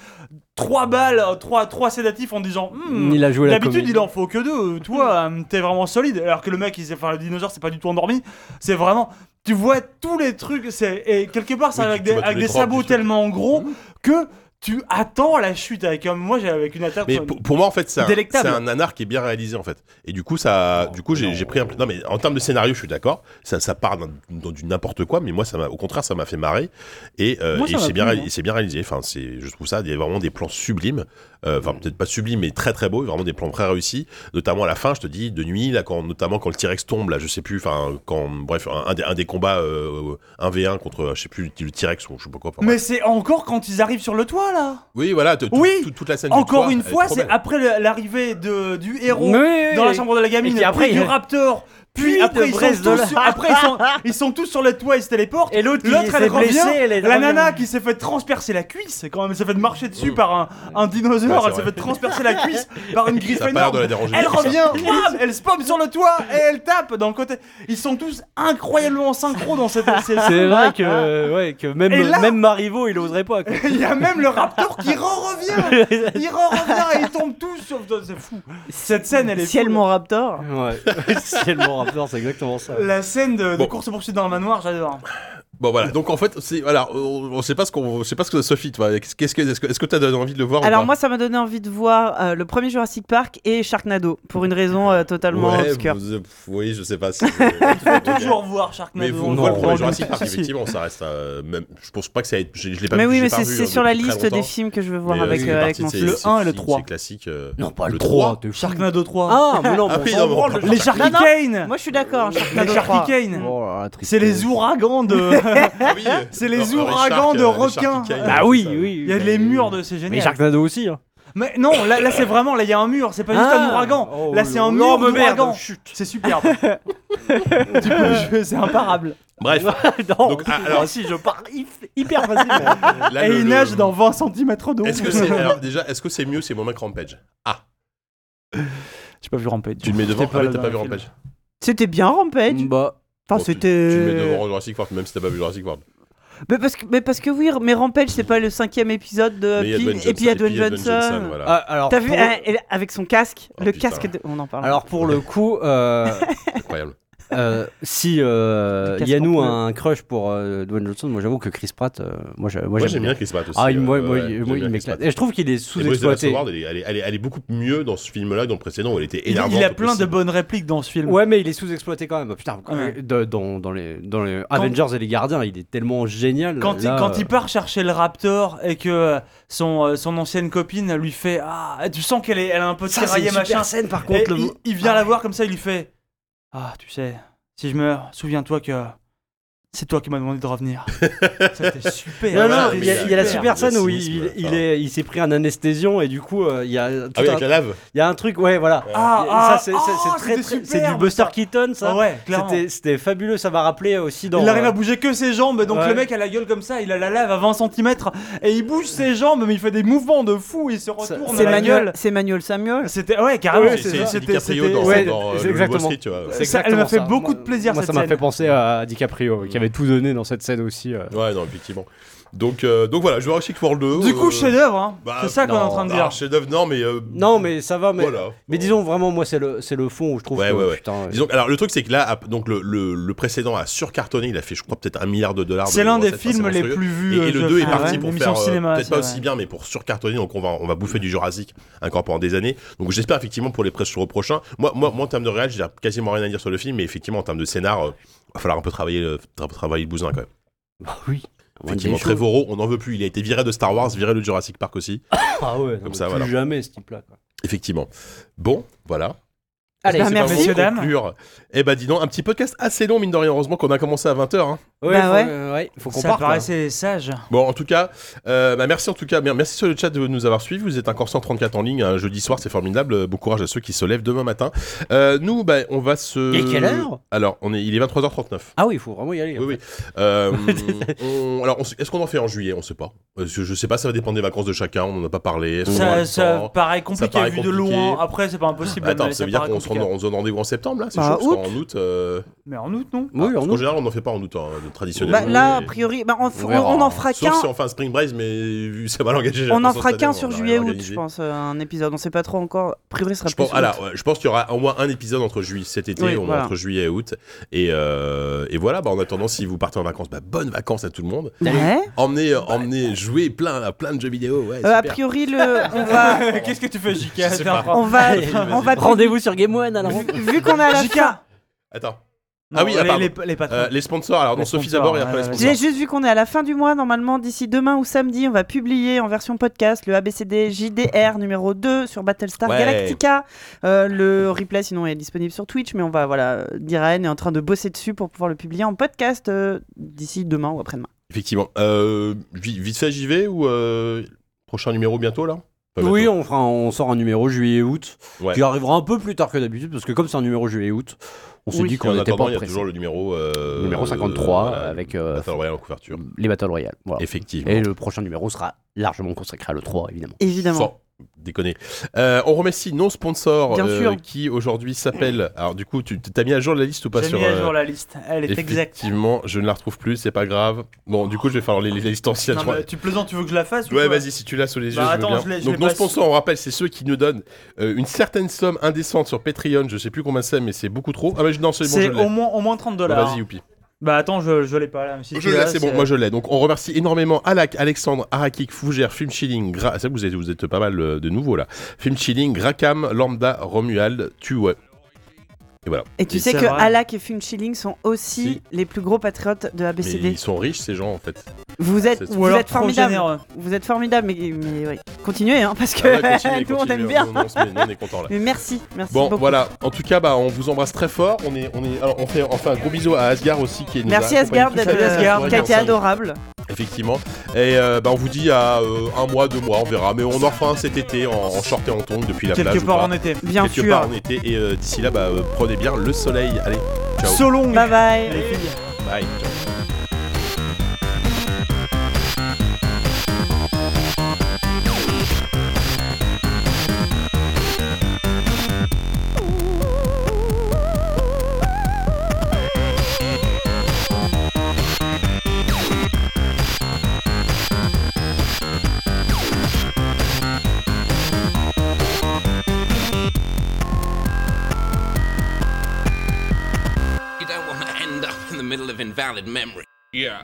C: trois balles, trois trois sédatifs en disant Hmm,
E: Il a joué la
C: D'habitude,
E: comédie.
C: il en faut que deux. Toi, hum, t'es vraiment solide. Alors que le mec, il s'est- enfin, le dinosaure, c'est pas du tout endormi. C'est vraiment. Tu vois tous les trucs. c'est- Et quelque part, c'est
B: Oui, tu-
C: avec
B: tu
C: des,
B: vois tous
C: avec
B: les
C: des
B: drops,
C: sabots
B: des trucs. Mmh.
C: tellement gros que tu attends la chute. Avec un- moi, j'ai avec une attaque.
B: Mais pour, pour moi, en fait, c'est un,
C: Délectable.
B: c'est un nanar qui est bien réalisé, en fait. Et du coup, ça, du coup, j'ai j'ai pris un. Non, mais en termes de scénario, je suis d'accord. Ça, ça part d'un- dans du n'importe quoi, mais moi, ça m'a, au contraire, ça m'a fait marrer. Et, euh,
C: Moi, ça
B: et
C: m'a
B: c'est bien,
C: plu,
B: réalisé-
C: moi.
B: c'est bien réalisé. Enfin, c'est, je trouve ça, il y a vraiment des plans sublimes. Euh, Enfin, peut-être pas sublimes, mais très très beaux. Vraiment des plans très réussis. Notamment à la fin, je te dis, de nuit, là, quand, notamment quand le T-Rex tombe, là, je sais plus. Enfin, quand, bref, un, un des, un des combats euh, 1v1 contre, je sais plus, le T-Rex ou je sais pas quoi. enfin,
C: Mais
B: bref.
C: c'est encore quand ils arrivent sur le toit là.
B: oui, voilà. t- tout-
C: Oui.
B: tout- toute la scène. du
C: Encore
B: toit,
C: une
B: elle est
C: fois,
B: trop
C: c'est
B: belle.
C: après le- l'arrivée de- du héros
E: Oui, oui, oui,
C: dans la
E: oui.
C: chambre de la gamine,
E: Et puis après,
C: après du
E: il-
C: raptor, puis,
E: puis
C: après
E: de
C: ils sont
E: Bresdol.
C: tous sur, après ils sont, ils sont tous sur le toit, ils se téléportent.
E: Et l'autre,
C: L'autre, elle revient,
E: elle est
C: La nana qui s'est fait transpercer la cuisse, quand même, elle s'est fait marcher dessus
B: Mm.
C: par un, un
B: Ouais,
C: dinosaure,
B: c'est
C: elle s'est
B: vrai.
C: fait transpercer la cuisse par une griffe
B: Ça a pas l'air de
C: énorme.
B: la déranger.
C: Elle
B: tout ça.
C: revient, wham, elle spawn sur le toit et elle tape dans le côté. Ils sont tous incroyablement synchro dans cette cette-
E: C'est vrai que, euh, ouais, que même,
C: Et là-
E: même Marivaux, il oserait pas. quoi.
C: Il y a même le raptor qui re-revient. Il re-revient et ils tombent tous sauf c'est fou. Cette scène, elle est
D: Ciel
C: folle.
D: mon raptor.
E: ouais. Ciel mon rappeur, c'est exactement ça.
C: La scène de,
B: Bon.
C: course poursuite dans le manoir, j'adore.
B: Bon voilà, donc en fait, c'est voilà, on, on sait pas ce qu'on, on sait pas ce que Sophie, tu vois, qu'est-ce que, est-ce que, est-ce que t'as donné envie de le voir
D: Alors
B: ou pas
D: moi, ça m'a donné envie de voir euh, le premier Jurassic Park et Sharknado pour une raison euh, totalement
B: Ouais,
D: obscure.
B: vous- euh, pff, oui, je sais pas. si-
C: Toujours voir
B: Mais
C: Sharknado.
B: vous,
C: on
B: on
C: le
B: voit le
C: voit
B: premier
C: dans
B: Jurassic
C: le-
B: Park,
C: Si, si.
B: effectivement, ça reste. euh, même, je pense pas que ça. ait- Je, je l'ai pas.
D: Mais
B: vu,
D: oui,
B: je l'ai
D: mais
B: pas
D: c'est
B: vu,
D: c'est
B: euh,
D: sur la
B: depuis très
D: liste des
B: longtemps.
D: films que je veux
B: Mais,
D: voir
B: euh,
D: avec,
B: c'est
D: euh,
B: parti,
D: avec mon
B: c'est-
D: fils.
B: c'est-
C: Le un et le
B: c'est
C: trois.
B: classique. euh,
E: Non, pas
B: le
E: le 3.
B: trois.
E: t'es fou.
C: Sharknado 3.
E: Ah, mais non,
B: Ah,
E: bon
B: puis
E: sang.
B: non, mais on prend le
C: les
B: Sharknado.
C: Sharky
D: Non, non.
C: Kane.
D: Moi, je suis d'accord.
C: Les
D: Sharknado 3.
C: Sharky Kane.
E: Oh là là, triste.
C: C'est les ouragans de.
B: Ah oui, euh,
C: C'est les
B: euh, Richard,
C: ouragans de
B: euh, Richard
C: requins.
B: Kikai,
E: Bah
B: c'est
E: oui,
B: ça.
E: oui.
C: Il y a les murs de ces
E: Mais
C: génial.
E: Sharknado aussi. Hein.
C: Mais non, là, là, c'est vraiment, là il y a un mur, c'est pas juste
E: Ah.
C: un ouragan.
E: Oh,
C: là c'est un
E: non,
C: mur
E: mais merde,
C: d'ouragan. C'est superbe. Tu peux jouer, c'est imparable.
B: Bref,
E: non,
B: Donc, ah,
E: si,
B: alors-
E: bah, si, je pars hy- hyper facilement.
B: là,
C: et
B: le-
C: il
B: le-
C: nage dans 20 cm d'eau.
B: Est-ce que c'est alors déjà, est-ce que c'est mieux, c'est moins bien que Rampage Ah,
C: J'ai pas vu Rampage.
B: tu le mets devant.
C: J'étais
B: Ah,
C: pas
B: mais
C: là
B: t'as
C: dans
B: pas
C: le
B: vu
C: film.
B: Rampage.
D: C'était bien Rampage.
E: bah,
D: Enfin,
B: Bon, Oh, tu-
D: c'était.
B: Tu le mets devant Jurassic World, même si t'as pas vu Jurassic World.
D: Mais parce que, mais parce que oui, mais Rampage, c'est pas le cinquième épisode de.
B: Mais il y a
D: puis-
B: Dwayne
D: et puis il y a Dwayne
B: Johnson,
D: Johnson.
B: voilà.
E: ah, alors.
D: T'as vu
E: pour-
D: euh, et- avec son casque,
B: Oh,
D: le
B: putain.
D: casque. De... On en parle.
E: Alors pour le coup, euh,
B: Incroyable.
E: euh, si euh,
D: Du
E: il
D: casque
E: y a
D: en
E: nous
D: pneu.
E: un crush pour euh, Dwayne Johnson, moi j'avoue que Chris Pratt, euh, moi j'a- moi,
B: Moi, j'aime bien Chris Pratt aussi.
E: Ah, il, moi,
B: euh,
E: moi,
B: ouais,
E: il-
B: j'aime
E: moi, il
B: bien Chris
E: m'éclate.
B: Pratt.
E: Et je trouve qu'il est
B: Et Bryce Dallas
E: sous-exploité.
B: Howard, elle est, elle, est, elle est- elle est beaucoup mieux dans ce film-là que dans le précédent où elle était
C: Il,
B: énervante. Ah
C: il a
B: au
C: plein de
B: possible.
C: bonnes répliques dans ce film.
E: Ouais, mais il est sous-exploité quand même. Oh, Putain, euh,
C: Ouais.
E: de- dans, dans les, dans les Avengers et les Gardiens, il est tellement génial.
C: Quand, il,
E: Là,
C: quand
E: euh,
C: il part chercher le raptor et que euh, son, euh, son ancienne copine lui fait Ah, tu sens qu'elle est, elle a un peu
E: ça, c'est
C: tiraillée
E: une
C: machin.
E: super scène par
C: Et
E: contre. le-
C: il, il vient la voir comme ça, il lui fait Ah, tu sais, si je meurs, souviens-toi que c'est toi qui m'as demandé de revenir. C'était super.
E: Non, non,
B: Ouais,
E: il
C: c'était
E: y a, il y a la
B: mais
E: super
B: il y a
E: scène où
B: le
E: il, il,
B: cynisme,
E: il
B: enfin.
E: est, il s'est pris un anesthésion et du coup, euh, il y a tout
B: Ah oui,
E: un,
B: avec la lave.
E: il y a un truc, ouais, voilà.
C: Ah,
E: Il y a-
C: ah,
E: ça, c'est,
C: ah,
E: c'est- c'est très,
C: c'était
E: très- c'est
C: superbe,
E: du Buster
C: ça.
E: Keaton, ça.
C: Ah ouais, clairement.
E: c'était, c'était fabuleux, ça m'a rappelé aussi dans.
C: Il arrive
E: euh,
C: à bouger que ses jambes, donc
E: Ouais.
C: le mec a la gueule comme ça, il a la lave à 20 cm et il bouge ses jambes, mais il fait des mouvements de fou, il se retourne
D: c'est
C: la
D: Manuel,
C: gueule.
D: c'est Manuel Samuel.
C: C'était ouais carrément.
E: Ouais,
B: C'est- c'est- C'est
C: c'était-
B: DiCaprio
C: c'était-
B: dans,
E: ouais,
B: dans, euh,
E: c'est
B: le
E: exactement.
B: Wall Street, tu vois.
E: c'est
C: ça,
E: exactement
C: elle m'a fait
E: ça.
C: beaucoup de
E: Moi-
C: plaisir,
E: moi,
C: cette
E: ça m'a
C: scène.
E: fait penser à DiCaprio, qui avait tout donné dans cette scène aussi. euh.
B: Ouais, non, effectivement. Donc, euh, donc voilà, Jurassic World 2.
C: Du coup,
B: euh,
C: chef-d'œuvre, hein.
B: bah,
C: c'est ça qu'on est en train de
B: bah,
C: dire.
B: chef d'œuvre, non, mais. euh,
E: Non, mais ça va, mais.
B: Voilà.
E: Mais disons vraiment, moi, c'est le, c'est le fond où je trouve
B: Ouais,
E: que.
B: ouais, ouais.
E: putain, euh,
B: Disons, alors le truc c'est que là, ap- donc le, le, le précédent a surcartonné, il a fait je crois peut-être un milliard de dollars. de
C: C'est l'un des
B: recettes, enfin,
C: films
B: c'est
C: les
B: monstrueux.
C: plus vus.
B: Et, et le 2 est
D: Ah
B: parti
D: ouais,
B: pour faire euh, peut-être pas aussi
C: bien
B: bien, mais pour surcartonner. Donc on va, on va bouffer du Jurassic encore pendant des années. Donc j'espère effectivement pour les prêts sur le prochain. Moi, moi, moi en termes de réel, j'ai quasiment rien à dire sur le film, mais effectivement en termes de scénar, euh, va falloir un peu travailler le, tra- travailler le bousin quand même.
E: Bah oui.
B: Effectivement,
E: One Day Show.
B: Trevorrow, on n'en veut plus. Il a été viré de Star Wars, viré de Jurassic Park aussi.
E: Ah ouais, non,
B: Comme
E: mais
B: ça,
E: plus
B: voilà.
E: jamais ce type-là. quoi.
B: Effectivement. Bon, voilà.
D: Allez,
B: C'est pas
D: Bah, merci.
B: vous de
C: dames.
B: conclure. Eh ben, dis donc, un petit podcast assez long, mine de rien. Heureusement qu'on a commencé à 20h.
E: Ouais,
D: Bah
E: faut,
D: ouais.
E: euh, ouais, faut qu'on
C: Ça
E: parte. là.
C: paraissait sage.
B: Bon, en tout cas, euh, bah, merci en tout cas, mer- merci sur le chat de nous avoir suivis. Vous êtes encore 134 en ligne hein, un jeudi soir, c'est formidable. Euh, Bon courage à ceux qui se lèvent demain matin. Euh, nous, bah, on va se.
E: Et quelle heure
B: Alors, on est, il est 23h39.
E: Ah oui, il faut vraiment y aller. en
B: Oui, oui.
E: fait.
B: Euh, on- alors, on s- est-ce qu'on en fait en juillet On sait pas. Euh, Je, je sais pas, ça va dépendre des vacances de chacun. On n'en a pas parlé. Est-ce qu'on aura
C: Ça,
B: le
C: ça
B: temps
C: paraît compliqué
B: paraît
C: vu de
B: compliqué.
C: loin. Après, c'est pas impossible.
B: Attends,
C: mais
B: ça veut dire
C: paraît
B: qu'on se rend-
C: compliqué.
B: on se donne rendez-vous en septembre là C'est
D: Bah,
B: chaud, parce
D: août.
B: qu'en août. euh,
C: Mais en août, non
E: Oui,
B: parce
E: en
B: qu'en
E: août.
B: général, on n'en fait pas en août hein, de-
D: Bah,
B: traditionnellement.
D: là, a
B: mais-
D: priori, bah, on, f-
E: On
D: on,
E: verra.
D: on en fera
B: Sauf
D: qu'un.
B: si on fait un spring break, mais vu- ça va l'engager.
D: On en
B: cette
D: fera
B: année,
D: qu'un
B: on
D: sur
B: va
D: juillet-août,
B: réorganiser.
D: je pense, euh, un épisode. On sait pas trop encore. A priori, ce sera
B: Je
D: plus
B: pense, ah
D: août.
B: là, ouais, je pense qu'il y aura au moins un épisode entre juillet cet été,
D: Oui,
B: au-
D: voilà.
B: entre juillet et août. Et, euh, et voilà, bah, en attendant, si vous partez en vacances, bah, bonnes vacances à tout le monde.
D: Ouais.
B: Emmenez, euh, emmenez jouer plein, à plein de jeux vidéo.
D: Euh,
B: Ouais, super.
D: a priori, le, on va.
C: Qu'est-ce que tu fais, JK
B: Je sais pas.
D: On va,
B: Vas-y, vas-y.
D: on va
E: Rendez-vous sur Game One alors.
D: vu, vu qu'on est à la
C: JK.
D: fin,
B: Attends,
C: Non,
B: Ah oui, ah,
C: les,
B: pardon.
C: les, les patrons.
B: Euh, les sponsors, alors,
C: Les
B: non, Sophie
C: sponsors,
B: d'abord et
C: ouais,
B: après les
C: ouais,
B: sponsors.
D: j'ai juste vu qu'on est à la fin du mois normalement d'ici demain ou samedi, on va publier en version podcast le ABCD JDR numéro 2 sur Battlestar
B: Ouais.
D: Galactica. Euh, le replay sinon est disponible sur Twitch, mais on va voilà, Diren est en train de bosser dessus pour pouvoir le publier en podcast euh, d'ici demain ou après-demain.
B: Effectivement. Euh, vi- vite fait, j'y vais ou euh, prochain numéro bientôt là Pas bientôt.
E: Oui, on, fera un- on sort un numéro juillet-août
B: Ouais.
E: qui arrivera un peu plus tard que d'habitude parce que comme c'est un numéro juillet-août, on s'est
D: Oui.
E: dit
B: Et en
E: qu'on n'était
B: attendant,
E: pas
B: il y a
E: pressé.
B: toujours le numéro. euh,
E: Numéro 53
B: voilà,
E: avec euh,
B: Battle Royale en couverture.
E: les Battle Royale. Voilà.
B: Effectivement.
E: Et le prochain numéro sera largement consacré à l'E3, évidemment.
D: Évidemment.
B: Sans déconner. Euh, on remercie nos sponsors
D: Bien
B: euh,
D: sûr.
B: qui aujourd'hui s'appellent. Alors, du coup, tu t'as mis à jour la liste ou pas
C: J'ai
B: sur.
C: mis à
B: euh,
C: jour la liste. Elle est exacte.
B: Effectivement, je ne la retrouve plus, c'est pas grave. Bon, du coup, je vais faire les, les listes anciennes.
C: Non,
B: je crois.
C: mais tu plaisantes, tu veux que je la fasse ou
B: Ouais,
C: quoi
B: vas-y, si tu l'as sous les yeux,
C: Bah,
B: je veux
C: attends,
B: bien.
C: je l'ai- je
B: Donc,
C: l'ai
B: nos
C: pas
B: sponsors, on rappelle, c'est ceux qui nous donnent euh, une certaine somme indécente sur Patreon. Je sais plus combien c'est, mais c'est beaucoup trop. Ah, bah, je- non, c'est bon,
C: C'est
B: je l'ai.
C: au moins, au moins 30
B: Bon,
C: dollars.
B: Vas-y, youpi.
C: Bah attends, je, je l'ai pas là. mais si
B: Je
C: tu
B: l'ai,
C: l'as,
B: c'est bon, moi je l'ai. Donc on remercie énormément Alak, Alexandre, Arakik, Fougère, Film Chilling, Gra... ça, vous êtes, vous êtes pas mal euh, de nouveaux là. Film Chilling, Gracam, Lambda, Romuald, Tuwe.
D: Et tu
C: Et
D: sais
C: c'est
D: que
C: vrai.
D: Alak et Fun Chilling sont aussi
B: Si.
D: les plus gros patriotes de
B: Mais
D: ABCD.
B: ils sont riches ces gens en fait.
D: Vous êtes,
B: Ah, C'est-
C: Ou
D: vous
C: alors
D: êtes
C: trop
D: formidables.
C: généreux.
D: Vous êtes formidables, mais, mais oui. continuez, hein, parce que
B: Ah ouais, continuez,
D: nous on
B: continuez,
D: aime bien.
B: on- on se met- nous, on est contents, là.
D: Mais merci, merci
B: Bon
D: beaucoup.
B: voilà, en tout cas bah, on vous embrasse très fort, on est on est alors, on fait enfin un gros bisou à Asgard aussi qui est
D: Merci Asgard d'être
C: Salut, Asgard.
D: euh, qui a été adorable.
B: Effectivement. Et euh, bah, on vous dit à euh, un mois, deux mois, on verra. Mais on en fera un cet été en, en short et en tongs depuis la plage.
C: Quelque
B: ou
C: part
B: pas.
C: en été.
D: Bien
B: Quelque
D: sûr.
B: part en été. Et euh, d'ici là, bah, euh, prenez bien le soleil. Allez, Ciao.
C: So long.
D: Bye bye.
C: Les filles.
B: bye. Ciao.
H: You don't want to end up in the middle of invalid memory. Yeah.